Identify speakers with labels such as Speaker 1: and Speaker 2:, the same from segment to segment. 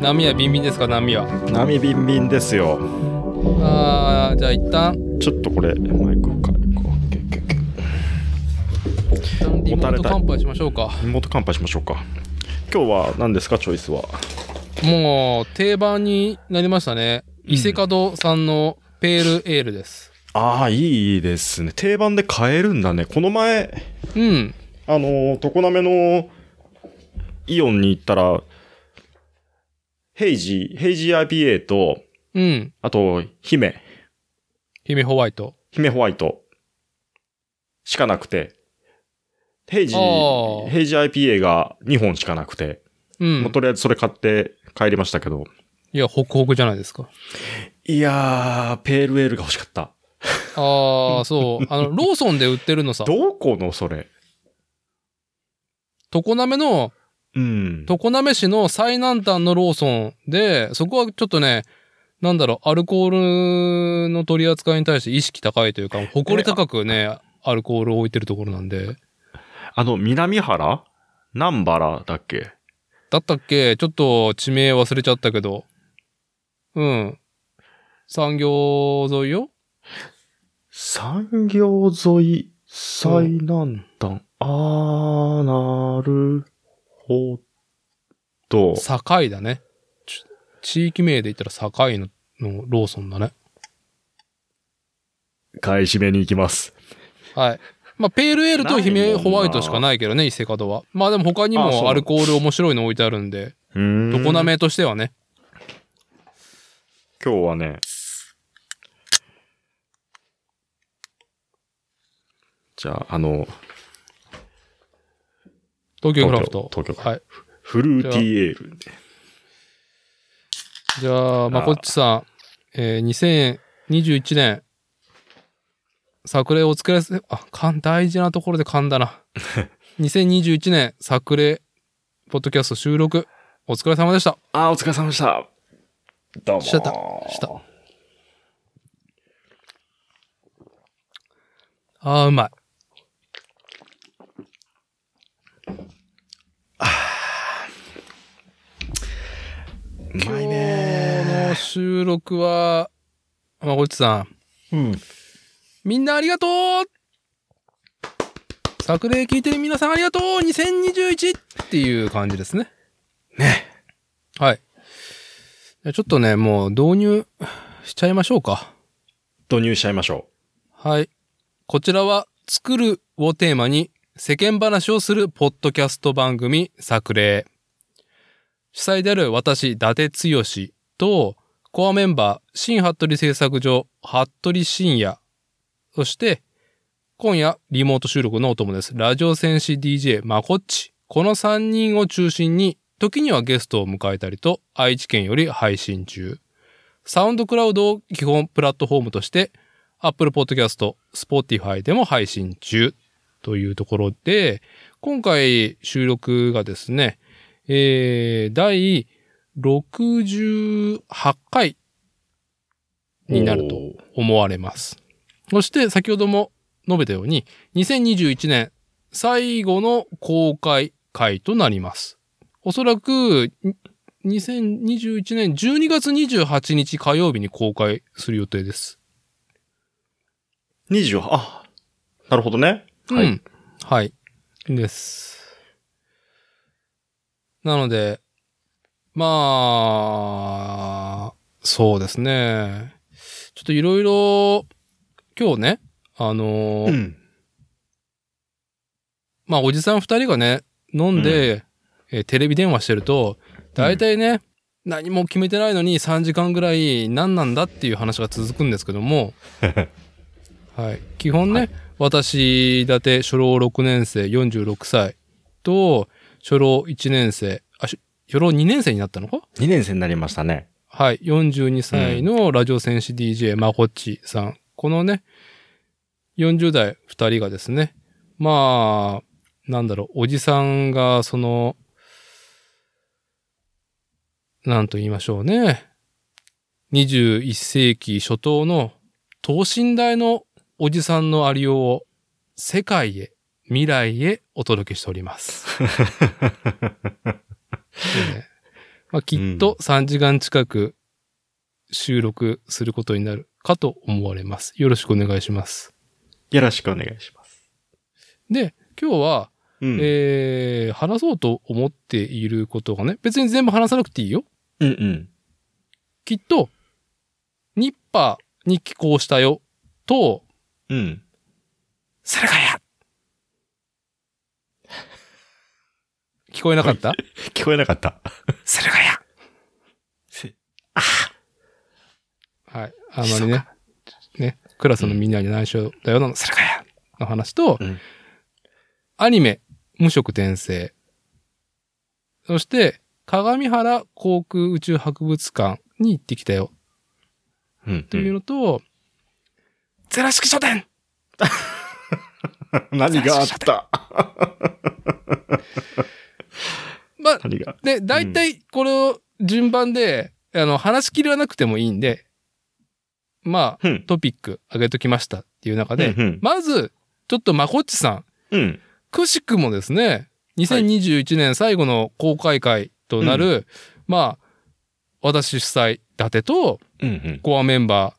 Speaker 1: 波はビンビンですか波は
Speaker 2: 波ビンビンですよ
Speaker 1: あーじゃあ一旦
Speaker 2: ちょっとこれマイクかこうけけけ
Speaker 1: 一旦リモート乾杯しましょうか
Speaker 2: リモート乾杯しましょうか今日は何ですかチョイスは
Speaker 1: もう定番になりましたね
Speaker 2: ん
Speaker 1: 伊勢門さんのペールエールです
Speaker 2: ああいいですね定番で買えるんだねこの前
Speaker 1: うん
Speaker 2: あのー常滑のイオンに行ったらヘイジヘイジ IPA と
Speaker 1: うん
Speaker 2: あと姫
Speaker 1: 姫ホワイト
Speaker 2: 姫ホワイトしかなくてヘイジ
Speaker 1: あー
Speaker 2: ヘイジ IPA が2本しかなくて
Speaker 1: うん
Speaker 2: もうとりあえずそれ買って帰りましたけど。
Speaker 1: いやホクホクじゃないですか
Speaker 2: いやー、ペールエールが欲しかった。
Speaker 1: ああそうあのローソンで売ってるのさ
Speaker 2: どこのそれ
Speaker 1: 常滑の
Speaker 2: うん。
Speaker 1: 常滑市の最南端のローソンで、そこはちょっとね、なんだろう、アルコールの取り扱いに対して意識高いというか、誇り高くね、アルコールを置いてるところなんで。
Speaker 2: あの、南原南原だっけ
Speaker 1: だったっけちょっと地名忘れちゃったけど。うん。産業沿いよ
Speaker 2: 産業沿い最南端。あー、なるほど。
Speaker 1: 境だね。ち地域名で言ったら境ののローソンだね。
Speaker 2: 買い占めに行きます。
Speaker 1: はい。まあ、ペールエールと
Speaker 2: ない
Speaker 1: 姫
Speaker 2: もんな
Speaker 1: ホワイトしかないけどね、伊勢門は。まあでも他に
Speaker 2: あそう
Speaker 1: もアルコール面白いの置いてあるんで。
Speaker 2: うーん。
Speaker 1: 常滑としてはね。
Speaker 2: 今日はね、じゃあ、あの、
Speaker 1: 東京クラフト。
Speaker 2: 東京東京
Speaker 1: はい。
Speaker 2: フルーティーエール。
Speaker 1: じゃあ、まこっちさん、えー、2021年、作例お疲れせ、あ、かん、大事なところで噛んだ な。2021年、作例、ポッドキャスト収録、お疲れ様でした。
Speaker 2: あー、お疲れ様でした。どうもー。
Speaker 1: しちゃったしたあー、うまい。
Speaker 2: うまい
Speaker 1: 今日
Speaker 2: ね
Speaker 1: の収録は、まこっちさん、
Speaker 2: うん。
Speaker 1: みんなありがとう作例聞いてる皆さんありがとう !2021! っていう感じですね。
Speaker 2: ね。
Speaker 1: はい。じゃあちょっとね、もう導入しちゃいましょうか。
Speaker 2: 導入しちゃいましょ
Speaker 1: はい。こちらは、作るをテーマに世間話をするポッドキャスト番組、作例。主催である私、伊達剛と、コアメンバー、新服部製作所、服部深也。そして、今夜、リモート収録のお供です。ラジオ戦士 DJ、まこっち。この3人を中心に、時にはゲストを迎えたりと、愛知県より配信中。サウンドクラウドを基本プラットフォームとして、Apple Podcast、Spotify でも配信中というところで、今回収録がですね、えー、第68回
Speaker 2: う。
Speaker 1: になると
Speaker 2: おー
Speaker 1: 思われます。そして先ほども述べたように、2021年最後の公開会となります。おそらく、に2021年12月28日火曜日に公開する予定です。
Speaker 2: 28、あ、なるほどね。は
Speaker 1: う
Speaker 2: い
Speaker 1: ん。はい。です。なので、まあ、そうですね。ちょっといろいろ、今日ね、あのー
Speaker 2: ん。
Speaker 1: まあ、おじさん二人がね、飲んで、えーテレビ電話してると、大体ね、何も決めてないのに3時間ぐらい何なんだっていう話が続くんですけども、はい。基本ね、私だて初老6年生46歳と、初老1年生、あ、し初老2年生になったのか
Speaker 2: 2年生になりましたね。
Speaker 1: はい。42歳のラジオ戦士 DJ まこっちさん。このね、40代2人がですね、まあ、なんだろう、おじさんが、その、なんと言いましょうね。21世紀初頭の等身大のおじさんのありようを世界へ、未 来へお届けしております。ねまあ、きっと3時間近く収録することになるかと思われます。よろしくお願いします。
Speaker 2: よろしくお願いします。
Speaker 1: で、今日は、
Speaker 2: うん。
Speaker 1: えー、話そうと思っていることがね、別に全部話さなくていいよ。
Speaker 2: うんうん。
Speaker 1: きっと、ニッパーに寄稿したよ。と、
Speaker 2: うん。
Speaker 1: それかや 聞こえなか った
Speaker 2: 聞こえなかった。
Speaker 1: それかやはい。あんまりね、ね、クラスのみんなに内緒だよなの、それかやの話と、
Speaker 2: うん
Speaker 1: アニメ、無色転生。そして、鏡原航空宇宙博物館に行ってきたよ。
Speaker 2: うん。
Speaker 1: というのと、ゼラシック書店
Speaker 2: 何があった
Speaker 1: まあ、
Speaker 2: 何が。
Speaker 1: で、大体これを順番で、あの、話し切りはなくてもいいんで、まあ、
Speaker 2: うん。
Speaker 1: トピック上げときましたっていう中で、
Speaker 2: うん
Speaker 1: まず、ちょっとまこっちさん、
Speaker 2: うん。うん。
Speaker 1: くしくもですね、2021年最後の公開会となる、まあ、私主催伊達と、
Speaker 2: うんうん。
Speaker 1: コアメンバー、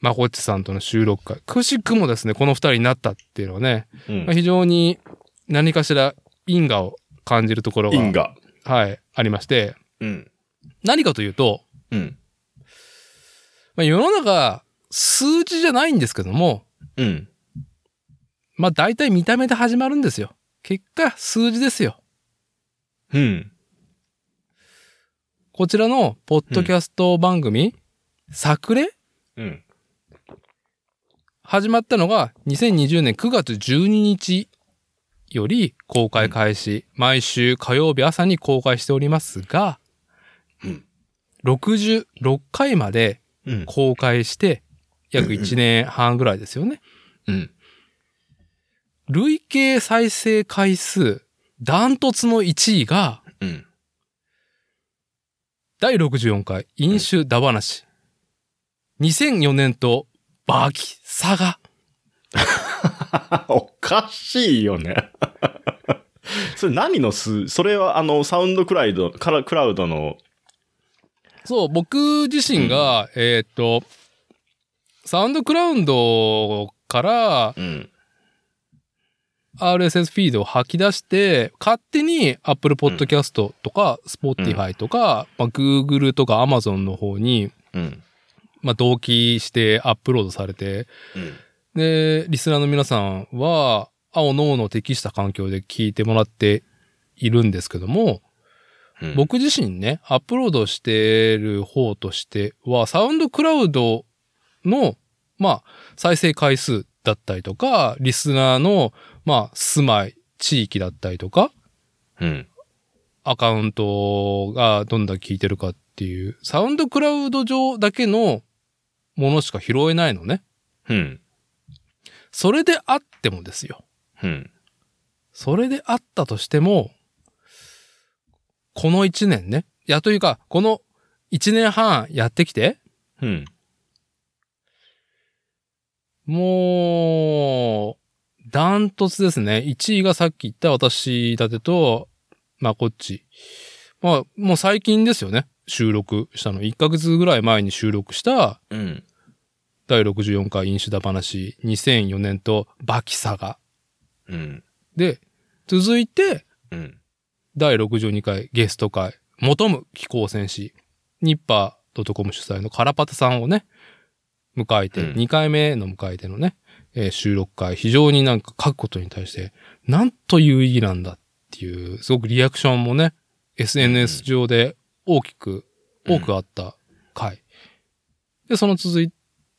Speaker 1: まこっちさんとの収録会。くしくもですね、この二人になったっていうのはね、
Speaker 2: うん
Speaker 1: まあ非常に何かしら因果を感じるところ
Speaker 2: 因
Speaker 1: が、
Speaker 2: 果。
Speaker 1: はい、ありまして、
Speaker 2: うん。
Speaker 1: 何かというと、
Speaker 2: うん。
Speaker 1: まあ、世の中、数字じゃないんですけども、
Speaker 2: うん。
Speaker 1: まあ大体見た目で始まるんですよ。結果、数字ですよ。
Speaker 2: うん。
Speaker 1: こちらのポッドキャスト番組、作例
Speaker 2: うん。
Speaker 1: 始まったのが2020年9月12日より公開開始、毎週火曜日朝に公開しておりますが、
Speaker 2: うん
Speaker 1: 66回まで
Speaker 2: うん。
Speaker 1: 公開して約1年半ぐらいですよね。
Speaker 2: うん。
Speaker 1: 累計再生回数、ダントツの1位が、
Speaker 2: うん。
Speaker 1: 第64回、飲酒だ話。2004年と、バーキ、差が。
Speaker 2: おかしいよね。 それ何の数それはあの、サウンドクラウド、カラクラウドの、
Speaker 1: そう、僕自身が、えーっと、サウンドクラウンドから
Speaker 2: うん。
Speaker 1: RSS フィードを吐き出して、勝手に Apple Podcast とか Spotify とか、まあ、Google とか Amazon の方に、
Speaker 2: うん。
Speaker 1: まあ、同期してアップロードされて、
Speaker 2: うん。
Speaker 1: で、リスナーの皆さんは、青のおの適した環境で聞いてもらっているんですけども、
Speaker 2: うん、
Speaker 1: 僕自身ね、アップロードしてる方としては、サウンドクラウドの、まあ、再生回数だったりとか、リスナーの、まあ、住まい、地域だったりとか、
Speaker 2: うん。
Speaker 1: アカウントがどんだけ聞いてるかっていう、サウンドクラウド上だけのものしか拾えないのね。
Speaker 2: うん。
Speaker 1: それであってもですよ。
Speaker 2: うん。
Speaker 1: それであったとしても、この一年ね、いやというか、この一年半やってきて、
Speaker 2: うん。
Speaker 1: もう、ダントツですね。1位がさっき言った私立てと、まあこっち。まあ、もう最近ですよね。収録したの。1ヶ月ぐらい前に収録した
Speaker 2: うん。
Speaker 1: 第64回飲酒だ話2004年とバキサガ。
Speaker 2: うん。
Speaker 1: で、続いて、
Speaker 2: うん。
Speaker 1: 第62回ゲスト会、求む気候戦士、ニッパー .com 主催のカラパタさんをね、迎えて、
Speaker 2: うん
Speaker 1: 2回目の迎えてのね、えー収録会、非常になんか書くことに対して、なんという意義なんだっていう、すごくリアクションもね、SNS 上で大きく、
Speaker 2: うん
Speaker 1: 多くあった回。で、その続い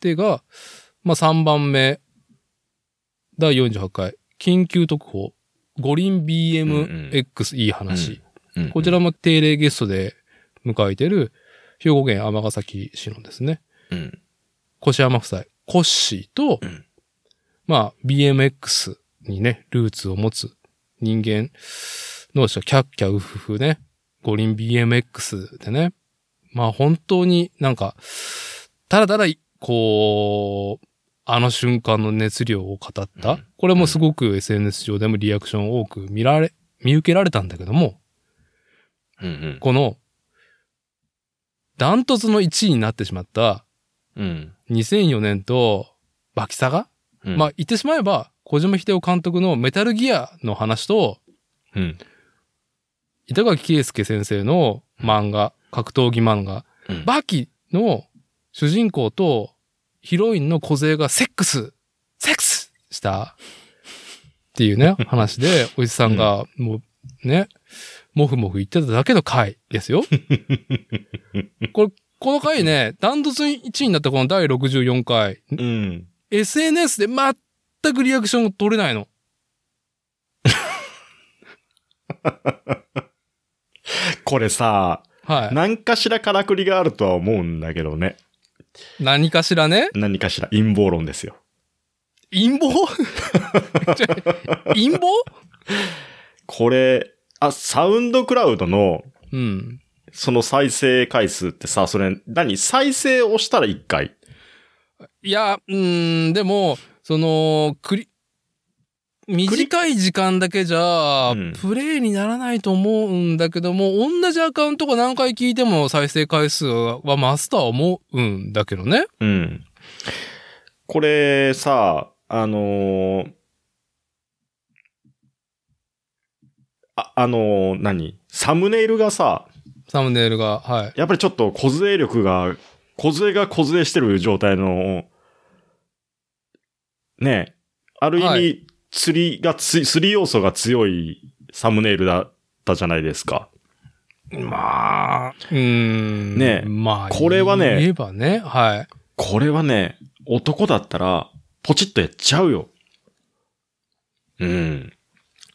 Speaker 1: てが、まあ、3番目、第48回、緊急特報、五輪
Speaker 2: うんうん
Speaker 1: BMX いい話。
Speaker 2: うん。
Speaker 1: こちらも定例ゲストで迎えてる、兵庫県尼崎市のですね、
Speaker 2: うん。
Speaker 1: 越山夫妻、コッシーと、
Speaker 2: うん
Speaker 1: まあ、BMX にね、ルーツを持つ人間、どうでしょう、キャッキャウフフね、五輪 BMX でね、まあ本当になんか、ただただ、こう、あの瞬間の熱量を語った、
Speaker 2: うん
Speaker 1: これもすごく SNS 上でもリアクション多く見られ、見受けられたんだけども、
Speaker 2: うん。
Speaker 1: この、ダントツの1位になってしまった
Speaker 2: うん。
Speaker 1: 2004年とバキサガ、
Speaker 2: うん
Speaker 1: まあ、言ってしまえば、小島秀夫監督のメタルギアの話と、
Speaker 2: うん。
Speaker 1: 板垣圭介先生の漫画、格闘技漫画、
Speaker 2: うん
Speaker 1: バキの主人公とヒロインの小勢がセックス、セックスしたっていうね、話で、おじさんがもうね、もふもふ言ってただけの回ですよ。これ、この回ね、ダントツ1位になったこの第64回、
Speaker 2: うん。
Speaker 1: SNS で全くリアクションが取れないの。
Speaker 2: これさ、
Speaker 1: はい。
Speaker 2: 何かしらからくりがあるとは思うんだけどね。
Speaker 1: 何かしらね、
Speaker 2: 何かしら陰謀論ですよ。
Speaker 1: 陰謀 ちょ陰謀
Speaker 2: これ、あ、サウンドクラウドの、
Speaker 1: うん。
Speaker 2: その再生回数ってさ、それ、何再生をしたら1回。
Speaker 1: いや、うーん、でも、その、クリ、短い時間だけじゃ
Speaker 2: うん、
Speaker 1: プレイにならないと思うんだけども、同じアカウントが何回聞いても再生回数は増すとは思うんだけどね。
Speaker 2: うん。これさ、あのーあ、あのー何サムネイルがさ、
Speaker 1: サムネイルが、はい。
Speaker 2: やっぱりちょっと小勢力が、小勢が小勢してる状態の、ねえ、ある意
Speaker 1: は
Speaker 2: 味、釣りがつ、釣り要素が強いサムネイルだったじゃないですか。
Speaker 1: まあ、うーん。
Speaker 2: ねえ
Speaker 1: まあ、
Speaker 2: これはね
Speaker 1: 言えばね、はい。
Speaker 2: これはね、男だったら、ポチッとやっちゃうよ。うん。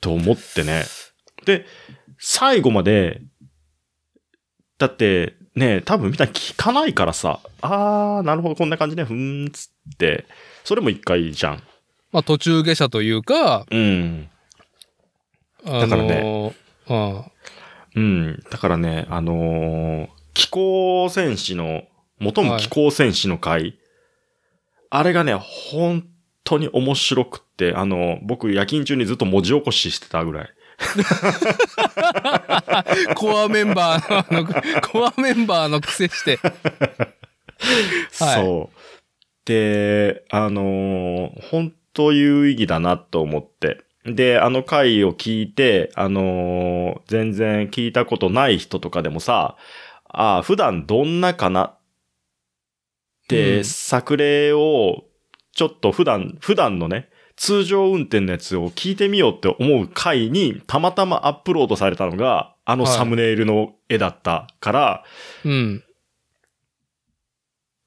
Speaker 2: と思ってね。で、最後まで、だって、ね、多分みんな聞かないからさ、あー、なるほど、こんな感じね、ふーん、つって、それも一回じゃん。
Speaker 1: まあ、途中下車というか、
Speaker 2: うん。
Speaker 1: あのー、
Speaker 2: から
Speaker 1: うん。
Speaker 2: うん。だからね、あのー気候戦士の、元も気候戦士の会、あれがね、本当に面白くって、あの僕夜勤中にずっと文字起こししてたぐらい。
Speaker 1: コアメンバーの、あのコアメンバーの癖して。はい
Speaker 2: そう。で、あのー本当有意義だなと思って。で、あの回を聞いて、あのー全然聞いたことない人とかでもさ、ああ、普段どんなかなって、
Speaker 1: うん
Speaker 2: 作例を、ちょっと普段、普段のね、通常運転のやつを聞いてみようって思う回に、たまたまアップロードされたのが、あの
Speaker 1: はい
Speaker 2: サムネイルの絵だったから、
Speaker 1: うん。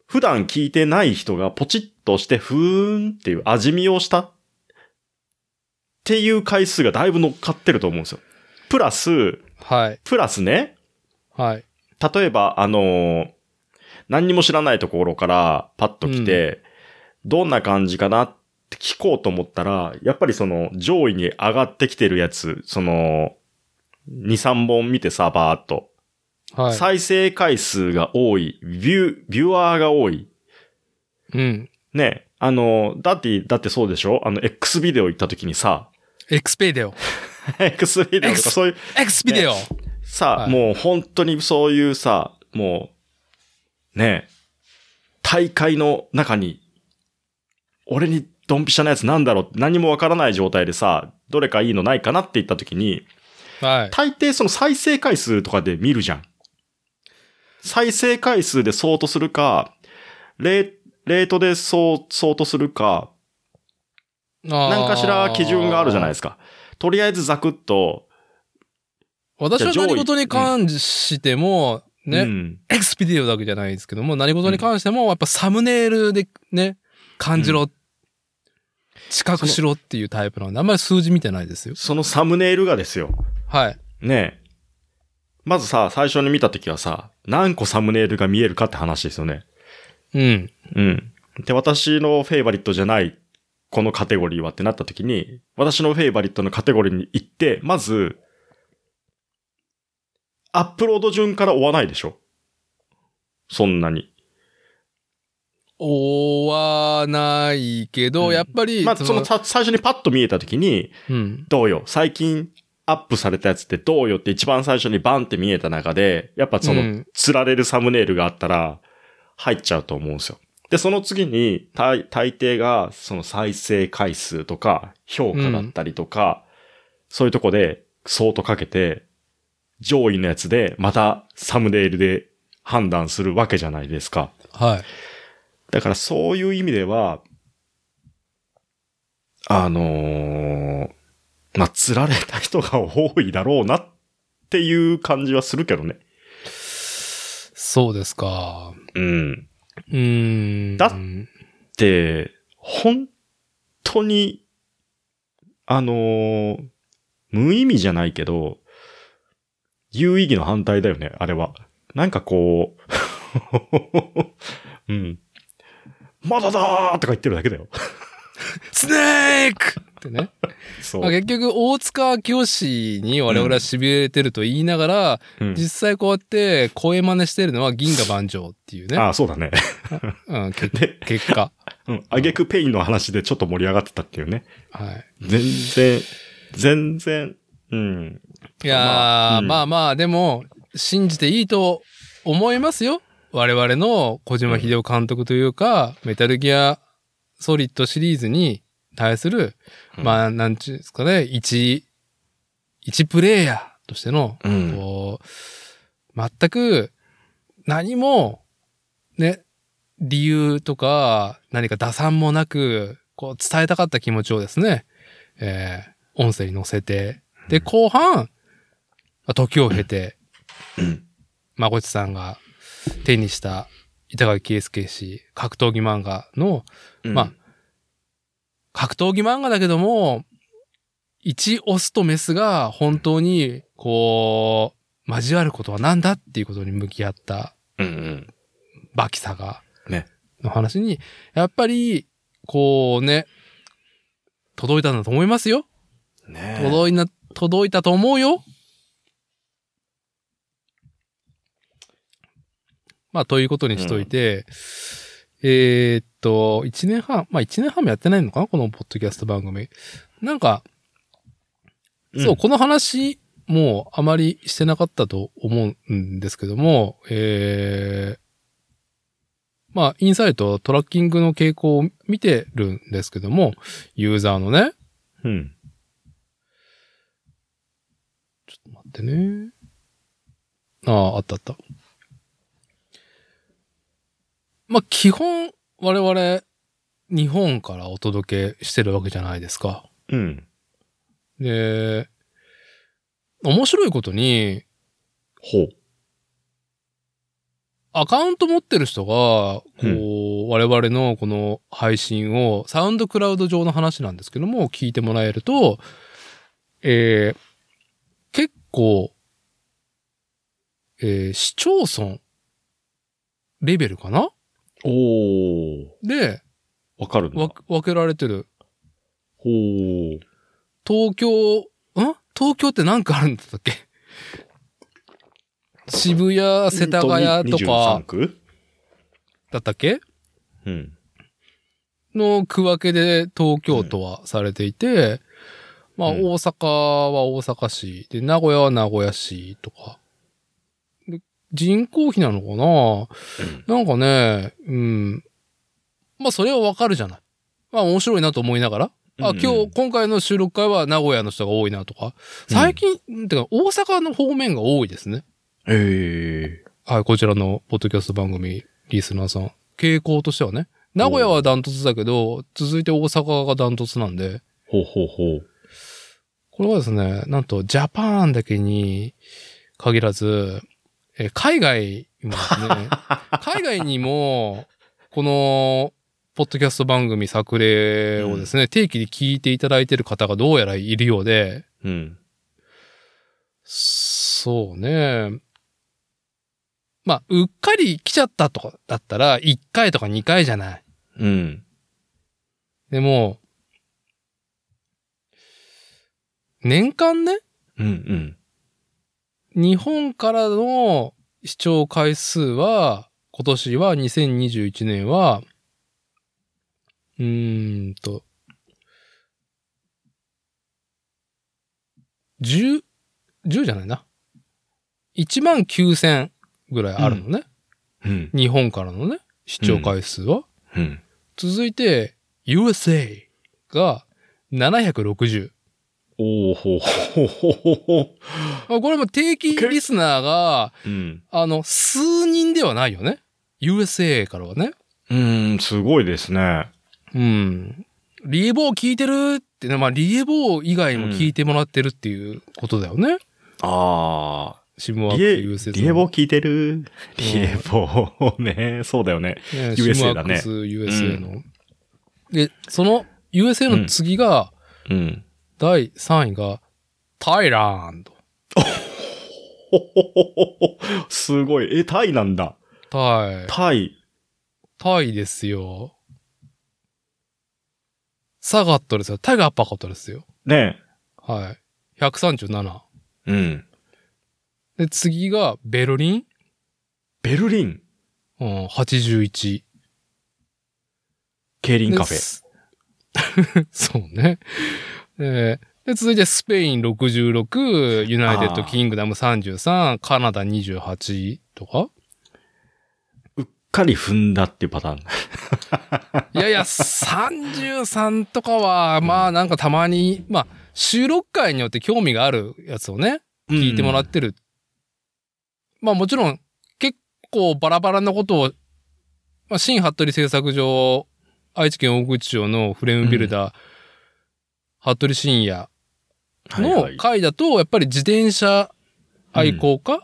Speaker 2: 普段聞いてない人がポチッとして、ふーんっていう味見をしたっていう回数がだいぶ乗っかってると思うんですよ。プラス、
Speaker 1: はい。
Speaker 2: プラスね、
Speaker 1: はい。
Speaker 2: 例えば、あのー何にも知らないところからパッと来て、どんな感じかなって聞こうと思ったら、やっぱりその上位に上がってきてるやつ、その、2、3本見てさ、バーっと。
Speaker 1: はい。
Speaker 2: 再生回数が多い、ビュー、ビュアーが多い、
Speaker 1: うん。
Speaker 2: ね、あの、だって、だってそうでしょあの、X ビデオ行った時にさ、
Speaker 1: エクスペデオ。
Speaker 2: X ビデオとか
Speaker 1: X
Speaker 2: そういう、
Speaker 1: エクスペデオ、
Speaker 2: さ、
Speaker 1: はい
Speaker 2: もう本当にそういうさ、もう、ね、大会の中に、俺にドンピシャなやつなんだろう何もわからない状態でさ、どれかいいのないかなって言った時に、
Speaker 1: はい。
Speaker 2: 大抵その再生回数とかで見るじゃん。再生回数で相当するか、レーレートでそう相当するか、何
Speaker 1: 何
Speaker 2: かしら基準があるじゃないです
Speaker 1: か。
Speaker 2: すか。とりあえずザクッと、
Speaker 1: 私は
Speaker 2: じゃあ上
Speaker 1: 何
Speaker 2: 位
Speaker 1: 事に関しても、ね、
Speaker 2: うん
Speaker 1: エクスペデオだけじゃないですけども、何事に関しても、やっぱサムネイルでね、感じろ、近くしろっていうタイプなんで、あんまり数字見てないですよ。
Speaker 2: そのサムネイルがですよ。
Speaker 1: はい。
Speaker 2: ねえ。まずさ、最初に見たときはさ、何個サムネイルが見えるかって話ですよね。
Speaker 1: うん。
Speaker 2: うん。で、私のフェイバリットじゃない、このカテゴリーはってなったときに、私のフェイバリットのカテゴリーに行って、まず、アップロード順から追わないでしょ。そんなに。
Speaker 1: 追わないけど、
Speaker 2: うん
Speaker 1: やっぱり、
Speaker 2: まあ、そのさ最初にパッと見えたときに、
Speaker 1: うん。
Speaker 2: どうよ、最近アップされたやつってどうよって一番最初にバンって見えた中で、やっぱその、
Speaker 1: うん
Speaker 2: 釣られるサムネイルがあったら、入っちゃうと思うんですよ。で、その次に、大大抵が、その再生回数とか、評価だったりとか、そういうとこで、そうとかけて、上位のやつで、またサムネイルで判断するわけじゃないですか。
Speaker 1: はい。
Speaker 2: だからそういう意味では、あのーまあ、釣られた人が多いだろうなっていう感じはするけどね。
Speaker 1: そうですか。
Speaker 2: うん。
Speaker 1: うーん。
Speaker 2: だで、本当に、あのー無意味じゃないけど、有意義の反対だよね、あれは。なんかこう、 うん。まだだーとか言ってるだけだよ。
Speaker 1: スネークってね。
Speaker 2: そ
Speaker 1: まあ、
Speaker 2: う。
Speaker 1: 結局、大塚教師に我々は痺れてると言いながら、
Speaker 2: うん
Speaker 1: 実際こうやって声真似してるのは銀河万丈っていうね。
Speaker 2: ああ、そうだね。
Speaker 1: うん、け
Speaker 2: で、
Speaker 1: 結果。
Speaker 2: うん。あげくペインの話でちょっと盛り上がってたっていうね。
Speaker 1: はい。
Speaker 2: 全然、全然、うん。
Speaker 1: いやー、ま
Speaker 2: まあ
Speaker 1: あ、
Speaker 2: うん
Speaker 1: まあでも、信じていいと思いますよ。我々の小島秀夫監督というか、メタルギアソリッドシリーズに対する、
Speaker 2: うん
Speaker 1: まあ、なんちゅうんですかね、一、一プレイヤーとしての、
Speaker 2: うん。
Speaker 1: こう、全く何も、ね、理由とか何か打算もなく、こう伝えたかった気持ちをですね、えー音声に乗せて、で、後半、時を経て、まこちさんが手にした板垣圭介氏格闘技漫画のまあ格闘技漫画だけども、一オスとメスが本当に、こう、交わることは何だっていうことに向き合った
Speaker 2: うんうん。
Speaker 1: バキサが、
Speaker 2: ね
Speaker 1: の話に、やっぱり、こうね、届いたんだと思いますよ。
Speaker 2: ねえ
Speaker 1: 届いな、届いたと思うよ。まあ、ということにしといて、えーっと、一年半、まあ一年半もやってないのかなこのポッドキャスト番組。なんか、
Speaker 2: ん
Speaker 1: そう、この話、もうあまりしてなかったと思うんですけども、えー、まあ、インサイトはトラッキングの傾向を見てるんですけども、ユーザーのね、
Speaker 2: うん。
Speaker 1: 待ってね。ああ、あったあった。まあ、基本、我々、日本からお届けしてるわけじゃないですか。
Speaker 2: うん。
Speaker 1: で、面白いことに、
Speaker 2: ほう。
Speaker 1: アカウント持ってる人が、こう、我々のこの配信を、サウンドクラウド上の話なんですけども、聞いてもらえると、えー結構、えー市町村レベルかな
Speaker 2: おー。
Speaker 1: で、
Speaker 2: わかるんだ
Speaker 1: わ。分けられてる。
Speaker 2: ほう。
Speaker 1: 東京、ん東京って何かあるんだったっけ渋谷、世田谷とか
Speaker 2: 23区
Speaker 1: だったっけ
Speaker 2: うん。
Speaker 1: の区分けで東京都はされていて、まあ
Speaker 2: うん
Speaker 1: 大阪は大阪市、で、名古屋は名古屋市とか。で人口比なのかな、なんかね、うん。まあそれはわかるじゃない。まあ面白いなと思いながら。あ、
Speaker 2: うんうん
Speaker 1: 今日、今回の収録会は名古屋の人が多いなとか。最近、てか大阪の方面が多いですね。
Speaker 2: ええ。
Speaker 1: はい、こちらのポッドキャスト番組、リスナーさん。傾向としてはね。名古屋はダントツだけど、続いて大阪がダントツなんで、
Speaker 2: ほうほうほう。
Speaker 1: これはですね、なんとジャパンだけに限らず、えー海外にもですね、海外にも、この、ポッドキャスト番組作例をですね、定期で聞いていただいてる方がどうやらいるようで、
Speaker 2: うん。
Speaker 1: そうね。まあ、うっかり来ちゃったとかだったら、1回とか2回じゃない。
Speaker 2: うん。
Speaker 1: でも、年間ね、
Speaker 2: うんうん。
Speaker 1: 日本からの視聴回数は、今年は2021年は、うーんと、 10、10じゃないな。1万9000ぐらいあるのね。
Speaker 2: うん。
Speaker 1: 日本からのね、視聴回数は。
Speaker 2: うん。
Speaker 1: 続いて、USA が760。
Speaker 2: おおほほほほほ。
Speaker 1: あこれも定期リスナーが、
Speaker 2: うん。
Speaker 1: あの、数人ではないよね。USA からはね。
Speaker 2: うん、すごいですね。
Speaker 1: うん。リエボー聞いてるってね、まあ、リエボー以外も聞いてもらってるっていうことだよね。
Speaker 2: あ
Speaker 1: シム
Speaker 2: あ。
Speaker 1: ワー
Speaker 2: リ
Speaker 1: ク
Speaker 2: エ、
Speaker 1: USA
Speaker 2: リエボ聞いてるリエボね、そうだよね。
Speaker 1: ね、シ
Speaker 2: USA
Speaker 1: ムワー
Speaker 2: だ
Speaker 1: ク
Speaker 2: ね
Speaker 1: ス USA の。で、その USA の次が、
Speaker 2: うん。
Speaker 1: 第3位が、タイランド。
Speaker 2: ほほほほほ。すごい。え、タイなんだ。
Speaker 1: タイ。
Speaker 2: タイ。
Speaker 1: タイですよ。サガットですよ。タイがアッパーカットですよ。
Speaker 2: ね。
Speaker 1: はい。137。
Speaker 2: うん。
Speaker 1: で、次が、ベルリン。
Speaker 2: ベルリン、
Speaker 1: うん、81。
Speaker 2: ケイリンカフ
Speaker 1: で
Speaker 2: ェ。
Speaker 1: す そうね。えーで、続いてスペイン66、ユナイテッド
Speaker 2: あー
Speaker 1: キングダム33、カナダ28とか
Speaker 2: うっかり踏んだっていうパターン。
Speaker 1: いやいや、33とかは、まあなんかたまに、まあ収録会によって興味があるやつをね、聞いてもらってる。まあもちろん、結構バラバラなことを、まあ、新服部製作所、愛知県大口町のフレームビルダー、服部深夜
Speaker 2: はいは
Speaker 1: の
Speaker 2: い
Speaker 1: 回だと、やっぱり自転車愛好家、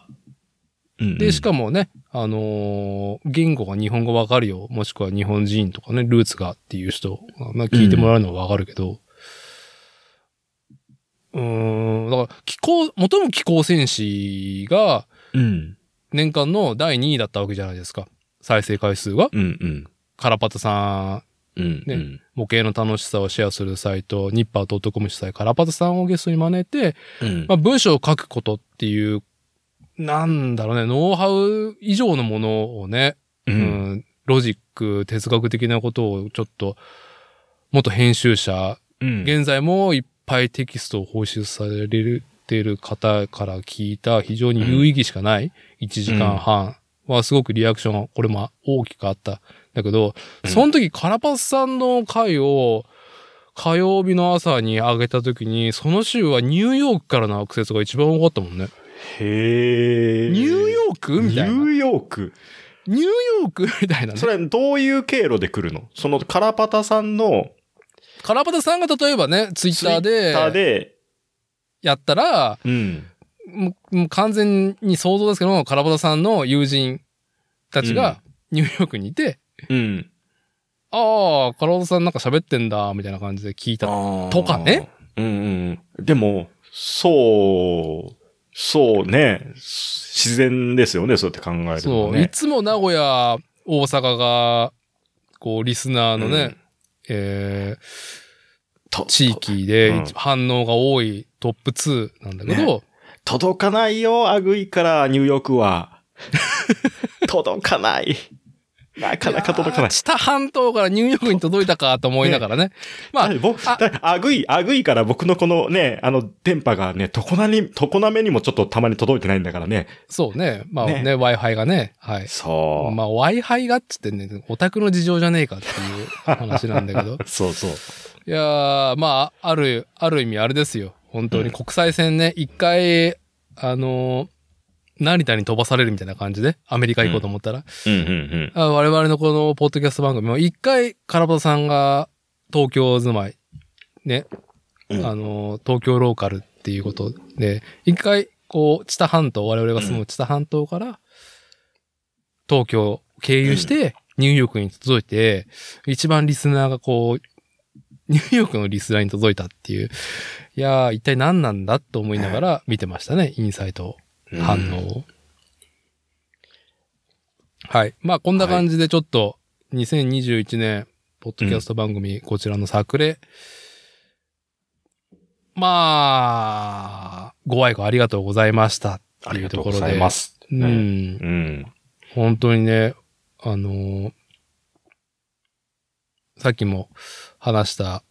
Speaker 2: うん
Speaker 1: で、しかもね、あのー言語が日本語わかるよ、もしくは日本人とかね、ルーツがっていう人、まあ、聞いてもらうのはわかるけど、うーん、だから、気候、元も気候戦士が
Speaker 2: うん。
Speaker 1: 年間の第2位だったわけじゃないですか。再生回数が。
Speaker 2: うんうん。
Speaker 1: カラパタさん、
Speaker 2: うん。
Speaker 1: ね
Speaker 2: うん
Speaker 1: 模型の楽しさをシェアするサイト、ニッパー .com 主催、カラパタさんをゲストに招いて、
Speaker 2: うん
Speaker 1: まあ、文章を書くことっていう、なんだろうね、ノウハウ以上のものをね、
Speaker 2: う。
Speaker 1: うんん、ロジック、哲学的なことをちょっと、元編集者、
Speaker 2: うん
Speaker 1: 現在もいっぱいテキストを放出されている方から聞いた非常に有意義しかない1時間半はすごくリアクションがこれも大きくあった。だけど、
Speaker 2: うん
Speaker 1: その時カラパスさんの回を火曜日の朝に上げた時に、その週はニューヨークからのアクセスが一番多かったもんね。
Speaker 2: へえ。
Speaker 1: ニューヨークみたいな。
Speaker 2: ニュ
Speaker 1: ニ
Speaker 2: ーヨーク。
Speaker 1: ューヨークみたいなね
Speaker 2: そ。れ、どういう経路で来るのその、カラパタさんの
Speaker 1: カラパタさんが例えばね、ツイッター
Speaker 2: ツイッター
Speaker 1: で
Speaker 2: で、
Speaker 1: やったら、
Speaker 2: うん。
Speaker 1: もうもう完全に想像ですけども、カラボタさんの友人たちがニューヨークにいて、
Speaker 2: うん。
Speaker 1: ああ、カラボタさんなんか喋ってんだ、みたいな感じで聞いた。とかね。
Speaker 2: うんうん。でも、そう、そうね。自然ですよね、そうやって考えるのね。
Speaker 1: そう、いつも名古屋、大阪が、こう、リスナーのね、
Speaker 2: うん
Speaker 1: え
Speaker 2: と
Speaker 1: ー、地域で
Speaker 2: うん
Speaker 1: 一反応が多いトップ2なんだけど、
Speaker 2: 届かないよ、アグイからニューヨー クは。届かない。なかなか届かない
Speaker 1: やー。知多半島からニューヨークに届いたかと思いながらね。まあ
Speaker 2: だ、僕、
Speaker 1: あ
Speaker 2: だアグイ、アグイから僕のこのね、あの、電波がね、常なに、常なめにもちょっとたまに届いてないんだからね。
Speaker 1: そうね。まあね、
Speaker 2: ね
Speaker 1: Wi-Fi がね。はい。
Speaker 2: そう。。
Speaker 1: まあ、Wi-Fi がっつってね、オタクの事情じゃねえかっていう話なんだけど
Speaker 2: そうそう。
Speaker 1: いやー、まあ、ある、ある意味あれですよ。本当に国際線ね、一、回、あのー成田に飛ばされるみたいな感じで、アメリカ行こうと思ったら、
Speaker 2: うんうん
Speaker 1: あ我々のこのポッドキャスト番組も一回、カラボタさんが東京住まい、ね、
Speaker 2: うん
Speaker 1: あのー東京ローカルっていうことで、一回、こう、知多半島、我々が住む知多半島から、東京を経由して、ニューヨークに届いて、一番リスナーがこう、ニューヨークのリスナーに届いたっていう、いやー、一体何なんだと思いながら見てましたね、インサイトを。
Speaker 2: うん。
Speaker 1: 反応を。はい。まあ、こんな感じでちょっと、2021年、ポッドキャスト番組、こちらの作例。まあ、ご愛顧ありがとうございました。
Speaker 2: ありがとうございます。
Speaker 1: う。
Speaker 2: うんうん。
Speaker 1: 本当にね、あのーさっきも話した、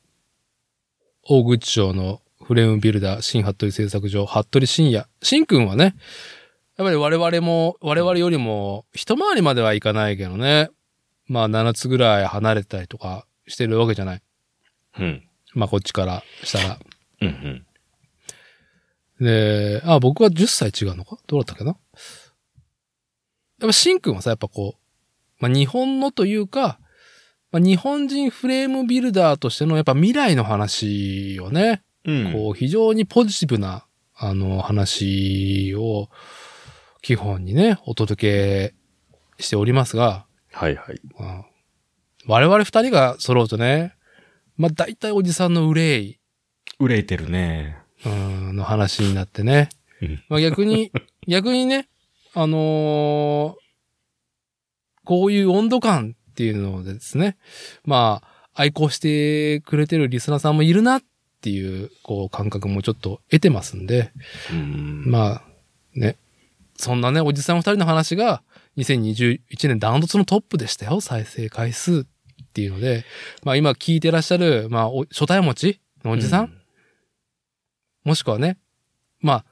Speaker 1: 大口町のフフレームビルダー、新服部製作所、服部深也。新くんはね、やっぱり我々も、我々よりも、一回りまではいかないけどね。まあ、7つぐらい離れたりとかしてるわけじゃない。
Speaker 2: うん。
Speaker 1: まあ、こっちからしたら。
Speaker 2: うんうん。
Speaker 1: で、あ、僕は10歳違うのかどうだったっけなやっぱ、シンくんはさ、やっぱこう、まあ、日本のというか、まあ、日本人フレームビルダーとしてのやっぱ未来の話をね、
Speaker 2: うん。
Speaker 1: こう、非常にポジティブな、あの、話を、基本にね、お届けしておりますが、
Speaker 2: はいはい。
Speaker 1: うん我々二人が揃うとね、まあ、大体おじさんの憂い、
Speaker 2: 憂いてるね。
Speaker 1: うんの話になってね
Speaker 2: うん。
Speaker 1: まあ、逆 に、逆にね、あのーこういう温度感っていうのでですね、まあ、愛好してくれてるリスナーさんもいるなっていう、こう、感覚もちょっと得てますんで、
Speaker 2: うん。
Speaker 1: まあ、ね、そんなね、おじさん二人の話が、2021年ダントツのトップでしたよ、再生回数っていうので、まあ今聞いてらっしゃる、まあ、お初対持ちのおじさん、もしくはね、まあ、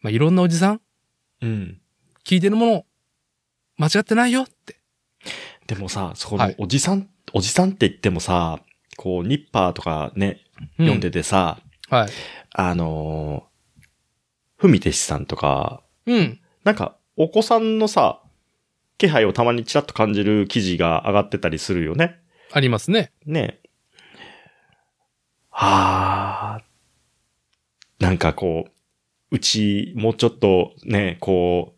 Speaker 1: まあ、いろんなおじさん、
Speaker 2: うん。うん。
Speaker 1: 聞いてるもの、間違ってないよって。
Speaker 2: でもさ、そ
Speaker 1: は
Speaker 2: の
Speaker 1: い
Speaker 2: おじさん、おじさんって言ってもさ、こう、ニッパーとかね、
Speaker 1: うん
Speaker 2: 読んでてさ、
Speaker 1: はい。
Speaker 2: あのー、ふみてしさんとか、
Speaker 1: うん。
Speaker 2: なんか、お子さんのさ、気配をたまにちらっと感じる記事が上がってたりするよね。
Speaker 1: ありますね。
Speaker 2: ねえ。あー。なんかこう、うち、もうちょっとね、こ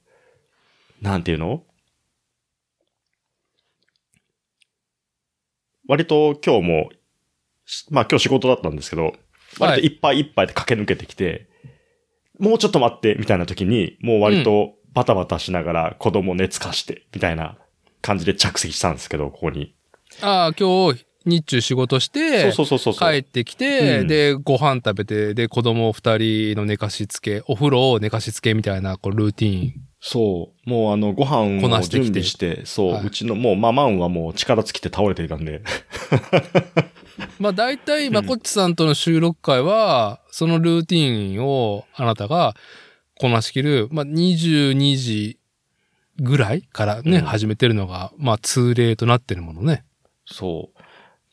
Speaker 2: う、なんていうの割と今日も、しまあ今日仕事だったんですけど、
Speaker 1: は
Speaker 2: 割と
Speaker 1: い。
Speaker 2: いっぱいいっぱいで駆け抜けてきて、もうちょっと待って、みたいな時に、もう割とバタバタしながら子供熱かして、みたいな感じで着席したんですけど、ここに。
Speaker 1: ああ、今日、日中仕事して、
Speaker 2: そうそうそうそうそう。
Speaker 1: 帰ってきて、
Speaker 2: うん
Speaker 1: で、ご飯食べて、で、子供二人の寝かしつけ、お風呂を寝かしつけみたいな、こう、ルーティーン。
Speaker 2: そう。もうあの、ご飯
Speaker 1: こな
Speaker 2: を
Speaker 1: してきて
Speaker 2: 準備して、そう、
Speaker 1: はいう
Speaker 2: ちのもうママンはもう力尽きて倒れていた んで。
Speaker 1: まあ、大体、
Speaker 2: うん
Speaker 1: まこっちさんとの収録会は、そのルーティーンを、あなたが、こなしきる、まあ、22時ぐらいからね、
Speaker 2: うん
Speaker 1: 始めてるのが、まあ、通例となってるものね。
Speaker 2: そう。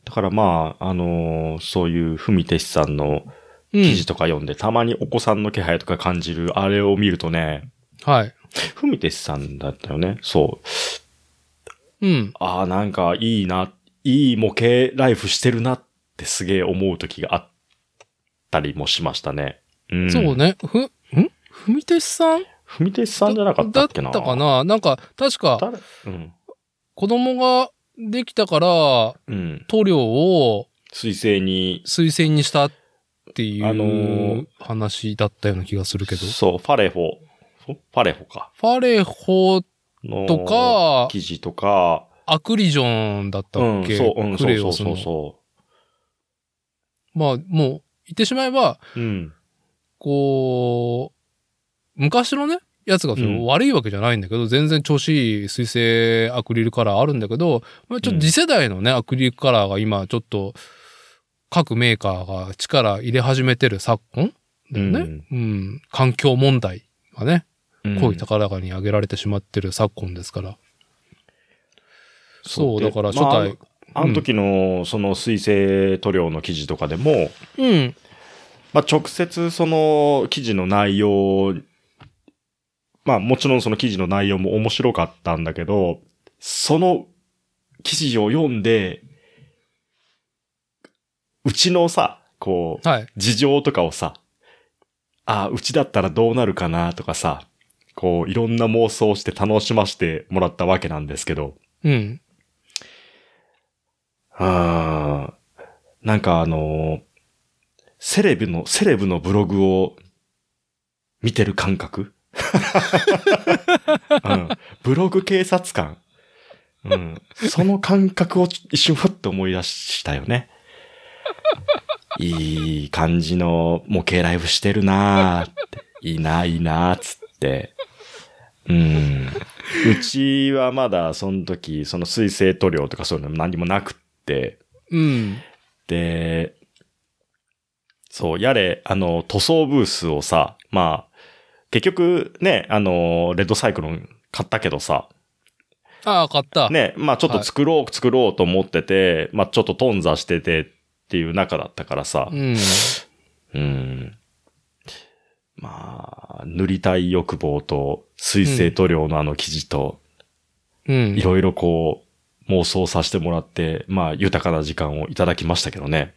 Speaker 2: だからまあ、あのーそういうふみてしさんの
Speaker 1: う
Speaker 2: 記
Speaker 1: ん。
Speaker 2: 事とか読んで、たまにお子さんの気配とか感じる、あれを見るとね、
Speaker 1: はい。
Speaker 2: ふみてしさんだったよね。そう。
Speaker 1: うん。
Speaker 2: ああ、なんかいいな、いい模型ライフしてるなってすげえ思う時があったりもしましたね。うん、
Speaker 1: そう。ね。ふ、んふみてしさん
Speaker 2: ふみてしさんじゃなかったっけな。
Speaker 1: だったかななんか、確か、
Speaker 2: 誰うん。
Speaker 1: 子供ができたから、
Speaker 2: うん。
Speaker 1: 塗料を
Speaker 2: 水星に、
Speaker 1: 推薦にしたってい
Speaker 2: あの
Speaker 1: う
Speaker 2: ー
Speaker 1: 話だったような気がするけど。
Speaker 2: そう、ファレホ、ファレホか。
Speaker 1: ファレホ
Speaker 2: の
Speaker 1: と、か、
Speaker 2: 記事とか、
Speaker 1: アクリジョンだったっ
Speaker 2: うん、
Speaker 1: け、
Speaker 2: そう、うん、
Speaker 1: ク
Speaker 2: そう
Speaker 1: レ
Speaker 2: そ
Speaker 1: ヨ
Speaker 2: う
Speaker 1: ス
Speaker 2: そ
Speaker 1: の
Speaker 2: う。そ
Speaker 1: まあ、もう、言ってしまえば、
Speaker 2: う。うん。
Speaker 1: こう、昔のね、やつがその
Speaker 2: うん
Speaker 1: 悪いわけじゃないんだけど、全然調子いい水性アクリルカラーあるんだけど、まあちょっと次世代のね、アクリルカラーが今ちょっと、各メーカーが力入れ始めてる昨今だよね。うん、環境問題がね、
Speaker 2: うん
Speaker 1: 声高らかに上げられてしまってる昨今ですから。そう、
Speaker 2: で
Speaker 1: だから初
Speaker 2: まあ
Speaker 1: 代、
Speaker 2: あの時の、その水星塗料の記事とかでも、
Speaker 1: うん、
Speaker 2: まあ、直接その記事の内容、まあもちろんその記事の内容も面白かったんだけど、その記事を読んで、うちのさ、こう、
Speaker 1: はい。
Speaker 2: 事情とかをさ、ああ、うちだったらどうなるかなとかさ、こう、いろんな妄想をして楽しませてもらったわけなんですけど、
Speaker 1: うん。
Speaker 2: あーなんかあのーセレブの、セレブのブログを見てる感覚、 うん、ブログ警察官、うん。その感覚をちょ一瞬ふっと思い出したよね。いい感じの模型ライブしてるなーって。いいな、いいなーつって。うん。うちはまだその時、その水性塗料とかそういうの何もなくって、
Speaker 1: うん。
Speaker 2: で、そう、やれ、あの、塗装ブースをさ、まあ、結局ね、あの、レッドサイクロン買ったけどさ、
Speaker 1: ああ、買った。
Speaker 2: ね、まあちょっと作ろう、作ろうと思ってて、まあちょっと頓挫しててっていう中だったからさ
Speaker 1: う、ん。
Speaker 2: うん。まあ、塗りたい欲望と、水性塗料のあの生地と、
Speaker 1: うん
Speaker 2: い。ろいろこう、妄想させてもらって、まあ豊かな時間をいただきましたけどね。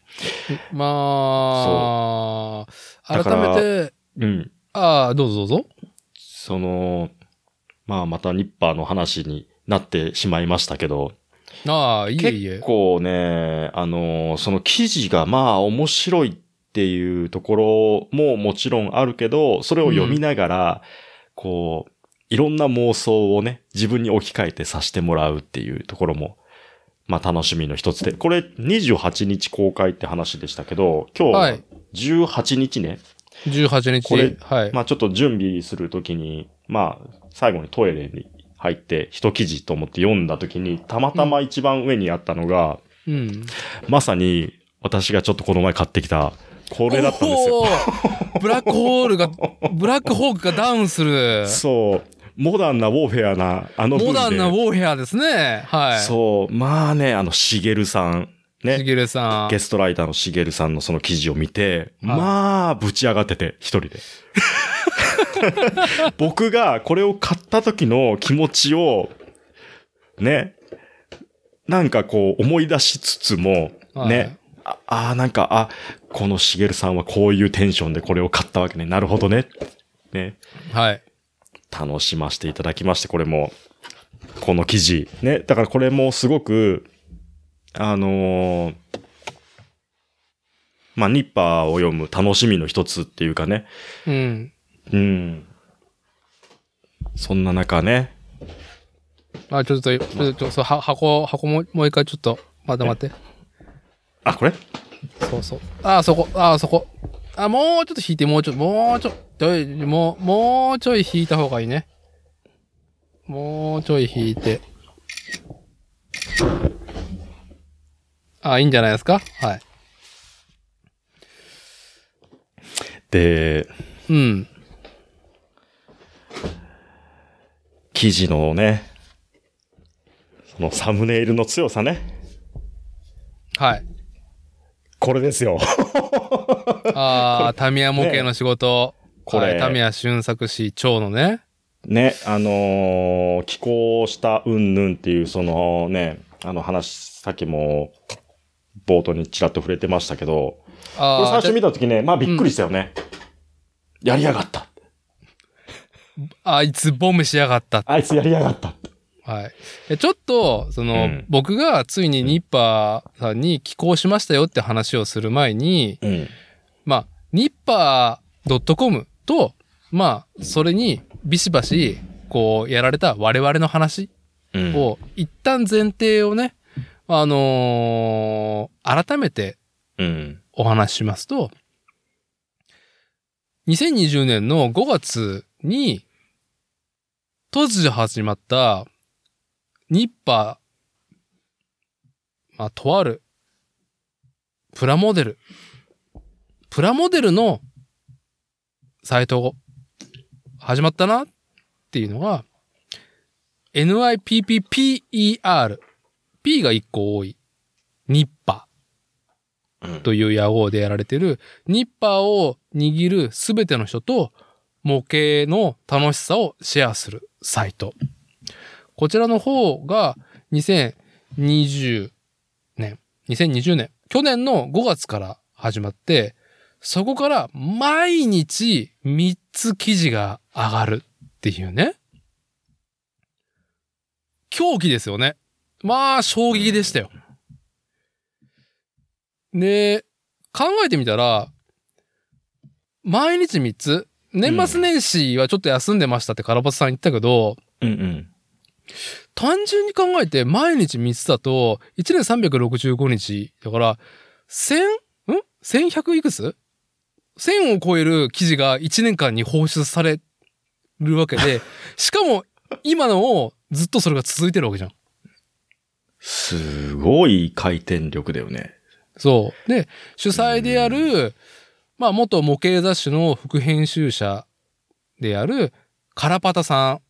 Speaker 1: まあ、
Speaker 2: だか
Speaker 1: 改
Speaker 2: ら
Speaker 1: めて、
Speaker 2: うん。
Speaker 1: ああ、どうぞどうぞ。
Speaker 2: その、まあまたニッパーの話になってしまいましたけど、
Speaker 1: ああ、いえい
Speaker 2: 結
Speaker 1: え。
Speaker 2: 構ね、あの、その記事がまあ面白いっていうところももちろんあるけど、それを読みながら、こう、いろんな妄想をね、自分に置き換えてさせてもらうっていうところも、まあ楽しみの一つで。これ28日公開って話でしたけ
Speaker 1: は
Speaker 2: ど、今
Speaker 1: い
Speaker 2: 日18日ね、
Speaker 1: 18
Speaker 2: これ
Speaker 1: 日。はい。
Speaker 2: まあちょっと準備するときに、まあ最後にトイレに入って一記事と思って読んだときに、たまたま一番上にあったのが、
Speaker 1: うん。
Speaker 2: まさに私がちょっとこの前買ってきた、これだったんですよ。
Speaker 1: おーブラックホー ルが、ブラックホークがダウンする。
Speaker 2: そう。モダンなウォーフェアな、あの文で
Speaker 1: モダンなウォーヘアですね。はい。
Speaker 2: そう。まあね、あの、しげるさん。
Speaker 1: し
Speaker 2: ね。
Speaker 1: げるさん
Speaker 2: ゲ。ストライターのしげるさんのその記事を見て、
Speaker 1: はい
Speaker 2: まあ、ぶち上がってて、一人で。 僕がこれを買った時の気持ちを、ね、なんかこう思い出しつつも、
Speaker 1: はい
Speaker 2: ね、ああー、なんか、あ、このしげるさんはこういうテンションでこれを買ったわけね。なるほどね。ね、
Speaker 1: はい。
Speaker 2: 楽しませていただきまして、これも、この記事。ね、だからこれもすごく、あのーまあ、ニッパーを読む楽しみの一つっていうかね。
Speaker 1: うん。
Speaker 2: うん。そんな中ね、
Speaker 1: あ、ちょっと、ちょっとちょっと、そうは箱、箱も、もう一回ちょっと、待って待って。
Speaker 2: あ、これ
Speaker 1: そうそう。ああ、そこ、ああ、そこ。あ、もうちょっと引いて、もうちょっと、もうちょっと、もう、もうちょい引いた方がいいね。もうちょい引いて。あいいんじゃないですかはい。
Speaker 2: で、
Speaker 1: うん。
Speaker 2: 記事のね、そのサムネイルの強さね。
Speaker 1: はい。
Speaker 2: これですよ。
Speaker 1: ああ、タミヤ模型の仕事。
Speaker 2: これ
Speaker 1: はいタミヤ俊作氏、長のね。
Speaker 2: ね、あのー寄稿したうんぬんっていう、そのね、あの話、さっきも、冒頭にちらっと触れてましたけど、これ
Speaker 1: あ
Speaker 2: 最
Speaker 1: あ、じ
Speaker 2: 初
Speaker 1: ゃ
Speaker 2: 見たときね、まあびっくりしたよね。やりやがった。
Speaker 1: あいつボムしやがった。
Speaker 2: あいつやりやがった。
Speaker 1: はい。でちょっと、その、
Speaker 2: うん
Speaker 1: 僕がついにニッパーさんに寄稿しましたよって話をする前に、
Speaker 2: うん。
Speaker 1: まあ、ニッパー .com と、まあ、それにビシバシ、こう、やられた我々の話
Speaker 2: うん。
Speaker 1: を、一旦前提をね、あのー改めて
Speaker 2: うん。
Speaker 1: お話ししますと、2020年の5月に、突如始まった、ニッパー、まあ、とある、プラモデル。プラモデルの、サイトが、始まったなっていうのが、NIPPPER。P が1個多い。ニッパー。
Speaker 2: うん
Speaker 1: という野号でやられてる、ニッパーを握るすべての人と模型の楽しさをシェアするサイト。こちらの方が2020年、2020年、去年の5月から始まって、そこから毎日3つ記事が上がるっていうね。狂気ですよね。まあ、衝撃でしたよ。で、考えてみたら、毎日3つ、年末年始はちょっと休んでましたってカラバスさん言ったけど、
Speaker 2: うん。
Speaker 1: 単純に考えて毎日3つだと、1年365日、だから、1000? ん ?1100 いくつ ?1000 を超える記事が1年間に放出されるわけで、しかも今のをずっとそれが続いてるわけじゃん。
Speaker 2: すごい回転力だよね。
Speaker 1: そう。で、主催である、まあ、元模型雑誌の副編集者であるカラパタさ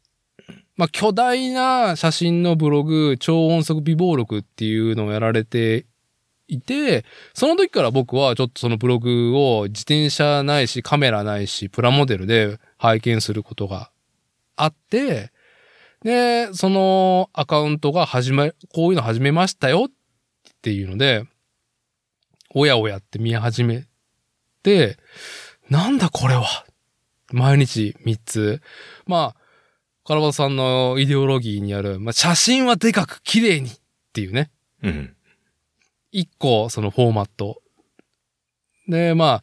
Speaker 1: ん。まあ、巨大な写真のブログ、超音速微暴録っていうのをやられていて、その時から僕はちょっとそのブログを自転車ないしカメラないしプラモデルで拝見することがあって、で、そのアカウントが始め、こういうの始めましたよっていうので、おやおやって見始めて、なんだこれは毎日3つ。まあ、カラバトさんのイデオロギーにある、まあ、写真はでかく綺麗にっていうね。
Speaker 2: うん。
Speaker 1: 一個、そのフォーマット。で、まあ、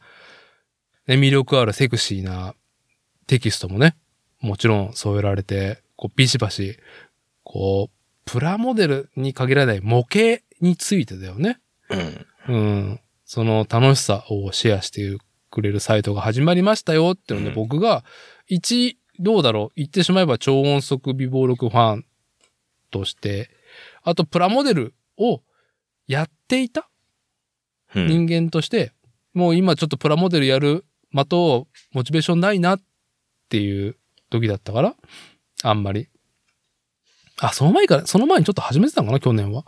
Speaker 1: ね魅力あるセクシーなテキストもね、もちろん添えられて、こう、ビシバシ、こう、プラモデルに限らない模型についてだよね。
Speaker 2: うん。
Speaker 1: うん。その楽しさをシェアしてくれるサイトが始まりましたよっていうので、
Speaker 2: うん
Speaker 1: 僕が、一、どうだろう言ってしまえば超音速微暴録ファンとして、あとプラモデルをやっていた
Speaker 2: うん。
Speaker 1: 人間として、もう今ちょっとプラモデルやるまとモチベーションないなっていう時だったから、あんまり。あ、その前から、その前にちょっと始めてたのかな、去年は。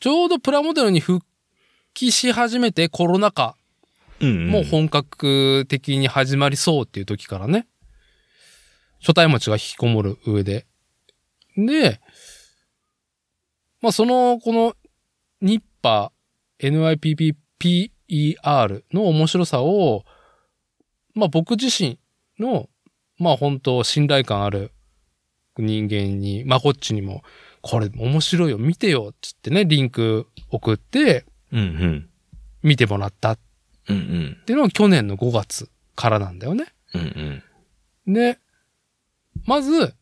Speaker 1: ちょうどプラモデルに復帰し始めてコロナ禍、
Speaker 2: うん
Speaker 1: もう本格的に始まりそうっていう時からね。初対持ちが引きこもる上で。で、まあその、この、ニッパー、NIPPPER の面白さを、まあ僕自身の、まあ本当信頼感ある人間に、まあこっちにも、これ面白いよ、見てよ、つってね、リンク送って、
Speaker 2: うんうん。
Speaker 1: 見てもらったっ
Speaker 2: うんうん。
Speaker 1: ていうのは去年の5月からなんだよね。
Speaker 2: うんうん。
Speaker 1: で、まず、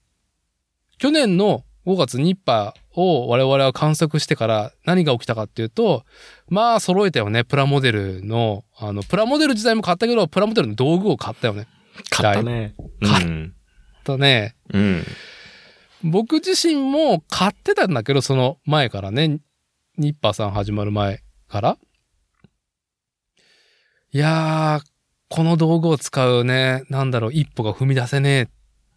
Speaker 1: 去年の5月ニッパーを我々は観測してから何が起きたかっていうと、まあ揃えたよね、プラモデルの、あの、プラモデル自体も買ったけど、プラモデルの道具を買ったよね。
Speaker 2: 買ったね。
Speaker 1: 買
Speaker 2: うん。
Speaker 1: だね。
Speaker 2: うん。
Speaker 1: 僕自身も買ってたんだけど、その前からね、ニッパーさん始まる前から。いやー、この道具を使うね、なんだろう、一歩が踏み出せねえっ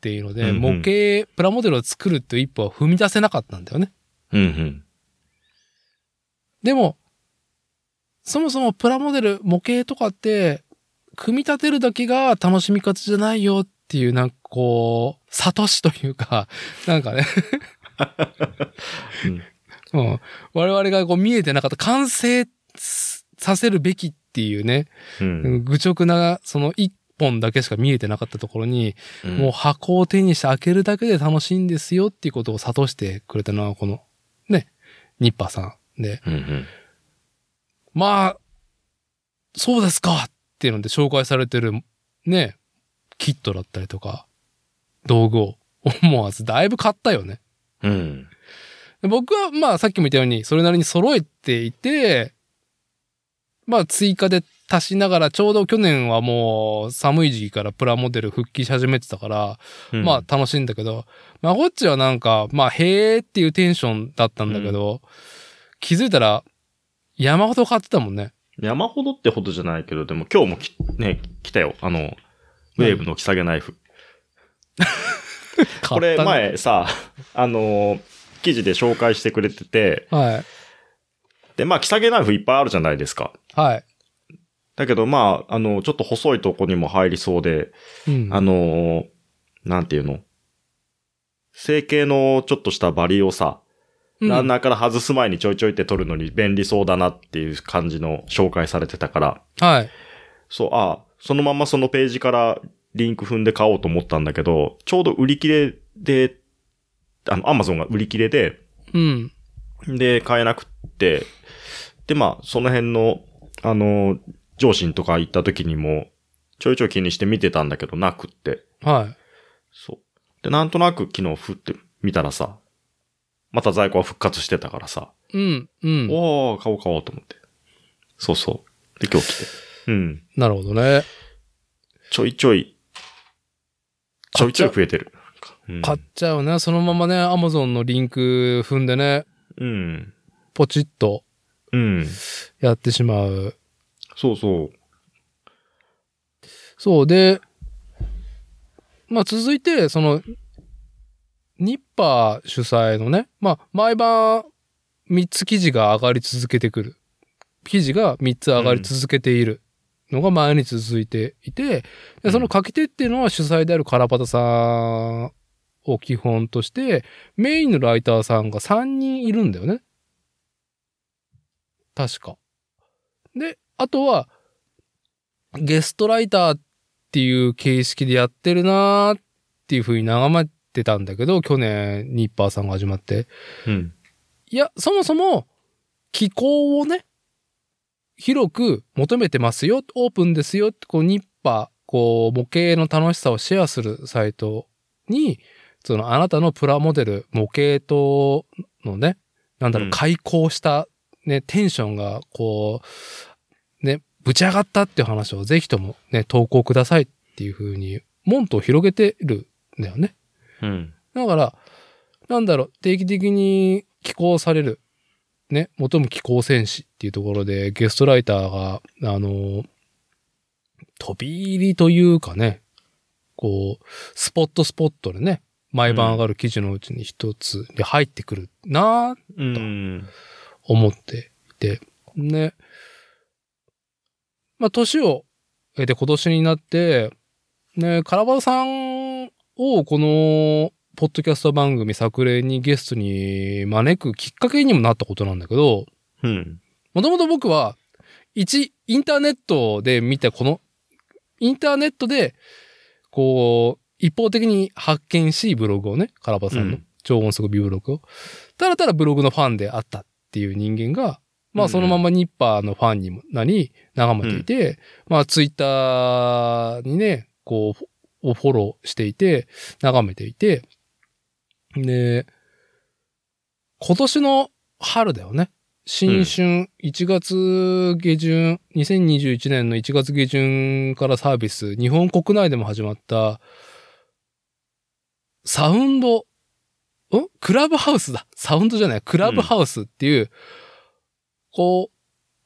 Speaker 1: ていうので、
Speaker 2: うんうん
Speaker 1: 模型、プラモデルを作るっていう一歩は踏み出せなかったんだよね。
Speaker 2: うんうん。
Speaker 1: でも、そもそもプラモデル、模型とかって、組み立てるだけが楽しみ方じゃないよっていう、なんかこう、 悟しというか、なんかね、うん、我々がこう見えてなかった完成させるべきっていうね、
Speaker 2: うん。
Speaker 1: 愚直なその一本だけしか見えてなかったところに、
Speaker 2: うん
Speaker 1: もう箱を手にして開けるだけで楽しいんですよっていうことを諭してくれたのはこのね、ニッパーさんで、
Speaker 2: うんうん。
Speaker 1: まあ、そうですかっていうので紹介されてるね、キットだったりとか、道具を思わずだいぶ買ったよね。
Speaker 2: うん。
Speaker 1: で僕はまあさっきも言ったようにそれなりに揃えていて、まあ追加で足しながらちょうど去年はもう寒い時期からプラモデル復帰し始めてたから、
Speaker 2: うん
Speaker 1: まあ楽しいんだけど、まあこっちはなんか、まあへーっていうテンションだったんだけど、気づいたら山ほど買ってたもんね。
Speaker 2: 山ほどってほどじゃないけど、でも今日もき、ね、来たよ。あの、ウェーブの着下げナイフ。こ
Speaker 1: 買
Speaker 2: れ
Speaker 1: ったね。
Speaker 2: 前さ、あのー記事で紹介してくれてて、
Speaker 1: はい。
Speaker 2: で、まあ、着下げナイフいっぱいあるじゃないですか。
Speaker 1: はい。
Speaker 2: だけど、まあ、あの、ちょっと細いとこにも入りそうで、
Speaker 1: うん。
Speaker 2: あのーなんていうの成形のちょっとしたバリをさ、
Speaker 1: うん
Speaker 2: ランナーから外す前にちょいちょいって取るのに便利そうだなっていう感じの紹介されてたから、
Speaker 1: はい。
Speaker 2: そう、ああそのままそのページからリンク踏んで買おうと思ったんだけど、ちょうど売り切れで、あの、アマゾンが売り切れで、
Speaker 1: うん。
Speaker 2: で、買えなくって、で、まあ、その辺の、あの、上司とか行った時にも、ちょいちょい気にして見てたんだけど、なくって。
Speaker 1: はい。
Speaker 2: そう。で、なんとなく昨日振ってみたらさ、また在庫は復活してたからさ、
Speaker 1: うん。うん。
Speaker 2: おお買おう買おうと思って。そうそう。で、今日来て。うん。
Speaker 1: なるほどね。
Speaker 2: ちょいちょい、ちょいちょい増えてる。うん
Speaker 1: 買っちゃうね。そのままね、アマゾンのリンク踏んでね、
Speaker 2: うん。
Speaker 1: ポチッと
Speaker 2: うん。
Speaker 1: やってしまう。
Speaker 2: そうそう。
Speaker 1: そうで、まあ続いて、その、ニッパー主催のね、まあ毎晩3つ記事が上がり続けてくる。記事が3つ上がり続けているのが前に続いていて、
Speaker 2: う
Speaker 1: で
Speaker 2: ん
Speaker 1: その書き手っていうのは主催であるカラパタさんを基本として、メインのライターさんが3人いるんだよね。確か。で、あとは、ゲストライターっていう形式でやってるなーっていう風に眺めてたんだけど、去年、ニッパーさんが始まって。
Speaker 2: うん。
Speaker 1: いや、そもそも、気候をね、広く求めてますよ、オープンですよ、こう、ニッパー、こう、模型の楽しさをシェアするサイトに、その、あなたのプラモデル、模型とのね、なんだろう、
Speaker 2: うん
Speaker 1: 開口した、ね、テンションが、こう、ね、ぶち上がったっていう話をぜひともね、投稿くださいっていう風に、門と広げてるんだよね。
Speaker 2: うん。
Speaker 1: だから、なんだろう、定期的に寄稿される。ね、求む寄稿戦士っていうところで、ゲストライターが、あの、飛び入りというかね、こう、スポットスポットでね、毎晩上がる記事のうちに一つで入ってくるなぁ
Speaker 2: うん。
Speaker 1: 思っていて、ね。まあ、年を経て今年になって、ね、カラバさんをこの、ポッドキャスト番組作例にゲストに招くきっかけにもなったことなんだけど、
Speaker 2: うん。
Speaker 1: もともと僕は、一、インターネットで見たこの、インターネットで、こう、一方的に発見し、ブログをね、カラバさんの
Speaker 2: うん
Speaker 1: 超音速ビブログを。ただただブログのファンであったっていう人間が、まあそのままニッパーのファンにもなり、眺めていて、まあツイッターにね、こうフォ、をフォローしていて、眺めていて、で、今年の春だよね。新春1月下旬、2021年の1月下旬からサービス、日本国内でも始まった、サウンド、んクラブハウスだ。サウンドじゃない。クラブハウスっていう、こ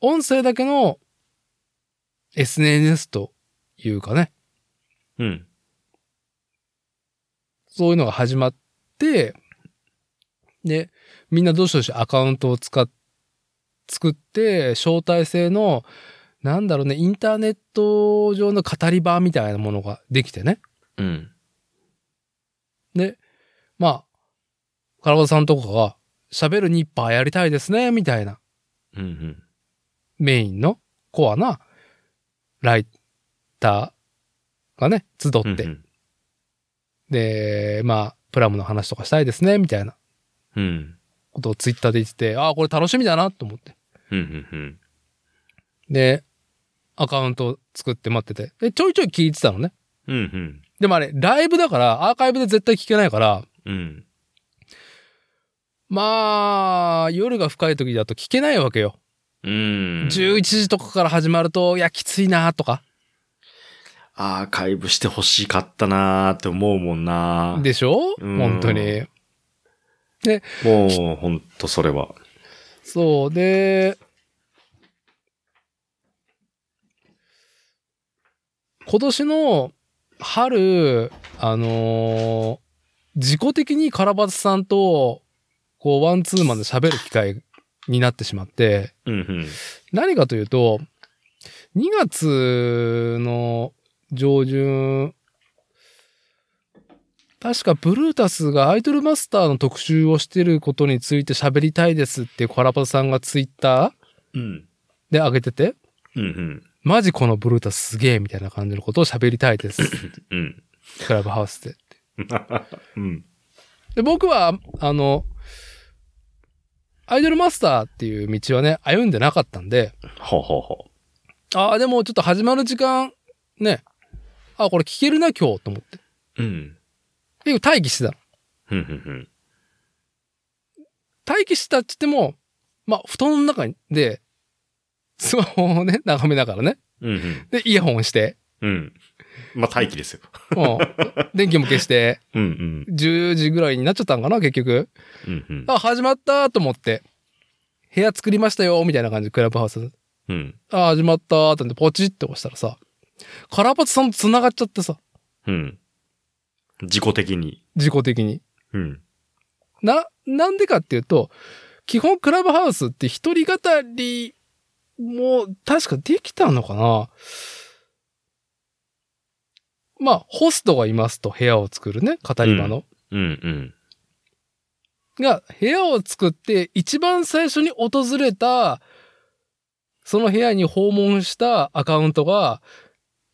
Speaker 1: う、音声だけの SNS というかね、
Speaker 2: うん。
Speaker 1: そういうのが始まって、で、みんなどしどしアカウントを使っ、作って、招待制の、なんだろうね、インターネット上の語り場みたいなものができてね。
Speaker 2: うん。
Speaker 1: で、まあ、カラバさんとかが、喋るニッパーやりたいですね、みたいな、
Speaker 2: うん。
Speaker 1: メインのコアな、ライターがね、集
Speaker 2: う
Speaker 1: っ
Speaker 2: ん。
Speaker 1: て、で、まあ、プラムの話とかしたいですね、みたいな。
Speaker 2: うん。
Speaker 1: ことをツイッターで言ってて、ああ、これ楽しみだなと思って。
Speaker 2: うん。うん。
Speaker 1: で、アカウントを作って待ってて。で、ちょいちょい聞いてたのね。
Speaker 2: うん。
Speaker 1: でもあれ、ライブだから、アーカイブで絶対聞けないから、
Speaker 2: うん。
Speaker 1: まあ、夜が深い時だと聞けないわけよ。
Speaker 2: うん。
Speaker 1: 11時とかから始まると、いや、きついなとか。
Speaker 2: アーカイブしてほしかったなーって思うもんなー
Speaker 1: でしょ
Speaker 2: うん
Speaker 1: 本当に。
Speaker 2: もう、ほんとそれは。
Speaker 1: そうで、今年の春、あのー自己的にカラバスさんと、こう、ワンツーマンで喋る機会になってしまって、
Speaker 2: うん。うん。
Speaker 1: 何かというと、2月の上旬、確かブルータスがアイドルマスターの特集をしてることについて喋りたいですってコラパさんがツイッタ
Speaker 2: うん。
Speaker 1: ーで上げてて、
Speaker 2: うん。
Speaker 1: マジこのブルータスすげえみたいな感じのことを喋りたいです。
Speaker 2: うん。
Speaker 1: クラブハウスで。
Speaker 2: うん。
Speaker 1: で、僕は、あの、アイドルマスターっていう道はね、歩んでなかったんで、
Speaker 2: ほうほうほ
Speaker 1: ああ、でもちょっと始まる時間、ね。あこれ聞けるな、今日、と思って。
Speaker 2: う。うん。
Speaker 1: で、待機してたの。
Speaker 2: うん。うん。
Speaker 1: 待機してたって言っても、まあ、布団の中で、スマホをね、眺めながらね。
Speaker 2: うん。
Speaker 1: で、イヤホンして、
Speaker 2: うん。まあ、待機ですよ。
Speaker 1: うん。 電気も消して、
Speaker 2: うん。
Speaker 1: 10時ぐらいになっちゃったんかな、結局。
Speaker 2: うん。うん。
Speaker 1: あ、始まったと思って。部屋作りましたよ、みたいな感じで、クラブハウス。
Speaker 2: うん。
Speaker 1: あ、始まったと思って、ポチッと押したらさ、カラパツさんと繋がっちゃってさ、
Speaker 2: うん。自己的に。
Speaker 1: 自己的に。
Speaker 2: うん。
Speaker 1: な、なんでかっていうと、基本クラブハウスって一人語りも確かできたのかなまあ、ホストがいますと部屋を作るね、語り場の。
Speaker 2: うんうん。
Speaker 1: が、部屋を作って一番最初に訪れた、その部屋に訪問したアカウントが、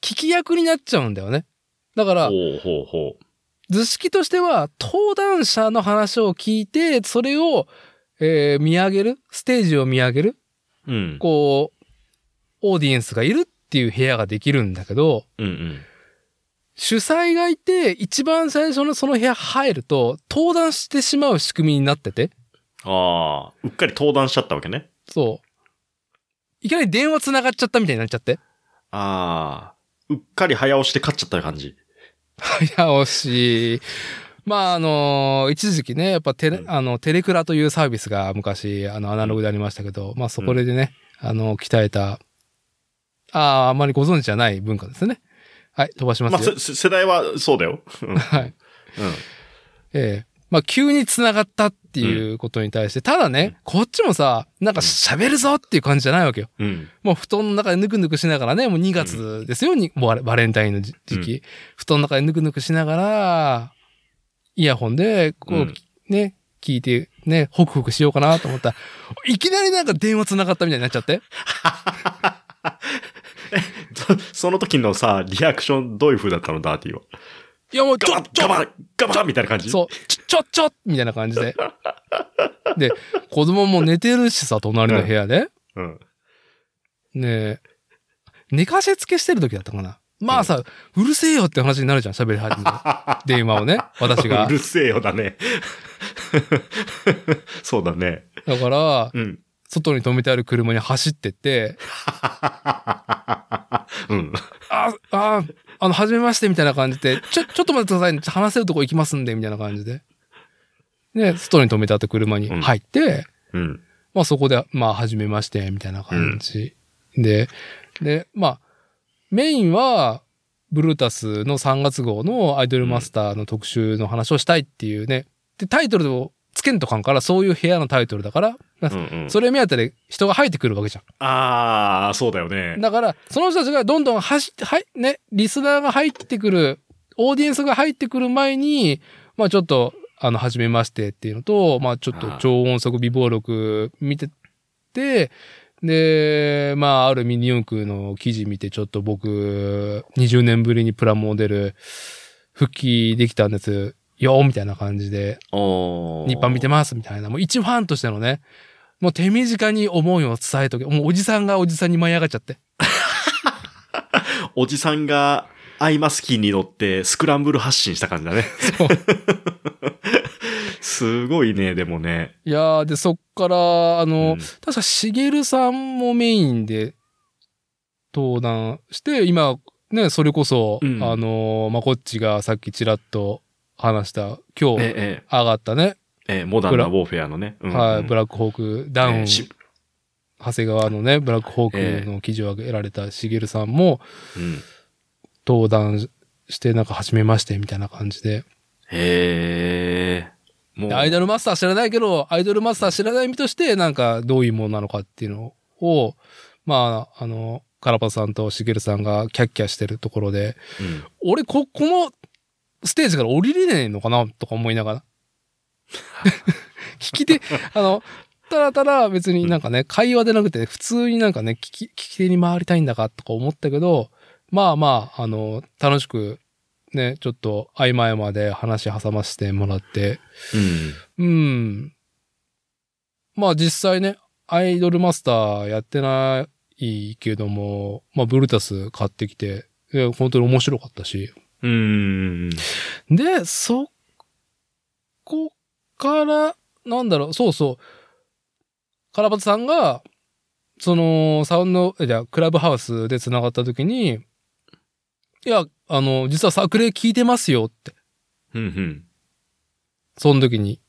Speaker 1: 聞き役になっちゃうんだよね。だから、
Speaker 2: ほうほうほ
Speaker 1: 図式としては、登壇者の話を聞いて、それを、えー見上げる、ステージを見上げる、
Speaker 2: う。うん。
Speaker 1: こう、オーディエンスがいるっていう部屋ができるんだけど、
Speaker 2: うんうん。
Speaker 1: 主催がいて、一番最初のその部屋入ると、登壇してしまう仕組みになってて、
Speaker 2: ああ、うっかり登壇しちゃったわけね。
Speaker 1: そう。いきなり電話繋がっちゃったみたいになっちゃって。
Speaker 2: ああ、うっかり早押しで勝っちゃった感じ。
Speaker 1: 早押し。まあ、あの、一時期ね、やっぱテレ
Speaker 2: う、ん
Speaker 1: あの、テレクラというサービスが昔、あの、アナログでありましたけど、まあ、そこでね、あの、鍛えた、ああ、あまりご存知じゃない文化ですね。はい、飛ばしま
Speaker 2: まあ、
Speaker 1: すよ。
Speaker 2: せ世代はそうだよ。う ん
Speaker 1: はい。ええまあ、急に繋がったっていうことに対して、ただね、こっちもさ、なんか喋るぞっていう感じじゃないわけよ。
Speaker 2: うん。うん。
Speaker 1: もう布団の中でぬくぬくしながらね、もう2月ですよ、にもうあれバレンタインの時時期。布団の中でぬくぬくしながら、イヤホンで、こう、
Speaker 2: うん
Speaker 1: ね、聞いて、ね、ホクホクしようかなと思ったら、いきなりなんか電話繋がったみたいになっちゃって。
Speaker 2: そその時のさ、リアクションどういう風だったのダーティーは。
Speaker 1: いやもう、ち
Speaker 2: ガ
Speaker 1: ょ
Speaker 2: バ
Speaker 1: っ
Speaker 2: ッ
Speaker 1: ち
Speaker 2: ガ
Speaker 1: ょ
Speaker 2: バッガバッみたいな感じ
Speaker 1: そう、ちょ、ちょ、ちょみたいな感じで。で、子供も寝てるしさ、隣の部屋で。
Speaker 2: う。うん。
Speaker 1: ねえ、寝かしつけしてる時だったかな。まあさ、うるせえよって話になるじゃん、喋り始めて。 電話をね、私が
Speaker 2: う。るせえよだね。 そうだね。
Speaker 1: だから、
Speaker 2: うん。
Speaker 1: 外に止めてある車に走ってって、
Speaker 2: うん。
Speaker 1: あ、あ、あの、はじめましてみたいな感じで、ちょ、ちょっと待ってくださいね、話せるとこ行きますんで、みたいな感じで。で、外に止めてあった車に
Speaker 2: うん
Speaker 1: 入って、
Speaker 2: うん。
Speaker 1: まあそこで、まあ、はじめまして、みたいな感じ、で、で、まあ、メインは、ブルータスの3月号のアイドルマスターの特集の話をしたいっていうね。で、タイトルをつけんとかんから、そういう部屋のタイトルだから、
Speaker 2: うんうん、
Speaker 1: それ目当てで人が入ってくるわけじゃん。
Speaker 2: ああ、そうだよね。
Speaker 1: だから、その人たちがどんどん走って、はい、ね、リスナーが入ってくる、オーディエンスが入ってくる前に、まあちょっと、あの、初めましてっていうのと、まあちょっと
Speaker 2: ああ
Speaker 1: 超音速微暴力見てて、で、まああるミニ四駆の記事見て、ちょっと僕、20年ぶりにプラモデル復帰できたんですよ、みたいな感じで、
Speaker 2: おー
Speaker 1: 日版見てますみたいな、もう一ファンとしてのね、もう手短に思いを伝えとけ、もうおじさんがおじさんに舞い上がっちゃって。
Speaker 2: おじさんがアイマスキーに乗ってスクランブル発進した感じだね。
Speaker 1: そう
Speaker 2: すごいね、でもね。
Speaker 1: いやー、で、そっから、あの、
Speaker 2: うん
Speaker 1: 確か、しげるさんもメインで登壇して、今、ね、それこそ、
Speaker 2: うん
Speaker 1: あのー、まあ、こっちがさっきちらっと話した、今日
Speaker 2: え
Speaker 1: 上がったね、
Speaker 2: え、ええ、モダンなウォーフェアのね。うんうん
Speaker 1: はい、ブラックホークダウン、
Speaker 2: ええし
Speaker 1: 長谷川のね、ブラックホークの記事を得られたしげるさんも
Speaker 2: うん
Speaker 1: 登壇して、なんか、初めましてみたいな感じで、
Speaker 2: へえ。もう、
Speaker 1: アイドルマスター知らないけど、アイドルマスター知らない身として、なんかどういうものなのかっていうのを、まあ、あの、カラパさんとしげるさんがキャッキャしてるところで、
Speaker 2: うん
Speaker 1: 俺、こ、このステージから降りれねえのかなとか思いながら。 聞き手、あの、たらたら別になんかね、会話でなくて、普通になんかね、聞き、聞き手に回りたいんだかとか思ったけど、まあまあ、あの、楽しく、ね、ちょっと合間合間で話挟ませてもらって、
Speaker 2: う
Speaker 1: う
Speaker 2: ん。
Speaker 1: ん。まあ実際ね、アイドルマスターやってないけども、まあブルータス買ってきて、いや本当に面白かったし。
Speaker 2: うん。
Speaker 1: で、そこから、なんだろう、そうそう。カラバトさんが、その、サウンド、えじゃあクラブハウスで繋がった時に、いや、あの、実は作例聞いてますよって。
Speaker 2: うん。
Speaker 1: その時に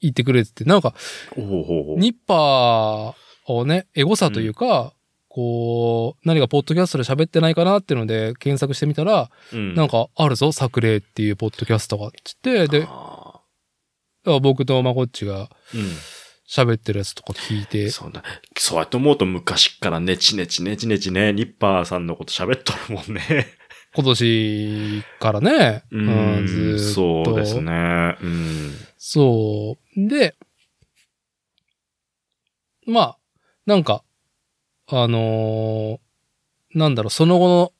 Speaker 1: 言ってくれてて、なんか、
Speaker 2: おほほほ。
Speaker 1: ニッパーをね、エゴさというか、こう、何かポッドキャストで喋ってないかなっていうので検索してみたら、
Speaker 2: うん。
Speaker 1: なんかあるぞ、作例っていうポッドキャストがっつって、で、だか
Speaker 2: あ
Speaker 1: ら僕とまこっちが
Speaker 2: ー、うん。
Speaker 1: 喋ってるやつとか聞いて、
Speaker 2: そうだ。そうやって思うと昔っからねちねちねちねちね、ニッパーさんのこと喋っとるもんね。
Speaker 1: 今年からね、
Speaker 2: う
Speaker 1: うん
Speaker 2: ん、
Speaker 1: ずーっと。
Speaker 2: そうですね。うん。
Speaker 1: そう。で、まあ、なんか、あのーなんだろう、その後の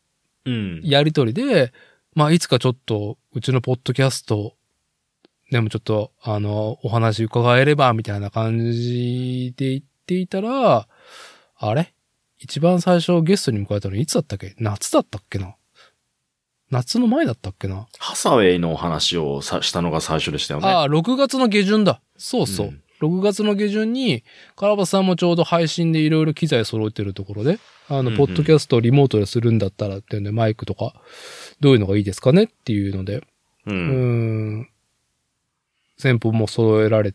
Speaker 2: うん。
Speaker 1: やりとりで、まあ、いつかちょっと、うちのポッドキャスト、でもちょっと、あの、お話伺えれば、みたいな感じで言っていたら、あれ一番最初ゲストに迎えたのいつだったっけ夏だったっけな夏の前だったっけな
Speaker 2: ハサウェイのお話をさしたのが最初でしたよね。
Speaker 1: ああ、6月の下旬だ。そうそう。
Speaker 2: うん
Speaker 1: 6月の下旬に、カラバさんもちょうど配信でいろいろ機材揃えてるところで、あ
Speaker 2: うん
Speaker 1: の、
Speaker 2: うん
Speaker 1: ポッドキャストをリモートでするんだったらっていうんで、マイクとか、どういうのがいいですかねっていうので、
Speaker 2: う。
Speaker 1: うんーん、先方も揃えられ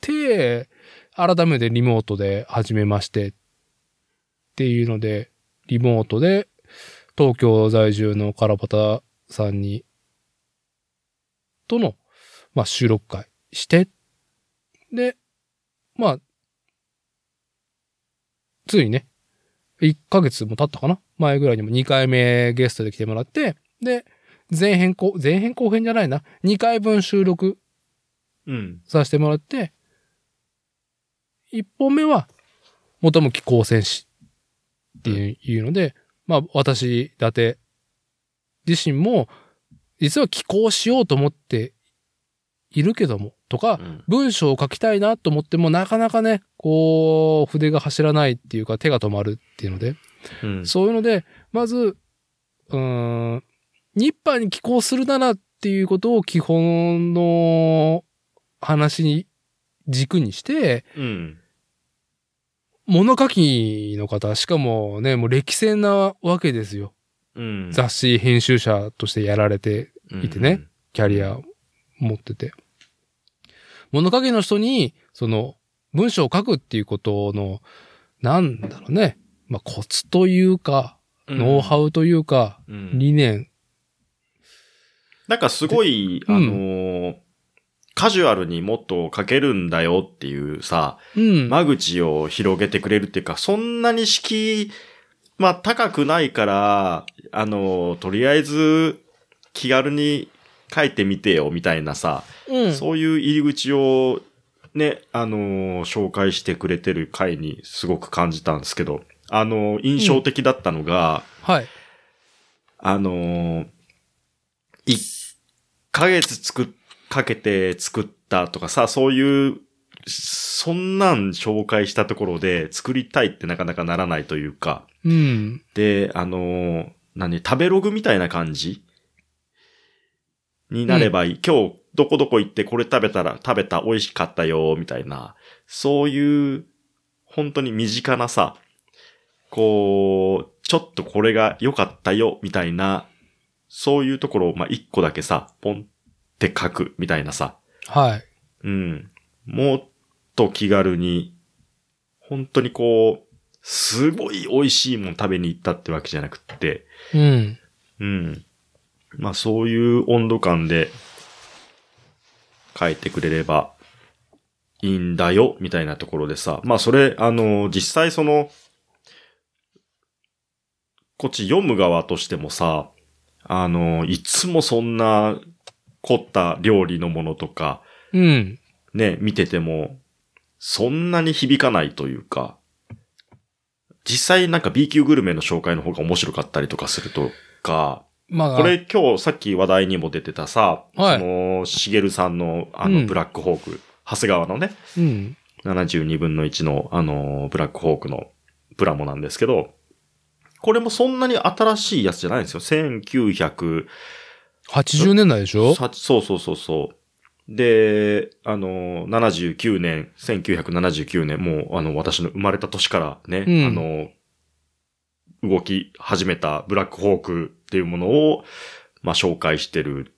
Speaker 1: て、改めてリモートで始めましてっていうので、リモートで東京在住のカラパタさんに、との、まあ、収録会して、で、まあ、ついにね、1ヶ月も経ったかな前ぐらいにも2回目ゲストで来てもらって、で、前編後、前編後編じゃないな、2回分収録
Speaker 2: うん。
Speaker 1: させてもらって、1本目は、元向高専士っていう,、ので、まあ私、伊達自身も、実は寄稿しようと思っているけども、とか、
Speaker 2: うん
Speaker 1: 文章を書きたいなと思ってもなかなかね、こう、筆が走らないっていうか手が止まるっていうので、
Speaker 2: うん。
Speaker 1: そういうので、まず、うーん、ニッパーに寄稿するならっていうことを基本の話に軸にして、
Speaker 2: うん。
Speaker 1: 物書きの方、しかもね、もう歴戦なわけですよ。
Speaker 2: うん。
Speaker 1: 雑誌編集者としてやられていてね。キャリアを持ってて。物陰の人に、その、文章を書くっていうことの、なんだろうね。まあ、コツというか、
Speaker 2: うん。
Speaker 1: ノウハ
Speaker 2: ウ。
Speaker 1: ウというか、
Speaker 2: うん。
Speaker 1: 理念。
Speaker 2: なんかすごい、あ
Speaker 1: うん
Speaker 2: のーカジュアルにもっと書けるんだよっていうさ、
Speaker 1: うん。
Speaker 2: 間口を広げてくれるっていうか、そんなに敷居、まあ高くないから、あのーとりあえず気軽に書いてみてよみたいなさ、
Speaker 1: うん、
Speaker 2: そういう入り口をね、あのー紹介してくれてる回にすごく感じたんですけど、あのー印象的だったのが、
Speaker 1: はい。
Speaker 2: あのー、1ヶ月作っ、かけて作ったとかさ、そういう、そんなん紹介したところで作りたいってなかなかならないというか、
Speaker 1: うん。
Speaker 2: で、あのー何、食べログみたいな感じになればいい。今日、どこどこ行ってこれ食べたら、食べた、美味しかったよ、みたいな。そういう、本当に身近なさ、こう、ちょっとこれが良かったよ、みたいな、そういうところを、まあ、一個だけさ、ポンって書く、みたいなさ。
Speaker 1: はい。
Speaker 2: うん。もっと気軽に、本当にこう、すごい美味しいもん食べに行ったってわけじゃなくって、
Speaker 1: うん。
Speaker 2: うん。まあそういう温度感で書いてくれればいいんだよ、みたいなところでさ。まあそれ、あの、実際その、こっち読む側としてもさ、あの、いつもそんな凝った料理のものとか、
Speaker 1: うん。
Speaker 2: ね、見てても、そんなに響かないというか、実際なんか B 級グルメの紹介の方が面白かったりとかするとか、
Speaker 1: まあ、
Speaker 2: これ今日さっき話題にも出てたさ、
Speaker 1: はい
Speaker 2: その、しげるさんのあ
Speaker 1: う
Speaker 2: の
Speaker 1: ん
Speaker 2: ブラックホーク、長谷川のね、
Speaker 1: うん。
Speaker 2: 72分の1のあの、ブラックホークのプラモなんですけど、これもそんなに新しいやつじゃないんですよ。1900、
Speaker 1: 80年代でしょ
Speaker 2: さそうそうそうそう。で、あの、79年、1979年、もう、あの、私の生まれた年からね、
Speaker 1: うん
Speaker 2: あの、動き始めたブラックホークっていうものを、まあ、紹介してる。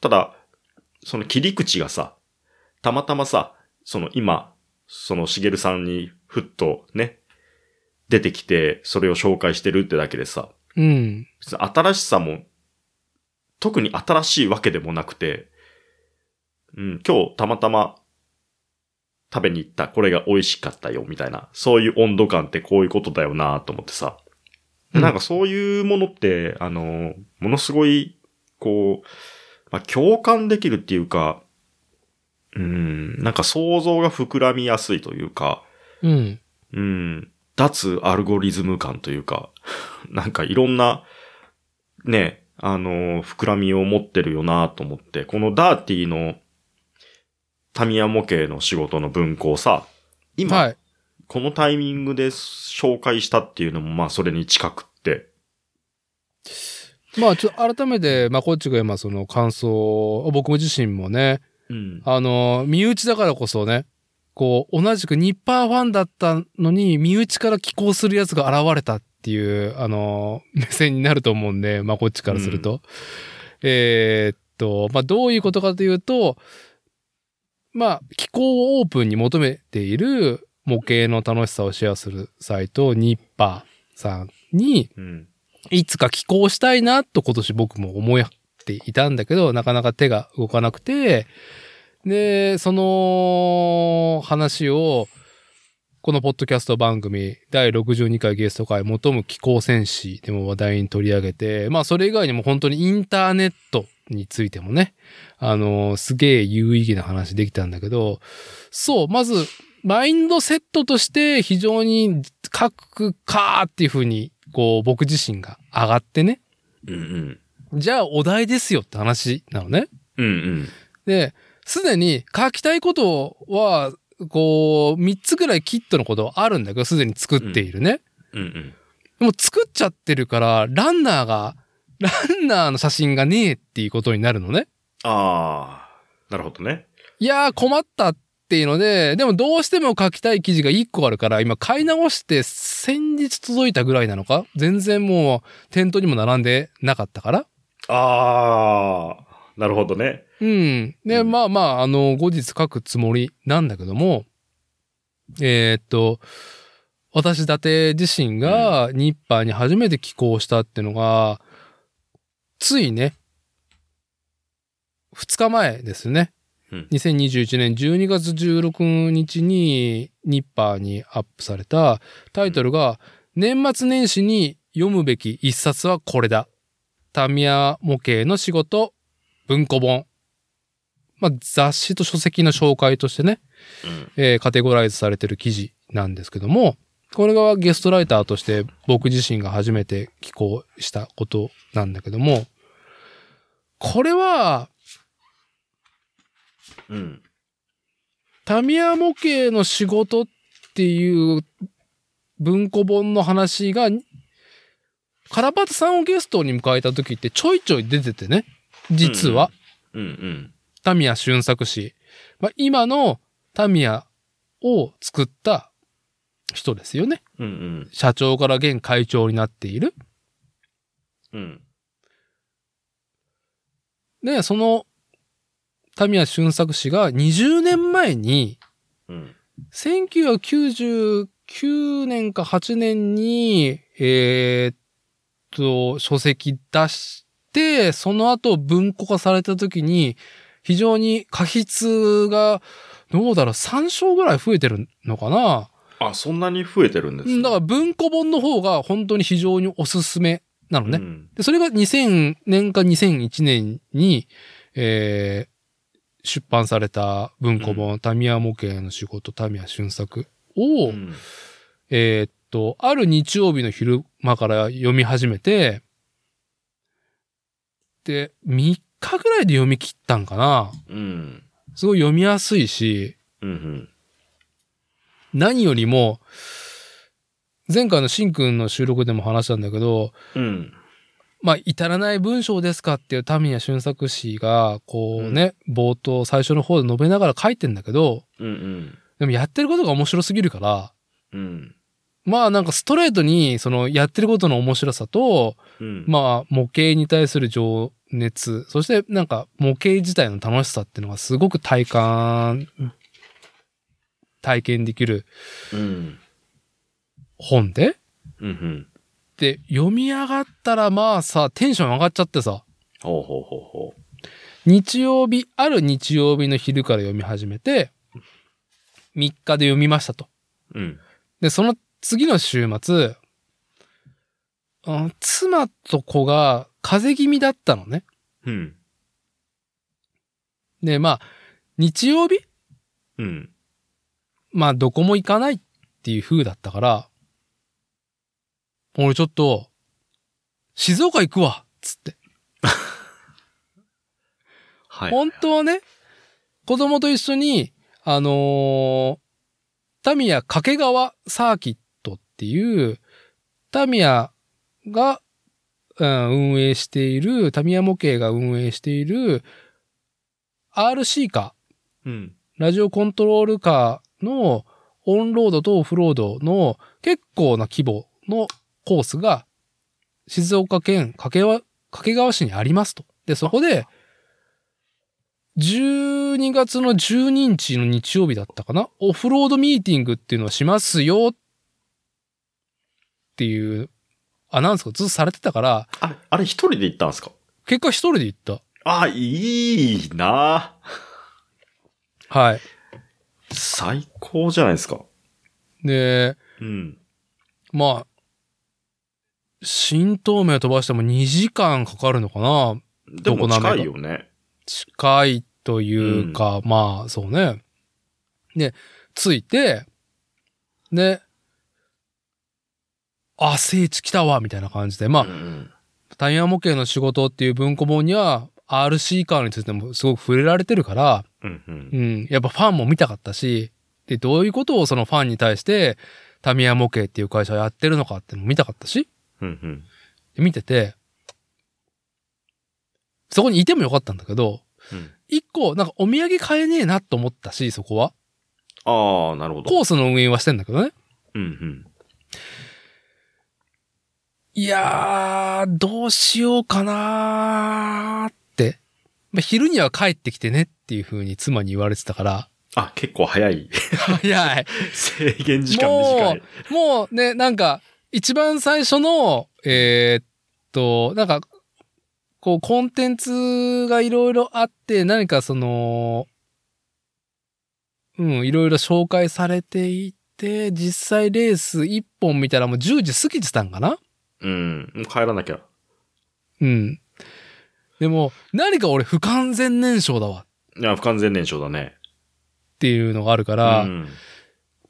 Speaker 2: ただ、その切り口がさ、たまたまさ、その今、そのしげるさんにふっとね、出てきて、それを紹介してるってだけでさ、
Speaker 1: うん。
Speaker 2: 別に新しさも、特に新しいわけでもなくて、うん、今日たまたま食べに行った、これが美味しかったよ、みたいな、そういう温度感ってこういうことだよなと思ってさ。
Speaker 1: う
Speaker 2: で
Speaker 1: ん
Speaker 2: なんかそういうものって、あの、ものすごい、こう、まあ、共感できるっていうか、うん、なんか想像が膨らみやすいというか、
Speaker 1: うん。
Speaker 2: うん。脱アルゴリズム感というか、 なんかいろんな、ね、あのー膨らみを持ってるよなと思って、このダーティのタミヤ模型の仕事の文庫をさ、今、
Speaker 1: はい。
Speaker 2: このタイミングで紹介したっていうのも、まあそれに近くって。
Speaker 1: まあ、ちょっと改めて、まあ、こっちが今、その感想を、僕自身もね、
Speaker 2: うん。
Speaker 1: あの、身内だからこそね、こう、同じくニッパーファンだったのに、身内から寄稿するやつが現れたっていう、あの、目線になると思うんで、まあ、こっちからすると。えーっと、まあ、どういうことかというと、まあ、寄稿をオープンに求めている模型の楽しさをシェアするサイト、ニッパーさんに、
Speaker 2: うん。
Speaker 1: いつか寄稿したいなと今年僕も思っていたんだけど、なかなか手が動かなくて、で、その話を、このポッドキャスト番組、第62回ゲスト会、求む気候戦士でも話題に取り上げて、まあそれ以外にも本当にインターネットについてもね、あのーすげえ有意義な話できたんだけど、そう、まず、マインドセットとして非常に書くかーっていうふうに、こう僕自身が上がってね、
Speaker 2: うんうん。
Speaker 1: じゃあお題ですよって話なのね。
Speaker 2: うんうん。
Speaker 1: で、すでに書きたいことは、こう、3つぐらいキットのことはあるんだけど、すでに作っているね。
Speaker 2: うんうん。
Speaker 1: でも作っちゃってるから、ランナーが、ランナーの写真がねえっていうことになるのね。
Speaker 2: ああ、なるほどね。
Speaker 1: いやー困ったっていうので、でもどうしても書きたい記事が1個あるから、今買い直して先日届いたぐらいなのか全然もう店頭にも並んでなかったから。
Speaker 2: ああ、なるほどね。
Speaker 1: うん。で、
Speaker 2: うん
Speaker 1: まあまあ、あの、後日書くつもりなんだけども、えーっと、私伊達自身がニッパーに初めて寄稿したってのが、ついね、2日前ですね。
Speaker 2: うん
Speaker 1: 2021年12月16日にニッパーにアップされたタイトルが、年末年始に読むべき一冊はこれだ。タミヤ模型の仕事、文庫本。まあ、雑誌と書籍の紹介としてね、
Speaker 2: うん。
Speaker 1: えーカテゴライズされてる記事なんですけども、これがゲストライターとして僕自身が初めて寄稿したことなんだけども、これは、
Speaker 2: うん。
Speaker 1: タミヤ模型の仕事っていう文庫本の話が、カラパタさんをゲストに迎えた時ってちょいちょい出ててね、実は。
Speaker 2: うんうん。
Speaker 1: タミヤ俊作氏。まあ、今のタミヤを作った人ですよね。
Speaker 2: うんうん。
Speaker 1: 社長から現会長になっている。
Speaker 2: うん。
Speaker 1: で、そのタミヤ俊作氏が20年前に、
Speaker 2: うん。
Speaker 1: 1999年か8年に、えーっと、書籍出して、その後文庫化された時に、非常に過筆が、どうだろう、3章ぐらい増えてるのかな
Speaker 2: あ、そんなに増えてるんです
Speaker 1: うんだから文庫本の方が本当に非常におすすめなのね。
Speaker 2: うん
Speaker 1: でそれが2000年か2001年に、えー出版された文庫本、タミヤ模型の仕事、タミヤ俊作を、
Speaker 2: うん
Speaker 1: えーっと、ある日曜日の昼間から読み始めて、で、3日ぐらいで読み切ったんかな。
Speaker 2: うん。
Speaker 1: すごい読みやすいし、
Speaker 2: うん。
Speaker 1: 何よりも、前回のしんくんの収録でも話したんだけど、
Speaker 2: うん。
Speaker 1: まあ、至らない文章ですかっていうタミヤ俊作氏が、こうね、冒頭最初の方で述べながら書いてんだけど、
Speaker 2: うん。
Speaker 1: でもやってることが面白すぎるから、
Speaker 2: うん。
Speaker 1: まあなんかストレートに、そのやってることの面白さと、
Speaker 2: うん。
Speaker 1: まあ模型に対する情熱、そしてなんか模型自体の楽しさっていうのがすごく体感、体験できる
Speaker 2: うん。
Speaker 1: 本で、
Speaker 2: うんうん。
Speaker 1: で、読み上がったらまあさ、テンション上がっちゃってさ、
Speaker 2: ほうほうほうほ
Speaker 1: 日曜日、ある日曜日の昼から読み始めて、3日で読みましたと。
Speaker 2: う。うん。
Speaker 1: で、その次の週末、あ妻と子が風邪気味だったのね。
Speaker 2: うん。
Speaker 1: で、まあ、日曜日
Speaker 2: うん。
Speaker 1: まあ、どこも行かないっていう風だったから、俺ちょっと、静岡行くわっつって。
Speaker 2: はい。
Speaker 1: 本当はね、子供と一緒に、あのータミヤ掛川サーキットっていう、タミヤが、うん運営している、タミヤ模型が運営している、RC カー、
Speaker 2: うん。
Speaker 1: ラジオコントロールカーのオンロードとオフロードの結構な規模のコースが静岡県掛川掛川市にありますと。で、そこで12月の12日の日曜日だったかなオフロードミーティングっていうのをしますよっていうアナウンスがずっとされてたから、
Speaker 2: あ、あれ一人で行ったんですか
Speaker 1: 結果一人で行った。
Speaker 2: あ、いいな
Speaker 1: はい。
Speaker 2: 最高じゃないですか。
Speaker 1: で、
Speaker 2: うん。
Speaker 1: まあ、新東名飛ばしても2時間かかるのかな
Speaker 2: でも近いよね。
Speaker 1: 近いというか、まあ、そうね。で、着いて、で、あ、聖地来たわ、みたいな感じで。まあ
Speaker 2: う、ん
Speaker 1: タイヤ模型の仕事っていう文庫本には、RC カーについてもすごく触れられてるから、
Speaker 2: うん。う
Speaker 1: うんん、やっぱファンも見たかったし、で、どういうことをそのファンに対して、タミヤ模型っていう会社はやってるのかっていうのも見たかったし、
Speaker 2: うん。うん
Speaker 1: で見てて、そこにいてもよかったんだけど、
Speaker 2: うん。
Speaker 1: 一個、なんかお土産買えねえなと思ったし、そこは。
Speaker 2: ああ、なるほど。
Speaker 1: コースの運営はしてんだけどね。
Speaker 2: うんうん。
Speaker 1: いやー、どうしようかなーって。まあ昼には帰ってきてねっていう風に妻に言われてたから、
Speaker 2: あ、結構早い。
Speaker 1: 早い。
Speaker 2: 制限時間短い。
Speaker 1: もうね、なんか、一番最初の、えーっと、なんか、こう、コンテンツがいろいろあって、何かその、うん、いろいろ紹介されていて、実際レース1本見たらもう10時過ぎてたんかな
Speaker 2: うん。もう帰らなきゃ。
Speaker 1: うん。でも、何か俺不完全燃焼だわ
Speaker 2: いや、不完全燃焼だね。
Speaker 1: っていうのがあるか
Speaker 2: う
Speaker 1: ら、
Speaker 2: ん。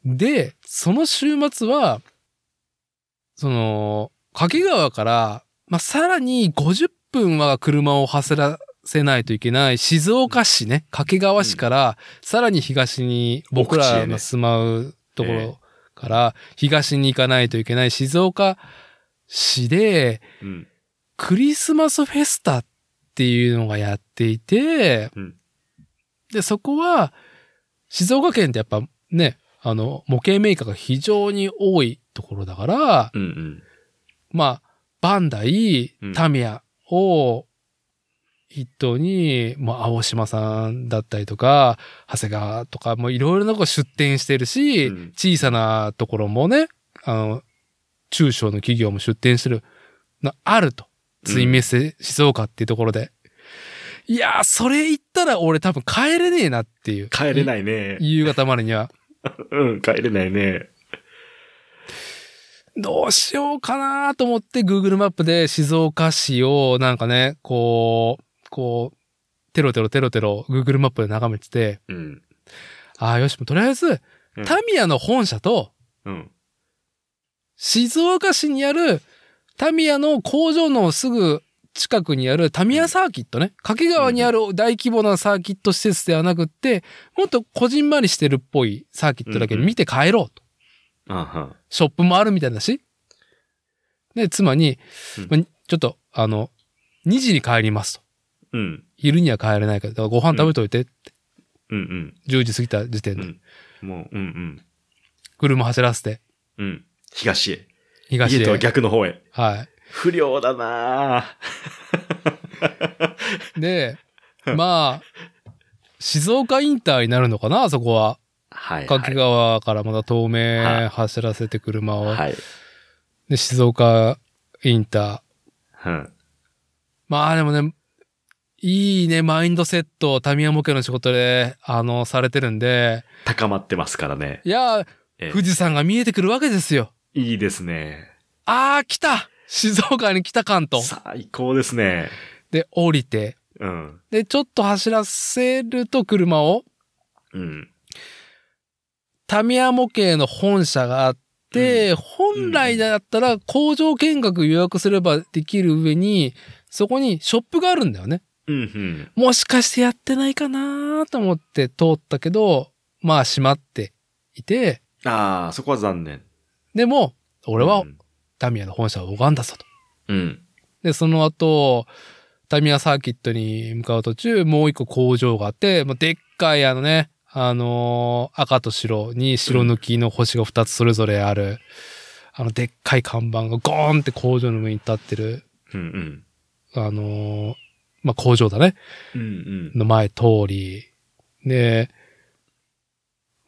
Speaker 1: で、その週末は、その、掛川から、まあ、さらに50分は車を走らせないといけない静岡市ね、掛川市から、さらに東に僕
Speaker 2: 奥地へ
Speaker 1: ら
Speaker 2: ね
Speaker 1: の住まうとこ
Speaker 2: え
Speaker 1: ろから、東に行かないといけない静岡市で、
Speaker 2: うん。
Speaker 1: クリスマスフェスタっていうのがやっていて、
Speaker 2: うん
Speaker 1: で、そこは、静岡県ってやっぱね、あの、模型メーカーが非常に多いところだから、
Speaker 2: うんうん。
Speaker 1: まあ、バンダイ
Speaker 2: うん、
Speaker 1: タミヤを筆頭に、まあ、青島さんだったりとか、長谷川とか、もういろいろなとこ出店してるし、
Speaker 2: うん
Speaker 1: 小さなところもね、あの、中小の企業も出店してる、のあると。ツインメッセ静岡っていうところで。いやー、それ言ったら俺多分帰れねえなっていう。。
Speaker 2: 帰れないいね。
Speaker 1: 夕方までには。
Speaker 2: うん、帰れないね。
Speaker 1: どうしようかなと思って Google マップで静岡市をなんかね、こう、こう、テロテロテロテロ Google マップで眺めてて、
Speaker 2: うん。
Speaker 1: ああ、よし、もうとりあえず
Speaker 2: うん、
Speaker 1: タミヤの本社と
Speaker 2: うん。
Speaker 1: 静岡市にあるタミヤの工場のすぐ近くにあるタミヤサーキットね、掛川にある大規模なサーキット施設ではなくって、もっとこじんまりしてるっぽいサーキットだけ見て帰ろうと。
Speaker 2: あは。
Speaker 1: ショップもあるみたいだし。で、妻に、
Speaker 2: う
Speaker 1: まちょっと、あの、2時に帰りますと。
Speaker 2: うん。
Speaker 1: 昼には帰れないから、だからご飯食べといて、
Speaker 2: うん
Speaker 1: 10時過ぎた時点
Speaker 2: う
Speaker 1: で、
Speaker 2: ん。うん。もう、うん
Speaker 1: 車走らせて、
Speaker 2: うん。うん。東へ。
Speaker 1: 東
Speaker 2: 家とは
Speaker 1: へ。
Speaker 2: 逆の方へ。
Speaker 1: は
Speaker 2: 不良だなぁ。
Speaker 1: い。 で、まあ、静岡インターになるのかな、あそこは。
Speaker 2: はい、はい。
Speaker 1: 掛川からまた東
Speaker 2: はい
Speaker 1: 名走らせて車を。
Speaker 2: はい。
Speaker 1: で、静岡インター。
Speaker 2: うん。
Speaker 1: まあでもね、いいね、マインドセットをタミヤ模型の仕事で、あの、されてるんで、
Speaker 2: 高まってますからね。
Speaker 1: いやー、
Speaker 2: ええ
Speaker 1: 富士山が見えてくるわけですよ。
Speaker 2: いいですね。
Speaker 1: あー、来た静岡に来た関東。
Speaker 2: 最高ですね。
Speaker 1: で、降りて、
Speaker 2: うん。
Speaker 1: で、ちょっと走らせると車を、
Speaker 2: うん。
Speaker 1: タミヤ模型の本社があって、本来だったら工場見学予約すればできる上に、そこにショップがあるんだよね。
Speaker 2: うん、うん。
Speaker 1: もしかしてやってないかなと思って通ったけど、まあ閉まっていて、
Speaker 2: ああ、そこは残念。
Speaker 1: でも、俺は
Speaker 2: うん。
Speaker 1: タミヤの本社を拝んだぞと。
Speaker 2: うん。
Speaker 1: で、その後、タミヤサーキットに向かう途中、もう一個工場があって、もうでっかいあのね、あのー赤と白に白抜きの星が2つそれぞれある、あのでっかい看板がゴーンって工場の上に立ってる、
Speaker 2: うん、うん。
Speaker 1: あのーまあ、工場だね。
Speaker 2: うん、うん。
Speaker 1: の前通り。で、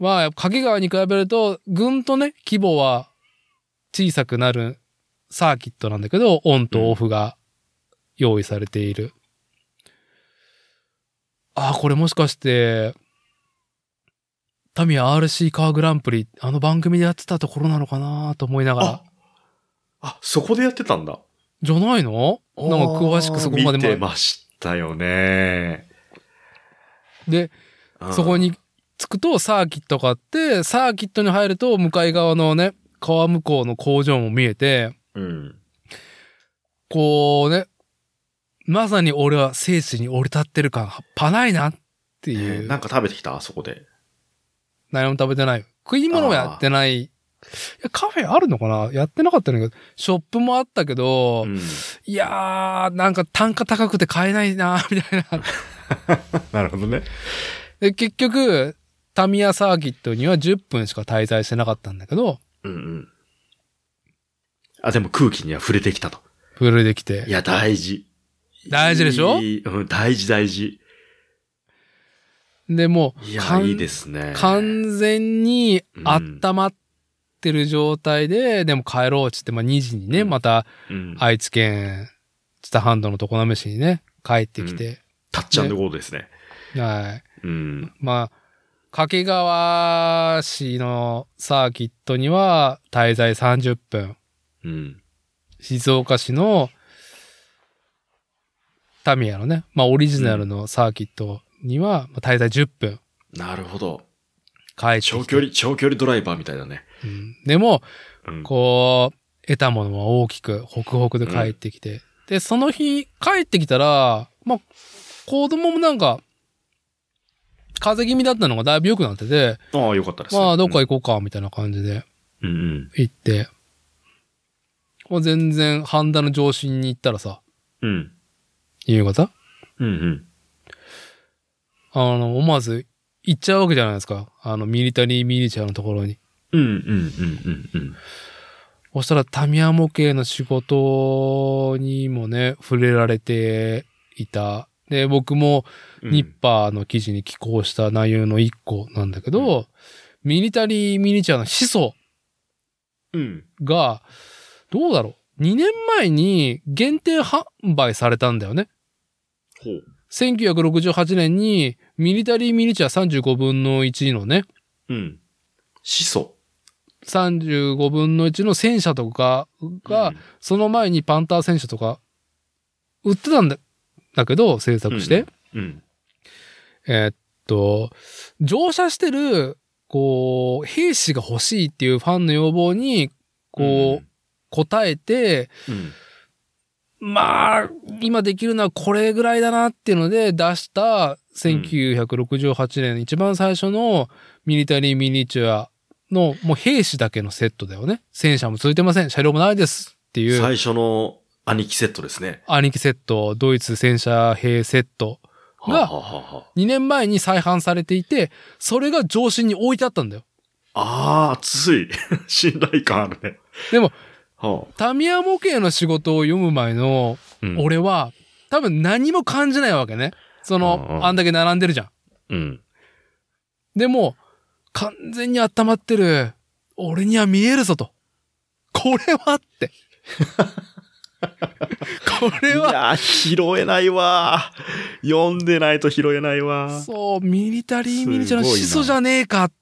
Speaker 1: まあ、やっぱ掛川に比べると、ぐんとね、規模は小さくなるサーキットなんだけど、オンとオフが用意されている。ああ、これもしかして、タミヤ RC カーグランプリ、あの番組でやってたところなのかなと思いながら
Speaker 2: あ。あ、そこでやってたんだ。
Speaker 1: じゃないのなんか詳しくそこまで
Speaker 2: 見て
Speaker 1: ま
Speaker 2: ましたよね。
Speaker 1: で、
Speaker 2: うん
Speaker 1: そこ。に着くとサーキットがあって、サーキットに入ると向かい側のね、川向こうの工場も見えて、
Speaker 2: うん。
Speaker 1: こうね、まさに俺は聖地に降り立ってる感半端ないなって
Speaker 2: え
Speaker 1: い
Speaker 2: ー
Speaker 1: う。
Speaker 2: なんか食べてきたあそこで。
Speaker 1: 何も食べてない。食い物もやってない。いやカフェあるのかなやってなかったんだけど、ショップもあったけど、
Speaker 2: うん。
Speaker 1: いやー、なんか単価高くて買えないな、 みたいな。
Speaker 2: なるほどね。
Speaker 1: で、結局、タミヤサーキットには10分しか滞在してなかったんだけど、
Speaker 2: うんうん。あ、でも空気には触れてきたと。
Speaker 1: フルできて
Speaker 2: い。や、大事。
Speaker 1: 大事でしょ
Speaker 2: いいうん、大事大事。
Speaker 1: で、もう
Speaker 2: いや、
Speaker 1: かん
Speaker 2: いいですね。
Speaker 1: 完全に温まってる状態で、でも帰ろうっつって、まあ2時にね、
Speaker 2: うん
Speaker 1: また
Speaker 2: うん。
Speaker 1: 愛知県、知多半島の常滑市にね、帰ってきて、
Speaker 2: タッチゴールですね。
Speaker 1: はい。
Speaker 2: うん。
Speaker 1: まあ、掛川市のサーキットには滞在30分、
Speaker 2: うん。
Speaker 1: 静岡市のタミヤのね、まあオリジナルのサーキットにはまあ滞在10分
Speaker 2: なるほど。
Speaker 1: 帰ってきて
Speaker 2: 長距離、長距離ドライバーみたいだね。
Speaker 1: うんでも、
Speaker 2: うん。
Speaker 1: こう、得たものは大きく、ホクホクで帰ってきて。で、その日、帰ってきたら、まあ、子供もなんか、風邪気味だったのがだいぶ良くなってて、
Speaker 2: ああ、よかったです。
Speaker 1: まあ、どっか行こうか、みたいな感じで
Speaker 2: うんうん。
Speaker 1: 行って。もう全然、ハンダの上心に行ったらさ、
Speaker 2: うん。
Speaker 1: 夕方
Speaker 2: うんうん。
Speaker 1: あの、思わず行っちゃうわけじゃないですか。あの、ミリタリーミリチャーのところに。
Speaker 2: うんうんうんうんうん。
Speaker 1: そしたらタミヤ模型の仕事にもね、触れられていた。で、僕も
Speaker 2: うん
Speaker 1: ニッパーの記事に寄稿した内容の一個なんだけど、ミリタリーミニチュアの始祖
Speaker 2: うん。
Speaker 1: が、どうだろう ?2 年前に限定販売されたんだよね。
Speaker 2: ほう。
Speaker 1: 1968年にミリタリーミニチュア35分の1のね、
Speaker 2: うん。始祖。
Speaker 1: 35分の1の戦車とかが、
Speaker 2: うん、
Speaker 1: その前にパンター選手とか、売ってたんだだけど、制作して。
Speaker 2: うん。
Speaker 1: えーっと、乗車してる、こう、兵士が欲しいっていうファンの要望に、こう、応えて、
Speaker 2: うん。うん。
Speaker 1: まあ、今できるのはこれぐらいだなっていうので出した、1968年一番最初のミリタリーミニチュアの、もう兵士だけのセットだよね。戦車もついてません。車両もないですっていう。
Speaker 2: 最初の兄貴セットですね。
Speaker 1: 兄貴セット、ドイツ戦車兵セット、が
Speaker 2: はあはあはあは
Speaker 1: 2年前に再販されていて、それが上心に置いてあったんだよ。
Speaker 2: ああ、熱い。 信頼感あるね。
Speaker 1: でも、
Speaker 2: はあ
Speaker 1: タミヤ模型の仕事を読む前の、
Speaker 2: うん
Speaker 1: 俺は、多分何も感じないわけね。その、
Speaker 2: うんうん
Speaker 1: あんだけ並んでるじゃん。
Speaker 2: うん。
Speaker 1: でも、完全に温まってる、俺には見えるぞと。これは って。これ
Speaker 2: い
Speaker 1: は、
Speaker 2: やー、拾えないわー。読んでないと拾えないわー。
Speaker 1: そう、ミリタリーミニチュアの
Speaker 2: すごい
Speaker 1: 始
Speaker 2: な
Speaker 1: 祖じゃねえかっ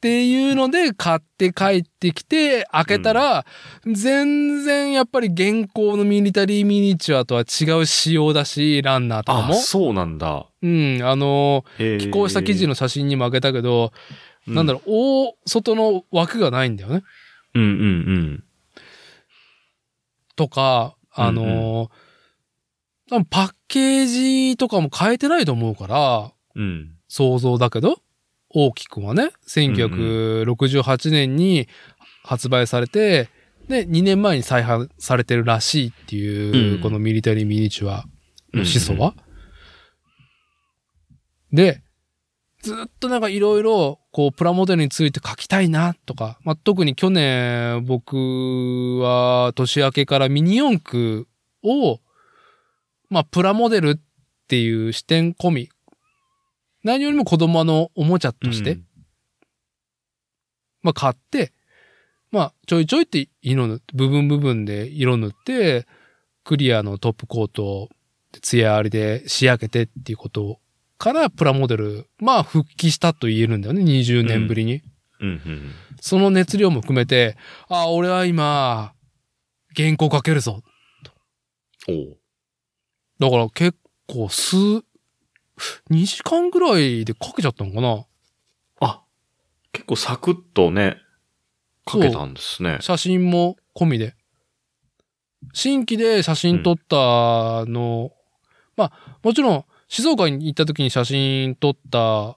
Speaker 1: ていうので買って帰ってきて開けたら、全然やっぱり現行のミリタリーミニチュアとは違う仕様だし、ランナーとか
Speaker 2: あ、
Speaker 1: も。
Speaker 2: そうなんだ。
Speaker 1: うん、あのー、
Speaker 2: 寄
Speaker 1: 寄稿した記事の写真にも開けたけど、なんだ
Speaker 2: ろ
Speaker 1: ろう、大外の枠がないんだよね。
Speaker 2: う。うんうん
Speaker 1: とか、あのー多分パッケージとかも変えてないと思うから、
Speaker 2: うん。うん。
Speaker 1: 想像だけど、大きくはね、1968年に発売されて、で、2年前に再販されてるらしいっていう、
Speaker 2: うん
Speaker 1: このミリタリーミニチュアの思想
Speaker 2: うんうん
Speaker 1: は。で、ずっとなんかいろいろ、こう、プラモデルについて書きたいなとか、まあ、特に去年、僕は年明けからミニ四駆を、まあ、プラモデルっていう視点込み、何よりも子供のおもちゃとして、
Speaker 2: うん
Speaker 1: まあ、買って、まあ、ちょいちょいって色塗って、部分部分で色塗って、クリアのトップコートを艶ありで仕上げてっていうことからプラモデル、まあ、復帰したと言えるんだよね、20年ぶりに。
Speaker 2: うんうん。
Speaker 1: その熱量も含めて、ああ、俺は今、原稿書けるぞ。
Speaker 2: おう
Speaker 1: だから結構数、2時間ぐらいで書けちゃったのかな
Speaker 2: あ、結構サクッとね、書けたんですね。
Speaker 1: 写真も込みで。新規で写真撮ったの、まあ、もちろん、静岡に行った時に写真撮った、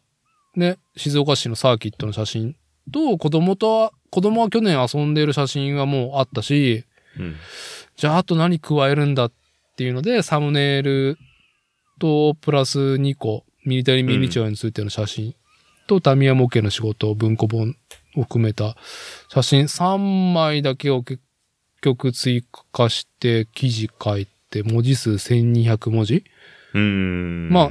Speaker 1: ね、静岡市のサーキットの写真と、子供とは、子供は去年遊んでいる写真はもうあったし、
Speaker 2: うん。
Speaker 1: じゃああと何加えるんだっていうので、サムネイルと、プラス2個、ミリタリーミニチュアについての写真と、タミヤ模型の仕事、文庫本を含めた写真3枚だけを結局追加して、記事書いて、文字数1200文字
Speaker 2: うーん。
Speaker 1: まあ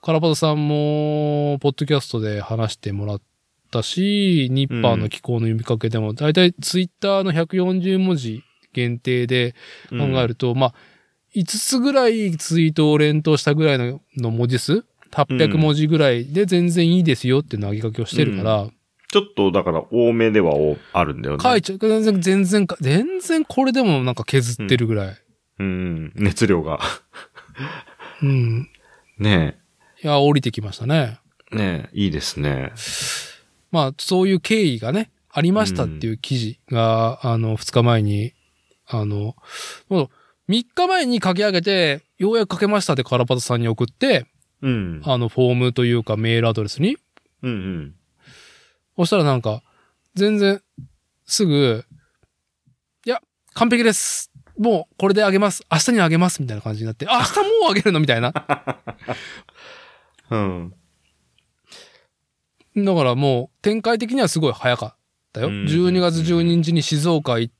Speaker 1: カラパトさんも、ポッドキャストで話してもらったし、ニッパーの寄稿の呼びかけでも、だいたいツイッターの140文字限定で、
Speaker 2: 考
Speaker 1: 考えると、まあ、5つぐらいツイートを連投したぐらいのの文字数、800
Speaker 2: うん
Speaker 1: 文字ぐらいで全然いいですよって投げかけをしてるから、
Speaker 2: ちょっとだから多めではおあるんだよね。
Speaker 1: 書いちゃう、全然、全然か、全然これでもなんか削ってるぐらい。
Speaker 2: うん。熱量が。
Speaker 1: うん。
Speaker 2: ね
Speaker 1: いや、降りてきましたね。
Speaker 2: え。ねえ。いいですね。
Speaker 1: まあ、そういう経緯がね、ありましたっていう記事が、あの、2日前に、あの、もう3日前に書き上げて、ようやく書けましたってカラパタさんに送って、
Speaker 2: うん。
Speaker 1: あの、フォームというかメールアドレスに
Speaker 2: うんうん。
Speaker 1: そしたらなんか、全然、すぐ、いや、完璧です。もう、これであげます。明日にあげます。みたいな感じになって、あ明日もうあげるのみたいな。だか
Speaker 2: うん。
Speaker 1: らもう、展開的にはすごい早かったよ。
Speaker 2: うん
Speaker 1: 12月12日に静岡行っ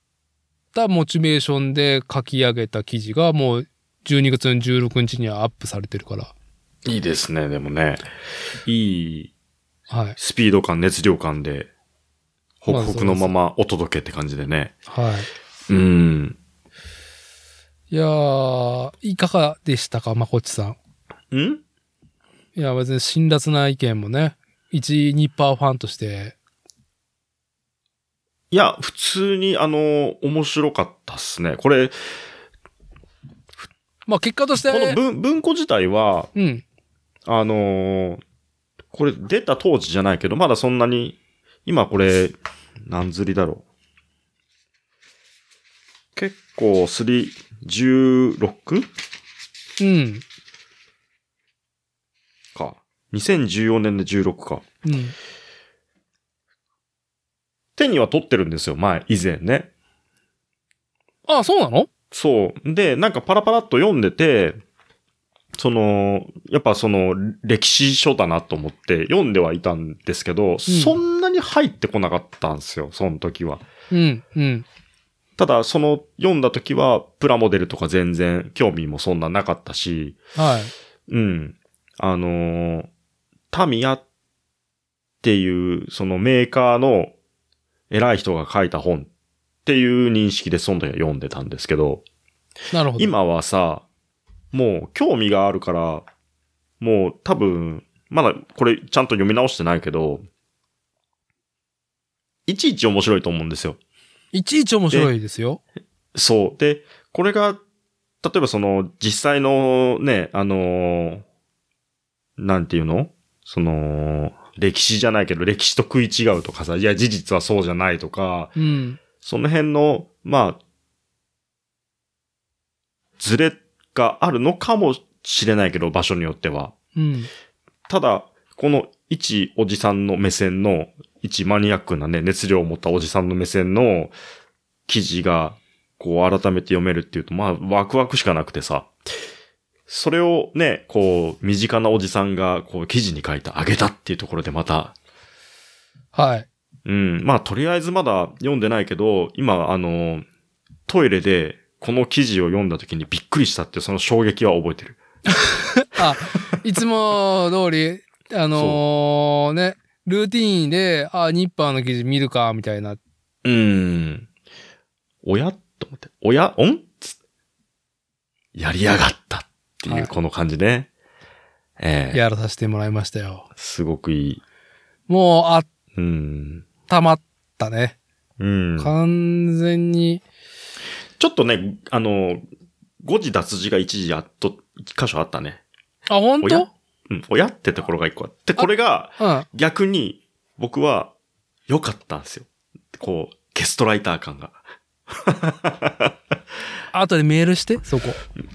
Speaker 1: たモチベーションで書き上げた記事が、もう、12月の16日にはアップされてるから。
Speaker 2: いいですね、でもね。いい
Speaker 1: はい。
Speaker 2: スピード感、熱量感で、ホクホクのままお届けって感じでね。
Speaker 1: はい。
Speaker 2: うん。
Speaker 1: いやー、いかがでしたか、まこっちさん。
Speaker 2: ん
Speaker 1: いや、別に辛辣な意見もね、一ニッパーファンとして、
Speaker 2: いや、普通に、あの、面白かったっすね。これ、こ
Speaker 1: まあ結果として、
Speaker 2: の文文庫自体は、
Speaker 1: うん。
Speaker 2: あのーこれ出た当時じゃないけど、まだそんなに、今これ、何釣りだろう。結構、すり、16?
Speaker 1: うん。
Speaker 2: か。2014年で16か。
Speaker 1: うん。
Speaker 2: 手には取ってるんですよ、前、以前ね。
Speaker 1: あ、そうなの
Speaker 2: そう。で、なんかパラパラっと読んでて、その、やっぱその、歴史書だなと思って読んではいたんですけど、そんなに入ってこなかったんですよ、その時は。
Speaker 1: うん。うん。
Speaker 2: ただ、その、読んだ時は、プラモデルとか全然興味もそんななかったし、
Speaker 1: はい。
Speaker 2: うん。あのータミヤっていう、そのメーカーの偉い人が書いた本っっていう認識でその時は読んでたんですけど、
Speaker 1: なるほど。
Speaker 2: 今はさ、もう興味があるから、もう多分、まだこれちゃんと読み直してないけど、いちいち面白いと思うんですよ。
Speaker 1: いちいち面白いですよ。
Speaker 2: そう。で、これが、例えばその、実際のね、あのーなんていうのその、歴史じゃないけど、歴史と食い違うとかさ、いや、事実はそうじゃないとか、
Speaker 1: うん。
Speaker 2: その辺の、まあ、ズレがあるのかもしれないけど、場所によっては。
Speaker 1: うん。
Speaker 2: ただ、この一おじさんの目線の、一マニアックなね、熱量を持ったおじさんの目線の記事が、こう改めて読めるっていうと、まあワクワクしかなくてさ、それをね、こう身近なおじさんがこう記事に書いた、あげたっていうところでまた、
Speaker 1: はい。
Speaker 2: うん、まあとりあえずまだ読んでないけど、今あの、トイレでこの記事を読んだ時にびっくりしたっていうその衝撃は覚えてる。
Speaker 1: あ、いつも通り、あのーね、ルーティーンで、あ、ニッパーの記事見るか、みたいな。
Speaker 2: うーん。おやと思って、おやんつってやりやがったって
Speaker 1: はいいう
Speaker 2: この感じね。ええ
Speaker 1: やらさせてもらいましたよ。
Speaker 2: すごくいい。
Speaker 1: もう、あ
Speaker 2: うん。
Speaker 1: たまったね。
Speaker 2: うん。
Speaker 1: 完全に、
Speaker 2: ちょっとね、あの、誤字脱字が一時あっと、一箇所あったね。
Speaker 1: あ、本
Speaker 2: お
Speaker 1: 当う
Speaker 2: やうん、おやってところが一個あって、これが
Speaker 1: ん。
Speaker 2: 逆に僕は良かったんですよ。こう、ゲストライター感が。
Speaker 1: あとでメールして、そこ。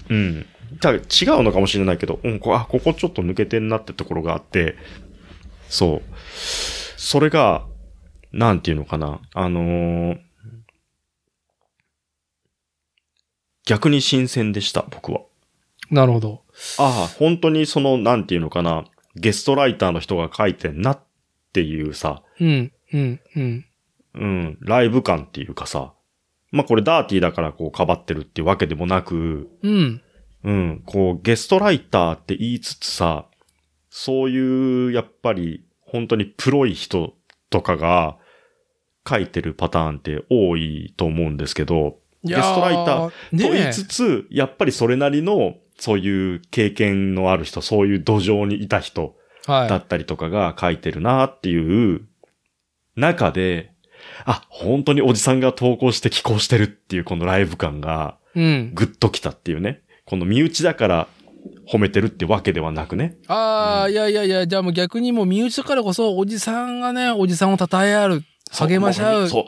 Speaker 2: うん。ただ違うのかもしれないけど、うん、こあ、ここちょっと抜けてんなってところがあって、そう。それが、なんていうのかな。あのー逆に新鮮でした、僕は。
Speaker 1: なるほど。
Speaker 2: ああ、本当にその、なんていうのかな。ゲストライターの人が書いてんなっていうさ、
Speaker 1: うん、うん、うん。
Speaker 2: うん、ライブ感っていうかさ、まあこれダーティーだからこうかばってるっていうわけでもなく、
Speaker 1: うん。
Speaker 2: うん、こう、ゲストライターって言いつつさ、そういう、やっぱり、本当にプロい人とかが書いてるパターンって多いと思うんですけど、
Speaker 1: ゲ
Speaker 2: ゲストライ
Speaker 1: ー
Speaker 2: ターと言い
Speaker 1: ね
Speaker 2: つつ、やっぱりそれなりの、そういう経験のある人、そういう土壌にいた人
Speaker 1: え。はい。
Speaker 2: だったりとかが書いてるなっていう中で、あ、本当におじさんが投稿して寄稿してるっていうこのライブ感が、
Speaker 1: うん。
Speaker 2: グッときたっていうね。この身内だから褒めてるってわけではなくね。
Speaker 1: ああ、
Speaker 2: うん
Speaker 1: いやいやいや、じゃあもう逆にもう身内だからこそ、おじさんがね、おじさんを称え合う、励まし合う。
Speaker 2: そう。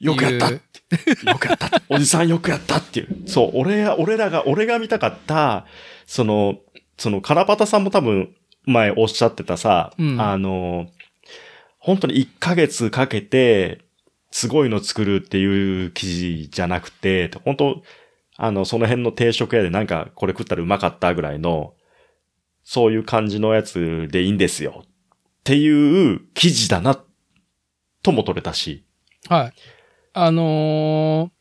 Speaker 2: よくやった
Speaker 1: いう
Speaker 2: よくやったおじさんよくやったっていう。そう、俺や、俺らが、俺が見たかった、その、その、カラパタさんも多分、前おっしゃってたさ、
Speaker 1: うん
Speaker 2: あの、本当に1ヶ月かけて、すごいの作るっていう記事じゃなくて、本当あの、その辺の定食屋でなんか、これ食ったらうまかったぐらいの、そういう感じのやつでいいんですよ。っていう記事だな、とも取れたし。
Speaker 1: はい。あの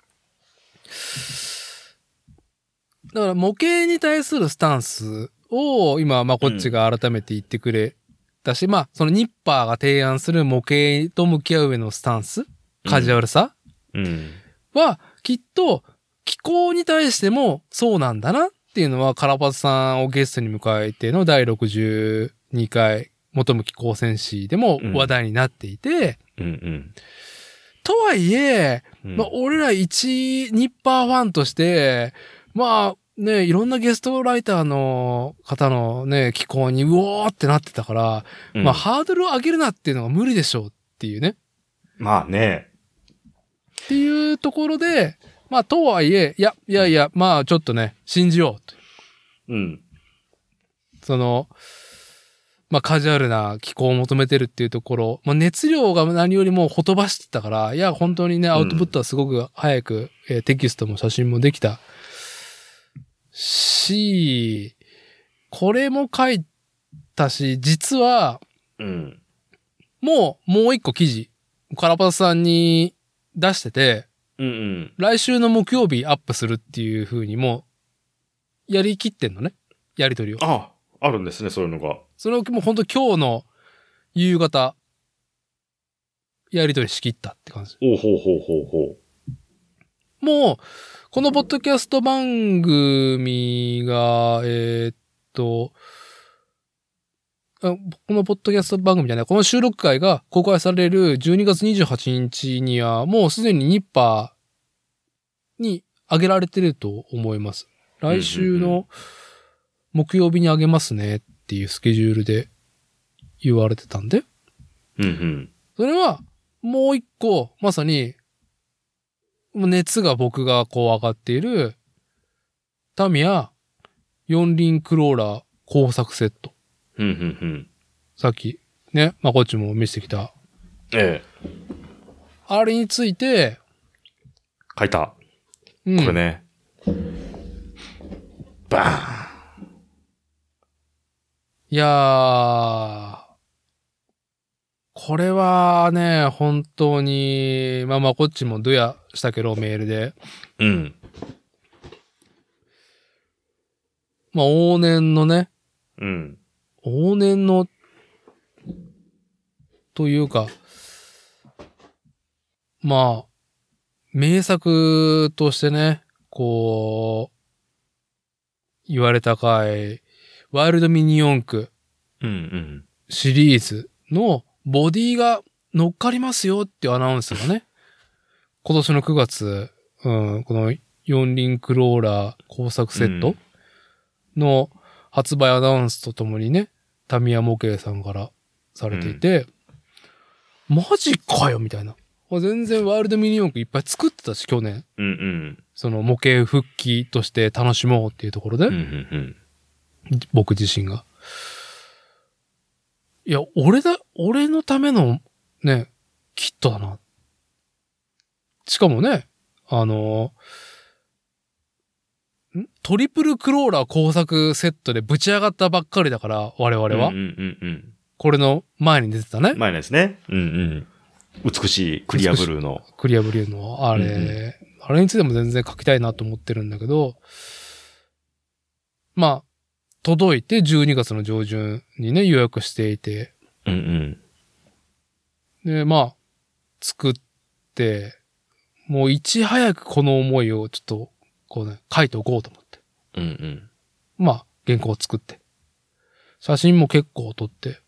Speaker 1: ーだから模型に対するスタンスを今、まあ、こっちが改めて言ってくれたし、まあ、そのニッパーが提案する模型と向き合う上のスタンス、カジュアルさ
Speaker 2: うん。
Speaker 1: は、きっと気候に対してもそうなんだなっていうのは、カラパツさんをゲストに迎えての第62回、求む気候戦士でも話題になっていて、
Speaker 2: うんうん。
Speaker 1: とはいえ、
Speaker 2: うん
Speaker 1: まあ、俺ら一、ニッパーファンとして、まあ、ね、いろんなゲストライターの方のね、寄稿に、うおーってなってたから、
Speaker 2: うん
Speaker 1: まあ、ハードルを上げるなっていうのは無理でしょうっていうね。
Speaker 2: まあね。
Speaker 1: っていうところで、まあ、とはいえ、いや、いやいや、まあ、ちょっとね、信じようと。
Speaker 2: うん。
Speaker 1: その、まあ、カジュアルな寄稿を求めてるっていうところ、まあ、熱量が何よりもほとばしてたから、いや、本当にね、アウトプットはすごく早く、えーテキストも写真もできたし、これも書いたし、実は、
Speaker 2: うん。
Speaker 1: もう、もう一個記事、カラパスさんに出してて、
Speaker 2: うんうん。
Speaker 1: 来週の木曜日アップするっていう風にもう、やりきってんのね。やりとりを。
Speaker 2: あ、あるんですね、そういうのが。
Speaker 1: それをもう本当今日の夕方、やりとりしきったって感じ。
Speaker 2: おうほうほうほうほう。
Speaker 1: もう、このポッドキャスト番組が、えーっと、あこのポッドキャスト番組じゃない、この収録会が公開される12月28日には、もうすでにニッパーに上げられてると思います。来週
Speaker 2: うんうんう
Speaker 1: の木曜日に上げますねっていうスケジュールで言われてたんで、
Speaker 2: うんうん。
Speaker 1: それは、もう一個、まさに、もう熱が僕がこう上がっている、タミヤ四輪クローラー工作セット。
Speaker 2: うんうんうん。
Speaker 1: さっき、ね、まあ、こっちも見せてきた。
Speaker 2: ええ。
Speaker 1: あれについて、
Speaker 2: 書いた。
Speaker 1: うん、
Speaker 2: これね。バーン
Speaker 1: いやー、これはね、本当に、まあまあ、こっちもドヤしたけど、メールで。
Speaker 2: うん。
Speaker 1: まあ、往年のね、
Speaker 2: うん。
Speaker 1: 往年の、というか、まあ、名作としてね、こう、言われた回、ワイルドミニ四駆
Speaker 2: うんうん。
Speaker 1: シリーズのボディが乗っかりますよっていうアナウンスがね、 今年の9月、うん、この四輪クローラー工作セット、の発売アナウンスとともにね、タミヤ模型さんからされていて、マジかよみたいな。全然ワールドミニ四駆いっぱい作ってたし、去年。
Speaker 2: うんうん。
Speaker 1: その模型復帰として楽しもうっていうところで、
Speaker 2: うんうんうん。
Speaker 1: 僕自身が。いや、俺だ、俺のための、ね、キットだな。しかもね、あのーんトリプルクローラー工作セットでぶち上がったばっかりだから、我々
Speaker 2: こ
Speaker 1: は。
Speaker 2: うんうんうん
Speaker 1: これの前に出てたね
Speaker 2: うん。。前のですね。うんうん。美しいクリアブルーの。
Speaker 1: クリアブリューのあれ、
Speaker 2: うん
Speaker 1: あれについても全然書きたいなと思ってるんだけど、まあ、届いて12月の上旬にね、予約していて、
Speaker 2: うんうん。
Speaker 1: で、まあ、作って、もういち早くこの思いをちょっと、こうね、書いておこうと思って。
Speaker 2: うんうん。
Speaker 1: まあ、原稿を作って。写真も結構撮って。で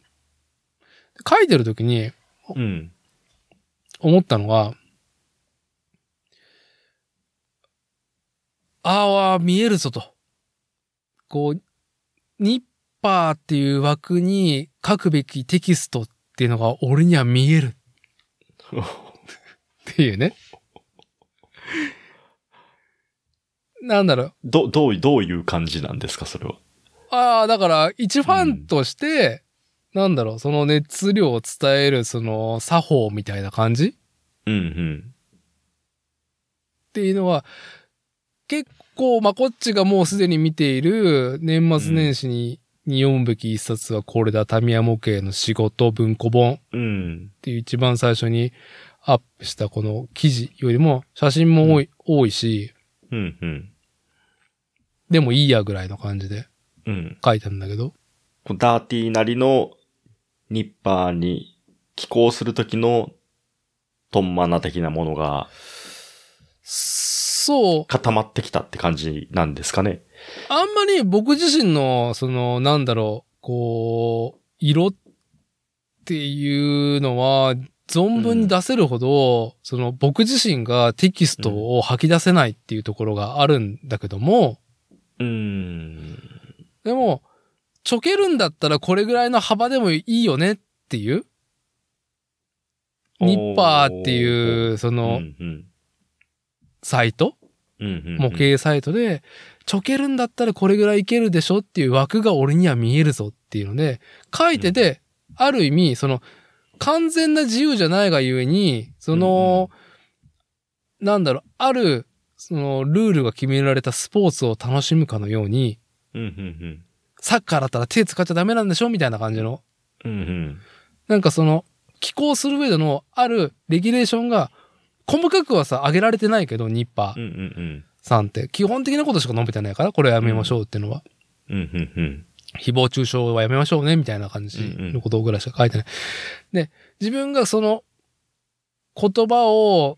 Speaker 1: 書いてる時に
Speaker 2: うん。
Speaker 1: 思ったのが、ああ、見えるぞと。こう、ニッパーっていう枠に書くべきテキストっていうのが俺には見えるっていうね。なんだろう。
Speaker 2: ど、どう、どういう感じなんですか、それは。
Speaker 1: ああ、だから、一ファンとして、なんだろう、その熱量を伝える、その、作法みたいな感じっ
Speaker 2: うん
Speaker 1: ていうのは、結構、まあ、こっちがもうすでに見ている、年末年始に、に読むべき一冊はこれだ、タミヤ模型の仕事文庫本っ
Speaker 2: うん。うん。
Speaker 1: ていう一番最初にアップしたこの記事よりも、写真も多い、多いし、
Speaker 2: うんうん。
Speaker 1: でもいいやぐらいの感じで
Speaker 2: うん。
Speaker 1: 書いたんだけど、
Speaker 2: こうダーティーなりのニッパーに寄稿するときのトンマナ的なものが
Speaker 1: そう、
Speaker 2: 固まってきたって感じなんですかね。
Speaker 1: あんまり僕自身の、その、なんだろう、こう、色っていうのは、存分に出せるほど、その、僕自身がテキストを吐き出せないっていうところがあるんだけども、
Speaker 2: うーん。
Speaker 1: でも、ちょけるんだったらこれぐらいの幅でもいいよねっていう、ニッパーって
Speaker 2: う、
Speaker 1: いう、その
Speaker 2: う、んうん
Speaker 1: サイト、
Speaker 2: うんうんうん
Speaker 1: 模型サイトで、ちょけるんだったらこれぐらいいけるでしょっていう枠が俺には見えるぞっていうので、書いてて、ある意味、その、完全な自由じゃないがゆえに、その、なんだろう、ある、その、ルールが決められたスポーツを楽しむかのように、
Speaker 2: うんうん
Speaker 1: サッカーだったら手使っちゃダメなんでしょみたいな感じの、
Speaker 2: うん。うんうん。
Speaker 1: なんかその、寄稿する上でのあるレギュレーションが、細かくはさ、上げられてないけど、ニッパー
Speaker 2: うん。うんうん。
Speaker 1: さんって、基本的なことしか述べてないから、これはやめましょうっていうのは。
Speaker 2: うんうんうん。
Speaker 1: 誹謗中傷はやめましょうね、みたいな感じのことぐらいしか書いてない。で、自分がその言葉を、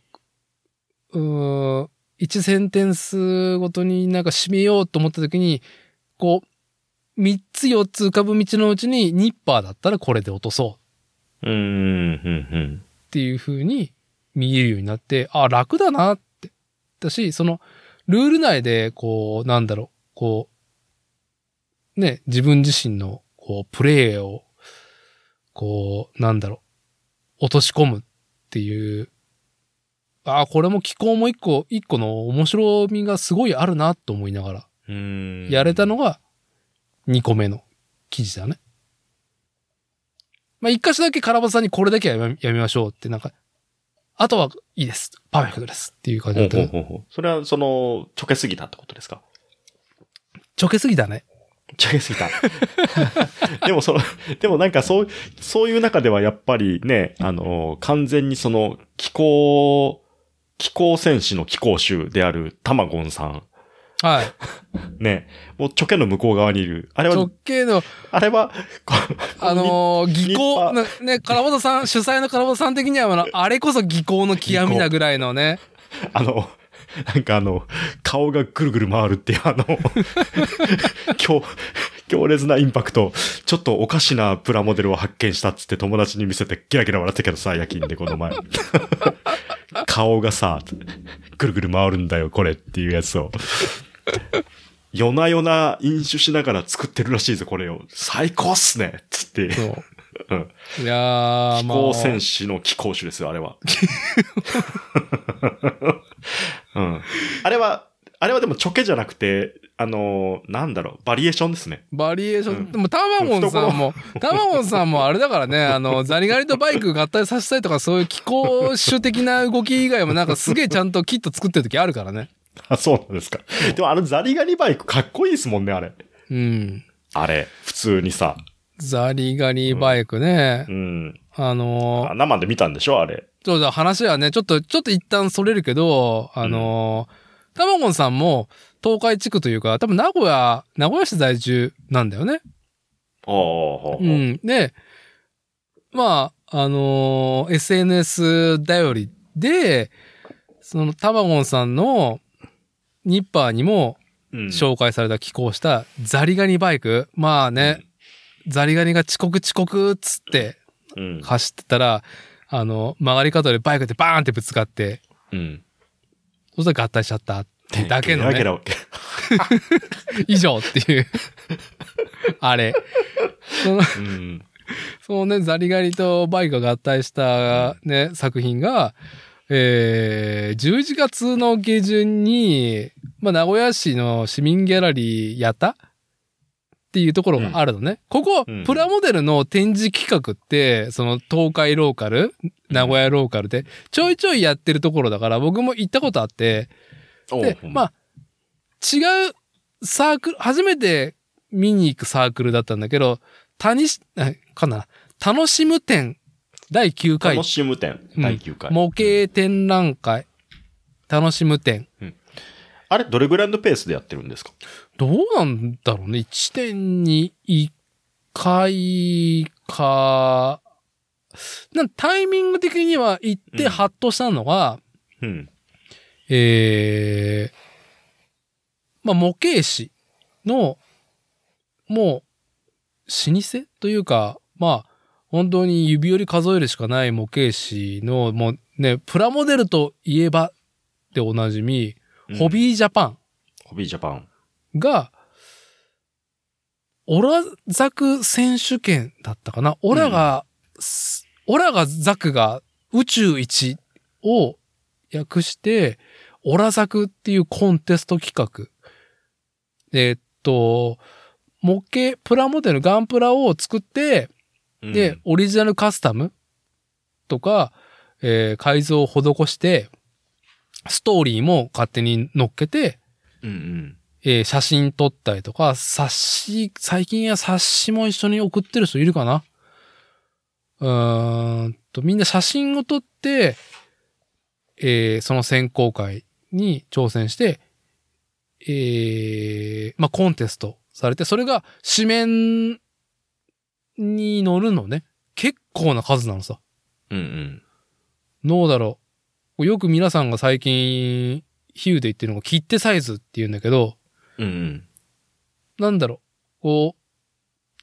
Speaker 1: うーん、一センテンスごとになんか締めようと思った時に、こう、三つ四つ浮かぶ道のうちにニッパーだったらこれで落とそう
Speaker 2: うん、うん、
Speaker 1: っていう風に見えるようになって、あ、楽だなって。だし、その、ルール内で、こう、なんだろう、こう、ね、自分自身の、こう、プレイを、こう、なんだろう、落とし込むっていう、あ、これも気候も一個、一個の面白みがすごいあるなと思いながら、
Speaker 2: うんうん。
Speaker 1: やれたのが2個目の記事だね。まあ、一箇所だけカラバさんにこれだけはやめやめましょうって、なんか、あとはいいです。パーフェクトですっていう感じ
Speaker 2: ほ
Speaker 1: だ
Speaker 2: う
Speaker 1: った
Speaker 2: ほ
Speaker 1: け
Speaker 2: う
Speaker 1: ど、
Speaker 2: ほうほう。それは、その、ちょけすぎたってことですか
Speaker 1: ちょけすぎたね。
Speaker 2: ちょけすぎた。 でもその、でもなんかそう、そういう中ではやっぱりね、あの、完全にその、気候、気候戦士の気候集であるタマゴンさん。
Speaker 1: はい。
Speaker 2: ね。もうちょけの向こう側にいる。あれは
Speaker 1: 直、径の、
Speaker 2: あれは、こ
Speaker 1: あ、のー、技巧、
Speaker 2: 立
Speaker 1: なね、カラバさん、 主催のカラバさん的には、あの、あれこそ技巧の極みなぐらいのね、
Speaker 2: あの、なんかあの、顔がぐるぐる回るっていう、あの、強、強烈なインパクト。ちょっとおかしなプラモデルを発見したっつって友達に見せてギラギラ笑ったけどさ、夜勤でこの前。顔がさ、ぐるぐる回るんだよ、これっていうやつを。夜な夜な飲酒しながら作ってるらしいぞ、これを。最高っすねっつって。
Speaker 1: そう。
Speaker 2: うん
Speaker 1: いやー、
Speaker 2: 気
Speaker 1: ま
Speaker 2: 候戦
Speaker 1: あ、
Speaker 2: 士の気候種ですよ、あれは。うん。あれは、あれはでもチョケじゃなくて、あのーなんだろう、バリエーションですね。
Speaker 1: バリエーション、
Speaker 2: うん
Speaker 1: でもタマゴンさんも、 タマゴンさんもあれだからね、あの、ザリガニとバイク合体させたいとか、そういう気候種的な動き以外もなんかすげえちゃんとキット作ってる時あるからね。
Speaker 2: あ、そうなんですか。でもあのザリガニバイクかっこいいですもんね、あれ。
Speaker 1: うん。
Speaker 2: あれ、普通にさ。
Speaker 1: ザリガニバイクね
Speaker 2: う。ん。
Speaker 1: あの
Speaker 2: あ生で見たんでしょ、あれ。
Speaker 1: ちょっと話はね、ちょっと、ちょっと一旦それるけど、あのタマゴンさんも東海地区というか、多分名古屋、名古屋市在住なんだよね。
Speaker 2: ああ、ほうほう
Speaker 1: うん。で、まあ、あのー SNS 頼りで、そのタバゴンさんのニッパーにも
Speaker 2: うん
Speaker 1: 紹介された寄稿したザリガニバイク。まあね、ザリガニが遅刻遅刻っつって
Speaker 2: うん。
Speaker 1: 走ってたら、あの、曲がり角でバイクでバーンってぶつかって、
Speaker 2: うん。
Speaker 1: そしたら合体しちゃったってだけの
Speaker 2: ゲ
Speaker 1: ね、
Speaker 2: ラゲラ
Speaker 1: 以上っていう、あれ。その
Speaker 2: うん。
Speaker 1: そのね、ザリガニとバイクが合体したね、作品が、えー、11月の下旬に、まあ、名古屋市の市民ギャラリーやたっていうところがあるのね。ここ、
Speaker 2: うん
Speaker 1: プラモデルの展示企画って、その東海ローカル、名古屋ローカルで、ちょいちょいやってるところだから、僕も行ったことあって、
Speaker 2: おう
Speaker 1: で、
Speaker 2: ほん
Speaker 1: まあ、違うサークル、初めて見に行くサークルだったんだけど、たにし、あかな、楽しむ展、第9回
Speaker 2: 楽、しむ展、
Speaker 1: うん
Speaker 2: 第9回。
Speaker 1: 模型展覧会、楽しむ展。
Speaker 2: あれ、どれぐらいのペースでやってるんですか
Speaker 1: どうなんだろうね。1点に1回か、なんタイミング的には行っ
Speaker 2: う
Speaker 1: て
Speaker 2: ん
Speaker 1: ハッとしたのが、
Speaker 2: うん。
Speaker 1: ええまあ、模型師の、もう、老舗というか、まあ、本当に指折り数えるしかない模型師の、もうね、プラモデルといえばでおなじみ、ホ
Speaker 2: ー。
Speaker 1: ビージャパ
Speaker 2: ホビージャパン。
Speaker 1: ンが、オラザク選手権だったかなオラが、すオラがザクが宇宙一を訳して、オラザクっていうコンテスト企画。えーっと、模型、プラモデル、ガンプラを作って、
Speaker 2: うん
Speaker 1: で、、オリジナルカスタムとか、えー改造を施して、ストーリーも勝手に乗っけて、
Speaker 2: うんうん。
Speaker 1: えー写真撮ったりとか、冊子、最近は冊子も一緒に送ってる人いるかなうーんと、みんな写真を撮って、えーその選考会に挑戦して、えーまあ、コンテストされて、それが紙面に乗るのね。結構な数なのさ。
Speaker 2: うん
Speaker 1: どうだろう。よく皆さんが最近比喩で言ってるのが切手サイズって言うんだけど、
Speaker 2: うん。
Speaker 1: なんだろう、こ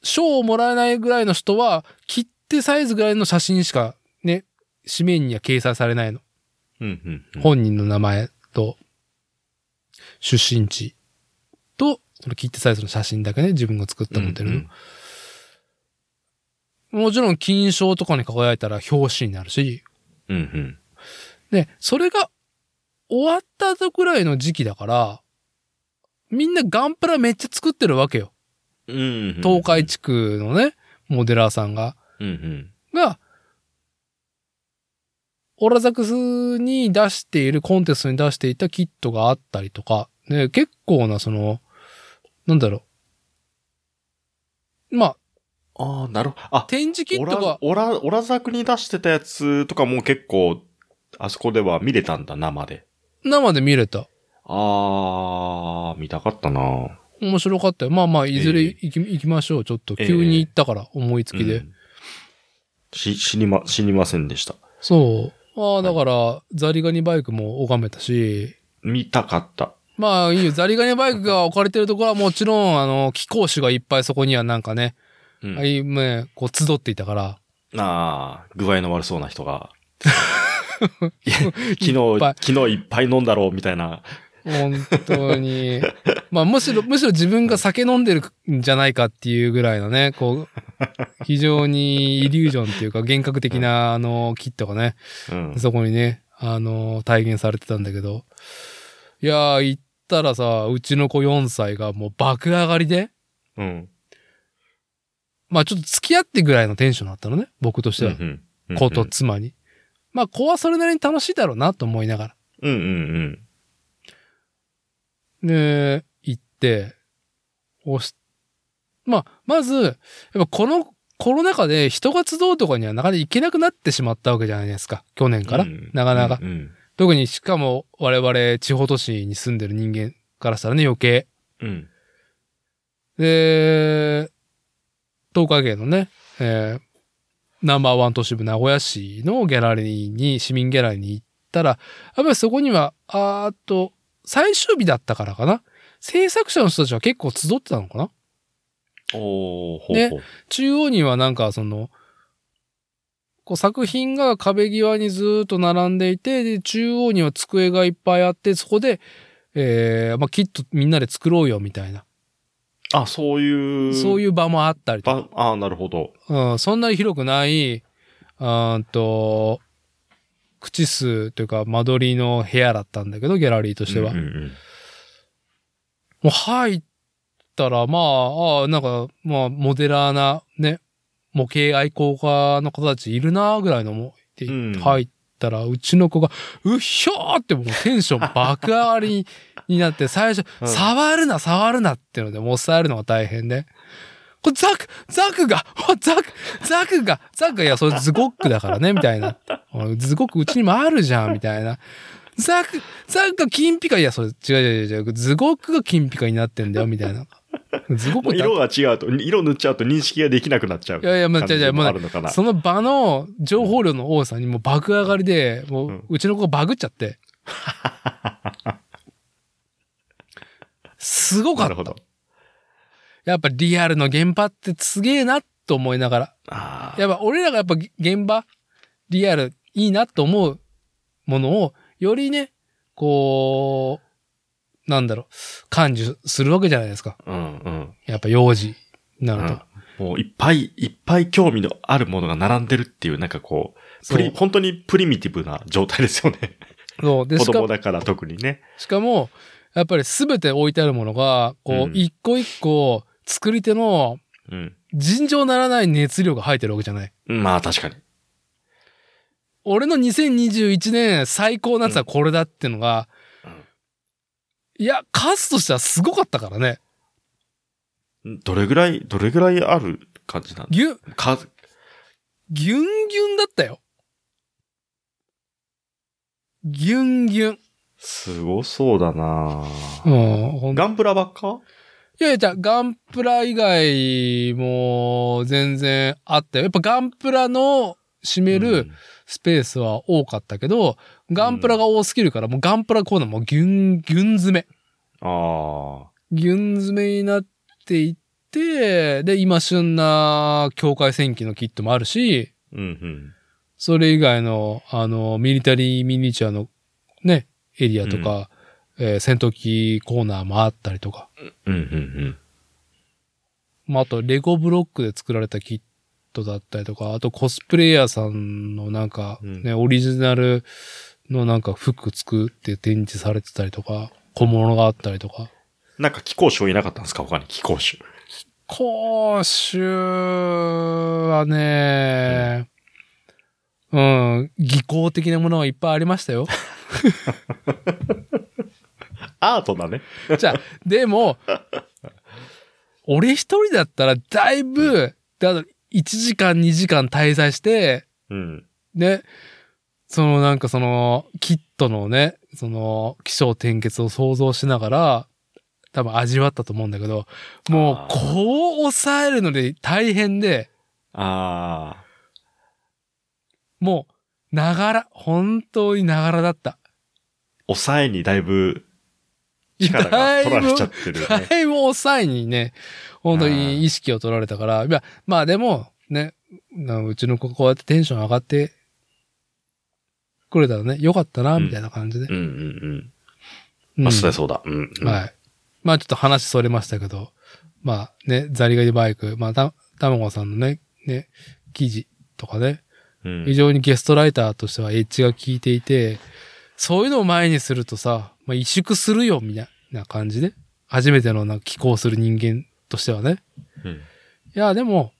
Speaker 1: う、賞をもらえないぐらいの人は、切手サイズぐらいの写真しかね、紙面には掲載されないの。
Speaker 2: うん。うん。うん。
Speaker 1: 本人の名前と、出身地と、その切手サイズの写真だけね、自分が作ったモデルの。もちろん金賞とかに輝いたら表紙になるし、
Speaker 2: うん。うん。
Speaker 1: で、それが終わった後ぐらいの時期だから、みんなガンプラめっちゃ作ってるわけよ。
Speaker 2: うんうん。
Speaker 1: 東海地区のね、モデラーさんが。
Speaker 2: うん。うん。
Speaker 1: が、オラザクスに出している、コンテストに出していたキットがあったりとか、ね、結構なその、なんだろう。まあ、
Speaker 2: ああ、なるほど。あ、
Speaker 1: 展示キッ
Speaker 2: オ
Speaker 1: ト
Speaker 2: ラ
Speaker 1: が、、
Speaker 2: オラ、オラザクに出してたやつとかも結構、あそこでは見れたんだ、生で。
Speaker 1: 生で見れた。
Speaker 2: あー、見たかったな
Speaker 1: 面白かったよ。まあまあ、いずれ
Speaker 2: ええ
Speaker 1: 行き,、行きましょう。ちょっと
Speaker 2: ええ
Speaker 1: 急に行ったから、思いつきで。
Speaker 2: うんし、知りま、知りませんでした。
Speaker 1: そう。ま
Speaker 2: は
Speaker 1: あ、
Speaker 2: い
Speaker 1: だから、ザリガニバイクも拝めたし、
Speaker 2: 見たかった。
Speaker 1: まあいいよ。ザリガニバイクが置かれてるところはもちろん、あの、貴公子がいっぱいそこにはなんかね、
Speaker 2: うん
Speaker 1: あいね、こう集っていたから、
Speaker 2: ああ、具合の悪そうな 人が。いや昨日、
Speaker 1: いっぱい
Speaker 2: 昨日いっぱい飲んだろう、みたいな。
Speaker 1: 本当に。 まあむしろ、むしろ自分が酒飲んでるんじゃないかっていうぐらいのね、こう、非常にイリュージョンっていうか幻覚的なあの、キットがね、
Speaker 2: うん。
Speaker 1: そこにね、あの、体現されてたんだけど。いやー、行ったらさ、うちの子4歳がもう爆上がりで、
Speaker 2: うん。
Speaker 1: まあちょっと付き合ってぐらいのテンションだったのね、僕としては。
Speaker 2: うん
Speaker 1: 子と妻に。まあ子はそれなりに楽しいだろうなと思いながら。
Speaker 2: うんうん
Speaker 1: で、行って、押し、まあ、まず、やっぱこのコロナ禍で人が集うとかにはなかなか行けなくなってしまったわけじゃないですか。去年
Speaker 2: うん。
Speaker 1: から。
Speaker 2: うん
Speaker 1: なかなか
Speaker 2: うんうん
Speaker 1: 特にしかも我々地方都市に住んでる人間からしたらね、余計。
Speaker 2: うん。
Speaker 1: で、東海芸のね、えーナンバーワン都市部名古屋市のギャラリーに、市民ギャラリーに行ったら、やっぱりそこには、あーっと、最終日だったからかな。制作者の人たちは結構集ってたのかな
Speaker 2: おー、ほう
Speaker 1: ね
Speaker 2: ほう。
Speaker 1: 中央にはなんかその、こう作品が壁際にずーっと並んでいて、で、中央には机がいっぱいあって、そこで、えー、まあ、きっとみんなで作ろうよみたいな、
Speaker 2: あ、そういう。
Speaker 1: そういう場もあったりとか
Speaker 2: ばああ、なるほど。
Speaker 1: うん、そんなに広くない、うーんと、口数というか間取りの部屋だったんだけど、ギャラリーとしては。
Speaker 2: うん
Speaker 1: も
Speaker 2: うん
Speaker 1: う入ったら、まあ、ああなんか、まあ、モデラーな、ね、模型愛好家の方たちいるな、ぐらいの思って、
Speaker 2: うん
Speaker 1: 入ったら、うちの子が、うっひょーってもうテンション爆上がりになって、最初、
Speaker 2: うん
Speaker 1: 触るな、触るなっていうので、もう伝えるのが大変で。これザク、ザクが、おザク、ザクが、ザクが、いや、それズゴックだからね、みたいな。おいズゴックうちにもあるじゃん、みたいな。 ザク、ザクが金ピカ、いや、それ違う違う違う違う、ズゴックが金ピカになってんだよ、みたいな。ズゴッ
Speaker 2: もう
Speaker 1: クだ
Speaker 2: 色が違うと、色塗っちゃうと認識ができなくなっちゃう。
Speaker 1: いやいやまあ
Speaker 2: 感じ
Speaker 1: じゃあじゃあまあ
Speaker 2: もあるのかな。
Speaker 1: その場の情報量の多さにもう爆上がりで、も
Speaker 2: う
Speaker 1: うんうちの子がバグっちゃ って。すごか
Speaker 2: な
Speaker 1: っ
Speaker 2: るほ
Speaker 1: た
Speaker 2: ど。。
Speaker 1: やっぱリアルの現場ってすげえなと思いながら。
Speaker 2: ああ。
Speaker 1: やっぱ俺らがやっぱ現場、リアルいいなと思うものを、よりね、こう、なんだろう、感受するわけじゃないですか。
Speaker 2: うんうん。
Speaker 1: やっぱ幼児になると。
Speaker 2: うん、もういっぱいいっぱい興味のあるものが並んでるっていう、なんかこう、
Speaker 1: そう
Speaker 2: プリ本当にプリミティブな状態ですよね。
Speaker 1: そう。で、
Speaker 2: 子
Speaker 1: しか
Speaker 2: 供だから特にね。
Speaker 1: しかも、やっぱり全て置いてあるものが、こう
Speaker 2: う、ん
Speaker 1: 一個一個、作り手の
Speaker 2: うん。
Speaker 1: 尋常ならない熱量が入ってるわけじゃない。
Speaker 2: まあ確かに。
Speaker 1: 俺の2021年最高のやつはこれだってのが、いや、数としてはすごかったからね。
Speaker 2: どれぐらい、どれぐらいある感じなんだ
Speaker 1: ぎゅ、
Speaker 2: か、
Speaker 1: ぎゅんぎゅんだったよ。ぎゅんぎゅん。
Speaker 2: すごそうだな
Speaker 1: う
Speaker 2: ぁ
Speaker 1: ん、ほんと
Speaker 2: ガンプラばっか
Speaker 1: いやいや、じゃあガンプラ以外も全然あったよ。やっぱガンプラの占めるスペースは多かったけど、ガンプラが多すぎるから、もうガンプラコーナーもギュン、ギュン詰め。
Speaker 2: うん。ああ。
Speaker 1: ギュン詰めになっていって、で、今旬な境界戦記のキットもあるし、
Speaker 2: うん
Speaker 1: それ以外の、あの、ミリタリーミニチュアのね、エリアとか、えー戦闘機コーナーもあったりとか、
Speaker 2: うん。うんうん
Speaker 1: まあ、あと、レゴブロックで作られたキットだったりとか、あとコスプレイヤーさんのなんか、
Speaker 2: うん
Speaker 1: ね、オリジナルのなんか服作って展示されてたりとか、小物があったりとか。
Speaker 2: うん。なんか気候種はいなかったんですか他に気候種。
Speaker 1: 講習はね、うん、技巧的なものはいっぱいありましたよ。
Speaker 2: アートだね。
Speaker 1: じゃあ、でも、俺一人だったらだいぶ、だから1時間2時間滞在して、
Speaker 2: うん。
Speaker 1: ね、そのなんかその、キットのね、その、気象転結を想像しながら、多分味わったと思うんだけど、もう、
Speaker 2: あ
Speaker 1: こう抑えるので大変で、
Speaker 2: ああ。
Speaker 1: もう、ながら、本当にながらだった。
Speaker 2: 抑えにだいぶ力が取られちゃってる よね。
Speaker 1: だいぶ抑えにね、本当に意識を取られたから、いや、まあでも、ね、なうちの子こうやってテンション上がってくれたらね、よかったな、
Speaker 2: うん
Speaker 1: みたいな感じで。
Speaker 2: うんうん
Speaker 1: う
Speaker 2: うんん。あ、そうだそうだ。うん、うん。
Speaker 1: はい。まあちょっと話それましたけど、まあね、ザリガニバイク、まあた、たまごさんのね、ね、記事とかね、
Speaker 2: うん
Speaker 1: 非常にゲストライターとしてはエッジが効いていて、そういうのを前にするとさ、まあ、萎縮するよ、みたいな感じで。初めてのなんか寄稿する人間としてはね。
Speaker 2: うん
Speaker 1: いや、でも、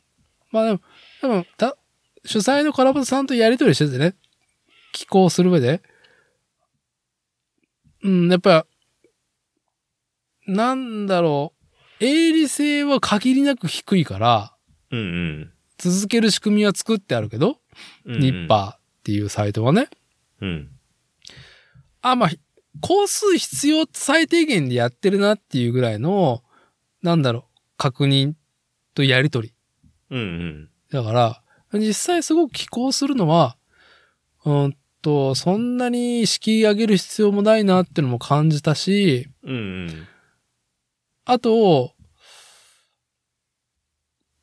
Speaker 1: まあでも、多分、た、主催のカラバトさんとやりとりしててね、寄稿する上で、うん、やっぱ、なんだろう、営利性は限りなく低いから、
Speaker 2: うんうん。
Speaker 1: 続ける仕組みは作ってあるけど、
Speaker 2: うんうん
Speaker 1: ニッパ。ーっていうサイトはね、
Speaker 2: うん。
Speaker 1: あ、まあ、ひ工数必要最低限でやってるなっていうぐらいの、なんだろう、確認とやりとり。
Speaker 2: うんうん。
Speaker 1: だから、実際すごく寄稿するのは、うーんと、そんなに敷き上げる必要もないなっていうのも感じたし、
Speaker 2: うんうん。
Speaker 1: あと、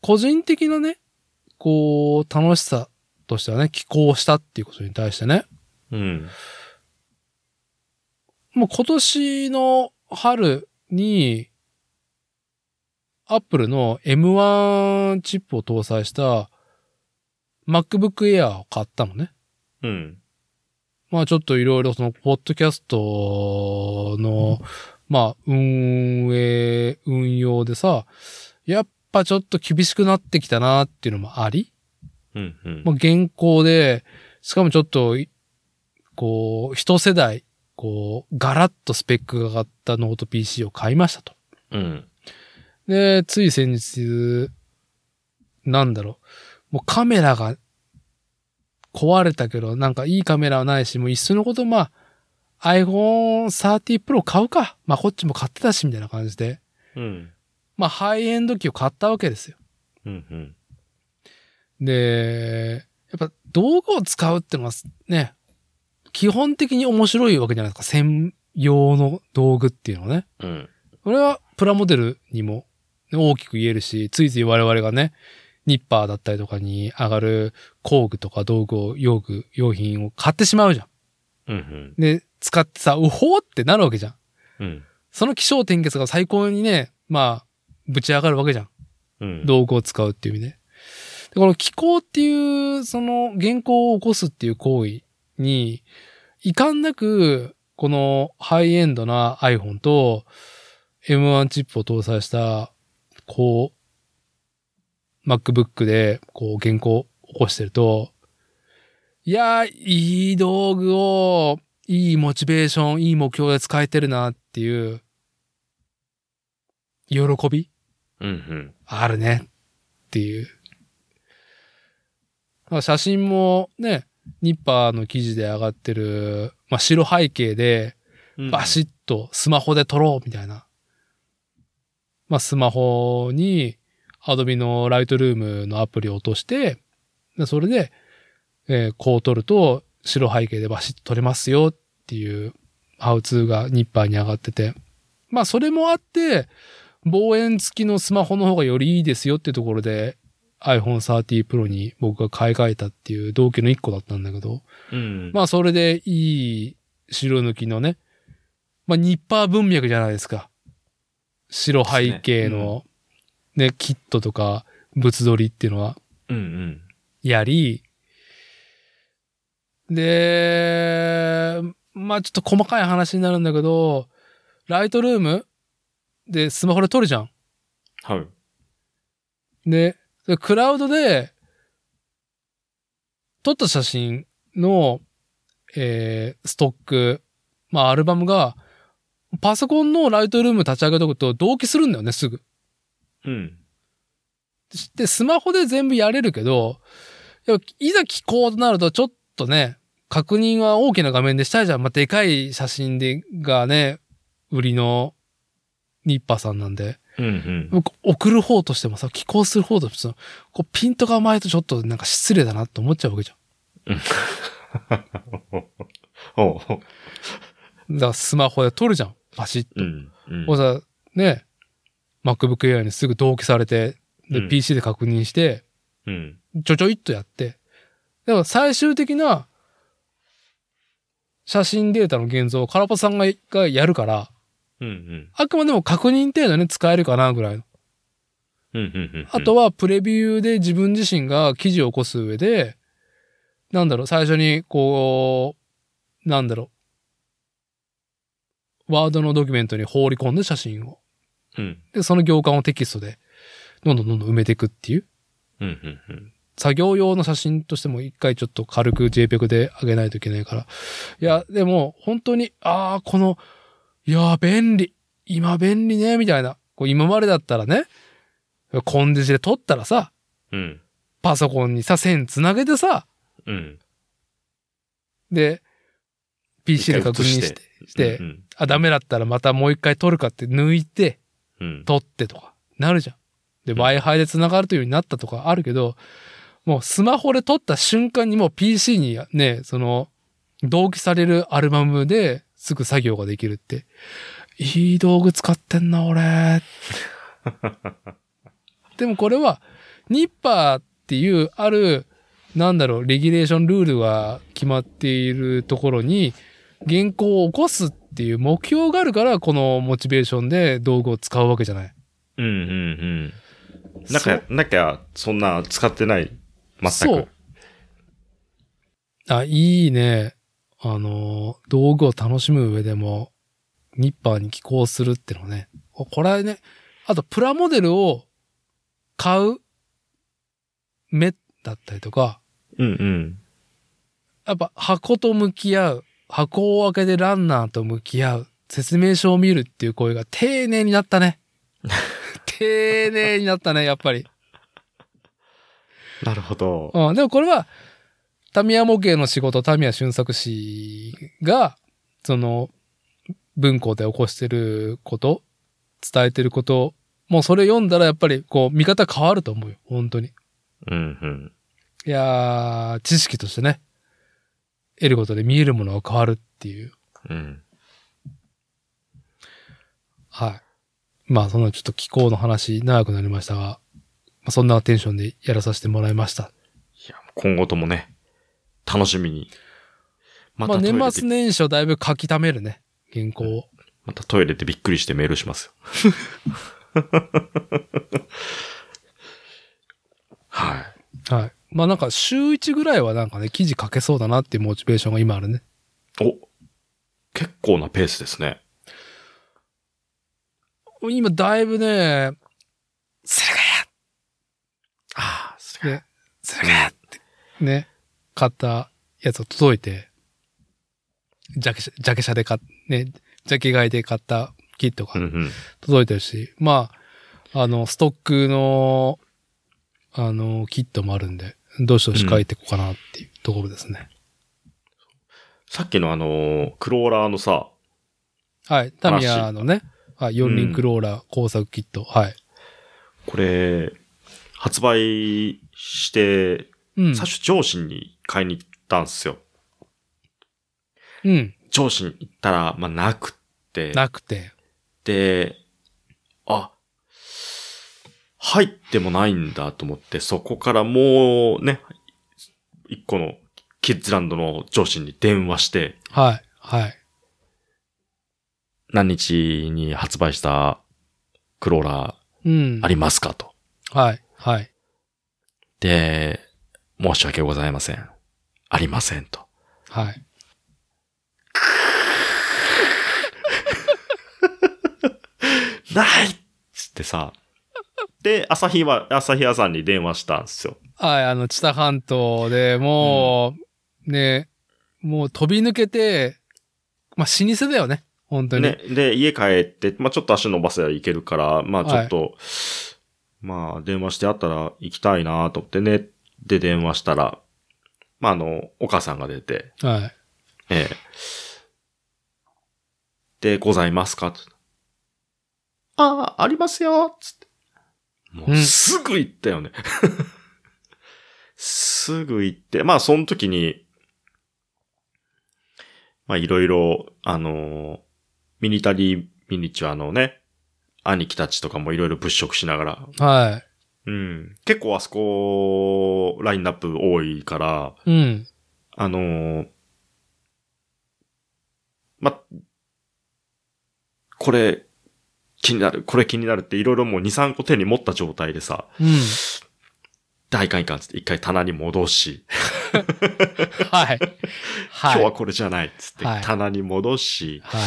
Speaker 1: 個人的なね、こう、楽しさとしてはね、寄稿したっていうことに対してね、
Speaker 2: うん。
Speaker 1: もう今年の春に、アップルの M1 チップを搭載した MacBook Air を買ったのね。
Speaker 2: うん。
Speaker 1: まあちょっといろいろその、ポッドキャストの、まあ、運営、運用でさ、やっぱちょっと厳しくなってきたなっていうのもあり、
Speaker 2: うんうん。
Speaker 1: まあ、現行で、しかもちょっとい、こう、一世代、こう、ガラッとスペックが上がったノート PC を買いましたと。
Speaker 2: うん。
Speaker 1: で、つい先日、なんだろう、もうカメラが壊れたけど、なんかいいカメラはないし、もういっそのこと、まあ、iPhone 30 Pro 買うか。まあ、こっちも買ってたし、みたいな感じで。
Speaker 2: うん。
Speaker 1: まあ、ハイエンド機を買ったわけですよ。
Speaker 2: うんうん。
Speaker 1: で、やっぱ道具を使うってのはね、基本的に面白いわけじゃないですか。専用の道具っていうのはね。
Speaker 2: うん。
Speaker 1: これはプラモデルにもね大きく言えるし、ついつい我々がね、ニッパーだったりとかに上がる工具とか道具を、用具、用品を買ってしまうじゃ
Speaker 2: うんうん。
Speaker 1: ん。で、使ってさ、うほーってなるわけじゃん。
Speaker 2: うん。
Speaker 1: その気象転結が最高にね、まあ、ぶち上がるわけじゃん。
Speaker 2: うん。
Speaker 1: 道具を使うっていう意味で。で、この気候っていう、その原稿を起こすっていう行為に、遺憾なく、このハイエンドな iPhone と M1 チップを搭載した、こう、MacBook で、こう、原稿を起こしてると、いやー、いい道具を、いいモチベーション、いい目標で使えてるなっていう、喜び
Speaker 2: うんうん。
Speaker 1: あるねっていう。まあ写真もね、ニッパーの記事で上がってる、まあ、白背景で
Speaker 2: うん
Speaker 1: バシッとスマホで撮ろうみたいな。まあ、スマホに Adobe の Lightroom のアプリを落として、でそれでえーこう撮ると白背景でバシッと撮れますよっていうハウツーがニッパーに上がってて。まあそれもあって、望遠付きのスマホの方がよりいいですよっていうところで iPhone 30 Pro に僕が買い替えたっていう動機の一個だったんだけど、
Speaker 2: うん。
Speaker 1: まあそれでいい白抜きのね、まあニッパー文脈じゃないですか。白背景のね、キットとか物撮りっていうのは。
Speaker 2: うんうん。
Speaker 1: やり、で、まあちょっと細かい話になるんだけど、ライトルームでスマホで撮るじゃん。
Speaker 2: はい。
Speaker 1: で、クラウドで撮った写真の、えーストック、まあアルバムが、パソコンのライトルーム立ち上げとくと同期するんだよね、すぐ。
Speaker 2: うん。
Speaker 1: で、スマホで全部やれるけど、やっぱいざ聞こうとなるとちょっとね、確認は大きな画面でしたいじゃん。まあ、でかい写真で、がね、売りのニッパーさんなんで。
Speaker 2: うんうん。
Speaker 1: 僕、送る方としてもさ、寄稿する方としても、こう、ピントが甘いとちょっとなんか失礼だなって思っちゃうわけじ
Speaker 2: おう
Speaker 1: ゃん。だからスマホで撮るじゃん。パシッと。
Speaker 2: うん。うん
Speaker 1: こうさ、ね、MacBook Air にすぐ同期されて、で、
Speaker 2: うん
Speaker 1: PC で確認して、
Speaker 2: うん。
Speaker 1: ちょちょいっとやって、でも最終的な写真データの現像をカラパさんががやるから、
Speaker 2: うんうん。
Speaker 1: あくまでも確認程度ね、使えるかなぐらいの。
Speaker 2: うんうんうん。
Speaker 1: あとはプレビューで自分自身が記事を起こす上で、なんだろう、最初にこう、なんだろう、ワードのドキュメントに放り込んで写真を。
Speaker 2: うん。
Speaker 1: で、その行間をテキストで、どんどんどんどん埋めていくっていう。
Speaker 2: うんうんうん。
Speaker 1: 作業用の写真としても一回ちょっと軽く JPEG で上げないといけないから。いや、でも本当に、ああ、この、いやー、便利。今便利ね、みたいな。こう今までだったらね、コンデジで撮ったらさ、
Speaker 2: うん。
Speaker 1: パソコンにさ、線つなげてさ、
Speaker 2: うん。
Speaker 1: で、PC で確認して、
Speaker 2: 一
Speaker 1: して
Speaker 2: 回う
Speaker 1: うん
Speaker 2: ん
Speaker 1: あ、ダメだったらまたもう一回撮るかって抜いて、
Speaker 2: うん。
Speaker 1: 撮ってとか、なるじゃん。で、Wi-Fi で繋がるというようになったとかあるけど、もうスマホで撮った瞬間にもう PC にね、その、同期されるアルバムですぐ作業ができるって。いい道具使ってんな、俺。でもこれは、ニッパーっていうある、なんだろう、レギュレーションルールが決まっているところに、原稿を起こすっていう目標があるから、このモチベーションで道具を使うわけじゃない。
Speaker 2: うんうんうん。なん
Speaker 1: そう
Speaker 2: か、なきゃ、そんな使ってない。
Speaker 1: そ
Speaker 2: 全
Speaker 1: う。あ、いいね。あの、道具を楽しむ上でも、ニッパーに寄稿するってのね。おこれはね、あとプラモデルを買う目だったりとか、
Speaker 2: く。うんうん。
Speaker 1: やっぱ箱と向き合う、箱を開けてランナーと向き合う、説明書を見るっていう声が丁寧になったね。丁寧になったね、やっぱり。
Speaker 2: なるほど。
Speaker 1: うん、でもこれは、タミヤ模型の仕事、タミヤ俊作氏が、その、文庫で起こしてること、伝えてること、もうそれ読んだらやっぱりこう、見方変わると思うよ、本当に。
Speaker 2: うんうん。
Speaker 1: いやー、知識としてね、得ることで見えるものが変わるっていう。
Speaker 2: うん。
Speaker 1: はい。まあ、そんなちょっと気候の話、長くなりましたが、まあ、そんなテンションでやらさせてもらいました。
Speaker 2: 今後ともね、楽しみに。ま
Speaker 1: まあ、
Speaker 2: たトイレ
Speaker 1: 年
Speaker 2: で
Speaker 1: 末、年始をだいぶ書き溜めるね、原稿を。
Speaker 2: またトイレでびっくりしてメールしますよ。 はい。
Speaker 1: はい。まあなんか週1ぐらいはなんかね、記事書けそうだなっていうモチベーションが今あるね。
Speaker 2: お、結構なペースですね。
Speaker 1: 今だいぶね、するか
Speaker 2: ああ、す
Speaker 1: げえするかってね、買ったやつが届いて、ジャケシャ、ジャケシャで買っ、ね、ジャケ買いで買ったキット
Speaker 2: うん
Speaker 1: が
Speaker 2: うん。
Speaker 1: 届いてるし、まあ、あの、ストックの、あの、キットもあるんで、どうしどし書いていこうかなっていうところですね。
Speaker 2: さっきのあのークローラーのさ、
Speaker 1: はい。タミヤのね、はい、四輪クローラー工作キット、はい。
Speaker 2: これ、発売して
Speaker 1: うん。
Speaker 2: 最初上司に買いに行ったんですよ。
Speaker 1: うん。
Speaker 2: 上司に行ったら、まあ、なくって。
Speaker 1: なくて。
Speaker 2: で、あ、入ってもないんだと思って、そこからもうね、一個のキッズランドの上司に電話して、
Speaker 1: はい。はい。
Speaker 2: 何日に発売したクローラ
Speaker 1: うん。
Speaker 2: ーありますかと。
Speaker 1: はい。はい。
Speaker 2: で、申し訳ございません。ありませんと。
Speaker 1: はい。
Speaker 2: ないっつってさ。で、朝日は、朝日屋さんに電話したんですよ。
Speaker 1: はい。あの、知多半島でもう、ね、もう飛び抜けて、まあ、老舗だよね。本当に。
Speaker 2: ね、で、家帰って、まあちょっと足伸ばせば行けるから、まあちょっと、まあ電話してあったら行きたいなと思ってね、で電話したら、まああの、お母さんが出て、
Speaker 1: はい。
Speaker 2: ええ。で、ございますかつってああ、ありますよつって。も
Speaker 1: う
Speaker 2: うんすぐ行ったよね。 すぐ行って、まあその時に、まあいろいろ、あのーミリタリーミニチュアのね、兄貴たちとかもいろいろ物色しながら、
Speaker 1: は
Speaker 2: うん。結構あそこ、ラインナップ多いから、
Speaker 1: い。うん。
Speaker 2: あのーま、これ、気になる、これ気になるっていろいろもう2、3個手に持った状態でさ、
Speaker 1: うん。
Speaker 2: 大かんいかんっつって一回棚に戻し、
Speaker 1: はい。はい。
Speaker 2: 今日はこれじゃないっつって
Speaker 1: はい
Speaker 2: 棚に戻し、
Speaker 1: は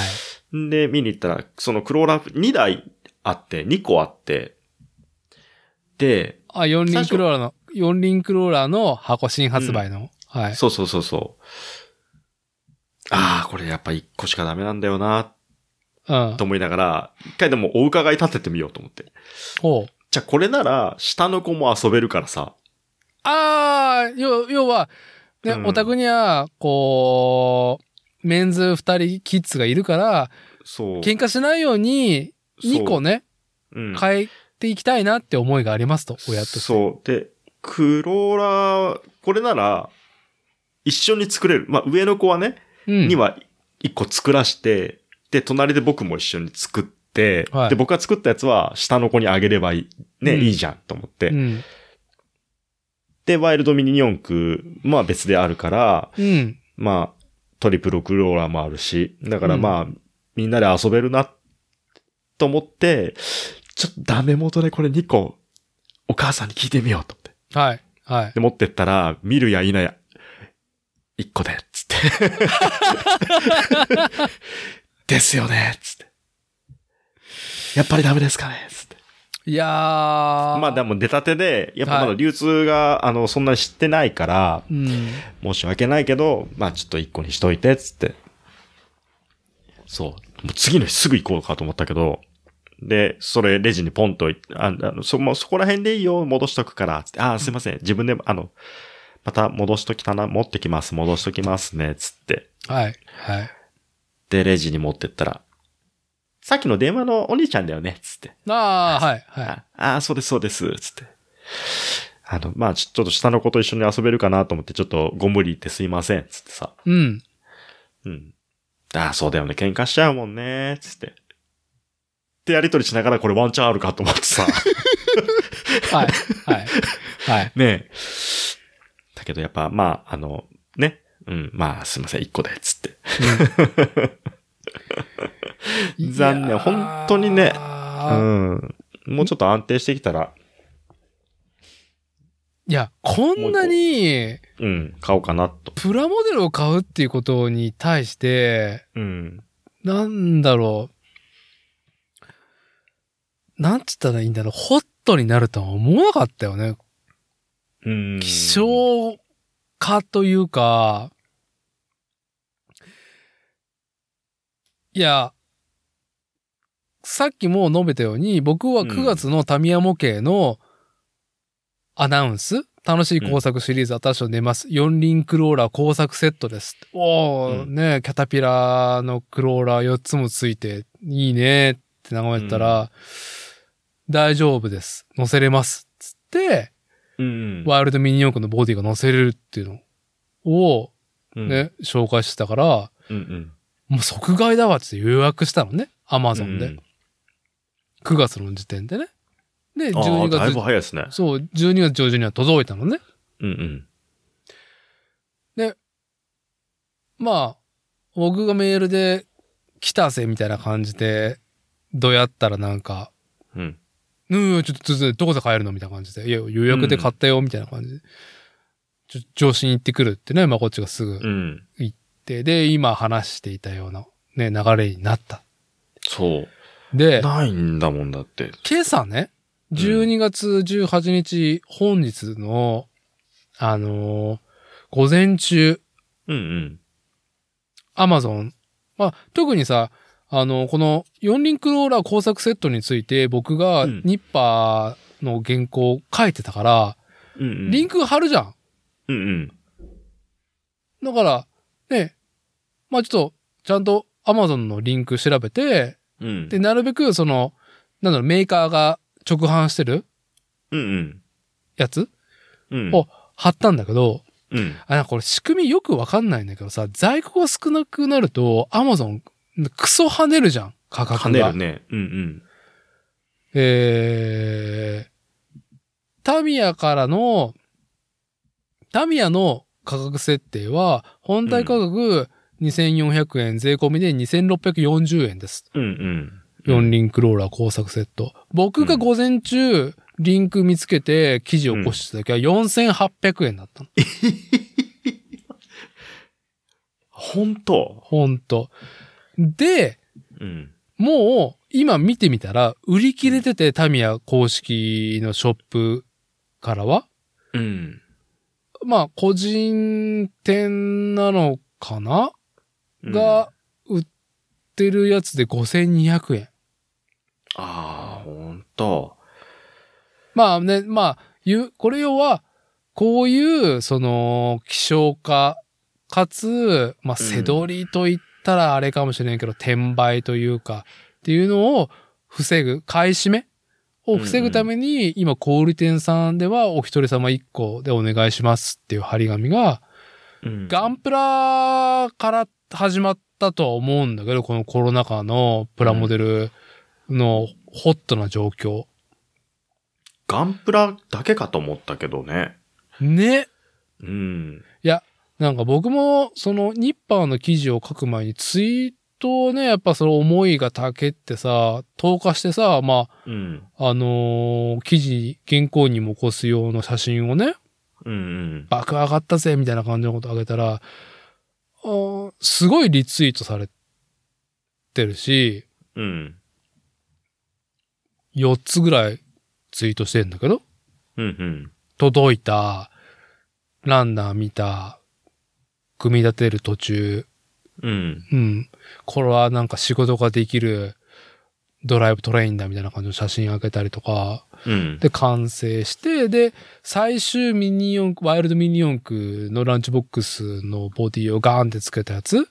Speaker 1: い。
Speaker 2: で、見に行ったら、そのクローラー2台あって、2個あって、で、
Speaker 1: あ、四輪クローラーの、四輪クローラーの箱新発売の。はい。
Speaker 2: そうそうそうそう。ああ、これやっぱ1個しかダメなんだよな、
Speaker 1: うん
Speaker 2: と。思いながら、一回でもお伺い立ててみようと思って。
Speaker 1: ほう。
Speaker 2: じゃあこれなら、下の子も遊べるからさ。
Speaker 1: ああ、要要は、ね、
Speaker 2: うん
Speaker 1: お宅には、こう、メンズ二人キッズがいるから、
Speaker 2: そう。
Speaker 1: 喧嘩しないように、2個
Speaker 2: ね、
Speaker 1: ね、
Speaker 2: うん、
Speaker 1: 変えていきたいなって思いがありますと、親として。
Speaker 2: そう。で、クローラー、これなら、一緒に作れる。まあ、上の子はね、
Speaker 1: うん。
Speaker 2: には一個作らして、で、隣で僕も一緒に作って、
Speaker 1: はい
Speaker 2: で、僕が作ったやつは下の子にあげればいい、ね、
Speaker 1: うん
Speaker 2: いいじゃんと思って。
Speaker 1: うん。
Speaker 2: で、ワイルドミニ四駆、まあ別であるから、
Speaker 1: うん。
Speaker 2: まあ、トリプルクローラーもあるし、だから
Speaker 1: うん
Speaker 2: まあ、みんなで遊べるな、と思って、ちょっとダメ元でこれ2個、お母さんに聞いてみようと思って。
Speaker 1: はい。はい。
Speaker 2: で、持ってったら、見るや否や、1個で、つって。 ですよね、つって。やっぱりダメですかね、つって。
Speaker 1: いやー。
Speaker 2: まあで
Speaker 1: も。
Speaker 2: も出たてで、やっぱま
Speaker 1: は
Speaker 2: だ
Speaker 1: い
Speaker 2: 流通が、あの、そんなに知ってないから、
Speaker 1: うん。
Speaker 2: 申し訳ないけど、まあちょっと一個にしといて、つって。そう。もう次の日すぐ行こうかと思ったけど、で、それレジにポンとい、ああのそもうそこら辺でいいよ、戻しとくから、つって。あー、すいません。自分でも、あの、また戻しときたな、持ってきます、戻しときますね、つって。
Speaker 1: はい。はい。
Speaker 2: で、レジに持ってったら、さっきの電話のお兄ちゃんだよね、つって。
Speaker 1: ああ、はい。はい。
Speaker 2: ああー、そうです、そうです、つって。あの、まあちょちょっと下の子と一緒に遊べるかなと思って、ちょっとご無理言ってすいません、つってさ。
Speaker 1: うん。
Speaker 2: うん。ああ、そうだよね。喧嘩しちゃうもんね。つって。ってやりとりしながらこれワンチャンあるかと思ってさ。
Speaker 1: はい。はい。はい。
Speaker 2: ねえ。だけどやっぱ、まあ、あの、ね。うん、まあ、すいません、一個で、つって。
Speaker 1: うん
Speaker 2: 残念
Speaker 1: いやー
Speaker 2: 本当にねう
Speaker 1: い
Speaker 2: ん。もうちょっと安定してきたら、
Speaker 1: や、こんなに
Speaker 2: うん、買おうかなと。
Speaker 1: プラモデルを買うっていうことに対して、
Speaker 2: うん。
Speaker 1: なんだろう。なんつったらいいんだろう。ホットになるとは思わなかったよね。
Speaker 2: うん。
Speaker 1: 希少化というか、いや、さっきも述べたように、僕は
Speaker 2: うん
Speaker 1: 9月のタミヤ模型のアナウンス、楽しい工作シリーズ私を出ます。四輪クローラー工作セットです。おー、
Speaker 2: うん
Speaker 1: ねキャタピラーのクローラー4つもついて、いいねって眺めてたら、大丈夫です。乗せれます。つって、
Speaker 2: うん。
Speaker 1: ワイルドミニ四駆のボディが乗せれるっていうのを
Speaker 2: うん、
Speaker 1: ね、紹介してたから、
Speaker 2: うんうん。
Speaker 1: もう即買いだわっつって予約したのね。アマゾン
Speaker 2: う
Speaker 1: で
Speaker 2: ん。。
Speaker 1: 9月の時点でね。で、
Speaker 2: あ
Speaker 1: 12
Speaker 2: あ、だいぶ
Speaker 1: 月、
Speaker 2: 早いですね。
Speaker 1: そう、12月上旬には届いたのね。
Speaker 2: うんうん。
Speaker 1: まあ、僕がメールで来たぜみたいな感じで、どうやったらなんか、
Speaker 2: うん。
Speaker 1: うん、ちょっと、ちょっとどこで買えるのみたいな感じで。いや、予約で買ったよ、みたいな感じで。ちょ、上司に行ってくるってね、まあ、こっちがすぐ行っ
Speaker 2: うん。
Speaker 1: て、で、今話していたような、ね、流れになった。
Speaker 2: そう。
Speaker 1: で、
Speaker 2: ないんだもんだって。
Speaker 1: 今朝ね、12月18日、本日の、あのー午前中、
Speaker 2: うんうん。
Speaker 1: アマゾン。まあ、特にさ、あの、この四輪クローラー工作セットについて僕が
Speaker 2: うん
Speaker 1: ニッパーの原稿を書いてたから、
Speaker 2: うんうん。
Speaker 1: リン
Speaker 2: ク
Speaker 1: ク貼るじゃん。
Speaker 2: うんうん。
Speaker 1: だから、ね、まあちょっと、ちゃんとアマゾンのリンク調べて、
Speaker 2: うん。
Speaker 1: で、なるべくその、なんだろう、メーカーが直販してる
Speaker 2: うんうん。
Speaker 1: やつ
Speaker 2: うん。
Speaker 1: お貼ったんだけど、
Speaker 2: うん。
Speaker 1: あ、なんかこれ仕組みよくわかんないんだけどさ、在庫が少なくなると、アマゾン、クソ跳ねるじゃん、価格が。
Speaker 2: 跳ねるね。うん
Speaker 1: えータミヤからの、タミヤの価格設定は、本体価格2400円、税込みで2640円です。
Speaker 2: うん。うんうん。
Speaker 1: 四輪クローラー工作セット。僕が午前中、リンク見つけて記事を起こした時は4800円だったの。
Speaker 2: ほんと。
Speaker 1: ほんと。で、
Speaker 2: うん。
Speaker 1: もう、今見てみたら、売り切れてて、タミヤ公式のショップからは、
Speaker 2: うん。
Speaker 1: まあ、個人店なのかな、
Speaker 2: うん、
Speaker 1: が、売ってるやつで5200円。
Speaker 2: ああ、ほんと。
Speaker 1: まあね、まあ、ゆこれ要は、こういう、その、希少化、かつ、まあ、
Speaker 2: うん
Speaker 1: せどりと言ったらあれかもしれんけど、転売というか、っていうのを防ぐ、買い占めを防ぐために、今、小売店さんでは、お一人様一個でお願いしますっていう張り紙が、
Speaker 2: うん。
Speaker 1: ガンプラから始まったとは思うんだけど、このコロナ禍のプラモデルのホットな状況。
Speaker 2: ガンプラだけかと思ったけどね。
Speaker 1: ね。
Speaker 2: うん。
Speaker 1: なんか僕も、その、ニッパーの記事を書く前にツイートをね、やっぱその思いがたけってさ、投下してさ、ま
Speaker 2: うん。
Speaker 1: あ、あのー記事、原稿にも起こす用の写真をね、
Speaker 2: うんうん。
Speaker 1: 爆上がったぜ、みたいな感じのことあげたら、あーすごいリツイートされてるし、
Speaker 2: うん。
Speaker 1: 4つぐらいツイートしてんだけど、
Speaker 2: うんうん。
Speaker 1: 届いた、ランナー見た、組み立てる途中、
Speaker 2: うん。
Speaker 1: うん、これはなんか仕事ができるドライブトレインだみたいな感じの写真あげたりとか、
Speaker 2: うん。
Speaker 1: で、完成して、で、最終ミニ四駆、ワイルドミニ四駆のランチボックスのボディをガーンってつけたやつ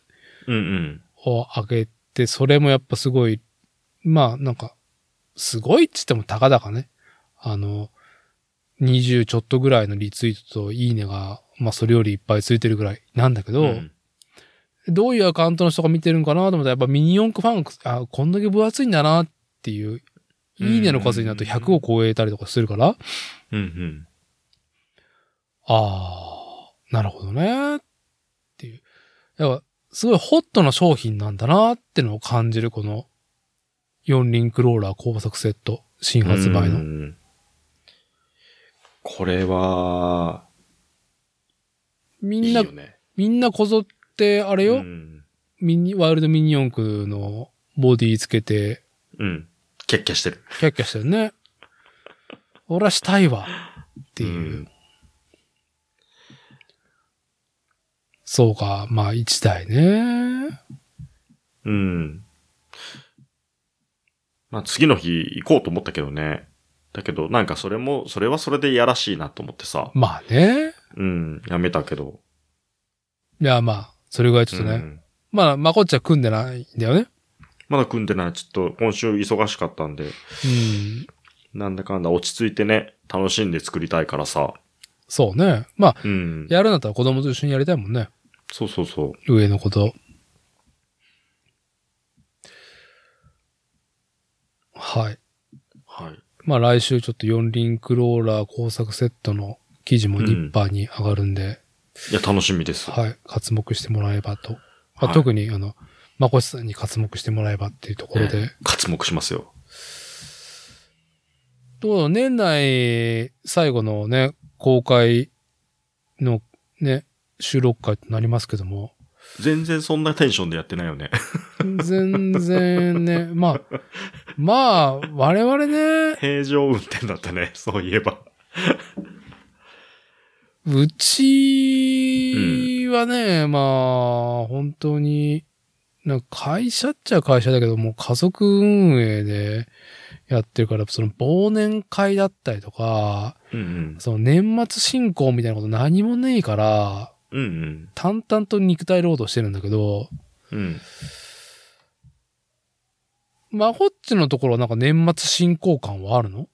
Speaker 2: うんうん。
Speaker 1: をあげて、それもやっぱすごい、まあなんか、すごいっつってもたかだかね、あの、20ちょっとぐらいのリツイートといいねが、まあそれよりいっぱいついてるぐらいなんだけど、
Speaker 2: うん
Speaker 1: どういうアカウントの人が見てるんかなと思ったら、やっぱミニ四駆ファン、あ、こんだけ分厚いんだなっていう、いいねの数になると100を超えたりとかするから、あ
Speaker 2: うんうん。
Speaker 1: あー、なるほどね、っていう。やっぱ、すごいホットな商品なんだなってのを感じる、この、四輪クローラー工作セット、新発売
Speaker 2: う
Speaker 1: の。
Speaker 2: んこれは、
Speaker 1: み
Speaker 2: い
Speaker 1: ん
Speaker 2: い
Speaker 1: な、
Speaker 2: よね。
Speaker 1: みんなこぞって、あれよ、
Speaker 2: うん。
Speaker 1: ミニ、ワイルドミニ四駆のボディつけて、
Speaker 2: うん。キャッキャしてる。
Speaker 1: キャッキャしてるね。俺はしたいわ。っていう。
Speaker 2: うん
Speaker 1: そうか。まあ、一台ね。
Speaker 2: うん。まあ次の日行こうと思ったけどね。だけどなんかそれも、それはそれでいやらしいなと思ってさ。
Speaker 1: まあね。
Speaker 2: うん、やめたけど。
Speaker 1: いや、まあ、それぐらいちょっとね。
Speaker 2: うん
Speaker 1: まあ、まこっちは組んでないんだよね。
Speaker 2: まだ組んでない。ちょっと今週忙しかったんで。
Speaker 1: うん。
Speaker 2: なんだかんだ落ち着いてね、楽しんで作りたいからさ。
Speaker 1: そうね。まあ、
Speaker 2: うん。
Speaker 1: やるんだったら子供と一緒にやりたいもんね。
Speaker 2: そうそうそう。
Speaker 1: 上のこと。はい。
Speaker 2: はい。
Speaker 1: まあ来週ちょっと四輪クローラー工作セットの記事もニッパーに上がるんで、
Speaker 2: いや、楽しみです。
Speaker 1: はい。活目してもらえばと。まあ
Speaker 2: はい
Speaker 1: 特に、あの、まこしさんに活目してもらえばっていうところで。
Speaker 2: 活目しますよ。
Speaker 1: と、年内最後のね、公開のね、収録会となりますけども、
Speaker 2: 全然そんなテンションでやってないよね。
Speaker 1: 全然ね、 まあ、まあ、我々ね、
Speaker 2: 平常運転だったね、そういえば。
Speaker 1: うちはね、まあ、本当に、なんか会社っちゃ会社だけど、もう家族運営でやってるから、その忘年会だったりとか、
Speaker 2: うんうん。
Speaker 1: その年末進行みたいなこと何もねえから、
Speaker 2: うん
Speaker 1: 淡々と肉体労働してるんだけど、
Speaker 2: うん。うん。
Speaker 1: まこっちのところはなんか年末進行感はあるの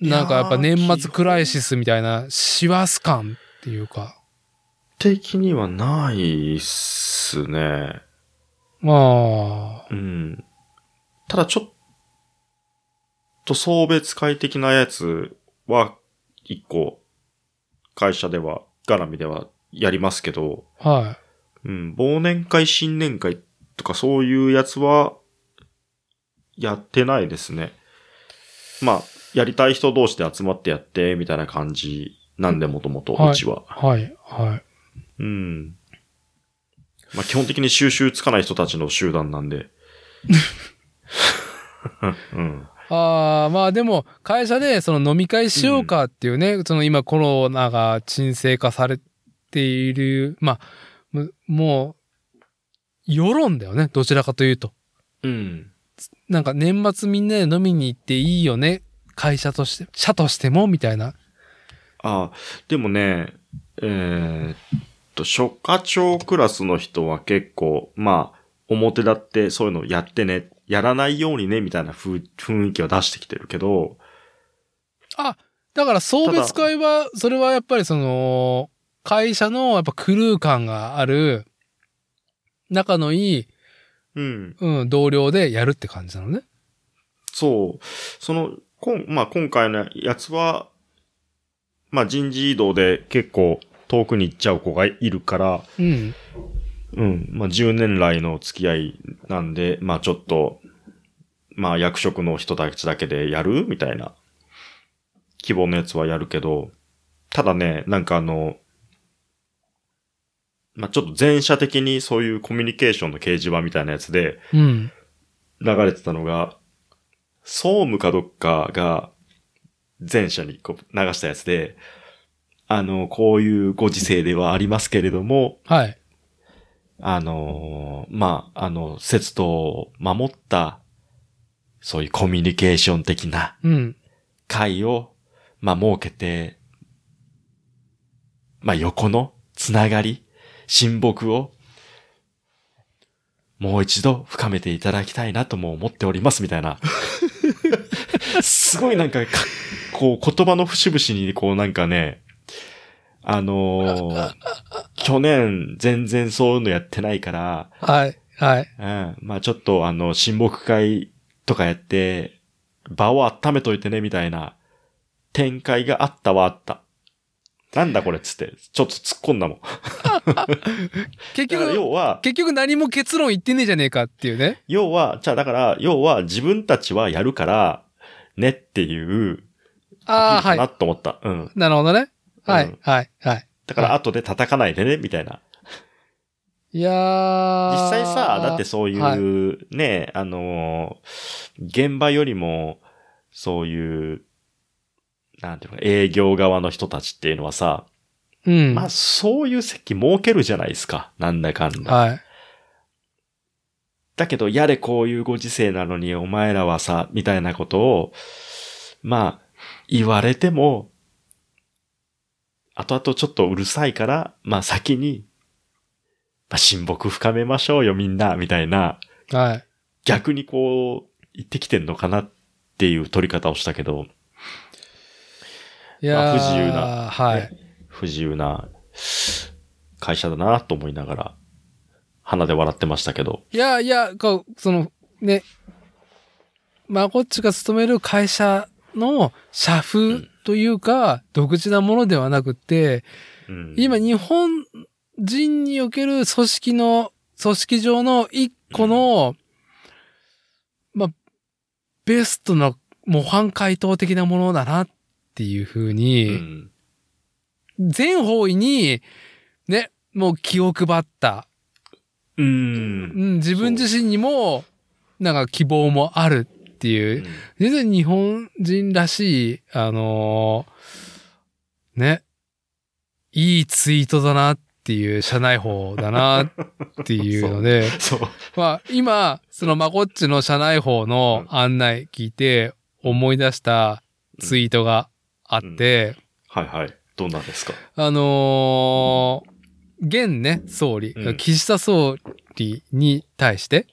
Speaker 1: なんかやっぱ年末クライシスみたいな、師走感っていうか。
Speaker 2: 的にはないっすね。
Speaker 1: まあ、
Speaker 2: うん。ただちょっと送別会的なやつは、一個、会社では、絡みではやりますけど、
Speaker 1: は
Speaker 2: うん、忘年会、新年会とかそういうやつは、やってないですね。まあ、やりたい人同士で集まってやって、みたいな感じなんで、もともと、
Speaker 1: はいう
Speaker 2: ちは。
Speaker 1: い、はい、はい。
Speaker 2: うん。まあ、基本的に収集つかない人たちの集団なんで。 うん。
Speaker 1: ああ、まあでも、会社でその飲み会しようかっていうね、その今コロナが沈静化されている、まあ、むもう、世論だよね、どちらかというと。
Speaker 2: うん。
Speaker 1: なんか年末みんなで飲みに行っていいよね。会社として、社としてもみたいな。
Speaker 2: ああ、でもね、えーっと、初課長クラスの人は結構、まあ、表立ってそういうのやってね、やらないようにね、みたいな風雰囲気を出してきてるけど、
Speaker 1: だから送別会は、それはやっぱりその、会社のやっぱクルー感がある、仲のいい、
Speaker 2: うん。
Speaker 1: うん、同僚でやるって感じなのね。
Speaker 2: そう。その、こんまあ、今回のやつは、まあ、人事異動で結構遠くに行っちゃう子がいるから、
Speaker 1: うん。
Speaker 2: うん。まあ、10年来の付き合いなんで、まあ、ちょっと、まあ、役職の人たちだけでやるみたいな、希望のやつはやるけど、ただね、なんかあの、まあ、ちょっと前者的にそういうコミュニケーションの掲示板みたいなやつで
Speaker 1: うん。
Speaker 2: 流れてたのが、総務かどっかが前者にこう流したやつで、あの、こういうご時世ではありますけれども、
Speaker 1: はい。
Speaker 2: あのーまあ、あの、節度を守った、そういうコミュニケーション的な
Speaker 1: うん。
Speaker 2: 会を、まあ、設けて、まあ、横のつながり、親睦を、もう一度深めていただきたいなとも思っております、みたいな。すごいなんかかこう、言葉の節々に、こうなんかね、あのー去年全然そういうのやってないから、
Speaker 1: はい。はい。
Speaker 2: うん。まあちょっとあの、親睦会とかやって、場を温めといてね、みたいな展開があったはあった。なんだこれっつって、ちょっと突っ込んだもん。
Speaker 1: 結
Speaker 2: だから
Speaker 1: 局、
Speaker 2: 要は、
Speaker 1: 結局何も結論言ってねえじゃねえかっていうね。
Speaker 2: 要は、じゃあだから、要は自分たちはやるから、ねっていう、
Speaker 1: ああ、
Speaker 2: か
Speaker 1: はい。
Speaker 2: なと思った。うん。
Speaker 1: なるほどね。は
Speaker 2: う
Speaker 1: い
Speaker 2: ん。
Speaker 1: はい。はい。
Speaker 2: だから後で叩かないでね、みたいな。
Speaker 1: いやー。
Speaker 2: 実際さ、だってそう
Speaker 1: はい
Speaker 2: いう、ね、あのー現場よりも、そういう、なんていうのか、営業側の人たちっていうのはさ、
Speaker 1: うん。
Speaker 2: まあそういう席設けるじゃないですか、なんだかんだ。
Speaker 1: はい。
Speaker 2: だけど、やれこういうご時世なのに、お前らはさ、みたいなことを、まあ、言われても、後々ちょっとうるさいから、まあ先に、まあ親睦深めましょうよみんな、みたいな、
Speaker 1: はい。
Speaker 2: 逆にこう、言ってきてんのかなっっていう取り方をしたけど、
Speaker 1: いやー
Speaker 2: 不自由な
Speaker 1: はい。
Speaker 2: 不自由な会社だなと思いながら、鼻で笑ってましたけど。
Speaker 1: いやいや、こう、その、ね、まあ、こっちが勤める会社の社風というか、独自なものではなくて、
Speaker 2: うん
Speaker 1: 今、日本人における組織の、組織上の一個の、まあ、ベストの模範解答的なものだなっていうふう
Speaker 2: う
Speaker 1: に、
Speaker 2: ん
Speaker 1: 全方位に、ね、もう気を配った。
Speaker 2: う。
Speaker 1: うんん、自分自身にも、なんか希望もあるっていう、全然日本人らしい、あのーね、いいツイートだなっていう、社内法だなっていうので、
Speaker 2: そう。
Speaker 1: まあ今、そのまこっちの社内法の案内聞いて思い出したツイートがあって、
Speaker 2: はいはい。どんなんですか
Speaker 1: あのー現ね、総理
Speaker 2: う、ん
Speaker 1: 岸田総理に対して、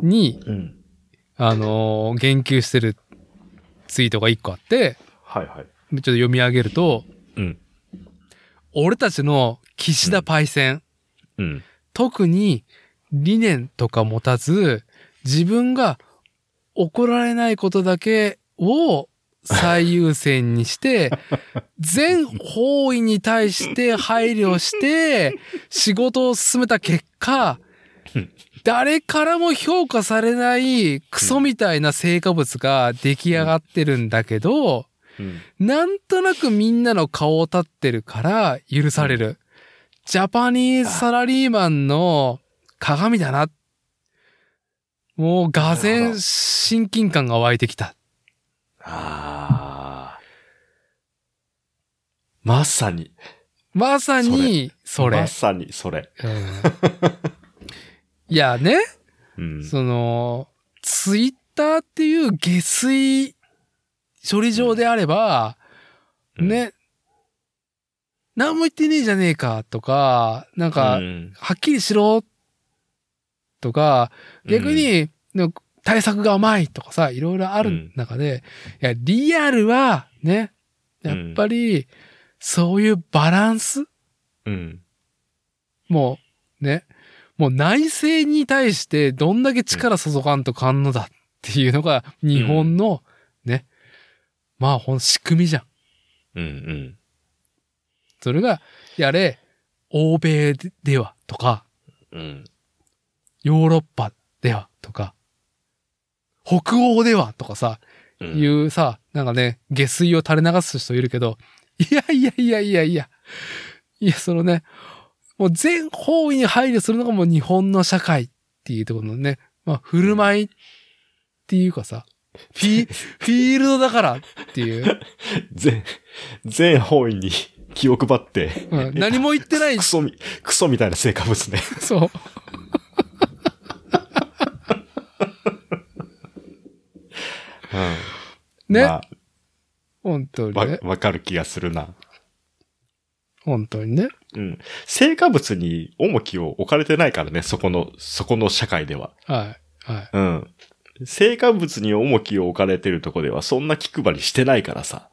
Speaker 1: に、
Speaker 2: うん。
Speaker 1: あのー言及してるツイートが一個あって、
Speaker 2: はいは
Speaker 1: ちょ
Speaker 2: い。
Speaker 1: っと読み上げると、
Speaker 2: うん。
Speaker 1: 俺たちの岸田パイセン、
Speaker 2: うん。
Speaker 1: 特に理念とか持たず、自分が怒られないことだけを最優先にして、全方位に対して配慮して、仕事を進めた結果
Speaker 2: うん、
Speaker 1: 誰からも評価されないクソみたいな成果物が出来上がってるんだけど、
Speaker 2: うん。
Speaker 1: なんとなくみんなの顔を立ってるから許される。ジャパニーズサラリーマンの鏡だな。もう、が
Speaker 2: なる
Speaker 1: ぜ
Speaker 2: ほど
Speaker 1: ん親近感が湧いてきた。
Speaker 2: ああ。まさに。
Speaker 1: まさに、それ
Speaker 2: ま。さにそれ。
Speaker 1: うんいやね、
Speaker 2: うん。
Speaker 1: その、ツイッターっていう下水処理場であれば、
Speaker 2: うん。
Speaker 1: ね、何も言ってねえじゃねえかとか、なんか、
Speaker 2: うん
Speaker 1: はっきりしろとか、逆、に、なんか対策が甘いとかさ、いろいろあ
Speaker 2: う
Speaker 1: る
Speaker 2: ん
Speaker 1: 中で、いや、リアルはね、やっぱり、そういうバランス
Speaker 2: うん。
Speaker 1: もう、ね、もう内政に対してどんだけ力注がんとかんのだっていうのが、日本の、ね、まあ、ほん、仕組みじゃん。
Speaker 2: うん。うん。
Speaker 1: それが、やれ、欧米ではとか、
Speaker 2: うん。
Speaker 1: ヨーロッパではとか、北欧ではとかさ、
Speaker 2: うん
Speaker 1: いうさ、なんかね、下水を垂れ流す人いるけど、いやいやいやいやいや、いや、そのね、もう全方位に配慮するのがもう日本の社会っていうところのね、まあ、振る舞いっていうかさ、フィフィールドだからっていう、
Speaker 2: 全、全方位に 気を配って、
Speaker 1: うん何も言ってない
Speaker 2: クソみ、クソみたいな成果物ね。
Speaker 1: そう。ね、
Speaker 2: まあ
Speaker 1: 本当に
Speaker 2: わ、
Speaker 1: ね、
Speaker 2: わかる気がするな。
Speaker 1: 本当にね。
Speaker 2: うん。成果物に重きを置かれてないからね、そこの、そこの社会では。
Speaker 1: はい、はい。
Speaker 2: うん。成果物に重きを置かれてるとこでは、そんな気配りしてないからさ。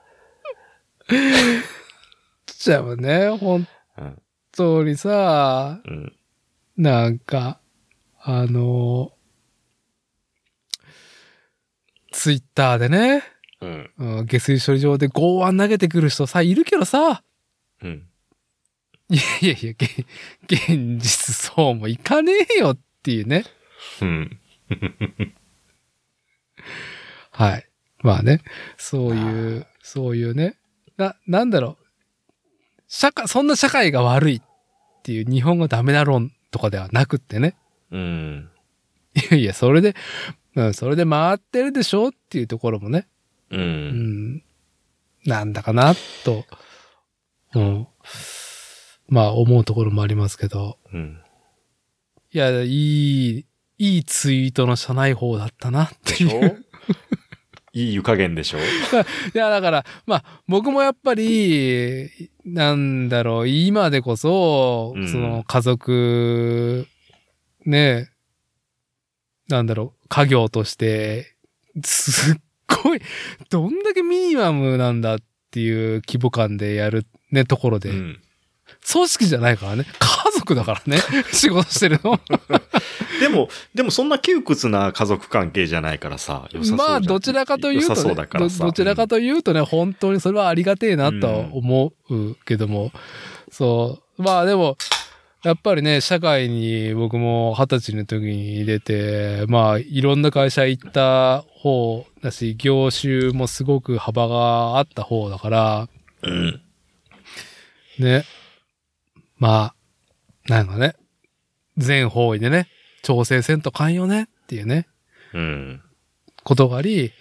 Speaker 1: じゃあもうね、本
Speaker 2: うん。
Speaker 1: 当にさ、
Speaker 2: うん。
Speaker 1: なんか、あのツイッターでね、
Speaker 2: うん。
Speaker 1: うん下水処理場で剛腕投げてくる人さ、いるけどさ、
Speaker 2: うん。
Speaker 1: いやいやいや、げ現実そうもいかねえよっていうね。
Speaker 2: うん。
Speaker 1: はい。まあね、そういう、そういうね、な、なんだろう、社会、そんな社会が悪いっていう日本語ダメだ論とかではなくってね、
Speaker 2: うん。
Speaker 1: いやいや、それで、うん、それで回ってるでしょっていうところもね、
Speaker 2: う。
Speaker 1: うんん、なんだかな、と、うん、まあ思うところもありますけど、
Speaker 2: うん。
Speaker 1: いや、いい、いいツイートの社内法だったな、って
Speaker 2: でし
Speaker 1: い
Speaker 2: ょ
Speaker 1: う。
Speaker 2: いい湯加減でしょ
Speaker 1: いや、だから、まあ、僕もやっぱり、なんだろう、今でこそ、
Speaker 2: うん
Speaker 1: その家族、ね、なんだろう、家業としてすっごい、どんだけミニマムなんだっていう規模感でやるね、ところで。
Speaker 2: うん
Speaker 1: 組織じゃないからね。家族だからね。 仕事してるの。
Speaker 2: でも、でもそんな窮屈な家族関係じゃないからさ、良さそうじゃん
Speaker 1: まあ、どちらかという
Speaker 2: 良
Speaker 1: と、
Speaker 2: さそう
Speaker 1: ね
Speaker 2: だから
Speaker 1: ど、
Speaker 2: さ。
Speaker 1: どちらか
Speaker 2: と、
Speaker 1: というとね、本当にそれはありがてえなとは思うけども、そう。まあでも、やっぱりね、社会に僕も二十歳の時に出て、まあ、いろんな会社行った方だし、業種もすごく幅があった方だから、
Speaker 2: うん。
Speaker 1: ね。まあ、なんかね、全方位でね、調整せんとかんよねっていうね。
Speaker 2: うん。
Speaker 1: ことがあり、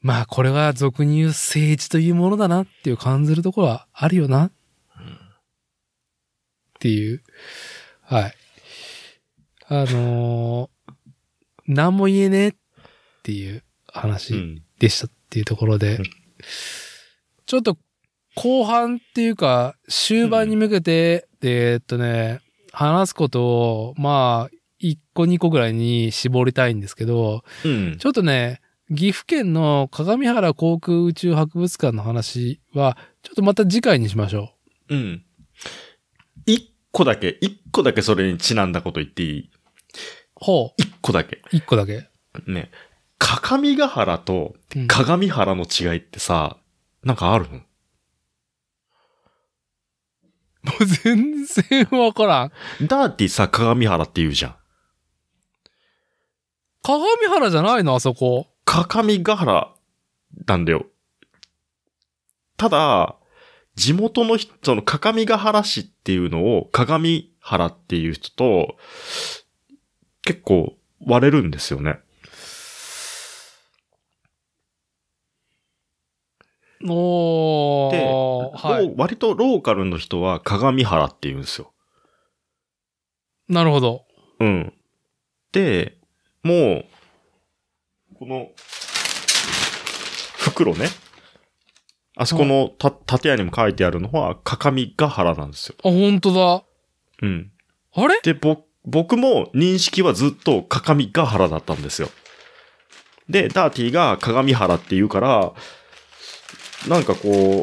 Speaker 1: まあこれが俗に言う政治というものだなっていう感じるところはあるよな。っていう。はい。あのー、何も言えねえっていう
Speaker 2: う
Speaker 1: 話
Speaker 2: ん
Speaker 1: でしたっていうところで、
Speaker 2: うん
Speaker 1: ちょっと後半っていうか終盤に向けて、えーっとね、話すことをまあ1個2個ぐらいに絞りたいんですけど、
Speaker 2: うん。
Speaker 1: ちょっとね、岐阜県の鏡原航空宇宙博物館の話は、ちょっとまた次回にしましょ。
Speaker 2: うん。一個だけ、一個だけそれにちなんだこと言っていいう
Speaker 1: ほう、
Speaker 2: 一個だけ。
Speaker 1: 一個だけ。
Speaker 2: ね。かかみがはらと
Speaker 1: うん
Speaker 2: かがみはらの違いってさ、なんかあるの
Speaker 1: もう全然わからん。
Speaker 2: ダーティさ、かがみはらって言うじゃん。
Speaker 1: 鏡原じゃないのあそこ。
Speaker 2: かかみがはらなんだよ。ただ、地元の人、その、かかみがはら市っていうのを、かがみはらっていう人と、結構割れるんですよね。
Speaker 1: お
Speaker 2: で
Speaker 1: ー。はい。
Speaker 2: ロー割とローカルの人は、かがみはらって言うんですよ。
Speaker 1: なるほど。
Speaker 2: うん。で、もう、この、袋ね。あそこのた、建屋にも書いてあるのは、かかみが原なんですよ。
Speaker 1: あ、本当
Speaker 2: うん。
Speaker 1: だ。あれ
Speaker 2: で、ぼ、僕も認識はずっとかかみが原だったんですよ。で、ダーティが鏡原って言うから、なんかこう、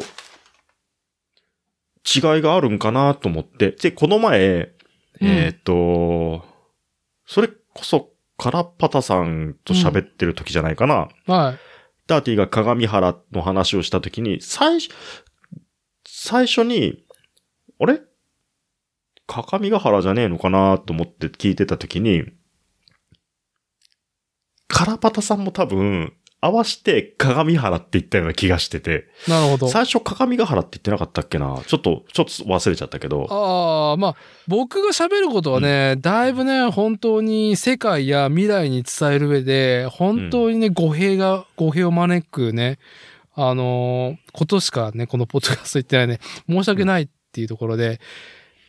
Speaker 2: 違いがあるんかなと思って。で、この前、
Speaker 1: うん
Speaker 2: えーっ、と、それこそ、カラッパタさんと喋ってる時じゃないかな。
Speaker 1: はい。
Speaker 2: ダーティが鏡原の話をしたときに、最初、最初に、あれ鏡ヶ原じゃねえのかなと思って聞いてたときに、カラパタさんも多分、合わせて鏡原って言ったような気がしてて、
Speaker 1: なるほど。
Speaker 2: 最初鏡ヶ原って言ってなかったっけなちょっと、ちょっと忘れちゃったけど、
Speaker 1: ああ、まあ、僕が喋ることはね、だいぶね、本当に世界や未来に伝える上で、本当にね、語弊が、語弊を招くね、あのーことしかね、このポッドキャスト言ってないね、申し訳ないっていうところで、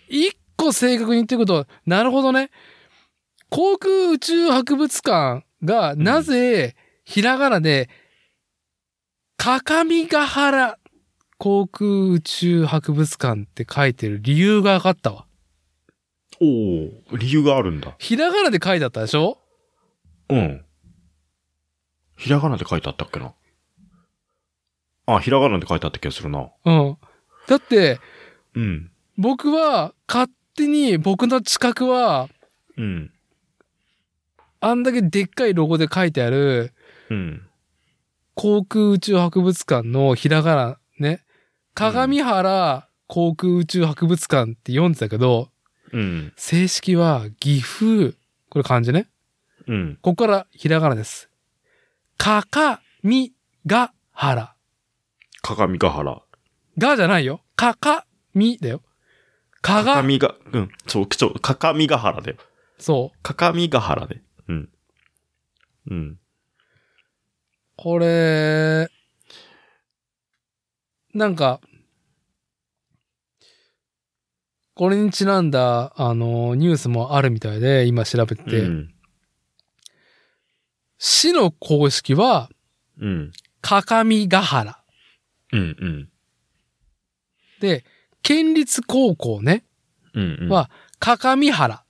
Speaker 1: 一個正確に言ってることは、なるほどね、航空宇宙博物館がなぜ、ひらがなで、かかみがはら航空宇宙博物館って書いてる理由が分かったわ。
Speaker 2: おお理由があるんだ。
Speaker 1: ひらがなで書いてあったでしょ
Speaker 2: うん。ひらがなで書いてあったっけなあ、ひらがなで書いてあった気がするな。
Speaker 1: うん。だって、
Speaker 2: うん。
Speaker 1: 僕は勝手に僕の近くは、
Speaker 2: うん。
Speaker 1: あんだけでっかいロゴで書いてある
Speaker 2: うん。
Speaker 1: 航空宇宙博物館のひらがなね、鏡原航空宇宙博物館って読んでたけど、
Speaker 2: うん。
Speaker 1: 正式は岐阜、これ漢字ね。
Speaker 2: うん。
Speaker 1: ここからひらがなです。かかみがはら。
Speaker 2: 鏡ヶ原。
Speaker 1: がじゃないよ。かかみだよ。かが、
Speaker 2: 鏡が、うん。そう、そう、鏡ヶ原で。
Speaker 1: そう。
Speaker 2: 鏡ヶ原で。うん。うん。
Speaker 1: これ、なんか、これにちなんだ、あの、ニュースもあるみたいで、今調べてて、
Speaker 2: うん。
Speaker 1: 市の公式は、
Speaker 2: うん。
Speaker 1: かかみがはら。
Speaker 2: うん。うん。
Speaker 1: で、県立高校ね、
Speaker 2: うん。うん。
Speaker 1: は、かかみはら。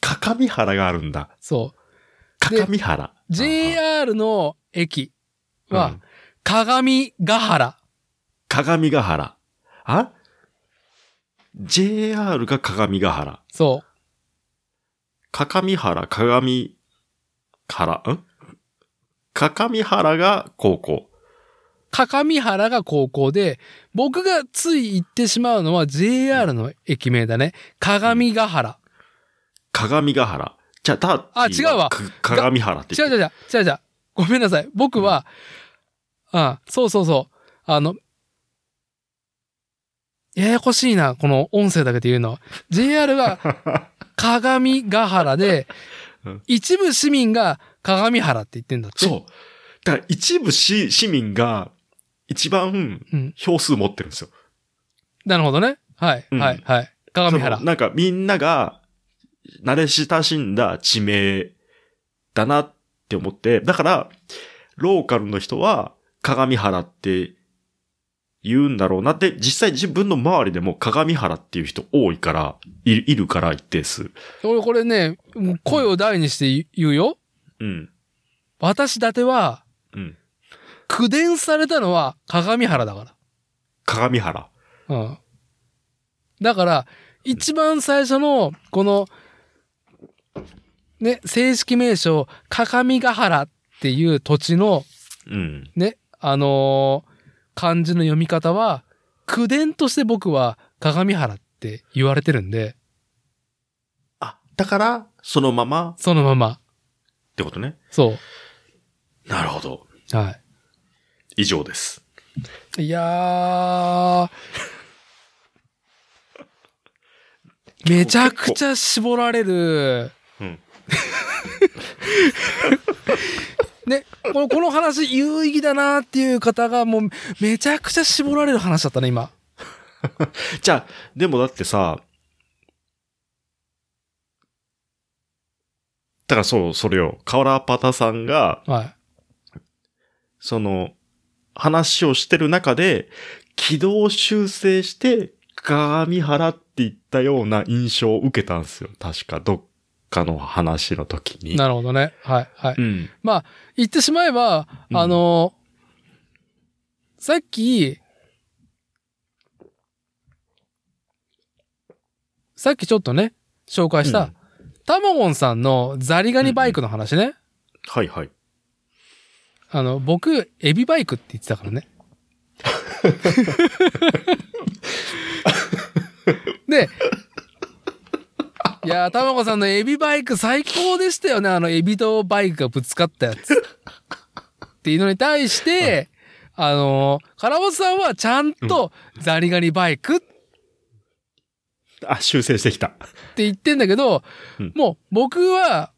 Speaker 2: 鏡原があるんだ。
Speaker 1: そう。
Speaker 2: 鏡原。
Speaker 1: JR の駅
Speaker 2: う
Speaker 1: は
Speaker 2: ん、
Speaker 1: 鏡ヶ原。
Speaker 2: 鏡ヶ原。あ ?JR が鏡ヶ原。
Speaker 1: そ
Speaker 2: かかみ原、鏡から、んかかみ原が高校。
Speaker 1: う。かかみ原が高校で、僕がつい行ってしまうのは JR の駅名だね。鏡ヶ原。
Speaker 2: 鏡ヶ原。じゃ、た、
Speaker 1: あ違うわ
Speaker 2: か鏡原って
Speaker 1: 違う違う違う違う違う。ごめんなさい。僕は、あそうそうそう。あの、ややこしいな、この音声だけで言うのは。JR が鏡ヶ原で
Speaker 2: うん、
Speaker 1: 一部市民が鏡原って言ってんだって。
Speaker 2: そう。だから一部市、市民が一番
Speaker 1: うん
Speaker 2: 票数持ってるんですよ。
Speaker 1: なるほどね。はい、
Speaker 2: うん
Speaker 1: はい、はい。鏡原
Speaker 2: その。なんかみんなが慣れ親しんだ地名だなって思って、だから、ローカルの人は鏡原って言うんだろうなって、実際自分の周りでも鏡原っていう人多いから、いるいるから一定数。
Speaker 1: 俺これね、もう声を大にして言うよ。
Speaker 2: うん。
Speaker 1: 私だては、
Speaker 2: うん。
Speaker 1: 苦伝されたのは鏡原だから。
Speaker 2: 鏡原。
Speaker 1: うん。だから、一番最初の、この、ね、正式名称、かかみがはらっていう土地の、
Speaker 2: うん。
Speaker 1: ね、あのー漢字の読み方は、口伝として僕は、鏡原って言われてるんで、
Speaker 2: あ、だから、そのままっ
Speaker 1: そのまま。
Speaker 2: てことね。
Speaker 1: そ
Speaker 2: なるほど。
Speaker 1: う。は
Speaker 2: 以上です。
Speaker 1: い。いやー、めちゃくちゃ絞られる。
Speaker 2: うん。
Speaker 1: ね、このこの話有意義だなっていう方がもうめちゃくちゃ絞られる話だったね、今。
Speaker 2: じゃあ、でもだってさ、だからそう、それよ。河原パタさんが、
Speaker 1: は
Speaker 2: その、話をしてる中で、軌道修正して、鏡原って言ったような印象を受けたんですよ。確か、どっかの話の時
Speaker 1: い。
Speaker 2: に。
Speaker 1: なるほどね。はい、はい。
Speaker 2: うん。
Speaker 1: 言ってしまえば、
Speaker 2: うん
Speaker 1: あの、さっき、さっきちょっとね、紹介し
Speaker 2: う
Speaker 1: た
Speaker 2: ん、
Speaker 1: タマゴンさんのザリガニバイクの話ね。
Speaker 2: はいはい。
Speaker 1: あの、僕、エビバイクって言ってたから ね。で、いやー、たまこさんのエビバイク最高でしたよね。あの、エビとバイクがぶつかったやつ。っていうのに対して、あのー、カラボスさんはちゃんとザリガニバイクって
Speaker 2: あ、修正してきた。
Speaker 1: って言ってんだけど、
Speaker 2: うん
Speaker 1: もう僕は、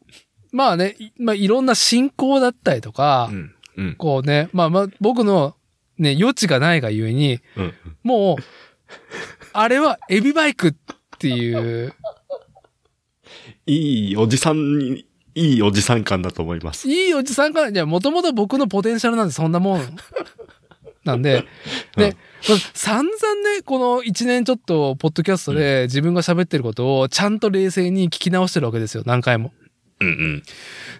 Speaker 1: まあね、いまあいろんな信仰だったりとか、
Speaker 2: うん。うん。
Speaker 1: こうね、まあまあ、僕のね、余地がないがゆえに、
Speaker 2: うん。
Speaker 1: もう、あれはエビバイクっていう、
Speaker 2: いいおじさんに、いいおじさん感だと思います。
Speaker 1: いいおじさんから、いや、もともと僕のポテンシャルなんてそんなもん。なんで、で、
Speaker 2: うん
Speaker 1: まあ散々ね、この1年ちょっと、ポッドキャストで自分が喋ってることをちゃんと冷静に聞き直してるわけですよ、何回も。
Speaker 2: うんうん。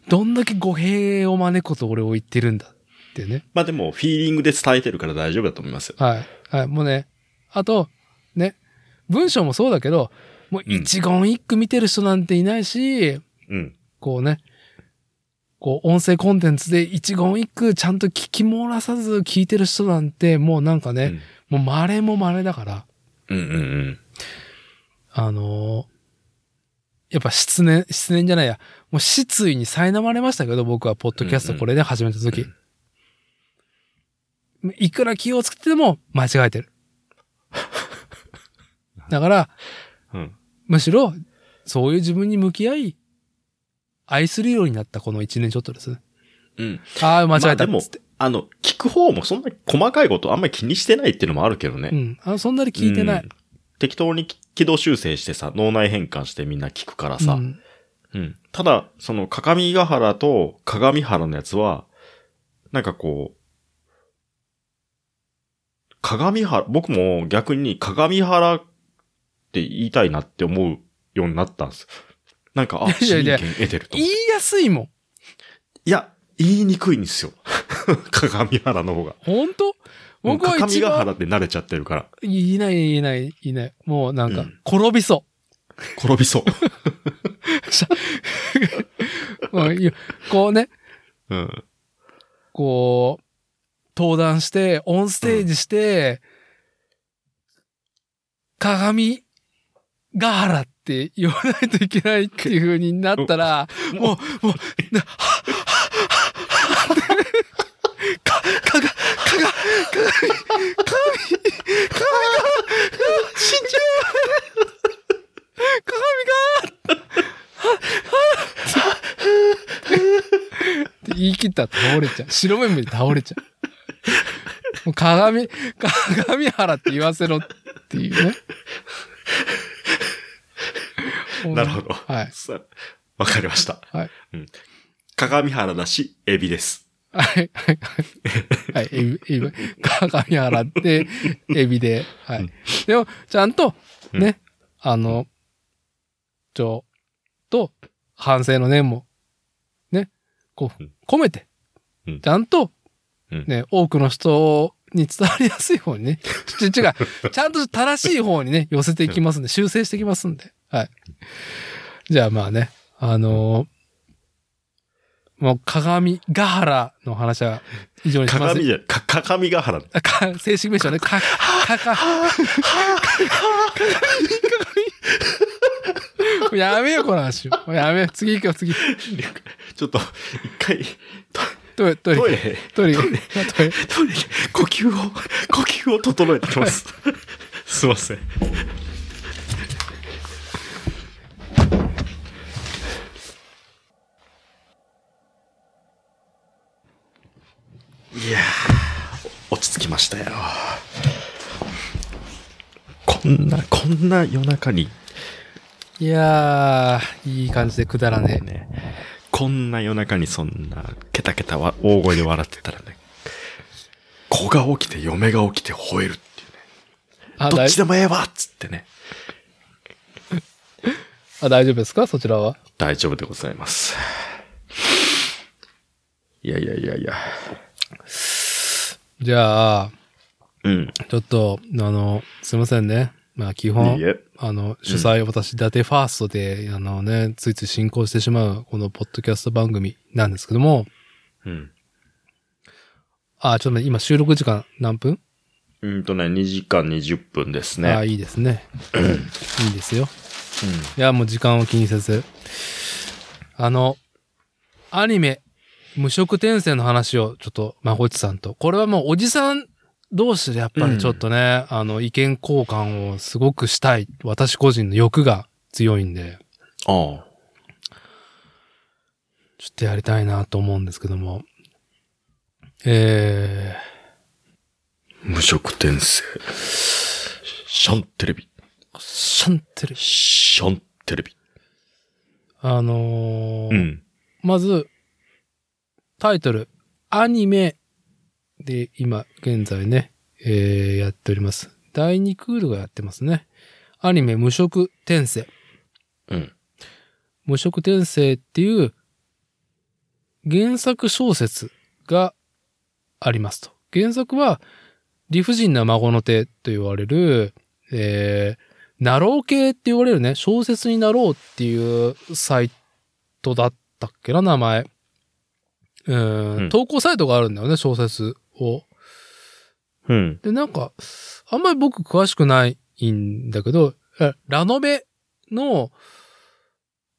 Speaker 1: どんだけ語弊を招くことを俺を言ってるんだってね。
Speaker 2: まあでも、フィーリングで伝えてるから大丈夫だと思いますよ。
Speaker 1: はい。はい。もうね、あと、ね、文章もそうだけど、もう一言一句見てる人なんていないし、
Speaker 2: うん。
Speaker 1: こうね、こう音声コンテンツで一言一句ちゃんと聞き漏らさず聞いてる人なんて、もうなんかね、もう稀も稀だから、
Speaker 2: うんうんうん。
Speaker 1: あのーやっぱ失念、失念じゃないや、もう失意に苛まれましたけど、僕はポッドキャストこれで始めた時。いくら気をつけても間違えて る。だから、
Speaker 2: うん。
Speaker 1: むしろ、そういう自分に向き合い、愛するようになったこの一年ちょっとですね。
Speaker 2: うん。
Speaker 1: ああ、間違えた
Speaker 2: まあでも
Speaker 1: っつって。
Speaker 2: あの、聞く方もそんな細かいことあんまり気にしてないっていうのもあるけどね。
Speaker 1: うん。あの、そんなに聞いてない。
Speaker 2: うん適当に軌道修正してさ、脳内変換してみんな聞くからさ。
Speaker 1: う
Speaker 2: うん。
Speaker 1: ん
Speaker 2: ただ、その、かかみがはらと鏡原のやつは、なんかこう、鏡原、僕も逆に鏡原って言いたいなって思うようになったんです。なんか、あ、
Speaker 1: いや
Speaker 2: 市
Speaker 1: いや
Speaker 2: 民
Speaker 1: いや
Speaker 2: 権得てると思っ
Speaker 1: 言
Speaker 2: て
Speaker 1: いやすいもん。
Speaker 2: いや、言いにくいんですよ。 鏡原の方が。
Speaker 1: 本当
Speaker 2: もう
Speaker 1: 僕は一
Speaker 2: 鏡ヶ
Speaker 1: 番
Speaker 2: 原って慣れちゃってるから。
Speaker 1: いないいないいない。もうなんか、
Speaker 2: うん
Speaker 1: 転びそ
Speaker 2: 転 びそ
Speaker 1: う。
Speaker 2: う。
Speaker 1: うんいやこうね、
Speaker 2: うん。
Speaker 1: こう、登壇して、オンステージして、鏡ヶ原って言わないといけないっていう風になったら、もう、もう、なはははははってか、かが、かが、鏡、鏡、鏡が、死んじゃう鏡がって言い切ったら倒れちゃう。白目見て倒れちゃう。もう鏡、鏡原って言わせろっていうね。
Speaker 2: なるほど
Speaker 1: はい。
Speaker 2: さわかりました。
Speaker 1: はい。
Speaker 2: うん。鏡原だし、エビです。
Speaker 1: はい、はい、はい。はい、エビ、エビ、 鏡洗って、エビで、は
Speaker 2: う
Speaker 1: い
Speaker 2: ん。
Speaker 1: でも、ちゃんと、
Speaker 2: うん
Speaker 1: ね、あの、ちょ、と、反省の念も、ね、こう
Speaker 2: うん、
Speaker 1: 込めて
Speaker 2: う、ん
Speaker 1: ちゃんと、
Speaker 2: うん
Speaker 1: ね、多くの人に伝わりやすい方にね、 ち、ち違う、ちゃんと正しい方にね、寄せていきますんで、修正していきますんで、はい。じゃあまあね、あのーもう鏡ヶ原の話は以上にします
Speaker 2: 鏡。じゃ、か、鏡ヶ原。
Speaker 1: あか正式名称ね。か、か、か、もうやめよ、この話。もうやめよ。次行くよ、次。
Speaker 2: ちょっと、一回、ト
Speaker 1: トイレ、トイ
Speaker 2: トイ
Speaker 1: レ、
Speaker 2: レ、
Speaker 1: トイレ、トイ
Speaker 2: トイレ
Speaker 1: レ、
Speaker 2: トイレ、呼吸を、呼吸を整えてきます。すいません。いやー、落ち着きましたよ。こんな、こんな夜中に、
Speaker 1: いやー、いい感じでくだらねえ。
Speaker 2: ね、こんな夜中にそんな、ケタケタわ大声で笑ってたらね、子が起きて嫁が起きて吠えるっていうね。
Speaker 1: あ、
Speaker 2: ど
Speaker 1: だ
Speaker 2: っ
Speaker 1: い
Speaker 2: ちでもええわっつってね。
Speaker 1: あ大丈夫ですかそちらは。
Speaker 2: 大丈夫でございます。いやいやいやいや。
Speaker 1: じゃあ、
Speaker 2: うん。
Speaker 1: ちょっと、あの、すいませんね。まあ、基
Speaker 2: い
Speaker 1: 本
Speaker 2: い、え。
Speaker 1: あの、主催、私、伊達ファーストで、あのね、ついつい進行してしまう、このポッドキャスト番組なんですけども、
Speaker 2: うん。
Speaker 1: あ、ちょっと待って今収録時間何分
Speaker 2: うんとね、2時間20分ですね。
Speaker 1: あいいです ね。いいですよ。
Speaker 2: うん。
Speaker 1: いや、もう時間を気にせず。あの、アニメ、無色転生の話をちょっと、まこちさんと。これはもうおじさん同士でやっぱりちょっとね、あの、意見交換をすごくしたい。私個人の欲が強いんで、ち
Speaker 2: ああ。
Speaker 1: ょっとやりたいなと思うんですけども。え
Speaker 2: 無色転生。シャンテレビ。
Speaker 1: ー、シャンテレ、
Speaker 2: シャンテレビ。
Speaker 1: あのー
Speaker 2: うん。
Speaker 1: まず、タイトル、アニメで今、現在ね、えーやっております。第2クールがやってますね。アニメ無色転生。
Speaker 2: うん。
Speaker 1: 無色転生っていう原作小説がありますと。原作は理不尽な孫の手と言われる、えー、ナロー系って言われるね、小説になろうっていうサイトだったっけな、名前。うーん、
Speaker 2: うん
Speaker 1: 投稿サイトがあるんだよね、小説を。
Speaker 2: うん。
Speaker 1: で、なんか、あんまり僕詳しくないんだけど、えラノベの、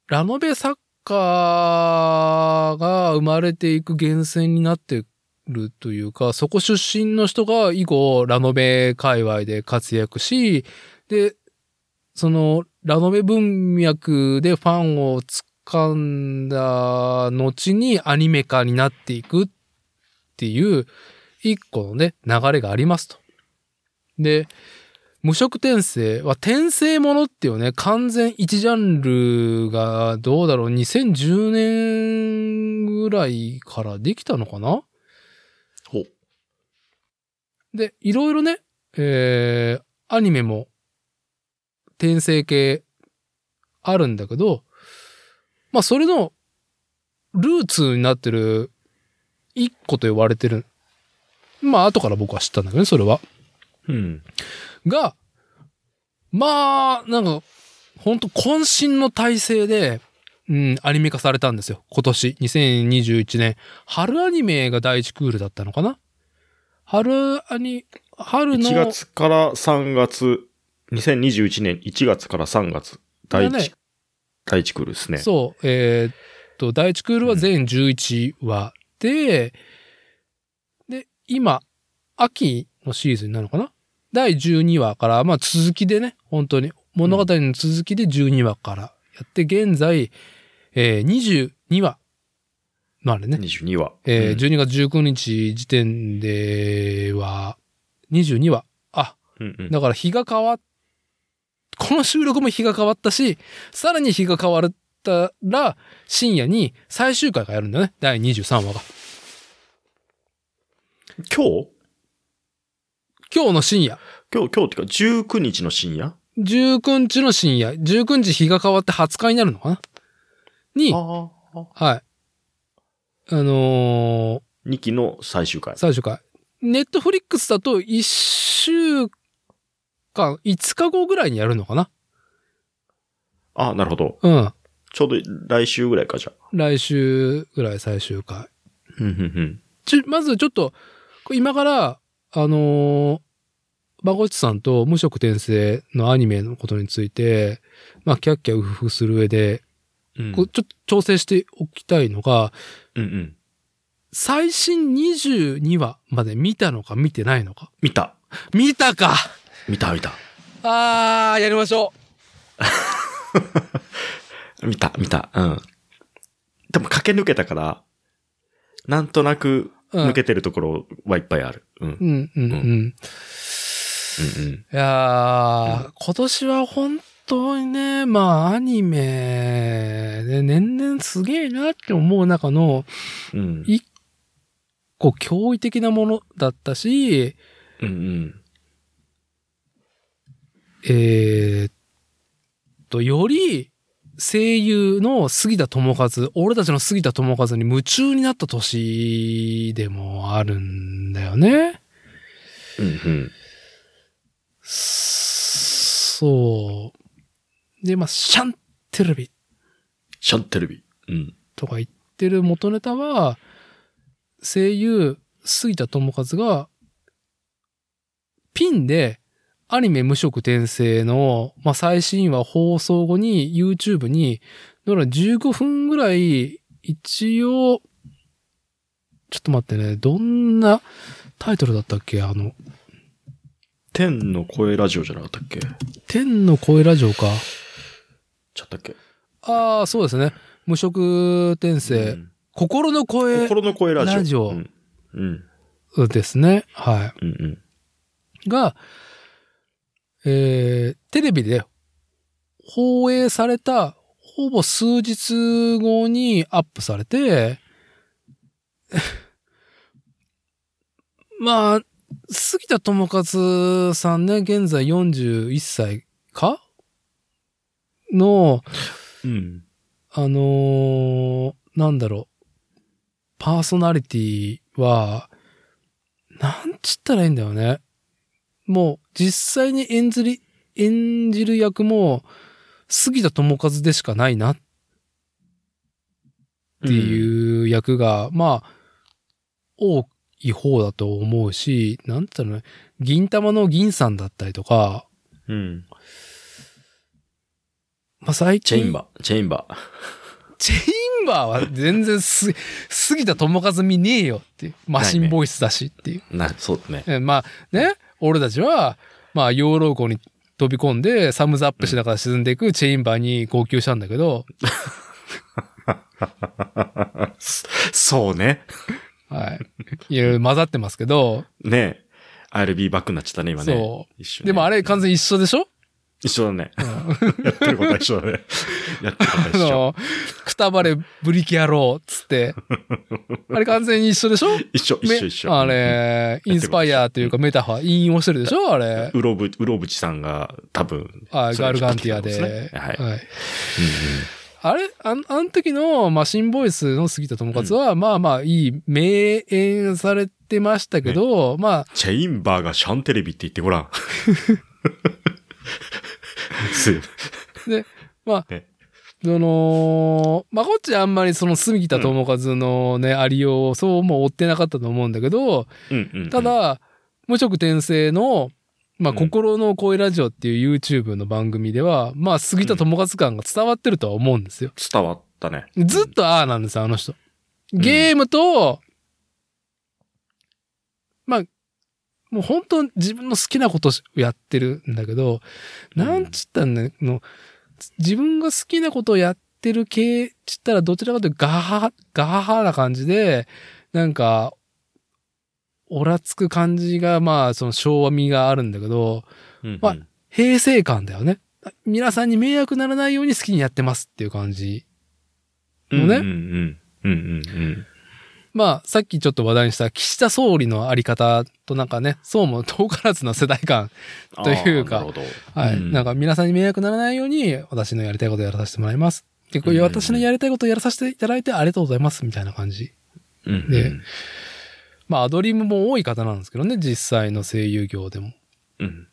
Speaker 1: ラノベ作家が生まれていく源泉になってるというか、そこ出身の人が以後、ラノベ界隈で活躍し、で、その、ラノベ文脈でファンを掴んだ後にアニメ化になっていくっていう、一個のね、流れがありますと。で、無色転生は転生ものっていうね、完全一ジャンルがどうだろう、2010年ぐらいからできたのかな
Speaker 2: ほう。
Speaker 1: で、いろいろね、えー、アニメも、転生系、あるんだけど、まあ、それの、ルーツになってる一個と呼ばれてる。まあ、後から僕は知ったんだけどね、それは。
Speaker 2: うん。
Speaker 1: が、まあ、なんか、ほんと渾身の体制で、うん、アニメ化されたんですよ。今年、2021年。春アニメが第一クールだったのかな春アニ、春の。
Speaker 2: 1月から3月、2021年1月から3月、第一、
Speaker 1: だね
Speaker 2: 第一クールですね。
Speaker 1: そう。えーっと、第一クールは全11話で、で、今、秋のシーズンになるのかな第12話から、まあ続きでね、本当に、物語の続きで12話からやって、現在、えー、22話までね、
Speaker 2: 22話。
Speaker 1: えー
Speaker 2: うん
Speaker 1: 12月19日時点では、22話。あ、
Speaker 2: うんうん
Speaker 1: だから日が変わっ、この収録も日が変わったし、さらに日が変わったら、深夜に最終回がやるんだよね。第23話が。
Speaker 2: 今日
Speaker 1: 今日の深夜。
Speaker 2: 今日、今日っていうか19日の深夜
Speaker 1: 19日の深夜。19日日が変わって20日になるのかなに、はい。
Speaker 2: ああ。
Speaker 1: あのー
Speaker 2: 2期の最終回。
Speaker 1: 最終回。ネットフリックスだと1週間、5日後ぐらいにやるのかな
Speaker 2: ああ、なるほど。
Speaker 1: うん。
Speaker 2: ちょうど来週ぐらいか、じゃあ。
Speaker 1: 来週ぐらい最終回。
Speaker 2: うんうん
Speaker 1: ちょ、まずちょっと、これ今から、あのー、バゴッチさんと無職転生のアニメのことについて、まあ、キャッキャウフフする上で、
Speaker 2: うん。
Speaker 1: こうちょっと調整しておきたいのが、
Speaker 2: うんうん。
Speaker 1: 最新22話まで見たのか見てないのか。
Speaker 2: 見た。
Speaker 1: 見たか
Speaker 2: 見た、見た。
Speaker 1: あー、やりましょ
Speaker 2: 見た、見た。うん。でも駆け抜けたから、なんとなく
Speaker 1: う。うん
Speaker 2: 抜けてるところはいっぱいある。うん。うん
Speaker 1: うん、うん、うん。
Speaker 2: うん。
Speaker 1: いやー、今年は本当にね、まあ、アニメ、ね、年々すげえなって思う中の、
Speaker 2: うん。
Speaker 1: いこう驚異的なものだったし、
Speaker 2: うんうん。
Speaker 1: えーっと、より声優の杉田智和、俺たちの杉田智和に夢中になった年でもあるんだよね。
Speaker 2: うんうん。
Speaker 1: そう。で、まあ、シャンテレビ
Speaker 2: シャンテレビ。うん。
Speaker 1: とか言ってる元ネタは、声優、杉田智和が、ピンで、アニメ無色転生の、まあ、最新話放送後に YouTube に、だから15分ぐらい、一応、ちょっと待ってね、どんなタイトルだったっけあの、
Speaker 2: 天の声ラジオじゃなかったっけ
Speaker 1: 天の声ラジオか。
Speaker 2: ちゃったっけ
Speaker 1: ああ、そうですね。無色転生、
Speaker 2: うん
Speaker 1: 心の声
Speaker 2: 心の声ラジオ。
Speaker 1: ラジオ
Speaker 2: うん。うん。
Speaker 1: ですね。はい。
Speaker 2: うんうん。
Speaker 1: が、えー、テレビで放映されたほぼ数日後にアップされて、 まあ、杉田智和さんね、現在41歳かの、
Speaker 2: うん。
Speaker 1: あのーなんだろう、パーソナリティは、なんちったらいいんだよね。もう、実際に演じり、演じる役も、杉田智和でしかないなって
Speaker 2: うん。
Speaker 1: いう役が、まあ、多い方だと思うし、なんて言ったらね、銀玉の銀さんだったりとか、
Speaker 2: うん。
Speaker 1: まあ最
Speaker 2: チ
Speaker 1: 近、
Speaker 2: ェインバー。チェインバー。
Speaker 1: チェインバーは全然す、杉田智和見ねえよっていう。マシンボイスだしっていう。
Speaker 2: な、そうだね。
Speaker 1: えまあね、俺たちは、まあ養老湖に飛び込んで、サムズアップしながら沈んでいくチェインバーに号泣したんだけど、
Speaker 2: そうね。
Speaker 1: はい。いろいろ混ざってますけ ど、
Speaker 2: ねえ。I'll be back になっちゃったね、今ね。
Speaker 1: そ
Speaker 2: 一
Speaker 1: う。
Speaker 2: 瞬、ね。
Speaker 1: でもあれ完全一緒でしょ
Speaker 2: 一緒だね。
Speaker 1: うん
Speaker 2: やってることは一緒 だね。やってることは
Speaker 1: あ
Speaker 2: 一緒。
Speaker 1: の、くたばれブリキ野郎っつ って。あれ完全に一緒でしょ
Speaker 2: 一緒、一緒、一緒。
Speaker 1: めあ。れ、インスパイアというかメタファー、引用してるでしょあれ。
Speaker 2: うろぶ、うろぶちさんが多分。
Speaker 1: あ
Speaker 2: それ
Speaker 1: ガ
Speaker 2: を
Speaker 1: ルガ
Speaker 2: 引っ張っ
Speaker 1: ン
Speaker 2: て
Speaker 1: テ
Speaker 2: き
Speaker 1: ィ
Speaker 2: た
Speaker 1: ア
Speaker 2: ん
Speaker 1: で。
Speaker 2: ですねはい。
Speaker 1: はい。あれ、あんあの時のマシンボイスの杉田智和は、まあまあいい、名演されてましたけど、まあ、
Speaker 2: チェインバーがシャンテレビって言ってごら ん。す
Speaker 1: その、まあこっちあんまりその杉田智和のね、ありようをそうも追ってなかったと思うんだけど、
Speaker 2: うんうんうん
Speaker 1: た、だ、無職転生の、まあ、
Speaker 2: うん
Speaker 1: 心の声ラジオっていう YouTube の番組では、まあ、杉田智和感が伝わってるとは思うんですよ。
Speaker 2: 伝わったね。
Speaker 1: ずっとああなんですよ、あの人。ゲームと、まあ、もう本当に自分の好きなことをやってるんだけど、なんちったんだの、自分が好きなことをやってる系、ちったらどちらかというとガハハ、ガハハな感じで、なんか、おらつく感じが、まあ、その昭和味があるんだけど、
Speaker 2: うんうん
Speaker 1: まあ平成感だよね。皆さんに迷惑ならないように好きにやってますっていう感じ。
Speaker 2: うん
Speaker 1: ね
Speaker 2: うんうん。うんうん
Speaker 1: まあ、さっきちょっと話題にした岸田総理のあり方となんかね、そうも遠からずな世代間。
Speaker 2: うん。
Speaker 1: というか
Speaker 2: あーなるほど。
Speaker 1: はい。
Speaker 2: うん
Speaker 1: なんか皆さんに迷惑ならないように、私のやりたいことをやらさせてもらいます。で、こう
Speaker 2: うん
Speaker 1: 私のやりたいことをやらさせていただいてありがとうございます、みたいな感じ。
Speaker 2: うんうん
Speaker 1: でまあ、アドリブも多い方なんですけどね、実際の声優業でも。
Speaker 2: うん。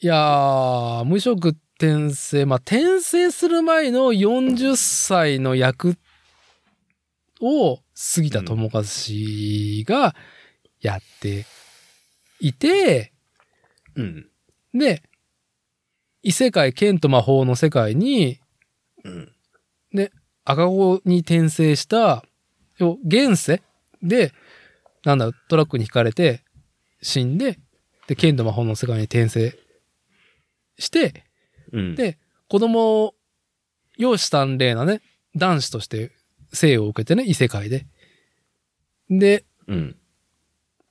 Speaker 1: いやー、無職転生、まあ、転生する前の40歳の役を杉田智和氏がやっていて、
Speaker 2: うん。
Speaker 1: で、異世界、剣と魔法の世界に
Speaker 2: うん。
Speaker 1: 赤子に転生した、要現世で、なんだ、トラックに引かれて死んで、で、剣と魔法の世界に転生して、
Speaker 2: うん。
Speaker 1: で、子供を、容姿端麗なね、男子として生を受けてね、異世界で。で、
Speaker 2: うん。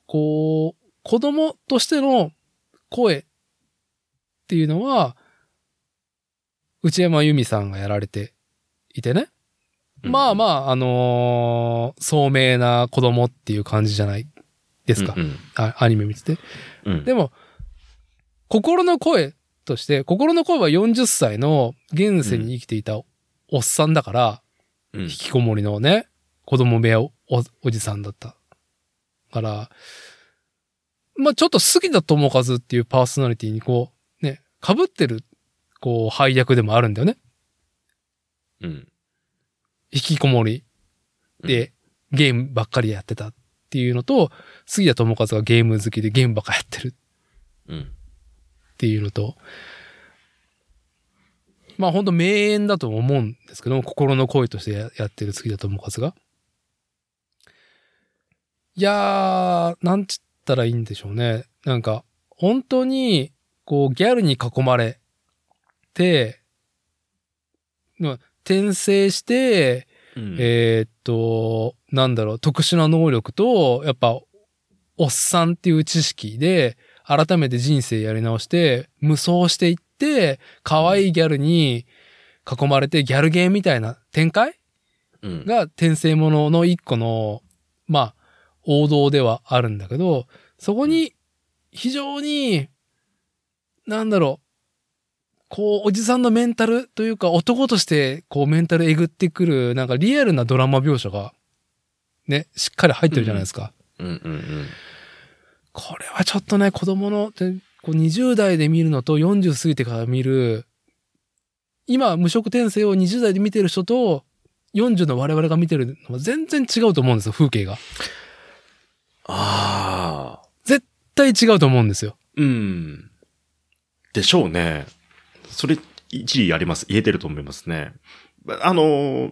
Speaker 1: こう、子供としての声っていうのは、内山由美さんがやられていてね。まあま
Speaker 2: あ、
Speaker 1: あ、あのー聡明な子供っていう感じじゃないですか。
Speaker 2: うん
Speaker 1: あアニメ見てて。
Speaker 2: うん。うん
Speaker 1: でも、心の声として、心の声は40歳の現世に生きていたおっさんだから、
Speaker 2: うん
Speaker 1: 引きこもりのね、子供部屋おおおじさんだった。から、まあちょっと杉田智和っていうパーソナリティにこう、ね、被ってる、こう、配役でもあるんだよね。
Speaker 2: うん。
Speaker 1: 引きこもりでゲームばっかりやってたっていうのと、杉田智和がゲーム好きでゲームばっかやってる
Speaker 2: うん。
Speaker 1: っていうのと、まあ本当名演だと思うんですけども、心の声としてややってる杉田智和が。いやー、なんちったらいいんでしょうね。なんか、本当に、こう、ギャルに囲まれて、まあ転生して、
Speaker 2: うん
Speaker 1: えーっと、なんだろう、特殊な能力と、やっぱ、おっさんっていう知識で、改めて人生やり直して、無双していって、可愛いギャルに囲まれて、ギャルゲーみたいな展開
Speaker 2: うん
Speaker 1: が転生ものの一個の、まあ、王道ではあるんだけど、そこに非常に、なんだろう、こう、おじさんのメンタルというか、男として、こう、メンタルえぐってくる、なんかリアルなドラマ描写が、ね、しっかり入ってるじゃないですか。
Speaker 2: うんうん
Speaker 1: これはちょっとね、子供の、でこう20代で見るのと40過ぎてから見る、今、無職転生を20代で見てる人と、40の我々が見てるのは全然違うと思うんですよ、風景が。
Speaker 2: ああ。
Speaker 1: 絶対違うと思うんですよ。
Speaker 2: うん。でしょうね。それ、一理あります。言えてると思いますね。あのー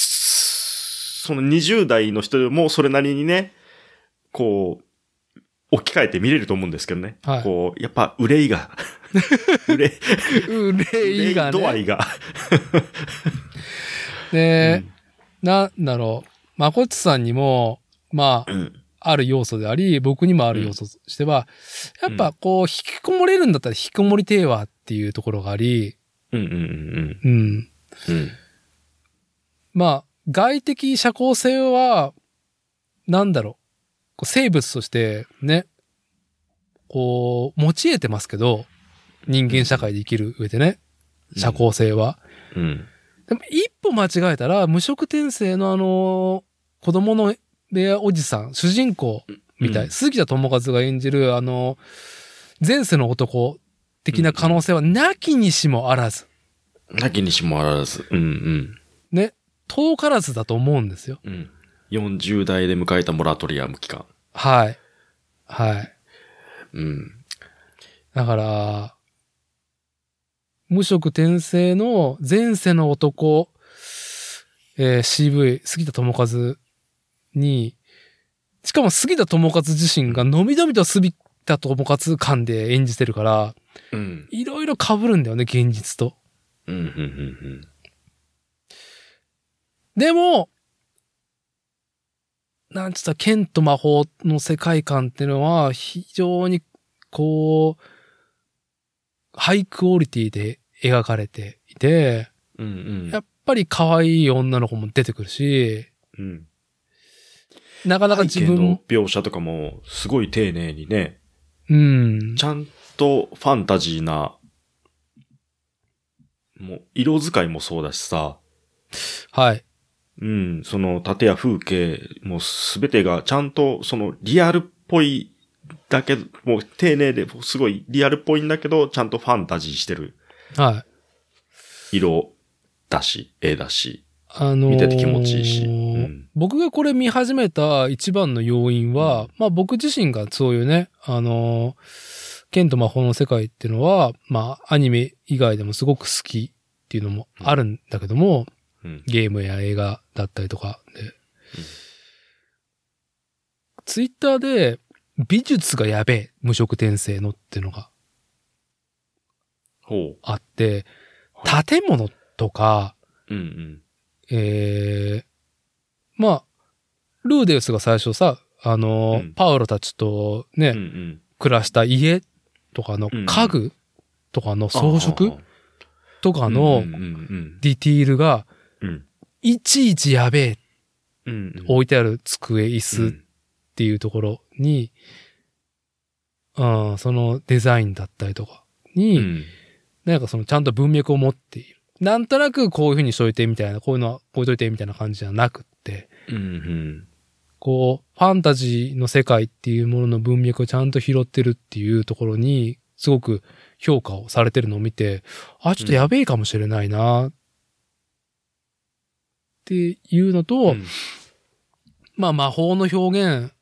Speaker 2: その20代の人もそれなりにね、こう、置き換えて見れると思うんですけどね。
Speaker 1: はい
Speaker 2: こう、やっぱ憂いが、憂
Speaker 1: う
Speaker 2: い、
Speaker 1: れいが
Speaker 2: 度合
Speaker 1: ね。
Speaker 2: いが。
Speaker 1: で、なんだろう。まこっちさんにも、まあ、
Speaker 2: うん。
Speaker 1: ある要素であり、僕にもある要素としては、やっぱこう、引きこもれるんだったら引きこもりテーワーっていうところがあり、
Speaker 2: うんうん
Speaker 1: う
Speaker 2: うん
Speaker 1: ん。
Speaker 2: うん。うん。
Speaker 1: まあ、外的社交性は、なんだろう。こう生物としてね、こう、持ち得てますけど、人間社会で生きる上でね、社交性は。
Speaker 2: うん。
Speaker 1: でも一歩間違えたら、無職転生のあのー子供の部屋おじさん、主人公みたい、
Speaker 2: うん
Speaker 1: 鈴木田智和が演じる、あのー前世の男的な可能性はなきにしもあらず、
Speaker 2: なきにしもあらず。うん
Speaker 1: ね、遠からずだと思うんですよ。
Speaker 2: うん。うん。40代で迎えたモラトリアム期間。
Speaker 1: はい。はい。
Speaker 2: うん。
Speaker 1: だから、無職転生の前世の男、えー CV、杉田智和に、しかも杉田智和自身がのみのみと杉田智和感で演じてるから、
Speaker 2: うん。
Speaker 1: いろいろ被るんだよね、現実と。
Speaker 2: うん。うん。うん。
Speaker 1: でも、なんつったら、剣と魔法の世界観っていうのは、非常に、こう、ハイクオリティで描かれていて、
Speaker 2: うん。うん。
Speaker 1: やっぱり可愛い女の子も出てくるし、
Speaker 2: うん。
Speaker 1: なかなか
Speaker 2: 背
Speaker 1: 自
Speaker 2: 景
Speaker 1: 分
Speaker 2: の
Speaker 1: も、
Speaker 2: 描写とかも、すごい丁寧にね、
Speaker 1: うん
Speaker 2: ち、ゃんとファンタジーな、もう、色使いもそうだしさ、
Speaker 1: はい、
Speaker 2: うん、その盾や風景もすべてがちゃんとそのリアルっぽいだけど、もう丁寧で、すごいリアルっぽいんだけど、ちゃんとファンタジーしてる
Speaker 1: はい。
Speaker 2: 色だし、絵だし、
Speaker 1: あのー
Speaker 2: 見てて気持ちいいし。うん。
Speaker 1: 僕がこれ見始めた一番の要因は、まあ僕自身がそういうね、あのー剣と魔法の世界っていうのは、まあアニメ以外でもすごく好きっていうのもあるんだけども、
Speaker 2: うん。
Speaker 1: ゲームや映画だったりとかで。ツイッターで、美術がやべえ、無職転生のっていうのが
Speaker 2: ほ
Speaker 1: あって、
Speaker 2: は
Speaker 1: 建物とか、
Speaker 2: う。うんうん。
Speaker 1: ええまあ、ルーデウスが最初さ、あのー、
Speaker 2: うん
Speaker 1: パウロたちとね、
Speaker 2: うんうん。
Speaker 1: 暮らした家とかの
Speaker 2: うん
Speaker 1: 家具とかの装飾とかの
Speaker 2: うんうんうん
Speaker 1: ディティールが
Speaker 2: うん。
Speaker 1: いちいちやべえ
Speaker 2: うんうん。
Speaker 1: 置いてある机、椅
Speaker 2: う
Speaker 1: 子っ
Speaker 2: ん
Speaker 1: ていうところに、うん、そのデザインだったりとかに、
Speaker 2: うん
Speaker 1: なんかそのちゃんと文脈を持っている。なんとなくこういう風にしといてみたいな、こういうのは置いといてみたいな感じじゃなくって、
Speaker 2: うんうん。
Speaker 1: こう、ファンタジーの世界っていうものの文脈をちゃんと拾ってるっていうところに、すごく評価をされてるのを見て、あ、ちょっとやべえかもしれないな、っていうのと、
Speaker 2: うん
Speaker 1: まあ魔法の表現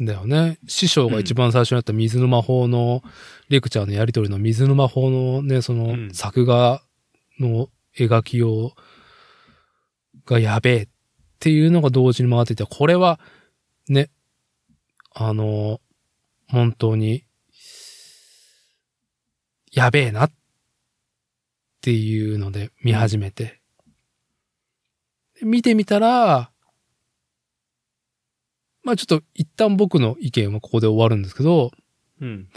Speaker 1: だよね。師匠が一番最初にやった水の魔法のレクチャーのやりとりの水の魔法のね、その
Speaker 2: うん
Speaker 1: 作画の描きようがやべえっていうのが同時に回っていて、これはね、あの、本当にやべえなっていうので見始めて。見てみたら、まあちょっと一旦僕の意見はここで終わるんですけど、
Speaker 2: うん。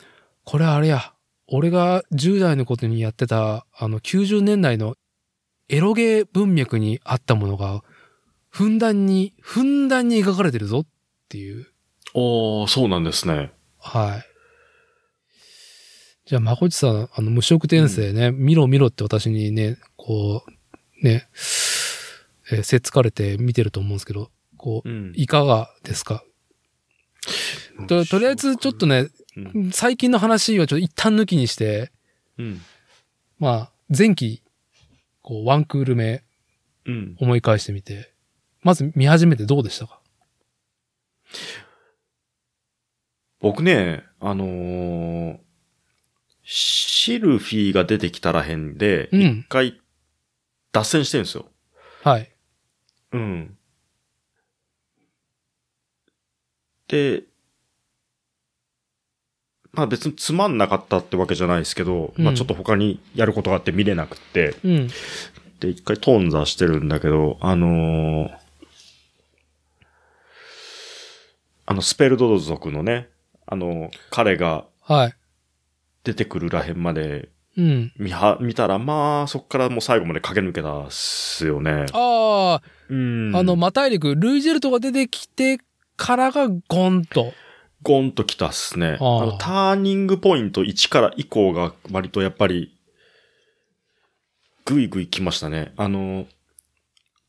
Speaker 1: これあれや、俺が10代のことにやってた、あの90年代のエロゲー文脈にあったものが、ふんだんに、ふんだんに描かれてるぞっていう。
Speaker 2: おー、そうなんですね。
Speaker 1: はい。じゃあ、まこっちさん、あの、無職転生ね、見ろ見ろって私にね、こう、ね、えーせっつかれて見てると思うんですけど、こう、
Speaker 2: うん
Speaker 1: いかがですかととりあえず、ちょっと
Speaker 2: ね。
Speaker 1: ね、
Speaker 2: うん
Speaker 1: 最近の話はちょっと一旦抜きにして、
Speaker 2: うん。
Speaker 1: まあ、前期、こう、ワンクール目
Speaker 2: うん。
Speaker 1: 思い返してみて、まず見始めてどうでしたか
Speaker 2: 僕ね、あのーシルフィーが出てきたらへんで、
Speaker 1: う
Speaker 2: 一
Speaker 1: ん。
Speaker 2: 回、脱線してるんですよ。
Speaker 1: はい。
Speaker 2: うん。で、まあ別につまんなかったってわけじゃないですけど、
Speaker 1: うん
Speaker 2: まあちょっと他にやることがあって見れなくって、
Speaker 1: うん。
Speaker 2: で、一回頓挫してるんだけど、あのーあの、スペルドド族のね、あの、彼が
Speaker 1: はい。
Speaker 2: 出てくるらへんまで
Speaker 1: うん。
Speaker 2: 見は、見たら、まあ、そっからもう最後まで駆け抜けたっすよね。
Speaker 1: ああ、
Speaker 2: うん
Speaker 1: あの、、魔大陸、ルイジェルトが出てきてからがゴンと。
Speaker 2: ゴンと来たっす
Speaker 1: あ
Speaker 2: ね。
Speaker 1: ー
Speaker 2: あの、ターニングポイント1から以降が割とやっぱり、ぐいぐい来ましたね。あの、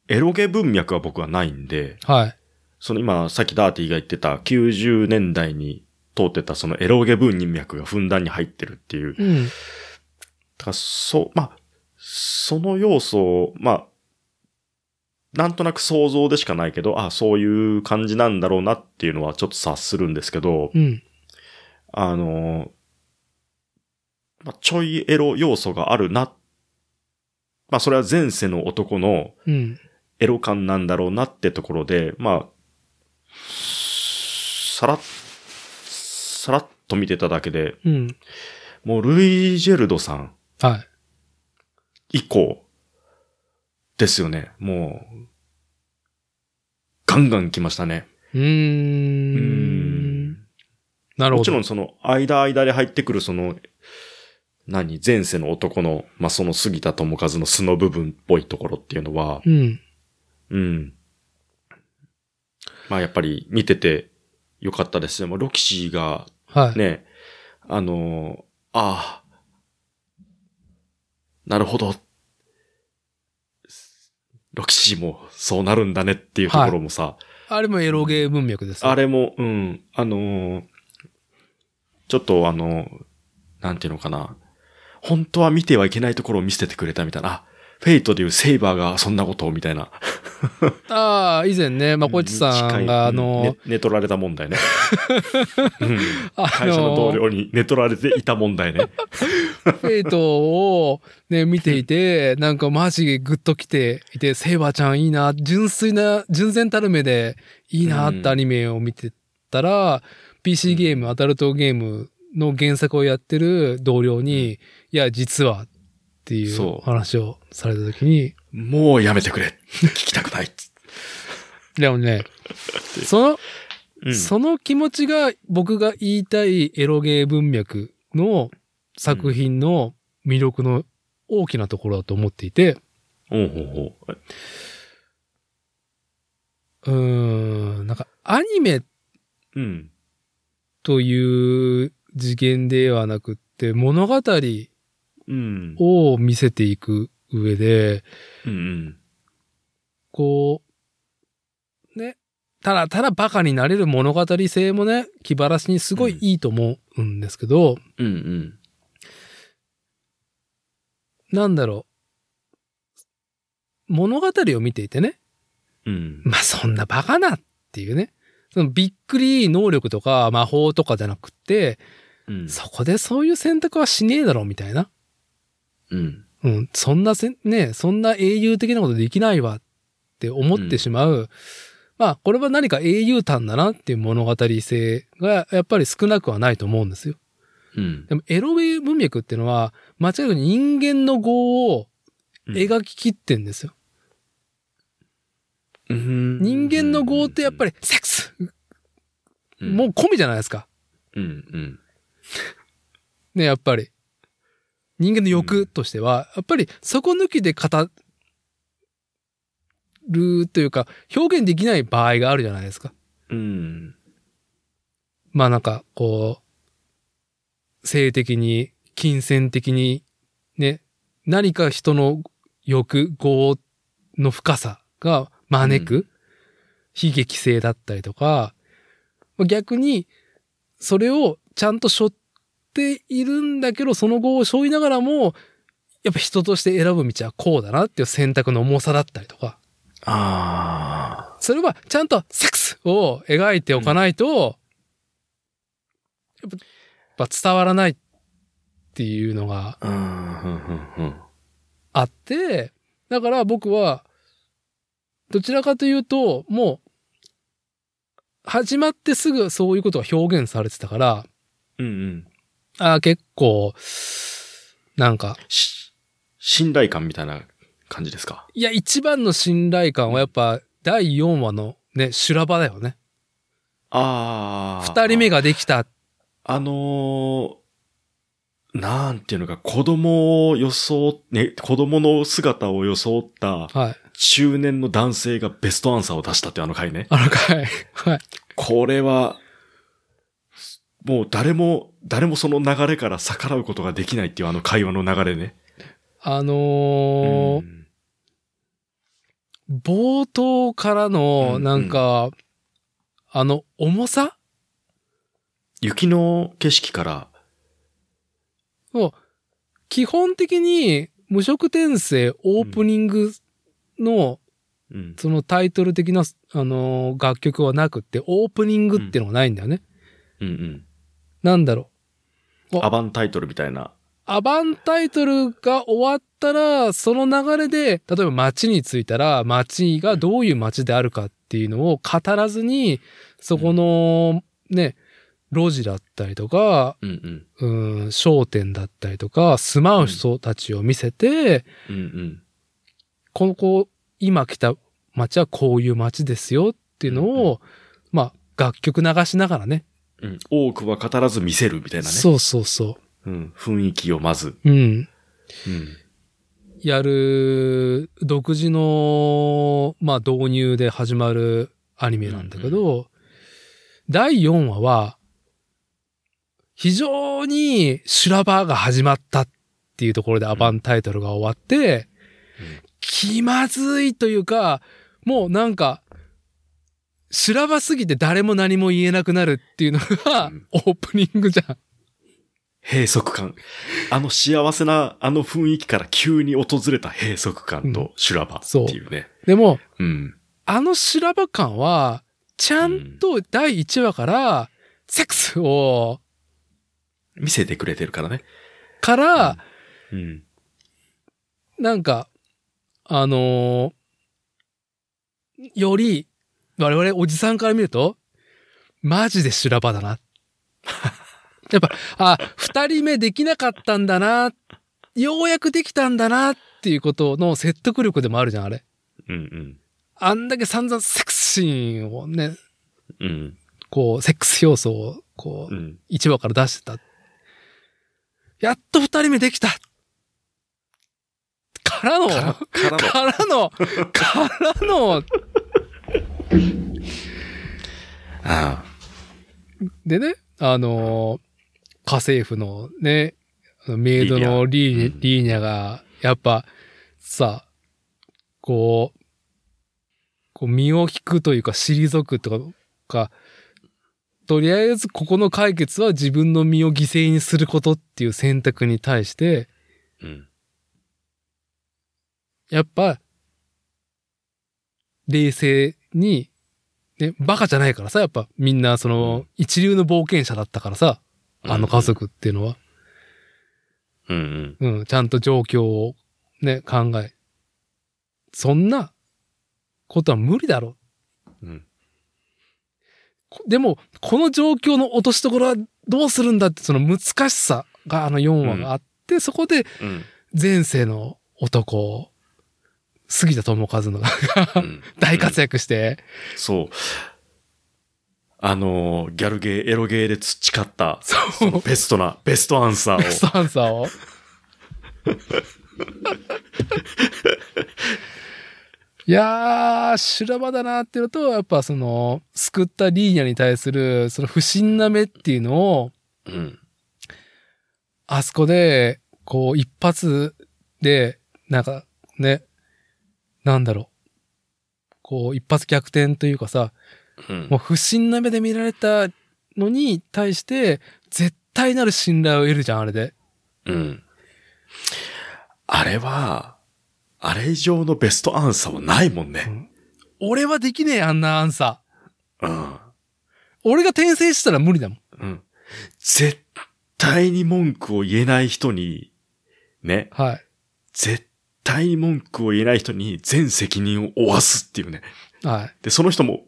Speaker 2: エロゲ文脈は僕はないんで、
Speaker 1: はい。
Speaker 2: その今、さっきダーティが言ってた90年代に通ってたそのエロゲ文脈がふんだんに入ってるっていう。
Speaker 1: うん。
Speaker 2: だから、そう、まあ、その要素を、まあ、なんとなく想像でしかないけど、あ、そういう感じなんだろうなっていうのはちょっと察するんですけど、
Speaker 1: うん。
Speaker 2: あの、まあ、ちょいエロ要素があるな。まあ、それは前世の男の
Speaker 1: うん。
Speaker 2: エロ感なんだろうなってところで、まあ、さらっ、さらっと見てただけで、
Speaker 1: うん。
Speaker 2: もうルイ・ジェルドさん、
Speaker 1: はい。
Speaker 2: 以降ですよね。もう、ガンガン来ましたね。
Speaker 1: うー。。
Speaker 2: うん
Speaker 1: なるほ
Speaker 2: もち
Speaker 1: ど。
Speaker 2: ろんその間間で入ってくるその、何、前世の男の、まあ、その杉田智和の素の部分っぽいところっていうのは、
Speaker 1: うん。
Speaker 2: うん。まあやっぱり見ててよかったですね。まあ、ロキシーが
Speaker 1: はい。
Speaker 2: ね、あのーああ、なるほど。ロキシーもそうなるんだねっていうところもさ、
Speaker 1: あれもエロゲー文脈ですね。
Speaker 2: あれも、うん、あのーちょっとあのーなんていうのかな、本当は見てはいけないところを見せてくれたみたいな、あフェイトでいうセイバーがそんなことをみたいな。
Speaker 1: ああ、以前ね、まこっちさ
Speaker 2: 近
Speaker 1: ん
Speaker 2: い
Speaker 1: が、あ
Speaker 2: うん
Speaker 1: の
Speaker 2: ね、寝取られた問題ね。うん
Speaker 1: あの
Speaker 2: 会社の同僚に寝取られていた問題ね。
Speaker 1: フェイトをね、見ていて、なんかマジグッときていて、セイバーちゃんいいな、純粋な、純然たる目でいいなってアニメを見てたら、PC ゲーム、アダルトゲームの原作をやってる同僚に、いや、実はっていう
Speaker 2: そう
Speaker 1: お話をされた時に、
Speaker 2: もうやめてくれ。聞きたくないっつ
Speaker 1: でも ね、その、
Speaker 2: うん
Speaker 1: その気持ちが僕が言いたいエロゲー文脈の作品の魅力の大きなところだと思っていて、
Speaker 2: ほうほうほう。
Speaker 1: うーん、なんかアニメ
Speaker 2: うん。
Speaker 1: という次元ではなくって物語
Speaker 2: うん。
Speaker 1: を見せていく上で、
Speaker 2: うんうん。
Speaker 1: こう、ね、ただただバカになれる物語性もね、気晴らしにすごいいいと思うんですけど、
Speaker 2: うんうん。
Speaker 1: なんだろう。物語を見ていてね、
Speaker 2: うん。
Speaker 1: まあそんなバカなっていうね、そのびっくり能力とか魔法とかじゃなくって、
Speaker 2: うん。
Speaker 1: そこでそういう選択はしねえだろうみたいな。
Speaker 2: うん。
Speaker 1: うん、そんなせん、ね、そんな英雄的なことできないわって思ってしまう。まあ、これは何か英雄譚だなっていう物語性がやっぱり少なくはないと思うんですよ。
Speaker 2: うん。
Speaker 1: でも、エロウェイ文脈っていうのは、間違いなく人間の業を描ききってんですよ。
Speaker 2: うん
Speaker 1: 人間の業ってやっぱりセックス、
Speaker 2: うん
Speaker 1: もう込みじゃないですか。
Speaker 2: うんうん。
Speaker 1: ね、やっぱり。人間の
Speaker 2: う
Speaker 1: 欲
Speaker 2: ん
Speaker 1: としては、やっぱりそこ抜きで語るというか、表現できない場合があるじゃないですか。
Speaker 2: うん。
Speaker 1: まあなんか、こう、性的に、金銭的に、ね、何か人の欲望の深さが招く悲劇性だったりとか、まあ逆に、それをちゃんと背負っているんだけど、その後を背負いながらも、やっぱ人として選ぶ道はこうだなっていう選択の重さだったりとか、
Speaker 2: ああ。
Speaker 1: それはちゃんとセックスを描いておかないと、やっぱ伝わらないっていうのが
Speaker 2: うん。うん。うん。
Speaker 1: あって、だから僕は、どちらかというと、もう、始まってすぐそういうことが表現されてたから、
Speaker 2: うんうん。
Speaker 1: あー結構、なんか、
Speaker 2: し、信頼感みたいな感じですか。
Speaker 1: いや、一番の信頼感はやっぱ第4話のね、修羅場だよね。
Speaker 2: ああ。
Speaker 1: 二人目ができた。
Speaker 2: あのー、なんていうのか、子供を装っ、ね、子供の姿を装った
Speaker 1: はい。
Speaker 2: 中年の男性がベストアンサーを出したっていうあの回ね。
Speaker 1: あの回。はい。
Speaker 2: これは、もう誰も、誰もその流れから逆らうことができないっていうあの会話の流れね。
Speaker 1: あのー
Speaker 2: うん
Speaker 1: 冒頭から
Speaker 2: うん
Speaker 1: の、
Speaker 2: うん
Speaker 1: なんか、あの、重さ
Speaker 2: 雪の景色から、
Speaker 1: 基本的に、無色転生オープニングの、
Speaker 2: うん
Speaker 1: そのタイトル的な、あのー楽曲はなくって、オープニングってのがないんだよね。
Speaker 2: うんうん。
Speaker 1: なんだろう。お
Speaker 2: アバンタイトルみたいな。
Speaker 1: アバンタイトルが終わったら、その流れで、例えば街に着いたら、街がどういう街であるかっていうのを語らずに、そこの、ね、路地だったりとか、
Speaker 2: うんうん。
Speaker 1: うん、商店だったりとか、住まう人たちを見せて、
Speaker 2: うんうん。
Speaker 1: この子、今来た街はこういう街ですよっていうの
Speaker 2: うんう
Speaker 1: を、まあ、楽曲流しながらね。
Speaker 2: うん、多くは語らず見せるみたいなね。
Speaker 1: そうそうそ
Speaker 2: うん、雰囲気をまず。
Speaker 1: う。うん。
Speaker 2: うん。
Speaker 1: やる独自の、まあ、導入で始まるアニメなんだけど、第4話は、非常に修羅場が始まったっていうところでアバンタイトルが終わって、
Speaker 2: うん
Speaker 1: 気まずいというか、もうなんか、修羅場すぎて誰も何も言えなくなるっていうのが、
Speaker 2: うん
Speaker 1: オープニングじゃん。
Speaker 2: 閉塞感。あの幸せな、あの雰囲気から急に訪れた閉塞感と修羅場っていうね。
Speaker 1: でも、
Speaker 2: うん。
Speaker 1: あの修羅場感は、ちゃんと第1話から、セックスを、
Speaker 2: 見せてくれてるからね。
Speaker 1: から、
Speaker 2: うん。
Speaker 1: なんか、あのーより、我々おじさんから見ると、マジで修羅場だな。 やっぱ、あ、二人目できなかったんだな、ようやくできたんだな、っていうことの説得力でもあるじゃん、あれ。
Speaker 2: うん
Speaker 1: あんだけ散々セックスシーンをね、
Speaker 2: うん。うん。
Speaker 1: こう、セックス要素を、こう
Speaker 2: う、ん。
Speaker 1: 1話から出してた。やっと2人目できたからの、
Speaker 2: から
Speaker 1: か
Speaker 2: からの
Speaker 1: らの、からの、
Speaker 2: ああ。
Speaker 1: でね、あのー、家政婦のね、メイドのリーニ
Speaker 2: リーニャ
Speaker 1: ャリーニャ
Speaker 2: うん
Speaker 1: が、やっぱ、さ、こう、こう身を引くというか、退くとか、とりあえずここの解決は自分の身を犠牲にすることっていう選択に対して、
Speaker 2: うん。
Speaker 1: やっぱ、冷静に、ね、バカじゃないからさ、やっぱみんなその一流の冒険者だったからさ、あの家族っていうのは、
Speaker 2: うんうん。
Speaker 1: うん、ちゃんと状況をね、考え。そんなことは無理だろ。
Speaker 2: うん。
Speaker 1: こでも、この状況の落としどころはどうするんだって、その難しさがあの4話があって、そこで
Speaker 2: うん。
Speaker 1: 前世の男、杉田智和のが
Speaker 2: うん
Speaker 1: 大活躍して、
Speaker 2: そう。あのー、ギャルゲー、エロゲーで培った、
Speaker 1: そう
Speaker 2: ベストな、ベストアンサー
Speaker 1: ベス
Speaker 2: を。
Speaker 1: トアンサーを。 いやー、修羅場だなっていうのと、やっぱその、救ったリーニャに対する、その不審な目っていうのを、
Speaker 2: うん。
Speaker 1: あそこで、こう、一発で、なんか、ね、なんだろう。こう、一発逆転というかさ、
Speaker 2: うん
Speaker 1: もう不審な目で見られたのに対して、絶対なる信頼を得るじゃん、あれで。
Speaker 2: うん。あれは、あれ以上のベストアンサーはないもんね。
Speaker 1: 俺はできねえ、あんなアンサー。
Speaker 2: うん。
Speaker 1: 俺が転生したら無理だもん。
Speaker 2: うん。絶対に文句を言えない人に、ね、
Speaker 1: はい。
Speaker 2: 絶対に文句を言えない人に全責任を負わすっていうね。
Speaker 1: はい。
Speaker 2: で、その人も、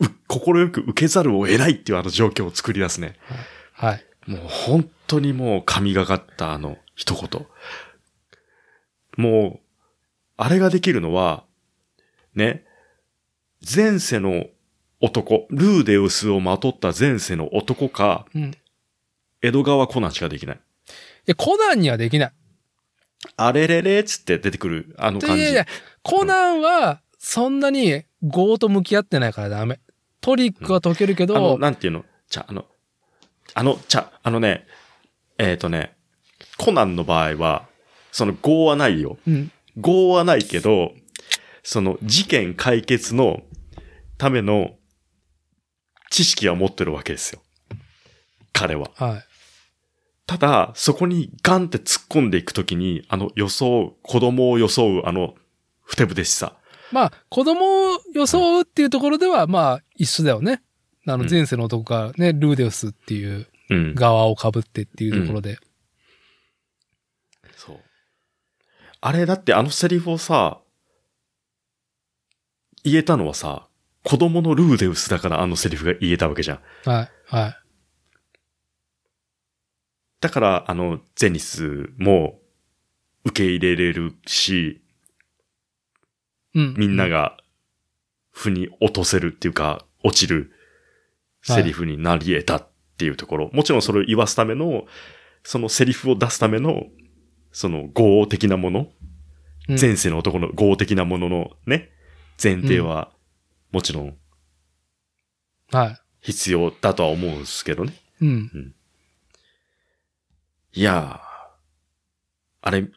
Speaker 2: う心よく受けざるを得ないっていうあの状況を作り出すね。
Speaker 1: はい。
Speaker 2: もう本当にもう神がかったあの一言。もう、あれができるのは、ね、前世の男、ルーデウスをまとった前世の男か、
Speaker 1: うん。い
Speaker 2: 江戸川コナンしかできない。
Speaker 1: や、コナンにはできない。
Speaker 2: あれれれっつって出てくるあの
Speaker 1: い
Speaker 2: 感じ。
Speaker 1: やいや、コナンは、そんなに、業と向き合ってないからダメ。トリックは解けるけ
Speaker 2: あの、
Speaker 1: ど、
Speaker 2: なんていうのじゃあ、あの、あの、ちゃ、あのね、えっ、とね、コナンの場合は、その業はないよ。
Speaker 1: うん。
Speaker 2: 業はないけど、その事件解決のための知識は持ってるわけですよ。彼は。
Speaker 1: はい。
Speaker 2: ただ、そこにガンって突っ込んでいくときに、あの、装う、子供を装う、あの、ふてぶてしさ。
Speaker 1: まあ、子供を装うっていうところでは、まあ、一緒だよね。あの、
Speaker 2: うん
Speaker 1: 前世の男がね、ルーデウスっていう
Speaker 2: うん。
Speaker 1: 側を被ってっていうところで。
Speaker 2: そう。あれ、だってあのセリフをさ、言えたのはさ、子供のルーデウスだからあのセリフが言えたわけじゃん。
Speaker 1: はい。はい。
Speaker 2: だから、あの、ゼニスも受け入れれるし、
Speaker 1: うん。
Speaker 2: みんなが、腑に落とせるっていうか、落ちるセリフになり得たっていうところ。もちろんそれを言わすための、そのセリフを出すための、その合的なもの、
Speaker 1: うん、
Speaker 2: 前世の男の合的なもののね、前提は、もちろん
Speaker 1: は
Speaker 2: 必要だとは思うんですけどね。
Speaker 1: い。うん。
Speaker 2: いやー、あれ、ちょ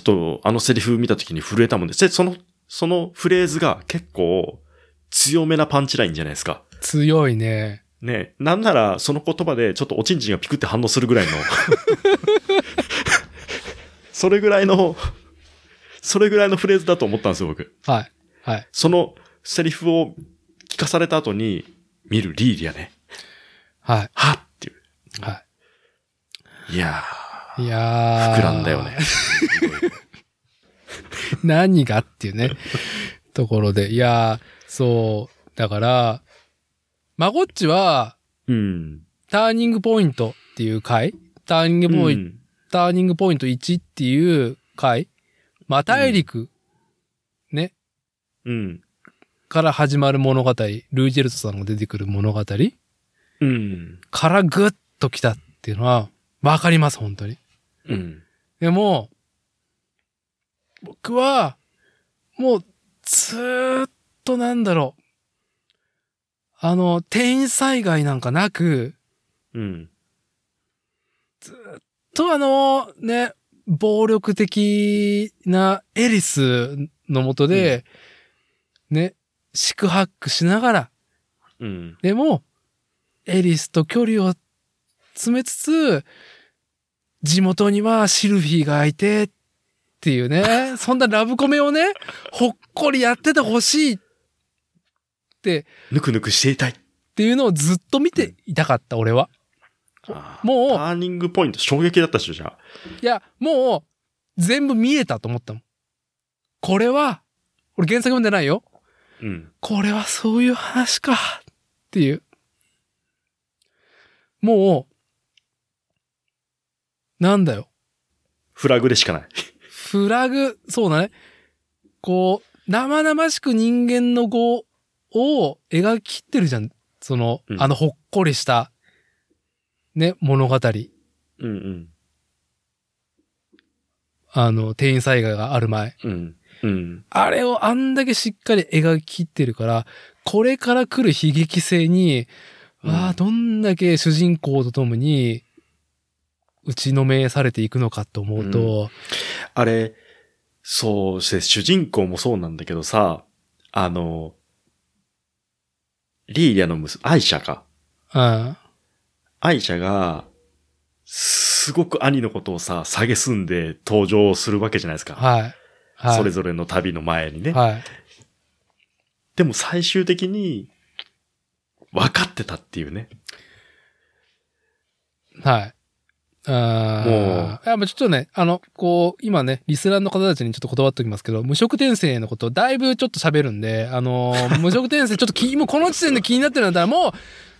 Speaker 2: っとあのセリフ見た時に震えたもんです。で、その、そのフレーズが結構強めなパンチラインじゃないですか。
Speaker 1: 強いね。
Speaker 2: ねなんならその言葉でちょっとおちんちんがピクって反応するぐらいの。 それぐらいの、それぐらいのフレーズだと思ったんですよ、僕。
Speaker 1: はい。はい。
Speaker 2: そのセリフを聞かされた後に見るリーリアね。
Speaker 1: は
Speaker 2: はっっていう。
Speaker 1: い。はい
Speaker 2: や
Speaker 1: い。いやー。
Speaker 2: ー、膨らんだよね。。
Speaker 1: 何がって いうね、ところで。いやー、そう。だから、まごっちは、
Speaker 2: うん。
Speaker 1: ターニングポイントっていう回ターニングポイント、
Speaker 2: うん
Speaker 1: ターニングポイント1っていう回まあ、大陸、ね、
Speaker 2: うん。
Speaker 1: から始まる物語、ルージェルトさんが出てくる物語
Speaker 2: うん。
Speaker 1: からぐっと来たっていうのは、わかります、本当に。
Speaker 2: うん。
Speaker 1: でも、僕は、もう、ずーっとなんだろう。あの、転移災害なんかなく、
Speaker 2: うん。
Speaker 1: とあの、ね、暴力的なエリスのもとで、ね、四苦八苦しながら、
Speaker 2: うん。
Speaker 1: でも、エリスと距離を詰めつつ、地元にはシルフィーがいて、っていうね、そんなラブコメをね、ほっこりやっててほしいって、
Speaker 2: ぬくぬくしていたい。
Speaker 1: っていうのをずっと見ていたかった、俺は。もう
Speaker 2: ターニングポイント、衝撃だったでしょ、じゃあ。
Speaker 1: いや、もう、全部見えたと思ったもん。これは、俺原作読んでないよ。
Speaker 2: うん。
Speaker 1: これはそういう話か、っていう。もう、なんだよ。
Speaker 2: フラグでしかない。
Speaker 1: フラグ、そうだね。こう、生々しく人間の語を描ききってるじゃん。その、
Speaker 2: うん
Speaker 1: あのほっこりした、ね、物語。
Speaker 2: うん
Speaker 1: あの、定員災害がある前。
Speaker 2: うん。うん。うん。
Speaker 1: あれをあんだけしっかり描ききってるから、これから来る悲劇性に、
Speaker 2: うん
Speaker 1: わあ、どんだけ主人公とともに、打ちのめされていくのかと思うと、
Speaker 2: あれ、そうして、主人公もそうなんだけどさ、あの、リーリアの娘、アイシャか。
Speaker 1: うん、
Speaker 2: アイシャが、すごく兄のことをさ、下げすんで登場するわけじゃないですか。
Speaker 1: はい。はい。
Speaker 2: それぞれの旅の前にね。
Speaker 1: はい。
Speaker 2: でも最終的に、分かってたっていうね。
Speaker 1: はい。あー
Speaker 2: も
Speaker 1: いや、もうちょっとね、あの、こう、今ね、リスナーの方たちにちょっと断っておきますけど、無職転生のこと、だいぶちょっと喋るんで、あのー無職転生、ちょっと気、もうこの時点で気になってるんだったら、も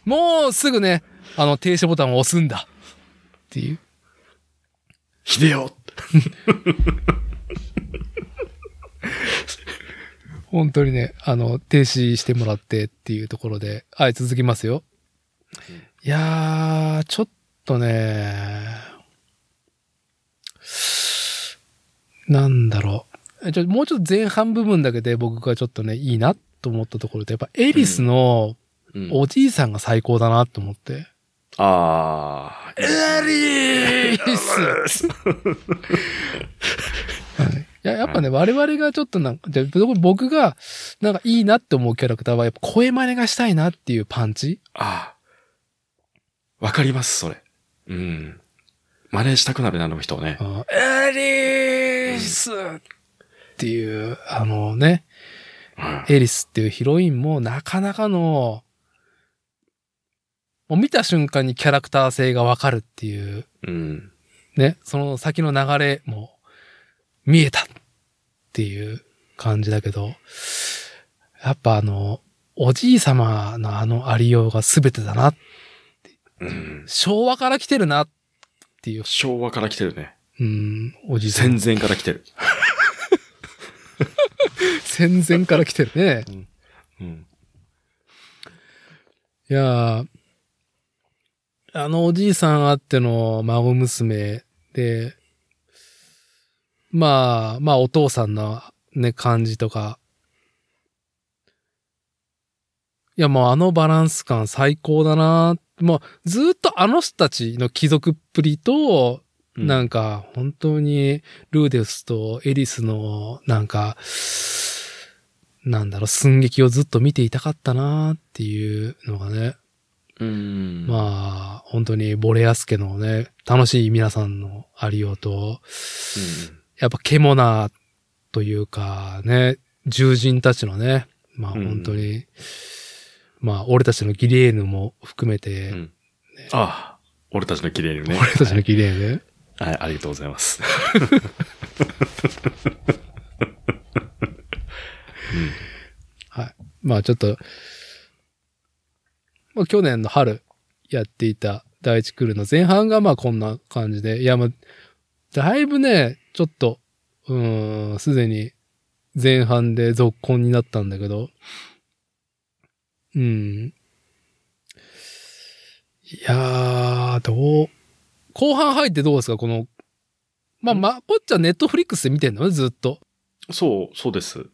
Speaker 1: う、もうすぐね、あの、停止ボタンを押すんだ。っていう。
Speaker 2: 秀夫
Speaker 1: 本当にね、あの、停止してもらってっていうところで、はい、続きますよ。いやー、ちょっとね、なんだろう。えちょもうちょっと前半部分だけで僕がちょっとね、いいなと思ったところで、やっぱエリスの
Speaker 2: うん
Speaker 1: おじいさんが最高だなと思って。
Speaker 2: あー。
Speaker 1: エリースはいいや、やっぱね、我々がちょっとなんか、じゃあ僕が、なんかいいなって思うキャラクターは、やっぱ声真似がしたいなっていうパンチ
Speaker 2: ああ。わかります、それ。うん。真似したくなるな、あの人ね。
Speaker 1: エリスっていう、あのね、
Speaker 2: うん
Speaker 1: エリスっていうヒロインもなかなかの、もう見た瞬間にキャラクター性がわかるっていう、
Speaker 2: うん。
Speaker 1: ね、その先の流れも見えたっていう感じだけど、やっぱあの、おじい様のあのありようが全てだな。
Speaker 2: うん。
Speaker 1: 昭和から来てるなっていう、
Speaker 2: 昭和から来てるね。
Speaker 1: うん、おじいさん
Speaker 2: 戦前から来てる。
Speaker 1: 戦前から来てるね。
Speaker 2: うん。
Speaker 1: いやーあのおじいさんあっての孫娘で、まあ、まあお父さんのね、感じとか。いや、もうあのバランス感最高だな。もうずーっとあの人たちの貴族っぷりと、なんか、本当に、ルーデスとエリスの、なんか、なんだろう、寸劇をずっと見ていたかったなっていうのがね、
Speaker 2: うん。あ。
Speaker 1: まあ、本当にボレアスケのね、楽しい皆さんのありようと、やっぱ獣なというかね、獣人たちのね、まあ
Speaker 2: うん
Speaker 1: 本当に、まあ俺たちのギレーヌも含めて、
Speaker 2: うんああ。俺たちの綺麗にね。
Speaker 1: 俺たちのギレーヌ、
Speaker 2: はい、ありがとうございます。
Speaker 1: まあちょっと、まあ去年の春やっていた第一クールの前半がまあこんな感じで、いやまあ、だいぶね、ちょっと、うーん、すでに前半で続婚になったんだけど、うん。いやー、どう、後半入ってどうですかこの、まあ、まこっちはネットフリックスで見てんのね、ずっと。
Speaker 2: そう、そうです。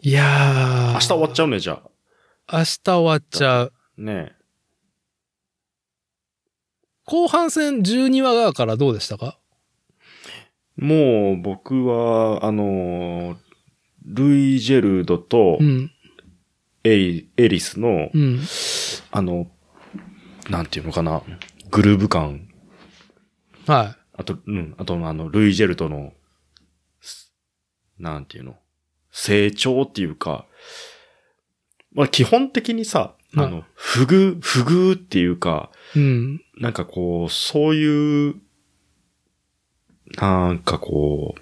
Speaker 1: いやー。
Speaker 2: 明日終わっちゃうね、じゃ
Speaker 1: 明
Speaker 2: あ。
Speaker 1: 日終わっちゃう。
Speaker 2: ねえ
Speaker 1: 後半戦12話側からどうでしたか
Speaker 2: もう、僕は、あのールイ・ジェルドと
Speaker 1: うん。
Speaker 2: エリ,、エリスの
Speaker 1: う、ん。
Speaker 2: あの、なんていうのかな、グルーヴ感。
Speaker 1: は
Speaker 2: あと、うん、あと、あの、ルイ・ジェルドの、すなんていうの、成長っていうか、まあ、基本的にさ、あ
Speaker 1: う
Speaker 2: の、不遇、不遇っていうか、
Speaker 1: い。うん。
Speaker 2: なんかこう、そういう、なんかこう、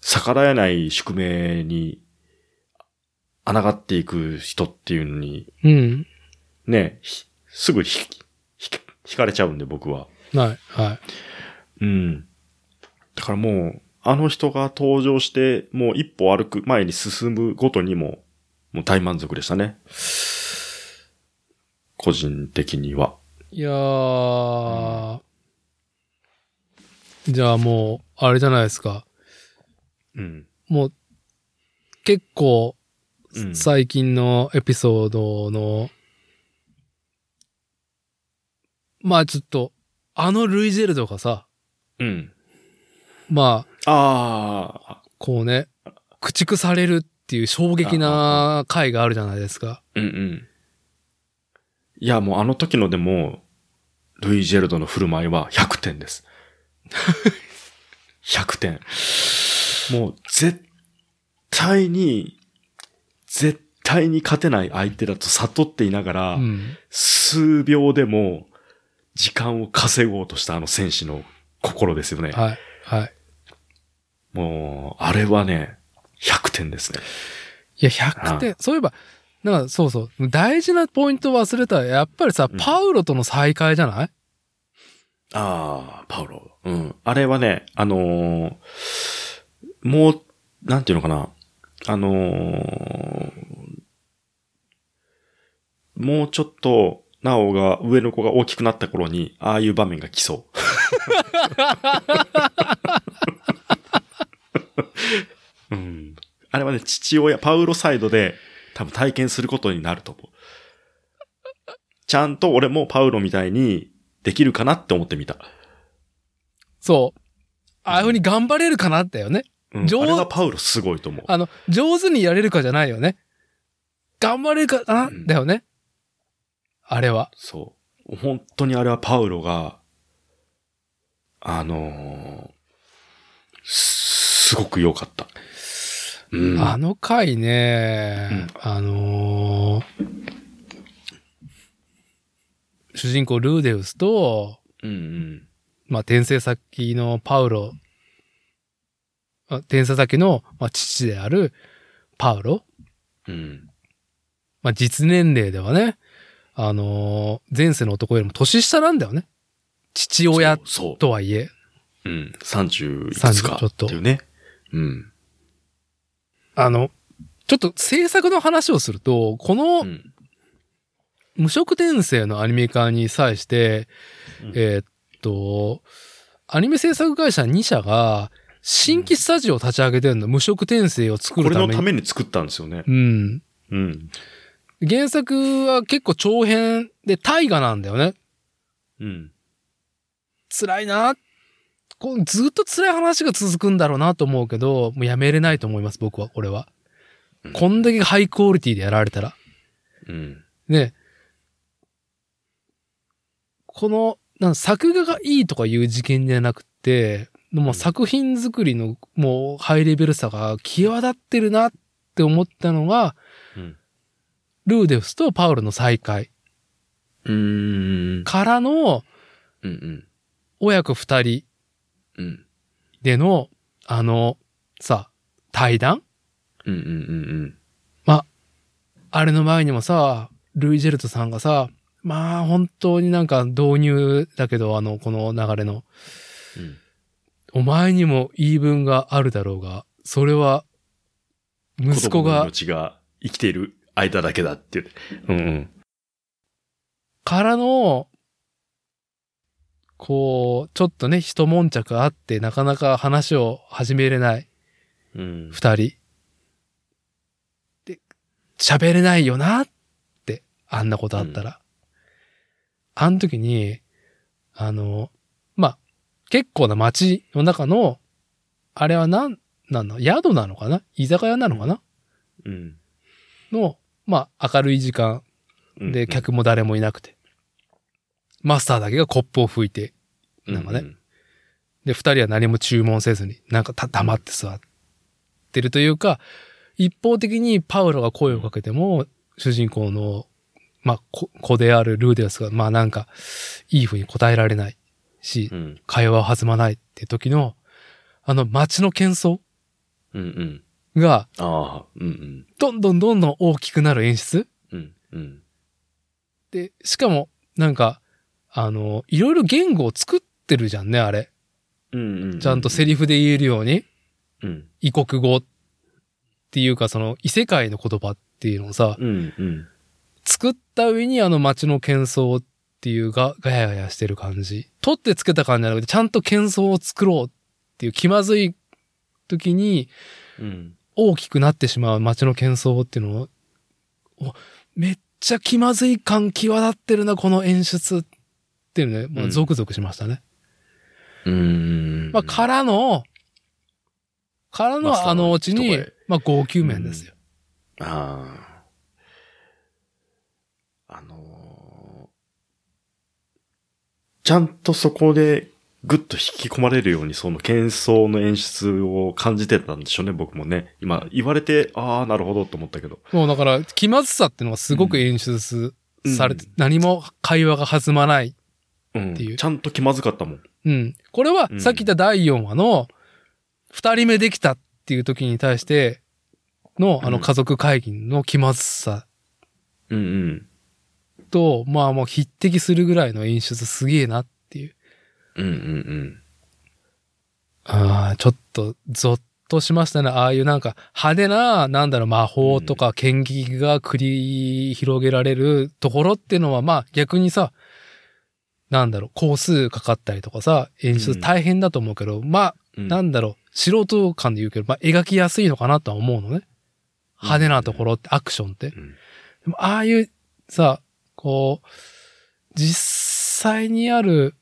Speaker 2: 逆らえない宿命に、抗っていく人っていうのに、
Speaker 1: うん。
Speaker 2: ね、ひすぐひ、ひ、惹かれちゃうんで僕は。
Speaker 1: はい。は
Speaker 2: うん。だからもう、あの人が登場して、もう一歩歩く前に進むごとにも、もう大満足でしたね。個人的には。
Speaker 1: い。いやー。じゃあもう、あれじゃないですか。
Speaker 2: うん。
Speaker 1: もう、結構、
Speaker 2: うん
Speaker 1: 最近のエピソードの、まあちょっと、あのルイジェルドがさ、
Speaker 2: うん。
Speaker 1: まあ、
Speaker 2: ああ、
Speaker 1: こうね、駆逐されるっていう衝撃な回があるじゃないですか。
Speaker 2: うんうん。いや、もうあの時のでも、ルイ・ジェルドの振る舞いは100点です。100点。もう絶対に、絶対に勝てない相手だと悟っていながら、
Speaker 1: うん。
Speaker 2: 数秒でも時間を稼ごうとしたあの戦士の心ですよね。
Speaker 1: はい。はい。
Speaker 2: もう、あれはね、100点ですね。
Speaker 1: いや、100点。そういえば、なんかそうそう。大事なポイント忘れた。やっぱりさ
Speaker 2: うん、
Speaker 1: パウロとの再会じゃない、
Speaker 2: ああ、パウロ。うん。あれはね、あのーもう、なんていうのかな。あのーもうちょっと、なおが、上の子が大きくなった頃に、ああいう場面が来そう。うん。あれはね、父親、パウロサイドで、多分体験することになると思う。ちゃんと俺もパウロみたいにできるかなって思ってみた。
Speaker 1: そう。ああいうふうに頑張れるかなだよね。
Speaker 2: うん、
Speaker 1: 上
Speaker 2: あれがパウロすごいと思う。
Speaker 1: あの、上手にやれるかじゃないよね。頑張れるかな
Speaker 2: うん
Speaker 1: だよね。あれは。
Speaker 2: そう。本当にあれはパウロが、あのーすすごく良かった。うん。
Speaker 1: あの回ね、
Speaker 2: うん
Speaker 1: あのー主人公ルーデウスと、
Speaker 2: うんうん。
Speaker 1: まあ、転生先のパウロ、あ転生先の、まあ、父であるパウロ、
Speaker 2: うん。
Speaker 1: まあ、実年齢ではね、あのー前世の男よりも年下なんだよね。父親
Speaker 2: そう。
Speaker 1: とはいえ。
Speaker 2: そううん。30いくつか
Speaker 1: 30ちょっと
Speaker 2: っていうね。うん。
Speaker 1: あの、ちょっと制作の話をすると、こ
Speaker 2: う
Speaker 1: の
Speaker 2: ん。
Speaker 1: 無色転生のアニメ化に際して、
Speaker 2: うん
Speaker 1: えーっと、アニメ制作会社2社が新規スタジオを立ち上げてるの、無色転生を作
Speaker 2: こ
Speaker 1: る
Speaker 2: れ
Speaker 1: た
Speaker 2: の
Speaker 1: め
Speaker 2: た
Speaker 1: に。
Speaker 2: めに作ったんですよね。
Speaker 1: うん。
Speaker 2: うん。
Speaker 1: 原作は結構長編で大河なんだよね。
Speaker 2: うん。
Speaker 1: 辛いな。こうずっと辛い話が続くんだろうなと思うけど、もうやめれないと思います、僕は、これは。
Speaker 2: うん
Speaker 1: こんだけハイクオリティでやられたら。
Speaker 2: うん。
Speaker 1: ね、この、なん作画がいいとかいう事件じゃなくて、もう作品作りのもうハイレベルさが際立ってるなって思ったのが、
Speaker 2: うん
Speaker 1: ルーデフスとパウロの再会
Speaker 2: うーん。
Speaker 1: からの
Speaker 2: うんうん。
Speaker 1: 親子二人
Speaker 2: うん。
Speaker 1: での、あの、さ、対談
Speaker 2: うんうんうん
Speaker 1: あれの前にもさ、ルイ・ジェルトさんがさ、まあ本当になんか導入だけど、あの、この流れの、
Speaker 2: う
Speaker 1: お
Speaker 2: ん。
Speaker 1: 前にも言い分があるだろうが、それは、息子
Speaker 2: 子供の
Speaker 1: が、
Speaker 2: 命が生きている間だけだっていう。うんうん。
Speaker 1: からの、こう、ちょっとね、一悶着あって、なかなか話を始めれない
Speaker 2: うん。
Speaker 1: 二人。で、喋れないよなって、あんなことあったら。あの時に、あの、まあ、結構な街の中の、あれはなん、なんの宿なのかな居酒屋なのかな、
Speaker 2: うん。
Speaker 1: の、まあ、明るい時間
Speaker 2: うん
Speaker 1: で、客も誰もいなくて、マスターだけがコップを吹いて、なんかね
Speaker 2: うん
Speaker 1: で、二人は何も注文せずに、なんかた黙って座ってるというか、一方的にパウロが声をかけても、主人公の、まあ、子子であるルーデウスが、まあなんか、いい風に答えられないし、
Speaker 2: うん。うん
Speaker 1: 会話は弾まないって時の、あの街の喧騒
Speaker 2: うんうん。
Speaker 1: が、
Speaker 2: ああ、うん
Speaker 1: どんどんどんどん大きくなる演出
Speaker 2: うん。うんうん。
Speaker 1: で、しかも、なんか、あの、いろいろ言語を作ってるじゃんね、あれ。
Speaker 2: うんうん。
Speaker 1: ちゃんとセリフで言えるように、
Speaker 2: うん。
Speaker 1: 異国語っていうか、その異世界の言葉っていうのをさ、
Speaker 2: うんうん。
Speaker 1: 作った上にあの街の喧騒っていうが、ガヤガヤしてる感じ。取ってつけた感じじゃなくて、ちゃんと喧騒を作ろうっていう気まずい時に
Speaker 2: うん。
Speaker 1: 大きくなってしまう街の喧騒っていうのを、おめっちゃ気まずい感際立ってるな、この演出っていうのね、もうゾクゾクしましたね。
Speaker 2: うん。
Speaker 1: まあ、からの、から
Speaker 2: マス
Speaker 1: の
Speaker 2: ターの
Speaker 1: あのうちに
Speaker 2: 一声、
Speaker 1: まあ、号泣面ですよ。
Speaker 2: ああ。あのーちゃんとそこでぐっと引き込まれるようにその喧騒の演出を感じてたんでしょうね、僕もね。今言われて、ああ、なるほどと思ったけど。
Speaker 1: もうだから、気まずさっていうのがすごく演出す
Speaker 2: うん
Speaker 1: されて、
Speaker 2: うん
Speaker 1: 何も会話が弾まない。
Speaker 2: うん。
Speaker 1: っていう
Speaker 2: ちゃんと気まずかったもん。
Speaker 1: うん。これは
Speaker 2: う、ん
Speaker 1: さっき言った第4話の、二人目できたっていう時に対しての、あの
Speaker 2: うん
Speaker 1: 家族会議の気まずさ
Speaker 2: うんうん。
Speaker 1: と、まあもう匹敵するぐらいの演出すげえなっていう。
Speaker 2: うんうんうん。
Speaker 1: ああ、ちょっと、ゾッとしましたね。ああいうなんか、派手な、なんだろう、魔法とか剣技が繰り広げられるところっていうのは、まあ逆にさ、なんだろう、工数かかったりとかさ、演
Speaker 2: う
Speaker 1: 出
Speaker 2: ん
Speaker 1: 大変だと思うけど、まあ、
Speaker 2: うん
Speaker 1: なんだろう、素人感で言うけど、まあ描きやすいのかなとは思うのね。派手なところって、アクションって。
Speaker 2: うん
Speaker 1: でもああいう、さ、こう、実際にある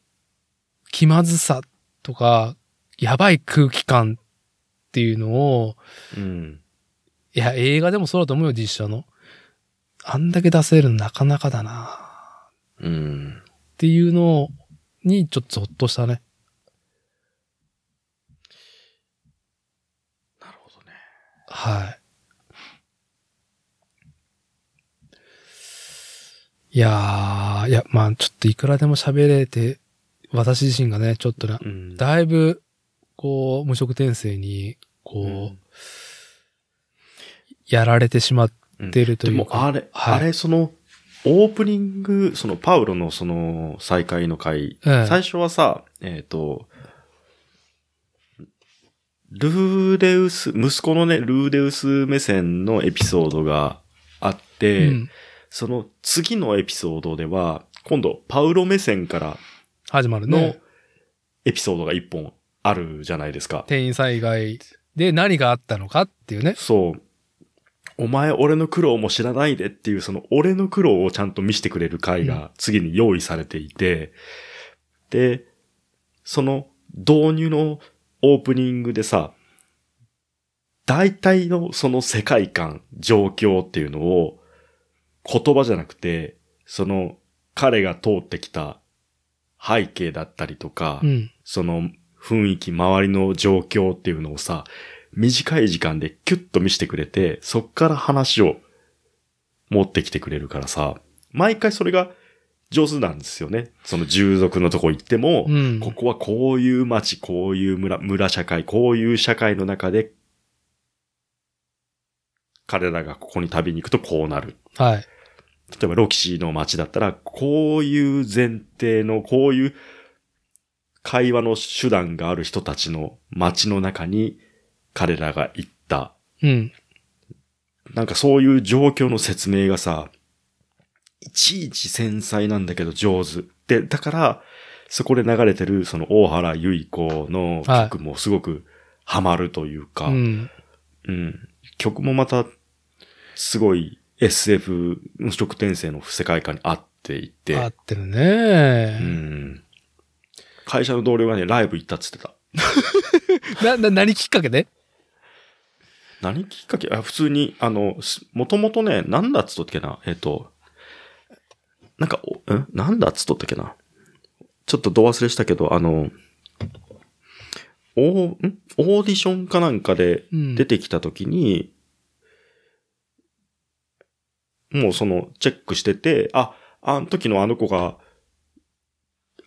Speaker 1: 気まずさとか、やばい空気感っていうのを、
Speaker 2: うん。
Speaker 1: いや、映画でもそうだと思うよ、実写の。あんだけ出せるのなかなかだな
Speaker 2: うん。
Speaker 1: っていうのに、ちょっとゾッとしたね。
Speaker 2: なるほどね。
Speaker 1: はい。いやー、いや、まあちょっといくらでも喋れて、私自身がね、ちょっとな、
Speaker 2: うん。
Speaker 1: だいぶ、こう、無職転生に、こう、
Speaker 2: うん
Speaker 1: やられてしまってると
Speaker 2: で
Speaker 1: いう
Speaker 2: も
Speaker 1: か。
Speaker 2: あれ、
Speaker 1: はい
Speaker 2: あれ、その、オープニング、その、パウロのその、再会の回、
Speaker 1: ええ
Speaker 2: 最初はさ、えっ、と、ルーデウス、息子のね、ルーデウス目線のエピソードがあって、
Speaker 1: うん、
Speaker 2: その次のエピソードでは、今度、パウロ目線から
Speaker 1: 始まる
Speaker 2: の
Speaker 1: ね。
Speaker 2: エピソードが一本あるじゃないですか。
Speaker 1: 店員災害で何があったのかっていうね。
Speaker 2: そう。お前、俺の苦労も知らないでっていう、その俺の苦労をちゃんと見せてくれる回
Speaker 1: う
Speaker 2: が次に用意されていて、で、その導入のオープニングでさ、大体のその世界観、状況っていうのを言葉じゃなくて、その彼が通ってきた背景だったりとか、
Speaker 1: うん。
Speaker 2: その雰囲気、周りの状況っていうのをさ、短い時間でキュッと見せてくれて、そっから話を持ってきてくれるからさ、毎回それが上手なんですよね。その従属のとこ行っても、
Speaker 1: うん。
Speaker 2: ここはこういう街、こういう村、村社会、こういう社会の中で、彼らがここに旅に行くとこうなる。
Speaker 1: はい。
Speaker 2: 例えばロキシーの街だったら、こういう前提の、こういう会話の手段がある人たちの街の中に彼らが行った。
Speaker 1: うん。
Speaker 2: なんかそういう状況の説明がさ、いちいち繊細なんだけど上手。で、だから、そこで流れてるその大原由衣子の曲もすごくハマるというか、
Speaker 1: うん。
Speaker 2: うん。曲もまた、すごい SF、無色転生の世界観に合っていて、
Speaker 1: 合ってる
Speaker 2: う
Speaker 1: ね、
Speaker 2: ん。会社の同僚がね、ライブ行ったっつってた。
Speaker 1: な、な、何きっかけで
Speaker 2: 何きっかけあ普通に、あの、すもともとね、なんだっつっとっけな、えっ、と、なんか、おんなんだっつっとったっけな。ちょっとど忘れしたけど、あの、おんオーディションかなんかで、
Speaker 1: うん。
Speaker 2: 出てきたときに、もうそのチェックしてて、あ、あの時のあの子が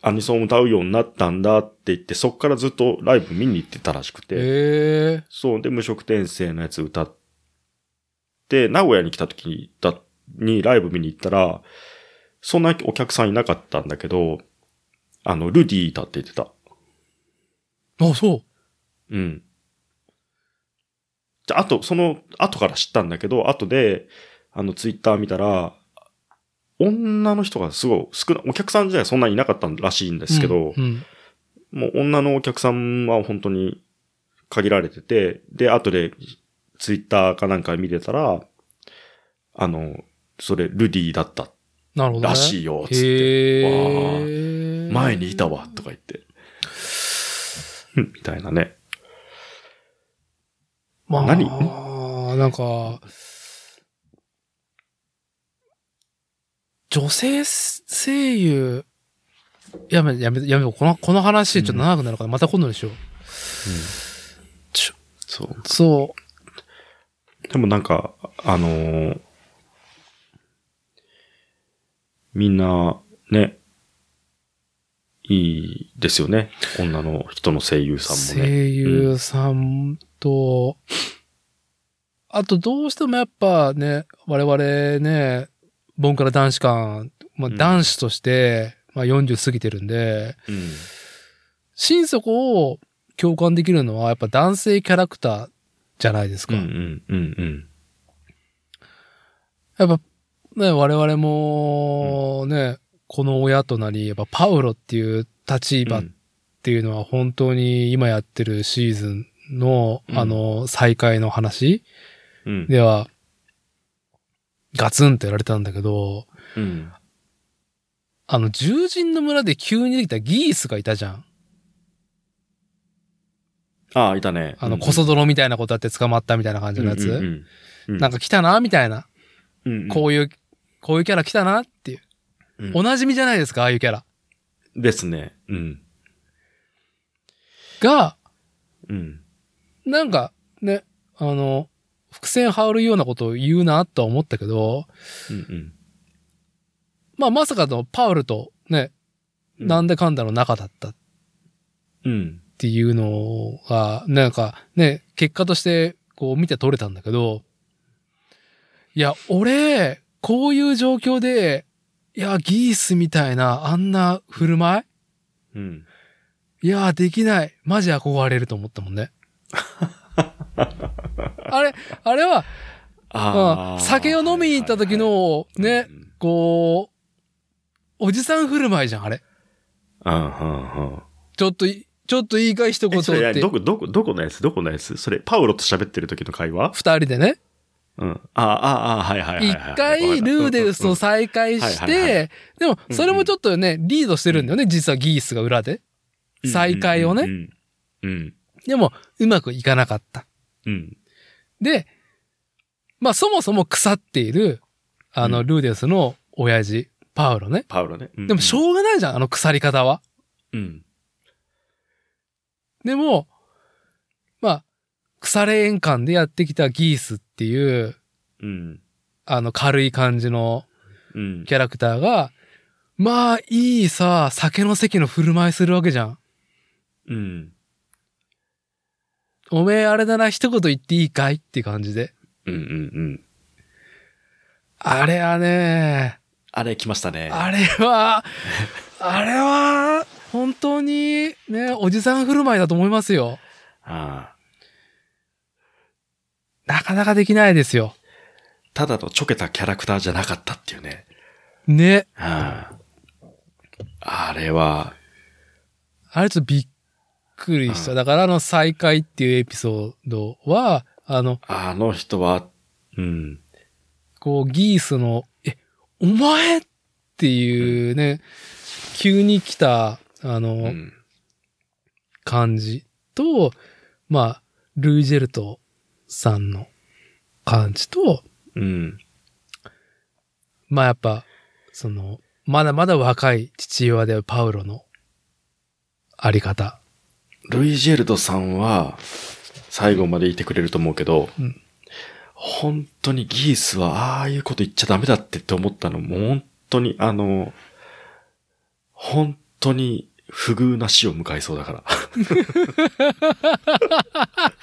Speaker 2: アニソンを歌うようになったんだって言って、そっからずっとライブ見に行ってたらしくて、
Speaker 1: え
Speaker 2: そう、で、無色転生のやつ歌って、名古屋に来た時だにライブ見に行ったら、そんなお客さんいなかったんだけど、あの、ルディーだって言ってた。
Speaker 1: えあ、そう。
Speaker 2: うん。じゃあ、あと、その、後から知ったんだけど、後で、あの、ツイッター見たら、女の人がすごい少な、お客さん自体はそんなにいなかったらしいんですけど、
Speaker 1: うんうん
Speaker 2: もう女のお客さんは本当に限られてて、で、後でツイッターかなんか見てたら、あの、それ、ルディだった
Speaker 1: なるほど、ね。
Speaker 2: らしいよ、つって、
Speaker 1: へえ。
Speaker 2: 前にいたわ、とか言って。 うんみたいなね。
Speaker 1: まあ、
Speaker 2: 何
Speaker 1: なんか、女性声優、やめ、やめ、やめ、この、この話、ちょっと長くなるから、また今度にしよう。
Speaker 2: そう。
Speaker 1: そ
Speaker 2: でもなんか、あのーみんな、ね、いいですよね。女の人の声優
Speaker 1: う、
Speaker 2: さんもね。
Speaker 1: 声優さんと、あとどうしてもやっぱね、我々ね、ボンから男子間、まあ
Speaker 2: うん
Speaker 1: 男子として、まあ40過ぎてるんで、
Speaker 2: うん。
Speaker 1: 心底を共感できるのはやっぱ男性キャラクターじゃないです
Speaker 2: う
Speaker 1: か。
Speaker 2: んうんうんうん。
Speaker 1: やっぱね、我々もね、この親となり、やっぱパウロっていう立場っ
Speaker 2: うん
Speaker 1: ていうのは本当に今やってるシーズンの、
Speaker 2: うん
Speaker 1: あの、再会の話
Speaker 2: うん。
Speaker 1: では、ガツンってやられたんだけど、
Speaker 2: うん。
Speaker 1: あの、獣人の村で急にできたギースがいたじゃん。
Speaker 2: ああ、いたね。
Speaker 1: あの、コソ泥みたいなことやって捕まったみたいな感じのやつ。なんか来たな、みたいな。こういう、こういうキャラ来たなっていう。
Speaker 2: うん
Speaker 1: おなじみじゃないですか、ああいうキャラ。
Speaker 2: うん。ですね。うん。
Speaker 1: が、
Speaker 2: うん。
Speaker 1: なんか、ね、あの、伏線羽織るようなことを言うなとは思ったけど、
Speaker 2: うん。
Speaker 1: まあまさかのパウルとね、
Speaker 2: うん
Speaker 1: なんでかんだの仲だったっ
Speaker 2: うん。
Speaker 1: ていうのが、なんかね、結果としてこう見て取れたんだけど、いや、俺、こういう状況で、いや、ギースみたいな、あんな振る舞
Speaker 2: うん。
Speaker 1: いいや、できない。マジ憧れると思ったもん ね。あれ、あれは、
Speaker 2: あ
Speaker 1: うん
Speaker 2: あ。
Speaker 1: 酒を飲みに行った時の、
Speaker 2: はいはいは
Speaker 1: ね
Speaker 2: い、。
Speaker 1: こう、おじさん振る舞いじゃん、あれ。
Speaker 2: うんうんうん。
Speaker 1: ちょっとい、ちょっと言い返一言
Speaker 2: え
Speaker 1: っ
Speaker 2: それ
Speaker 1: て
Speaker 2: ど。こ、どこ、どこのやつどこのやつそれ、パウロと喋ってる時の会話
Speaker 1: 二人でね。
Speaker 2: うん。ああ、ああ、はいはいはい
Speaker 1: 一
Speaker 2: はい。
Speaker 1: 回、ルーデウスと再会し
Speaker 2: はいはいは
Speaker 1: て、でも、それもちょっとね、リードしてるんだよね、実はギースが裏で。再会をね。
Speaker 2: ね。うん。
Speaker 1: でも、うまくいかなかった。
Speaker 2: うん。
Speaker 1: で、まあ、そもそも腐っている、あ
Speaker 2: う
Speaker 1: の、ルーデウスの親父、パウロね。
Speaker 2: パウロね。
Speaker 1: でも、しょうがないじゃん、あの腐り方は。
Speaker 2: うん。
Speaker 1: でも、まあ、腐れ縁間でやってきたギースっていう、
Speaker 2: うん。
Speaker 1: あの、軽い感じの
Speaker 2: うん。
Speaker 1: キャラクターが、まあ、いいさ、酒の席の振る舞いするわけじゃん。
Speaker 2: うん。
Speaker 1: おめえあれだな、一言言っていいかいっていう感じで。
Speaker 2: うん。うん。
Speaker 1: あれはね、
Speaker 2: あれ、来ましたね。
Speaker 1: あれは、あれは、本当に、ね、おじさん振る舞いだと思いますよ。
Speaker 2: ああ。
Speaker 1: なかなかできないですよ。
Speaker 2: ただのちょけたキャラクターじゃなかったっていうね。
Speaker 1: ね。
Speaker 2: あああれは、
Speaker 1: あれちょっとびっくりした。だからあの再会っていうエピソードは、あの、
Speaker 2: あの人は、うん。
Speaker 1: こうギースの、え、お前っていうね、急に来た、あの、
Speaker 2: うん。
Speaker 1: 感じと、まあ、ルイジェルトさんの感じと、
Speaker 2: うん。
Speaker 1: まあやっぱ、その、まだまだ若い父親であるパウロのあり方。
Speaker 2: ルイジェルドさんは、最後までいてくれると思うけど、
Speaker 1: うん
Speaker 2: 本当にギースはああいうこと言っちゃダメだってって思ったのも、本当に、あの、本当に不遇な死を迎えそうだから。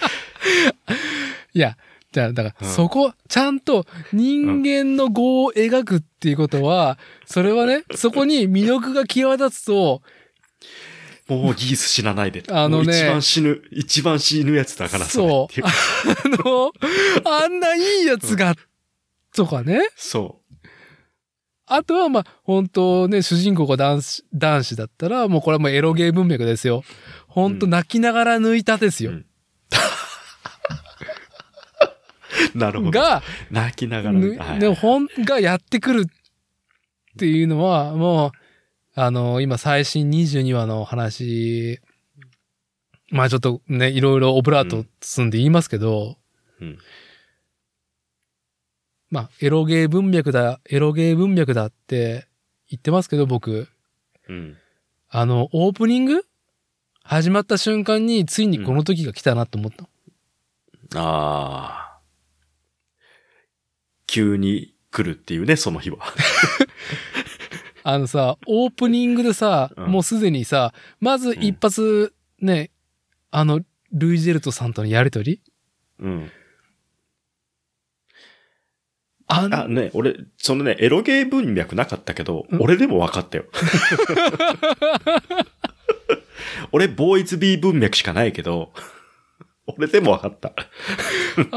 Speaker 1: いや、じゃあ、だか
Speaker 2: う
Speaker 1: ら、
Speaker 2: ん
Speaker 1: そこ、ちゃんと人間の業を描くっていうことは、それはね、そこに魅力が際立つと、
Speaker 2: もうギース死なないで。
Speaker 1: あのね
Speaker 2: もう一番死ぬ、一番死ぬやつだからそれ
Speaker 1: そう
Speaker 2: ってい
Speaker 1: あの、あんないいやつが、とかね。
Speaker 2: そう。
Speaker 1: あとは、まあ、本当ね、主人公が男子、男子だったら、もうこれはもうエロゲー文脈ですよ。本当
Speaker 2: うん
Speaker 1: 泣きながら抜いたですよ。
Speaker 2: なるほど。
Speaker 1: が、
Speaker 2: 泣きながら見
Speaker 1: ぬ
Speaker 2: た。はい
Speaker 1: でも本がやってくるっていうのは、もう、あの、今最新22話の話、まあちょっとね、いろいろオブラート包んで言いますけど、
Speaker 2: うん
Speaker 1: まあ、エロゲー文脈だ、エロゲー文脈だって言ってますけど、僕、
Speaker 2: うん。
Speaker 1: あの、オープニング始まった瞬間に、ついにこの時が来たなと思った。
Speaker 2: ああ。急に来るっていうね、その日は。
Speaker 1: あのさ、オープニングでさ、
Speaker 2: うん
Speaker 1: もうすでにさ、まず一発ね、あの、ルイジェルトさんとのやりとり
Speaker 2: うん。
Speaker 1: あん
Speaker 2: あ、ね、俺、そのね、エロゲー文脈なかったけど、
Speaker 1: うん
Speaker 2: 俺でも分 かったよ。俺、ボーイズビー文脈しかないけど、俺でも分かった。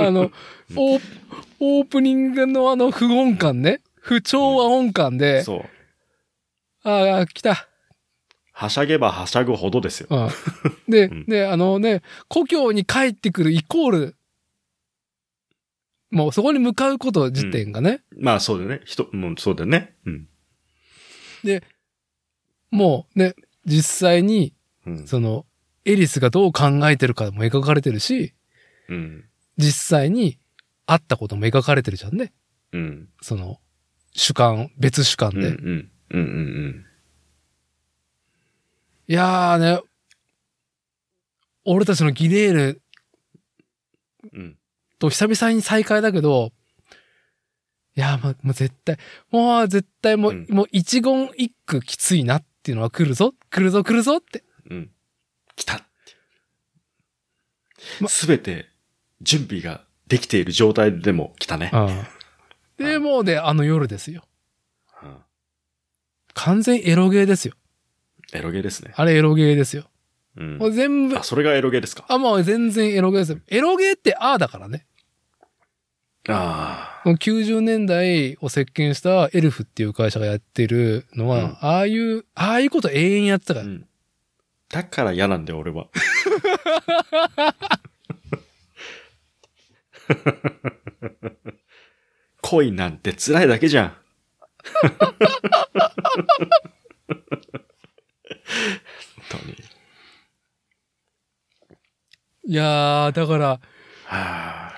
Speaker 1: あ の、オーオープニングのあの不穏感ね。不調和音感で、
Speaker 2: そう。
Speaker 1: ああ、来た。
Speaker 2: はしゃげばはしゃぐほどですよ。
Speaker 1: うん、で
Speaker 2: うん、
Speaker 1: ね、あのね、故郷に帰ってくるイコール、もうそこに向かうこと時点がね、
Speaker 2: まあ、そうだよね。人、もうそうだよね。うん。
Speaker 1: もうね、実際に、
Speaker 2: うん。
Speaker 1: その、エリスがどう考えてるかも描かれてるし、
Speaker 2: うん。
Speaker 1: 実際に会ったことも描かれてるじゃんね。
Speaker 2: うん。
Speaker 1: その、主観、別主観
Speaker 2: う
Speaker 1: で。
Speaker 2: ん。うん。うん。うん。
Speaker 1: いやーね、俺たちのギレール
Speaker 2: うん。
Speaker 1: と久々に再会だけど、いやー、ま、もう絶対、もう絶対もう、
Speaker 2: うん
Speaker 1: もう一言一句きついなっていうのは来るぞ、来るぞ、来るぞって。
Speaker 2: うん。来た
Speaker 1: ます
Speaker 2: べて準備ができている状態でも来たね。
Speaker 1: で、もうで、あの夜ですよ。
Speaker 2: うん
Speaker 1: 完全エロゲーですよ。
Speaker 2: エロゲーですね。
Speaker 1: あれエロゲーですよ。
Speaker 2: うん
Speaker 1: もう全部
Speaker 2: あ、、それがエロゲーですか。
Speaker 1: あ、もう全然エロゲーですよ。エロゲーってああだからね。
Speaker 2: ああ。
Speaker 1: この90年代を席巻したエルフっていう会社がやってるのは、
Speaker 2: うん
Speaker 1: ああいう、ああいうこと永遠やってたか
Speaker 2: う
Speaker 1: ら。
Speaker 2: ん。だから嫌なんだよ、俺 は。恋なんて辛いだけじゃん。本当に。
Speaker 1: いやー、だから、
Speaker 2: はあ。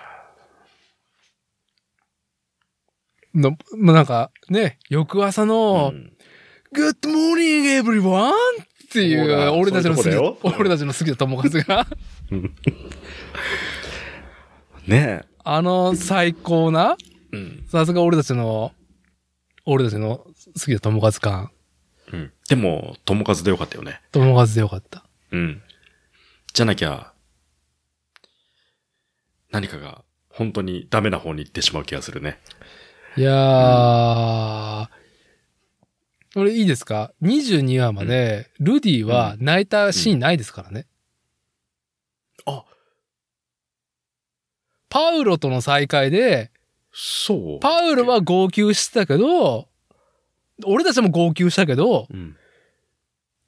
Speaker 1: の、もうなんか、ね、翌朝の、
Speaker 2: ん
Speaker 1: Good morning everyone! ってい
Speaker 2: そうだ
Speaker 1: う、俺たちの好き
Speaker 2: そうい
Speaker 1: な
Speaker 2: うとこだよ
Speaker 1: 俺たちの好きな友達が、
Speaker 2: ね
Speaker 1: あの最高な、
Speaker 2: え。うん。
Speaker 1: さすが俺たちの、俺たちの好きな友達感。
Speaker 2: うん。でも、友和でよかったよね。
Speaker 1: 友達でよかった。
Speaker 2: うん。じゃなきゃ、何かが本当にダメな方に行ってしまう気がするね。
Speaker 1: いやー、俺いいですか ?22 話まで、ルディは泣いたシーンないですからね。
Speaker 2: うんあ
Speaker 1: パウロとの再会で、
Speaker 2: そう。
Speaker 1: パウロは号泣してたけど、俺たちも号泣したけど、
Speaker 2: うん。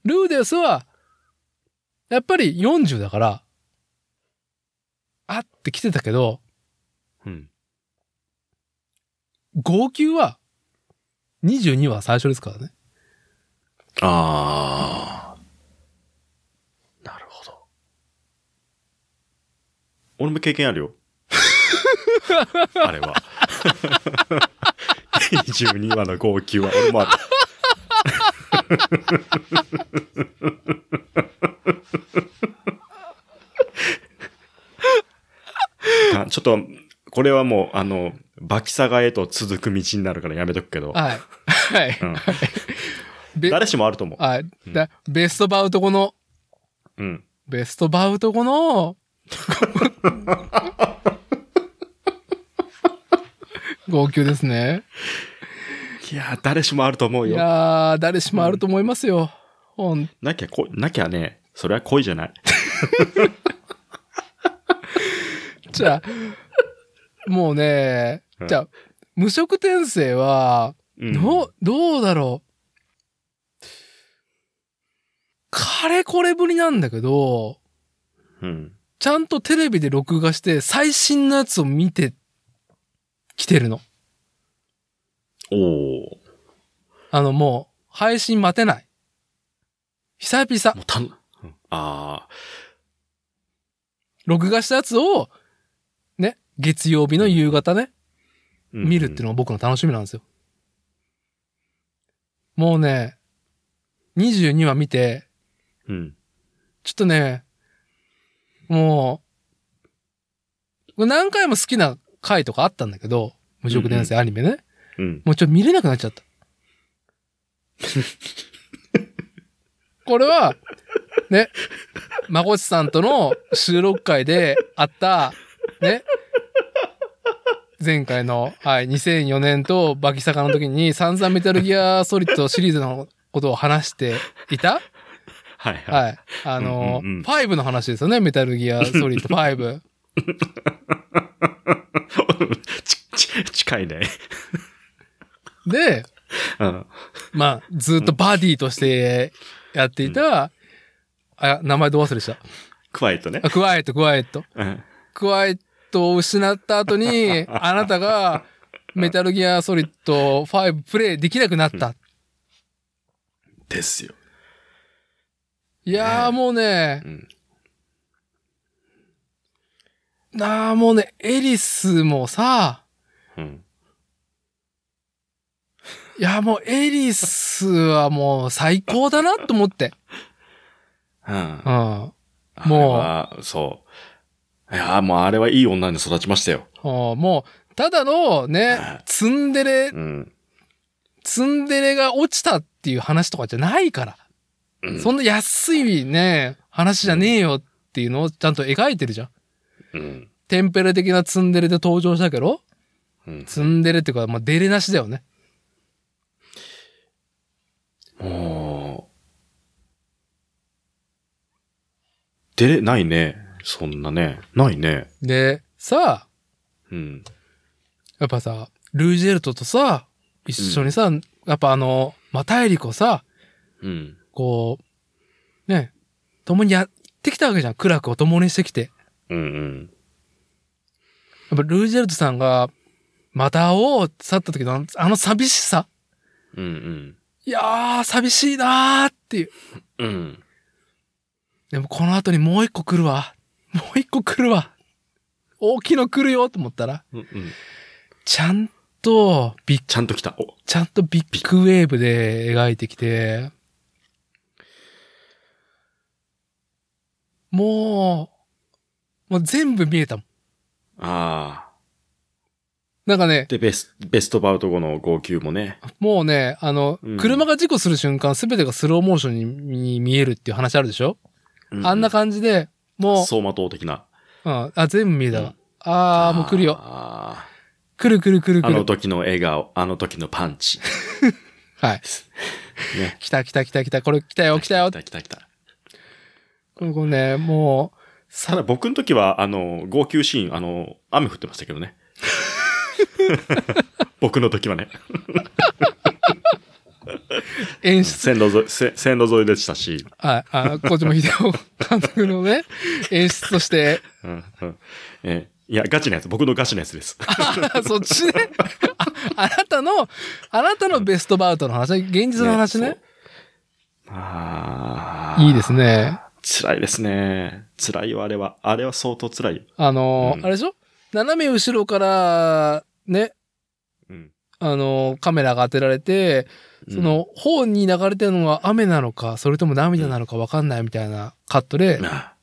Speaker 1: ルーデウスは、やっぱり40だから、あって来てたけど、
Speaker 2: うん。
Speaker 1: 号泣は、22は最初ですからね。
Speaker 2: あー。なるほど。俺も経験ある よ。あれは。22話の号泣は俺 もある。あちょっと、これはもう、あの、バキサガへと続く道になるからやめとくけど、
Speaker 1: はい。 はい。
Speaker 2: うん
Speaker 1: べ
Speaker 2: 誰しもあると思う。
Speaker 1: はい。だベストバウトこの、
Speaker 2: うん。
Speaker 1: ベストバウトこ の、号泣ですね。
Speaker 2: いやー、誰しもあると思う
Speaker 1: い
Speaker 2: よ。
Speaker 1: やー、誰しもあると思いますよ。ほん
Speaker 2: なきゃこ、なきゃね、それは恋じゃない。
Speaker 1: じゃあ、もうね
Speaker 2: う、ん
Speaker 1: じゃあ、無職転生は、
Speaker 2: うん
Speaker 1: どう、どうだろう。かれこれぶりなんだけど、
Speaker 2: うん。
Speaker 1: ちゃんとテレビで録画して最新のやつを見てきてるの。
Speaker 2: おお。
Speaker 1: あのもう、配信待てない。久々、
Speaker 2: もうたん、うんああ、
Speaker 1: 録画したやつを、ね、月曜日の夕方ね、
Speaker 2: うん
Speaker 1: 見るっていうのが僕の楽しみなんですよ。もうね、22話見て、
Speaker 2: うん。
Speaker 1: ちょっとね、もう、これ何回も好きな回とかあったんだけど、無職転生アニメね。
Speaker 2: うん。
Speaker 1: もうちょっと見れなくなっちゃ った。これは、ね、まこちさんとの収録会であった、ね、前回の、はい、2004年とバキサカの時に散々メタルギアソリッドシリーズのことを話していた
Speaker 2: はいはい。
Speaker 1: はい。あの、
Speaker 2: うんうんうん
Speaker 1: 5の話ですよね、メタルギアソリッド5。
Speaker 2: ち、ち、近いね。
Speaker 1: で、
Speaker 2: うん。
Speaker 1: まあ、ずっとバディとしてやっていた、あ、名前どう忘れした
Speaker 2: クワイトね
Speaker 1: あ。クワイエット、クワイエット。
Speaker 2: うん。
Speaker 1: クワイエットを失った後に、あなたがメタルギアソリッド5プレイできなくなった。
Speaker 2: ですよ。
Speaker 1: いやー
Speaker 2: ね
Speaker 1: もうね
Speaker 2: う、ん。
Speaker 1: なあもうね、エリスもさ、
Speaker 2: うん。
Speaker 1: いやもうエリスはもう最高だなと思って。
Speaker 2: うん
Speaker 1: う。ん。もう
Speaker 2: もう。そう。いやー、もうあれはいい女に育ちましたよ。
Speaker 1: うんもう、ただのね、ツンデレ
Speaker 2: う、ん。
Speaker 1: ツンデレが落ちたっていう話とかじゃないから。
Speaker 2: うん
Speaker 1: そんな安いね、話じゃねえよっていうのをちゃんと描いてるじゃん。
Speaker 2: うん。
Speaker 1: テンペレ的なツンデレで登場したけど、
Speaker 2: うん。
Speaker 1: ツンデレっていうか、まあ、デレなしだよね。
Speaker 2: もう、出れないね。そんなね。ないね。
Speaker 1: で、さあ、
Speaker 2: うん。
Speaker 1: やっぱさ、ルージェルトとさ、一緒にさ、やっぱあの、マタエリコさ、
Speaker 2: うん。
Speaker 1: こう、ね、共にやってきたわけじゃん。苦楽を共にしてきて。
Speaker 2: うんうん。
Speaker 1: やっぱルージェルトさんが、また会おうって去った時のあのあの寂しさ。
Speaker 2: うん
Speaker 1: いやー、寂しいなーっていう。
Speaker 2: うん。うん。
Speaker 1: でもこの後にもう一個来るわ。もう一個来るわ。大きいの来るよと思ったら、
Speaker 2: うんうん。
Speaker 1: ちゃんと、ビッ、
Speaker 2: ちゃんと来た。お、
Speaker 1: ちゃんとビッグウェーブで描いてきて、もう、もう全部見えたもん。
Speaker 2: ああ。
Speaker 1: なんかね、
Speaker 2: で、ベス、ベストバウト後の号泣もね。
Speaker 1: もうね、あの、
Speaker 2: うん
Speaker 1: 車が事故する瞬間、すべてがスローモーションにに見えるっていう話あるでしょ、あんな感じで、も
Speaker 2: 走馬灯的な。
Speaker 1: う、うん、あ、全部見えたわ。あー、もう来るよ。
Speaker 2: あ
Speaker 1: 来る来る来る
Speaker 2: ーあ
Speaker 1: 来
Speaker 2: の
Speaker 1: る。
Speaker 2: 時の笑顔、あの時のパン チ。
Speaker 1: はい。
Speaker 2: ね。
Speaker 1: 来た来た来た来た。これ来たよ来たよ
Speaker 2: 来。た来た来た。
Speaker 1: この子ね、もう、
Speaker 2: ただ僕の時は、あの、号泣シーン、あの、雨降ってましたけ どね。僕の時はね。
Speaker 1: 演出、
Speaker 2: 線路沿い、せ線路沿いでしたし。
Speaker 1: あ、あ、小島秀夫監督の ね、演出として、
Speaker 2: うんうんえーいや、ガチなやつ。僕のガチなやつです。
Speaker 1: あそっちね。あ あなたの、あなたのベストバウトの話、現実の話 ね。。
Speaker 2: そうあー
Speaker 1: いいです。ね。
Speaker 2: 辛いですね。辛いよ、あれは。あれは相当辛いよ。
Speaker 1: あのー、
Speaker 2: うん
Speaker 1: あれでしょ斜め後ろから、ね、
Speaker 2: うん。
Speaker 1: あのー、カメラが当てられて、その、方に流れてるのは雨なのか、それとも涙なのかわかんないみたいなカットで
Speaker 2: うん、、あ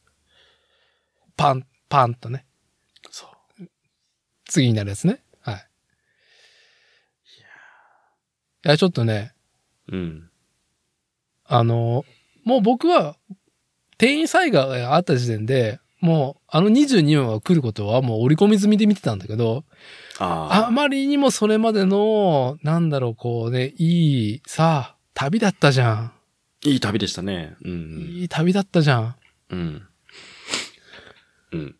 Speaker 1: パン、パンとね、
Speaker 2: そう。
Speaker 1: 次になるやつね。はい。いや、ちょっとね、
Speaker 2: うん。
Speaker 1: あの、もう僕は、店員災害があった時点で、もう、あの22話が来ることはもう織り込み済みで見てたんだけど、あ
Speaker 2: あ
Speaker 1: まりにもそれまでの、なんだろう、こうね、いい、さあ、旅だったじゃん。
Speaker 2: あ、いい旅でしたね。うん。
Speaker 1: いい旅だったじゃん。
Speaker 2: うん。うん。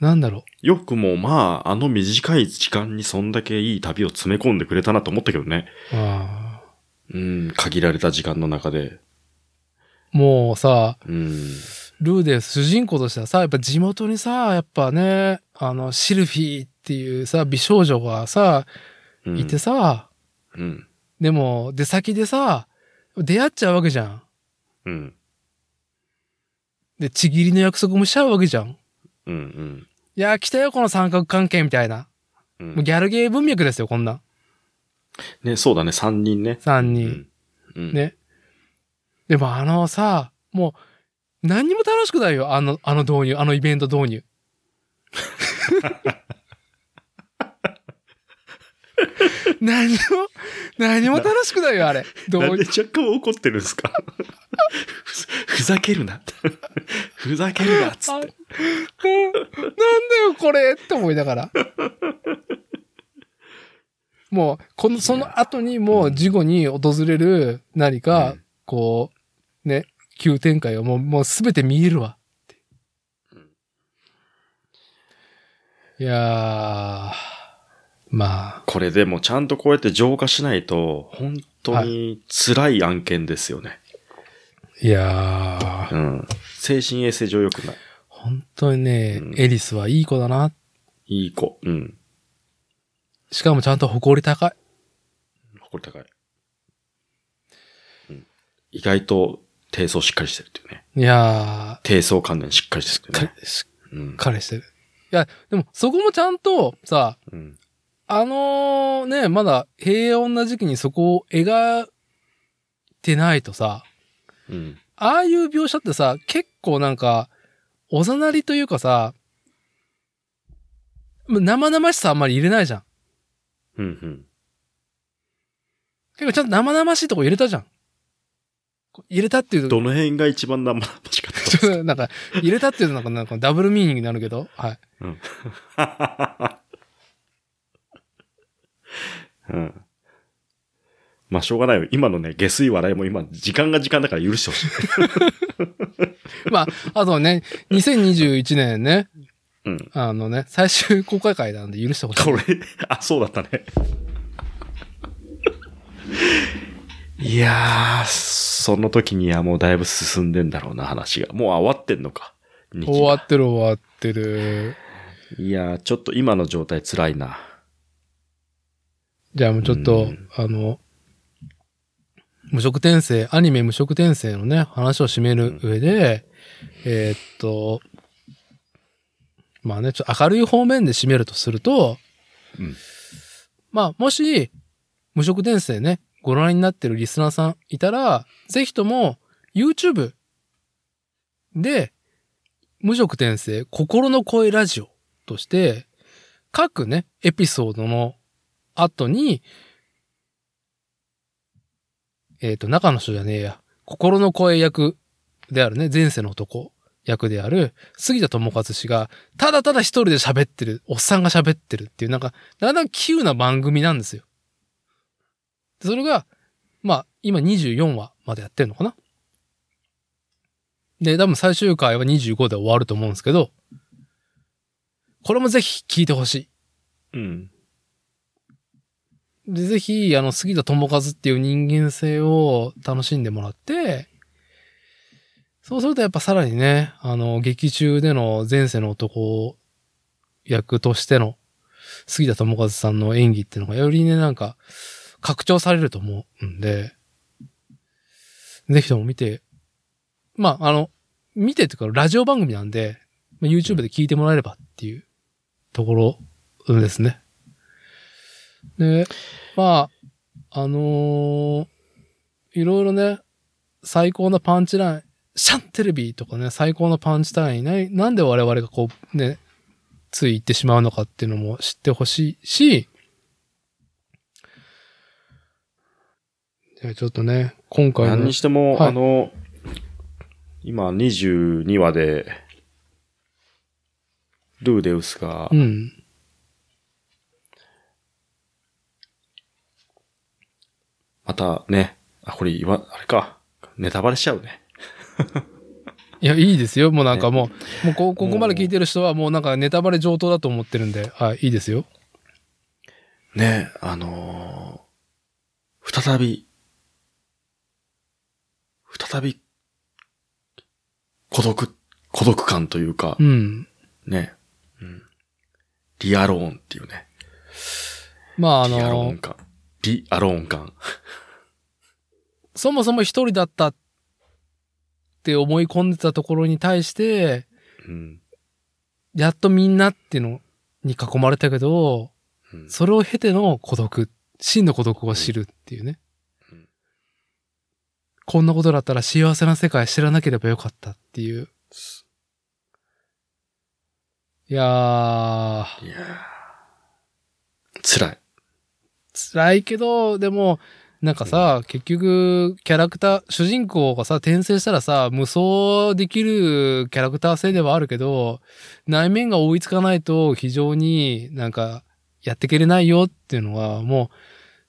Speaker 1: なんだろ
Speaker 2: よくもまあ、あの短い時間にそんだけいい旅を詰め込んでくれたなと思ったけどね。
Speaker 1: う。ああ
Speaker 2: うん、限られた時間の中で。
Speaker 1: もうさ、
Speaker 2: うん。
Speaker 1: ルーデ主人公としてはさ、やっぱ地元にさ、やっぱね、あの、シルフィーっていうさ、美少女がさ、
Speaker 2: うん、
Speaker 1: いてさ、
Speaker 2: うん。
Speaker 1: でも、出先でさ、出会っちゃうわけじゃん。
Speaker 2: うん。
Speaker 1: で、ちぎりの約束もしちゃうわけじゃん。い
Speaker 2: うん。うん。
Speaker 1: やー、来たよ、この三角関係みたいな。
Speaker 2: うん
Speaker 1: もうギャルゲー文脈ですよ、こんなん。
Speaker 2: ね、そうだね、3人ね。
Speaker 1: 三
Speaker 2: う
Speaker 1: 人。
Speaker 2: ん。うん
Speaker 1: ねでも、あのさ、もう、何にも楽しくないよ、あの、あの導入、あのイベント導 入。何も、何も楽しくないよ、あれ。ど
Speaker 2: なん
Speaker 1: う
Speaker 2: で若干怒ってるんですかふ ざふざけるな。ふざけるな、つ
Speaker 1: あ
Speaker 2: っ
Speaker 1: なん
Speaker 2: て
Speaker 1: だ。よ、これって思いながら。もう、この、その後にもう、事後に訪れる何
Speaker 2: う
Speaker 1: か
Speaker 2: ん、
Speaker 1: こう、ね、急展開をもう、もうすべて見えるわ。いやー、まあ、
Speaker 2: これでもちゃんとこうやって浄化しないと、本当に辛い案件ですよね。
Speaker 1: いやー、
Speaker 2: うん。精神衛生上良くない。
Speaker 1: 本当にね
Speaker 2: う、ん
Speaker 1: エリスはいい子だな。
Speaker 2: いい子。うん。
Speaker 1: しかもちゃんと誇り高い。
Speaker 2: 誇り高い。うん。意外と、低層しっかりしてるっていうね。
Speaker 1: いや
Speaker 2: 低層関連しっかりしてる
Speaker 1: ー、
Speaker 2: っていう
Speaker 1: か
Speaker 2: ね。
Speaker 1: し
Speaker 2: うん
Speaker 1: っ。かりしてる。いや、でもそこもちゃんとさ、
Speaker 2: うん。
Speaker 1: あのーね、まだ平穏な時期にそこを描いてないとさ、
Speaker 2: うん。
Speaker 1: ああいう描写ってさ、結構なんか、おざなりというかさ、ま生々しさあんまり入れないじゃん。
Speaker 2: うん。うん。
Speaker 1: 結構ちゃんと生々しいとこ入れたじゃん。こう入れたっていうと、
Speaker 2: どの辺が一番生々しかったです
Speaker 1: ちょっと なんか、入れたっていうとなんかなんかダブルミーニングになるけど、はい。
Speaker 2: かうん。まあ、しょうがないよ。今のね、下水笑いも今、時間が時間だから許し てほしい。
Speaker 1: まあ、あとね、2021年ね、
Speaker 2: うん。
Speaker 1: あのね、最終公開会なんで許してほしい。
Speaker 2: これ、あ、そうだったね。 いやー、その時にはもうだいぶ進んでんだろうな、話が。もう終わってんのか。日記が
Speaker 1: 終わってる終わってる。
Speaker 2: いやー、ちょっと今の状態辛いな。
Speaker 1: じゃあもうちょっと、
Speaker 2: うん
Speaker 1: あの、無職転生、アニメ無職転生のね、話を締める上で、えーっと、まあね、ちょっと明るい方面で締めるとすると、
Speaker 2: うん
Speaker 1: まあ、もし、無職転生ね、ご覧になってるリスナーさんいたら、ぜひとも、YouTube で、無職転生、心の声ラジオとして、各ね、エピソードの後に、えっ、と、中の人じゃねえや、心の声役であるね、前世の男役である、杉田智和氏が、ただただ一人で喋ってる、おっさんが喋ってるっていう、なんか、だんだん急な番組なんですよ。でそれが、まあ、今24話までやってるのかなで、多分最終回は25で終わると思うんですけど、これもぜひ聞いてほしい。
Speaker 2: うん。
Speaker 1: で、ぜひ、あの、杉田智和っていう人間性を楽しんでもらって、そうするとやっぱさらにね、あの、劇中での前世の男役としての杉田智和さんの演技っていうのがよりね、なんか、拡張されると思うんで、ぜひとも見て、まあ、あの、見てっていうか、ラジオ番組なんで、まあ YouTube で聞いてもらえればっていうところですね。で、まあ、あのーいろいろね、最高のパンチライン、シャンテレビとかね、最高のパンチライン、ななんで我々がこう、ね、つい行ってしまうのかっていうのも知ってほしいし、じゃあちょっとね、今回
Speaker 2: 何
Speaker 1: の
Speaker 2: に、しても、
Speaker 1: はい
Speaker 2: あの、今22話で、ルーデウスが
Speaker 1: う、ん。
Speaker 2: またね、あ、これ言わ、あれか、ネタバレしちゃうね。
Speaker 1: いや、いいですよ。もうなんかもう、もうこここまで聞いてる人はもうなんかネタバレ上等だと思ってるんで、はい、いいですよ。
Speaker 2: ね、あのー再び、再び、孤独、孤独感というか
Speaker 1: う、ん。
Speaker 2: ね、うん、リアローンっていうね、
Speaker 1: まああ
Speaker 2: リアロー
Speaker 1: の
Speaker 2: ン、感、リアローン感。
Speaker 1: そもそも一人だったって思い込んでたところに対して、
Speaker 2: うん
Speaker 1: やっとみんなっていうのに囲まれたけど、
Speaker 2: うん
Speaker 1: それを経ての孤独、真の孤独を知るっていうね
Speaker 2: うん。
Speaker 1: こんなことだったら幸せな世界知らなければよかったっていう。いやー、
Speaker 2: いやー辛い。
Speaker 1: 辛いけど、でも、なんかさ、結局、キャラクター、主人公がさ、転生したらさ、無双できるキャラクター性ではあるけど、内面が追いつかないと非常になんか、やってけれないよっていうのは、もう、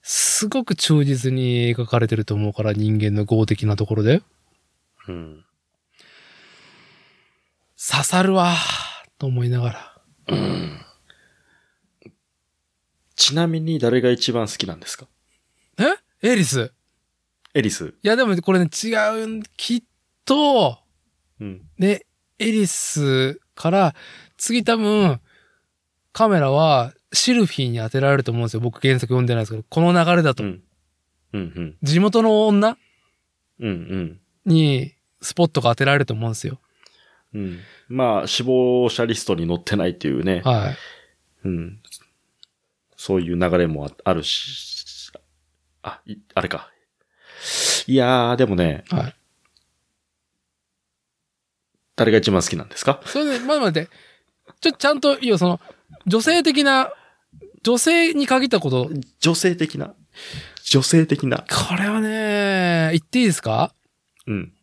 Speaker 1: すごく忠実に描かれてると思うから、人間の業的なところで。
Speaker 2: うん。
Speaker 1: 刺さるわーと思いながら。
Speaker 2: ちなみに誰が一番好きなんですか
Speaker 1: えエリス。
Speaker 2: エリス。
Speaker 1: いや、でもこれね、違うん、きっと、
Speaker 2: うん。
Speaker 1: で、エリスから、次多分、カメラはシルフィーに当てられると思うんですよ。僕原作読んでないですけど、この流れだと。
Speaker 2: うん。うん。
Speaker 1: 地元の女
Speaker 2: うん。うん。
Speaker 1: に、スポットが当てられると思うんですよ。
Speaker 2: うん。まあ、死亡者リストに載ってないっていうね。
Speaker 1: はい。
Speaker 2: うん。そういう流れもああるし、あ、いあれか。いやー、でもね、
Speaker 1: はい。
Speaker 2: 誰が一番好きなんですか
Speaker 1: それで、まあ待って、ちょ、ちゃんと、いいよ、その、女性的な、女性に限ったこと、
Speaker 2: 女性的な。女性的な。
Speaker 1: これはね、言っていいですか
Speaker 2: うん。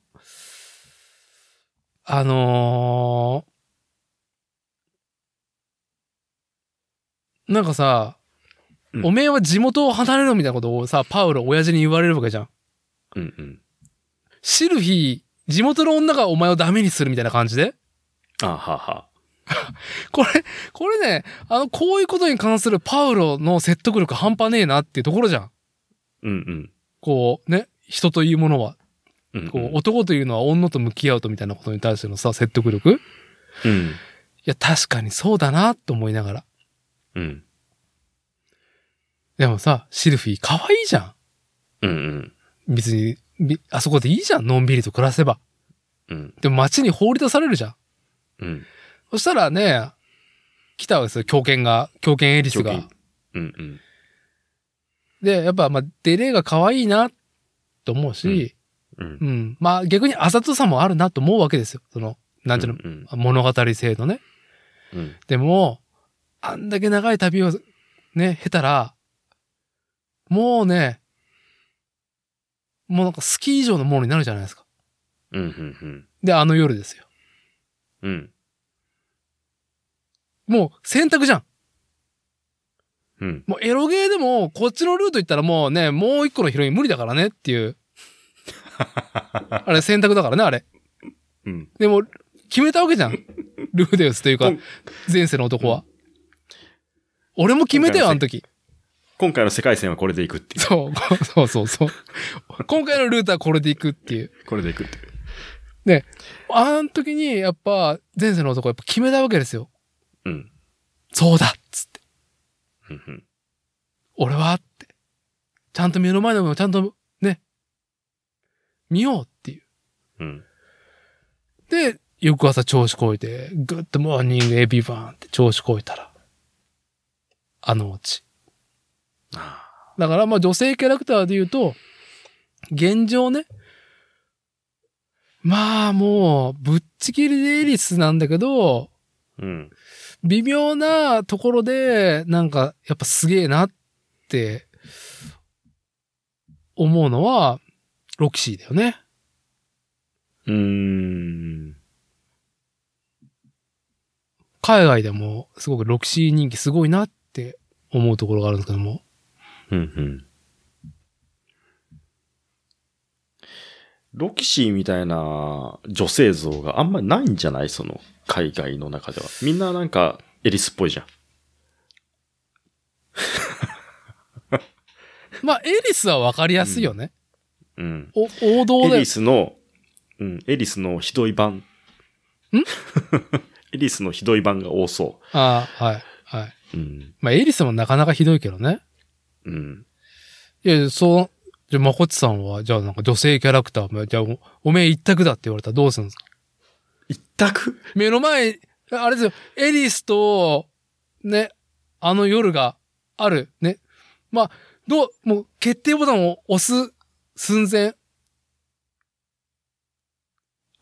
Speaker 1: あのーなんかさ、
Speaker 2: うん
Speaker 1: おめえは地元を離れろみたいなことをさ、パウロ、親父に言われるわけじゃん。
Speaker 2: うんうん。
Speaker 1: シルフィー、地元の女がお前をダメにするみたいな感じで
Speaker 2: あはは。
Speaker 1: これ、これね、あの、こういうことに関するパウロの説得力半端ねえなっていうところじゃん。
Speaker 2: うんうん。
Speaker 1: こう、ね、人というものは、
Speaker 2: うん
Speaker 1: こう、男というのは女と向き合うとみたいなことに対してのさ、説得力い
Speaker 2: うん。うん。
Speaker 1: や、確かにそうだなと思いながら。
Speaker 2: うん。
Speaker 1: でもさ、シルフィー可愛いじゃ
Speaker 2: うんうん。
Speaker 1: ん。別に、びあそこでいいじゃん。のんびりと暮らせば。
Speaker 2: うん。
Speaker 1: でも街に放り出されるじゃん。
Speaker 2: うん。
Speaker 1: そしたらね、来たわけですよ。狂犬が、狂犬エリス
Speaker 2: 狂
Speaker 1: が
Speaker 2: 犬。うんうん。
Speaker 1: で、やっぱ、まあ、デレが可愛いな、と思うし、
Speaker 2: うん。
Speaker 1: うん、まあ、逆にあざとさもあるなと思うわけですよ。その、なんていうの、
Speaker 2: うん
Speaker 1: 物語性のね。
Speaker 2: うん。
Speaker 1: でも、あんだけ長い旅をね、経たら、もうね、もうなんか好き以上のものになるじゃないですか。
Speaker 2: うんうんうん。
Speaker 1: で、あの夜ですよ。
Speaker 2: うん。
Speaker 1: もう選択じゃん。
Speaker 2: うん。
Speaker 1: もうエロゲーでも、こっちのルート行ったらもうね、もう一個のヒロイン無理だからねって いう。あれ選択だからね、あれ。
Speaker 2: うん。
Speaker 1: でも、決めたわけじゃん。ルーデウスというか
Speaker 2: うん、
Speaker 1: 前世の男は。俺も決めたよ、あの時。
Speaker 2: 今回の世界線はこれでいくってい
Speaker 1: そう、こそうそうそう。今回のルートはこれで行くっていう。
Speaker 2: う。これでいくっていう。
Speaker 1: あの時に、やっぱ、前世の男はやっぱ決めたわけですよ。
Speaker 2: うん。
Speaker 1: そうだっつって。
Speaker 2: うんうん。
Speaker 1: 俺はって。ちゃんと目の前のものをちゃんと、ね。見ようっていう。
Speaker 2: うん。
Speaker 1: で、翌朝調子こいて、グッドモーニングエビバンって調子こいたら、あのうち。
Speaker 2: あ
Speaker 1: だからまあ女性キャラクターで言うと、現状ね、まあもう、ぶっちぎりでエリスなんだけど、
Speaker 2: ーうん。
Speaker 1: 微妙なところで、なんか、やっぱすげえなって、思うのは、ロキシーだよね。
Speaker 2: うーん。
Speaker 1: 海外でも、すごくロキシー人気すごいなって思うところがあるんですけども。
Speaker 2: うんうん。ロキシーみたいな女性像があんまりないんじゃないその海外の中では。みんななんかエリスっぽいじゃん。
Speaker 1: まあ、エリスはわかりやすいよね。
Speaker 2: うん。
Speaker 1: お王道
Speaker 2: エ
Speaker 1: だよ
Speaker 2: リ。スの、うん、エリスのひどい版。
Speaker 1: ん
Speaker 2: エリスのひどい版が多そ
Speaker 1: ああ、はい。はい。
Speaker 2: う。うん。
Speaker 1: まあ、エリスもなかなかひどいけどね。
Speaker 2: うん。
Speaker 1: いやいや、そう、じゃあ、まこっちさんは、じゃあなんか女性キャラクター、じゃあお、おめえ一択だって言われたらどうするんですか
Speaker 2: 一択
Speaker 1: 目の前、あれですよ、エリスと、ね、あの夜がある、ね。まあ、どう、もう決定ボタンを押す寸前、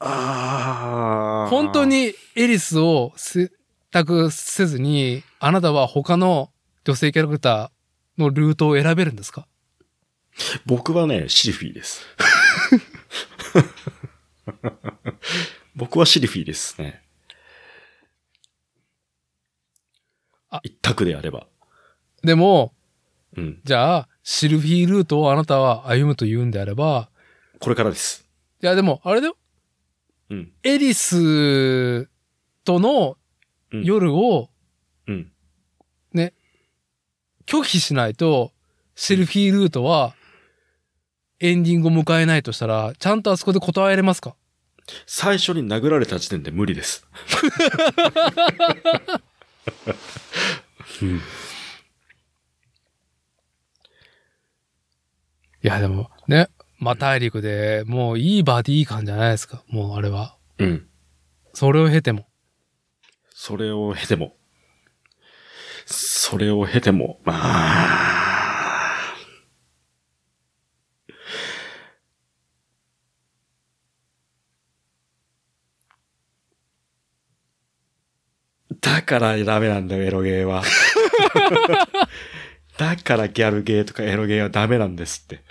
Speaker 2: ああ。
Speaker 1: 本当。にエリスを選択せずに、あなたは他の女性キャラクターのルートを選べるんですか
Speaker 2: 僕はね、シルフィーです。 僕はシルフィーですね
Speaker 1: あ。
Speaker 2: 一択であれば。
Speaker 1: でも、
Speaker 2: うん。
Speaker 1: じゃあ、シルフィールートをあなたは歩むと言うんであれば、
Speaker 2: これからです。
Speaker 1: いやでも、あれだよ、
Speaker 2: うん。
Speaker 1: エリスとの
Speaker 2: うん
Speaker 1: 夜を
Speaker 2: うん。
Speaker 1: 拒否しないと、シルフィールートはエンディングを迎えないとしたら、ちゃんとあそこで断れますか
Speaker 2: 最初に殴られた時点で無理です。うん。
Speaker 1: いやでも、ね、まあ大陸でもういいバディ感じゃないですか。もうあれは。
Speaker 2: うん。
Speaker 1: それを経ても。
Speaker 2: それを経ても。それを経ても。まあ。だからダメなんだよ、エロゲ ーは。だからギャルゲーとかエロゲーはダメなんですって。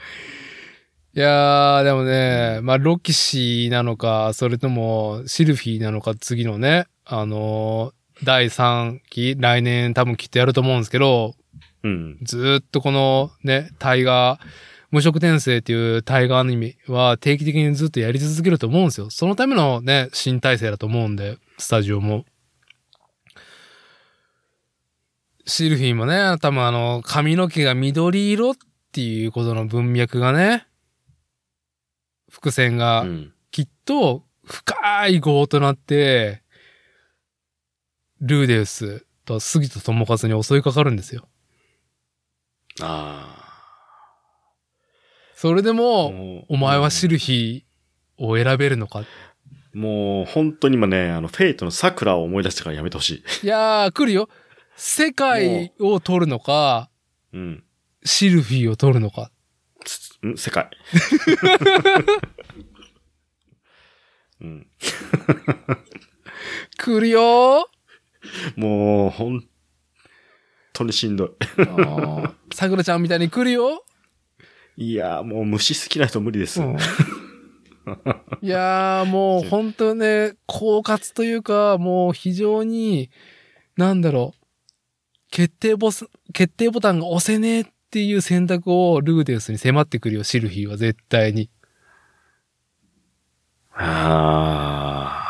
Speaker 1: いやー、でもね、まあロキシーなのか、それともシルフィーなのか、次のね、あのー第3期、来年多分きっとやると思うんですけど、
Speaker 2: うん。
Speaker 1: ずーっとこのね、タイガー、無色転生っていうタイガーアニメは定期的にずっとやり続けると思うんですよ。そのためのね、新体制だと思うんで、スタジオも。シルフィーもね、多分あの、髪の毛が緑色っていうことの文脈がね、伏線
Speaker 2: う
Speaker 1: が
Speaker 2: ん。
Speaker 1: きっと深い業となって、ルーデウスと杉田智和に襲いかかるんですよ。
Speaker 2: あ
Speaker 1: それで
Speaker 2: あ。
Speaker 1: も、
Speaker 2: もう
Speaker 1: お前はシルヒーを選べるのか。
Speaker 2: もう本当に今ね、あの、フェイトの桜を思い出したからやめてほしい。
Speaker 1: いやー、来るよ。世界を取るのか、
Speaker 2: うん。
Speaker 1: シルフィーを取るのか。
Speaker 2: つん 世界。うん、
Speaker 1: 来るよ
Speaker 2: もう、本当にしんど
Speaker 1: ーさくらちゃんみたいに来るよ、
Speaker 2: い。いやー、もう虫好きな人無理です。
Speaker 1: うんいやー、もう本当ね、狡猾というか、もう非常に、なんだろう、決定ボス、決定ボタンが押せねえっていう選択をルーデウスに迫ってくるよ、シルフィーは絶対に。
Speaker 2: あ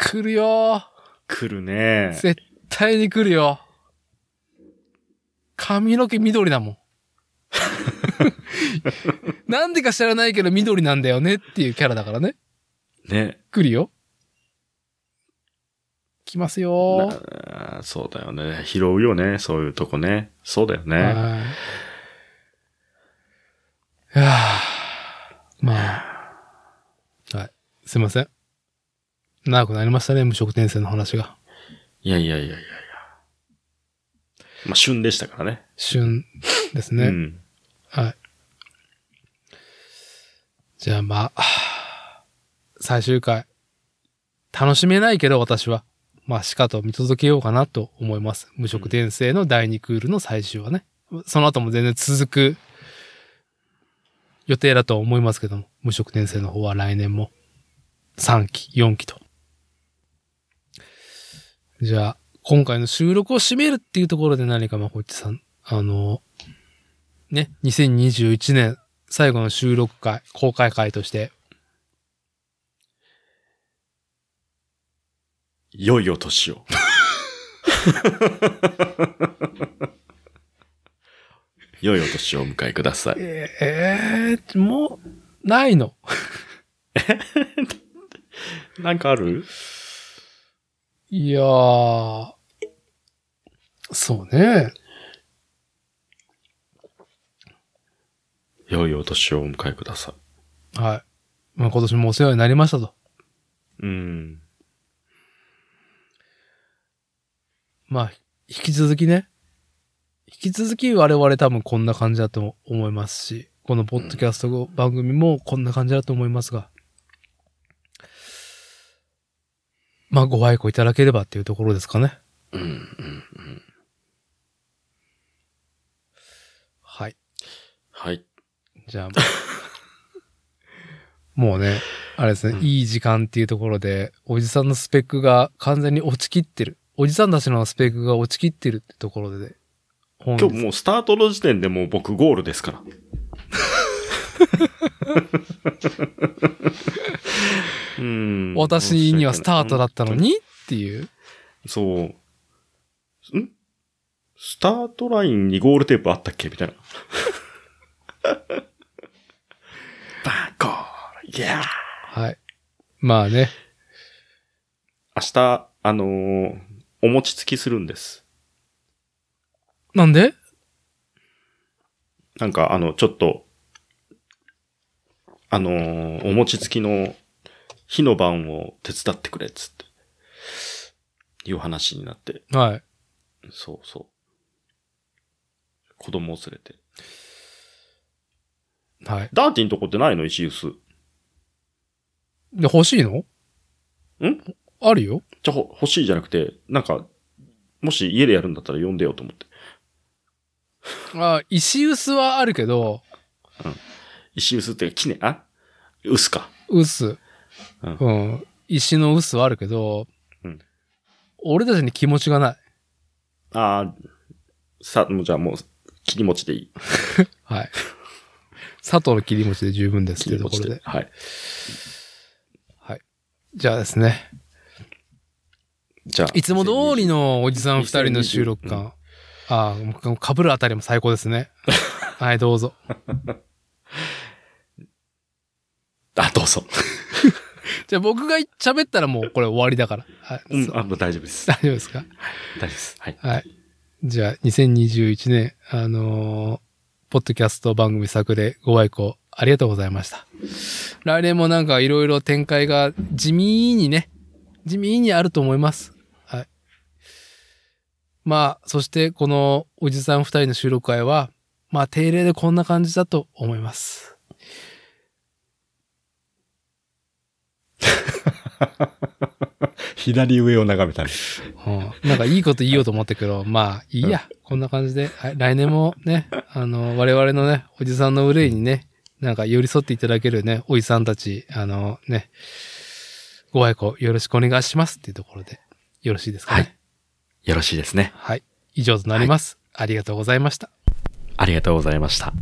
Speaker 1: 来るよー
Speaker 2: ー、来るね。
Speaker 1: 絶対に来るよ。髪の毛緑だ もん。なんでか知らないけど緑なんだよねっていうキャラだからね。
Speaker 2: ね。
Speaker 1: 来るよ。来ますよ。
Speaker 2: なそうだよね。拾うよね。そういうとこね。そうだよね。
Speaker 1: はい。いやーまあ。はい。すいません。長くなりましたね、無職転生の話が。
Speaker 2: いやいやいやいやいや。まあ、旬でしたからね。
Speaker 1: 旬ですね。
Speaker 2: うん。
Speaker 1: はい。じゃあまあ、最終回。楽しめないけど私は、まあ、しかと見届けようかなと思います。無職転生の第2クールの最終はね。その後も全然続く予定だと思いますけども、無職転生の方は来年も3期、4期と。じゃあ、今回の収録を締めるっていうところで何かまこっちさん、あの、ね、2021年最後の収録会、公開会として、
Speaker 2: 良いお年 を。良いお年をお迎えください。
Speaker 1: ええもう、ないの。
Speaker 2: なんかある
Speaker 1: いやー、そうね。
Speaker 2: 良いお年をお迎えくださ
Speaker 1: はい。まあ、今年もお世話になりましたと。
Speaker 2: い。うん。
Speaker 1: まあ、引き続きね。引き続き我々多分こんな感じだと思いますし、このポッドキャスト番組もこんな感じだと思いますが、まあ、ご愛顧いただければっていうところですかね。
Speaker 2: うん、うん。
Speaker 1: はい。
Speaker 2: はい。
Speaker 1: じゃあ、もうね、あれですね、
Speaker 2: うん
Speaker 1: いい時間っていうところで、おじさんのスペックが完全に落ちきってる。おじさんたちのスペックが落ちきってるってところで、本
Speaker 2: 今
Speaker 1: 日
Speaker 2: 日もうスタートの時点でもう僕ゴールですから。 うん
Speaker 1: 私にはスタートだったの。にっていう。
Speaker 2: そう。んスタートラインにゴールテープあったっけみ たいな。バーゴールイエー
Speaker 1: はい。まあね、
Speaker 2: 明日、あのーお餅つきするんです。
Speaker 1: なんで
Speaker 2: なんか、あの、ちょっと、あのーお餅つきの火の晩を手伝ってくれっつって、いう話になって、
Speaker 1: はい。
Speaker 2: そうそう。子供を連れて。
Speaker 1: はい。
Speaker 2: ダーティンとこってないの石臼。
Speaker 1: で、欲しいの
Speaker 2: ん
Speaker 1: あるよ。
Speaker 2: じゃ、ほ欲しいじゃなくて、なんか、もし家でやるんだったら呼んでよと思って。
Speaker 1: あ、石臼はあるけど、
Speaker 2: 石臼ってきね、あ臼か。
Speaker 1: 臼。
Speaker 2: う
Speaker 1: うんん。石の臼はあるけど、
Speaker 2: うん
Speaker 1: 俺たちに気持ちがない。
Speaker 2: ああ、さ、もうじゃあもう、切り餅でいい。
Speaker 1: はい。 佐藤の切り餅で十分ですって
Speaker 2: 切
Speaker 1: いう
Speaker 2: り
Speaker 1: とこ
Speaker 2: 餅
Speaker 1: ろ
Speaker 2: で。
Speaker 1: で。
Speaker 2: はい。
Speaker 1: じゃあですね。
Speaker 2: じゃあ。
Speaker 1: いつも通りのおじさん二人の収録
Speaker 2: う
Speaker 1: 感。ああ、もうかぶるあたりも最高です ね。はい、どうぞ。
Speaker 2: あ、どうぞ。
Speaker 1: じゃあ僕が喋ったらもうこれ終わりだから。はい。
Speaker 2: うん
Speaker 1: そう、
Speaker 2: あ、もう大丈夫です。
Speaker 1: 大丈夫ですか
Speaker 2: 大丈夫です。はい。
Speaker 1: はい。じゃあ、2021年、あのーポッドキャスト番組作例ご愛顧ありがとうございました。来年もなんかいろいろ展開が地味にね、地味にあると思います。はい。まあ、そしてこのおじさん二人の収録会は、まあ定例でこんな感じだと思います。
Speaker 2: 左上を眺めたり。
Speaker 1: うん、なんかいいこと言おうと思ったけど、まあいいや、こんな感じで、はい来年もね、 あの、我々のね、おじさんの憂いにね、なんか寄り添っていただけるね、おじさんたち、あのね、ご愛顧よろしくお願いしますっていうところで、よろしいですかね。
Speaker 2: よろしいですね。
Speaker 1: はい。以上となります。ありがとうございました。
Speaker 2: ありがとうございました。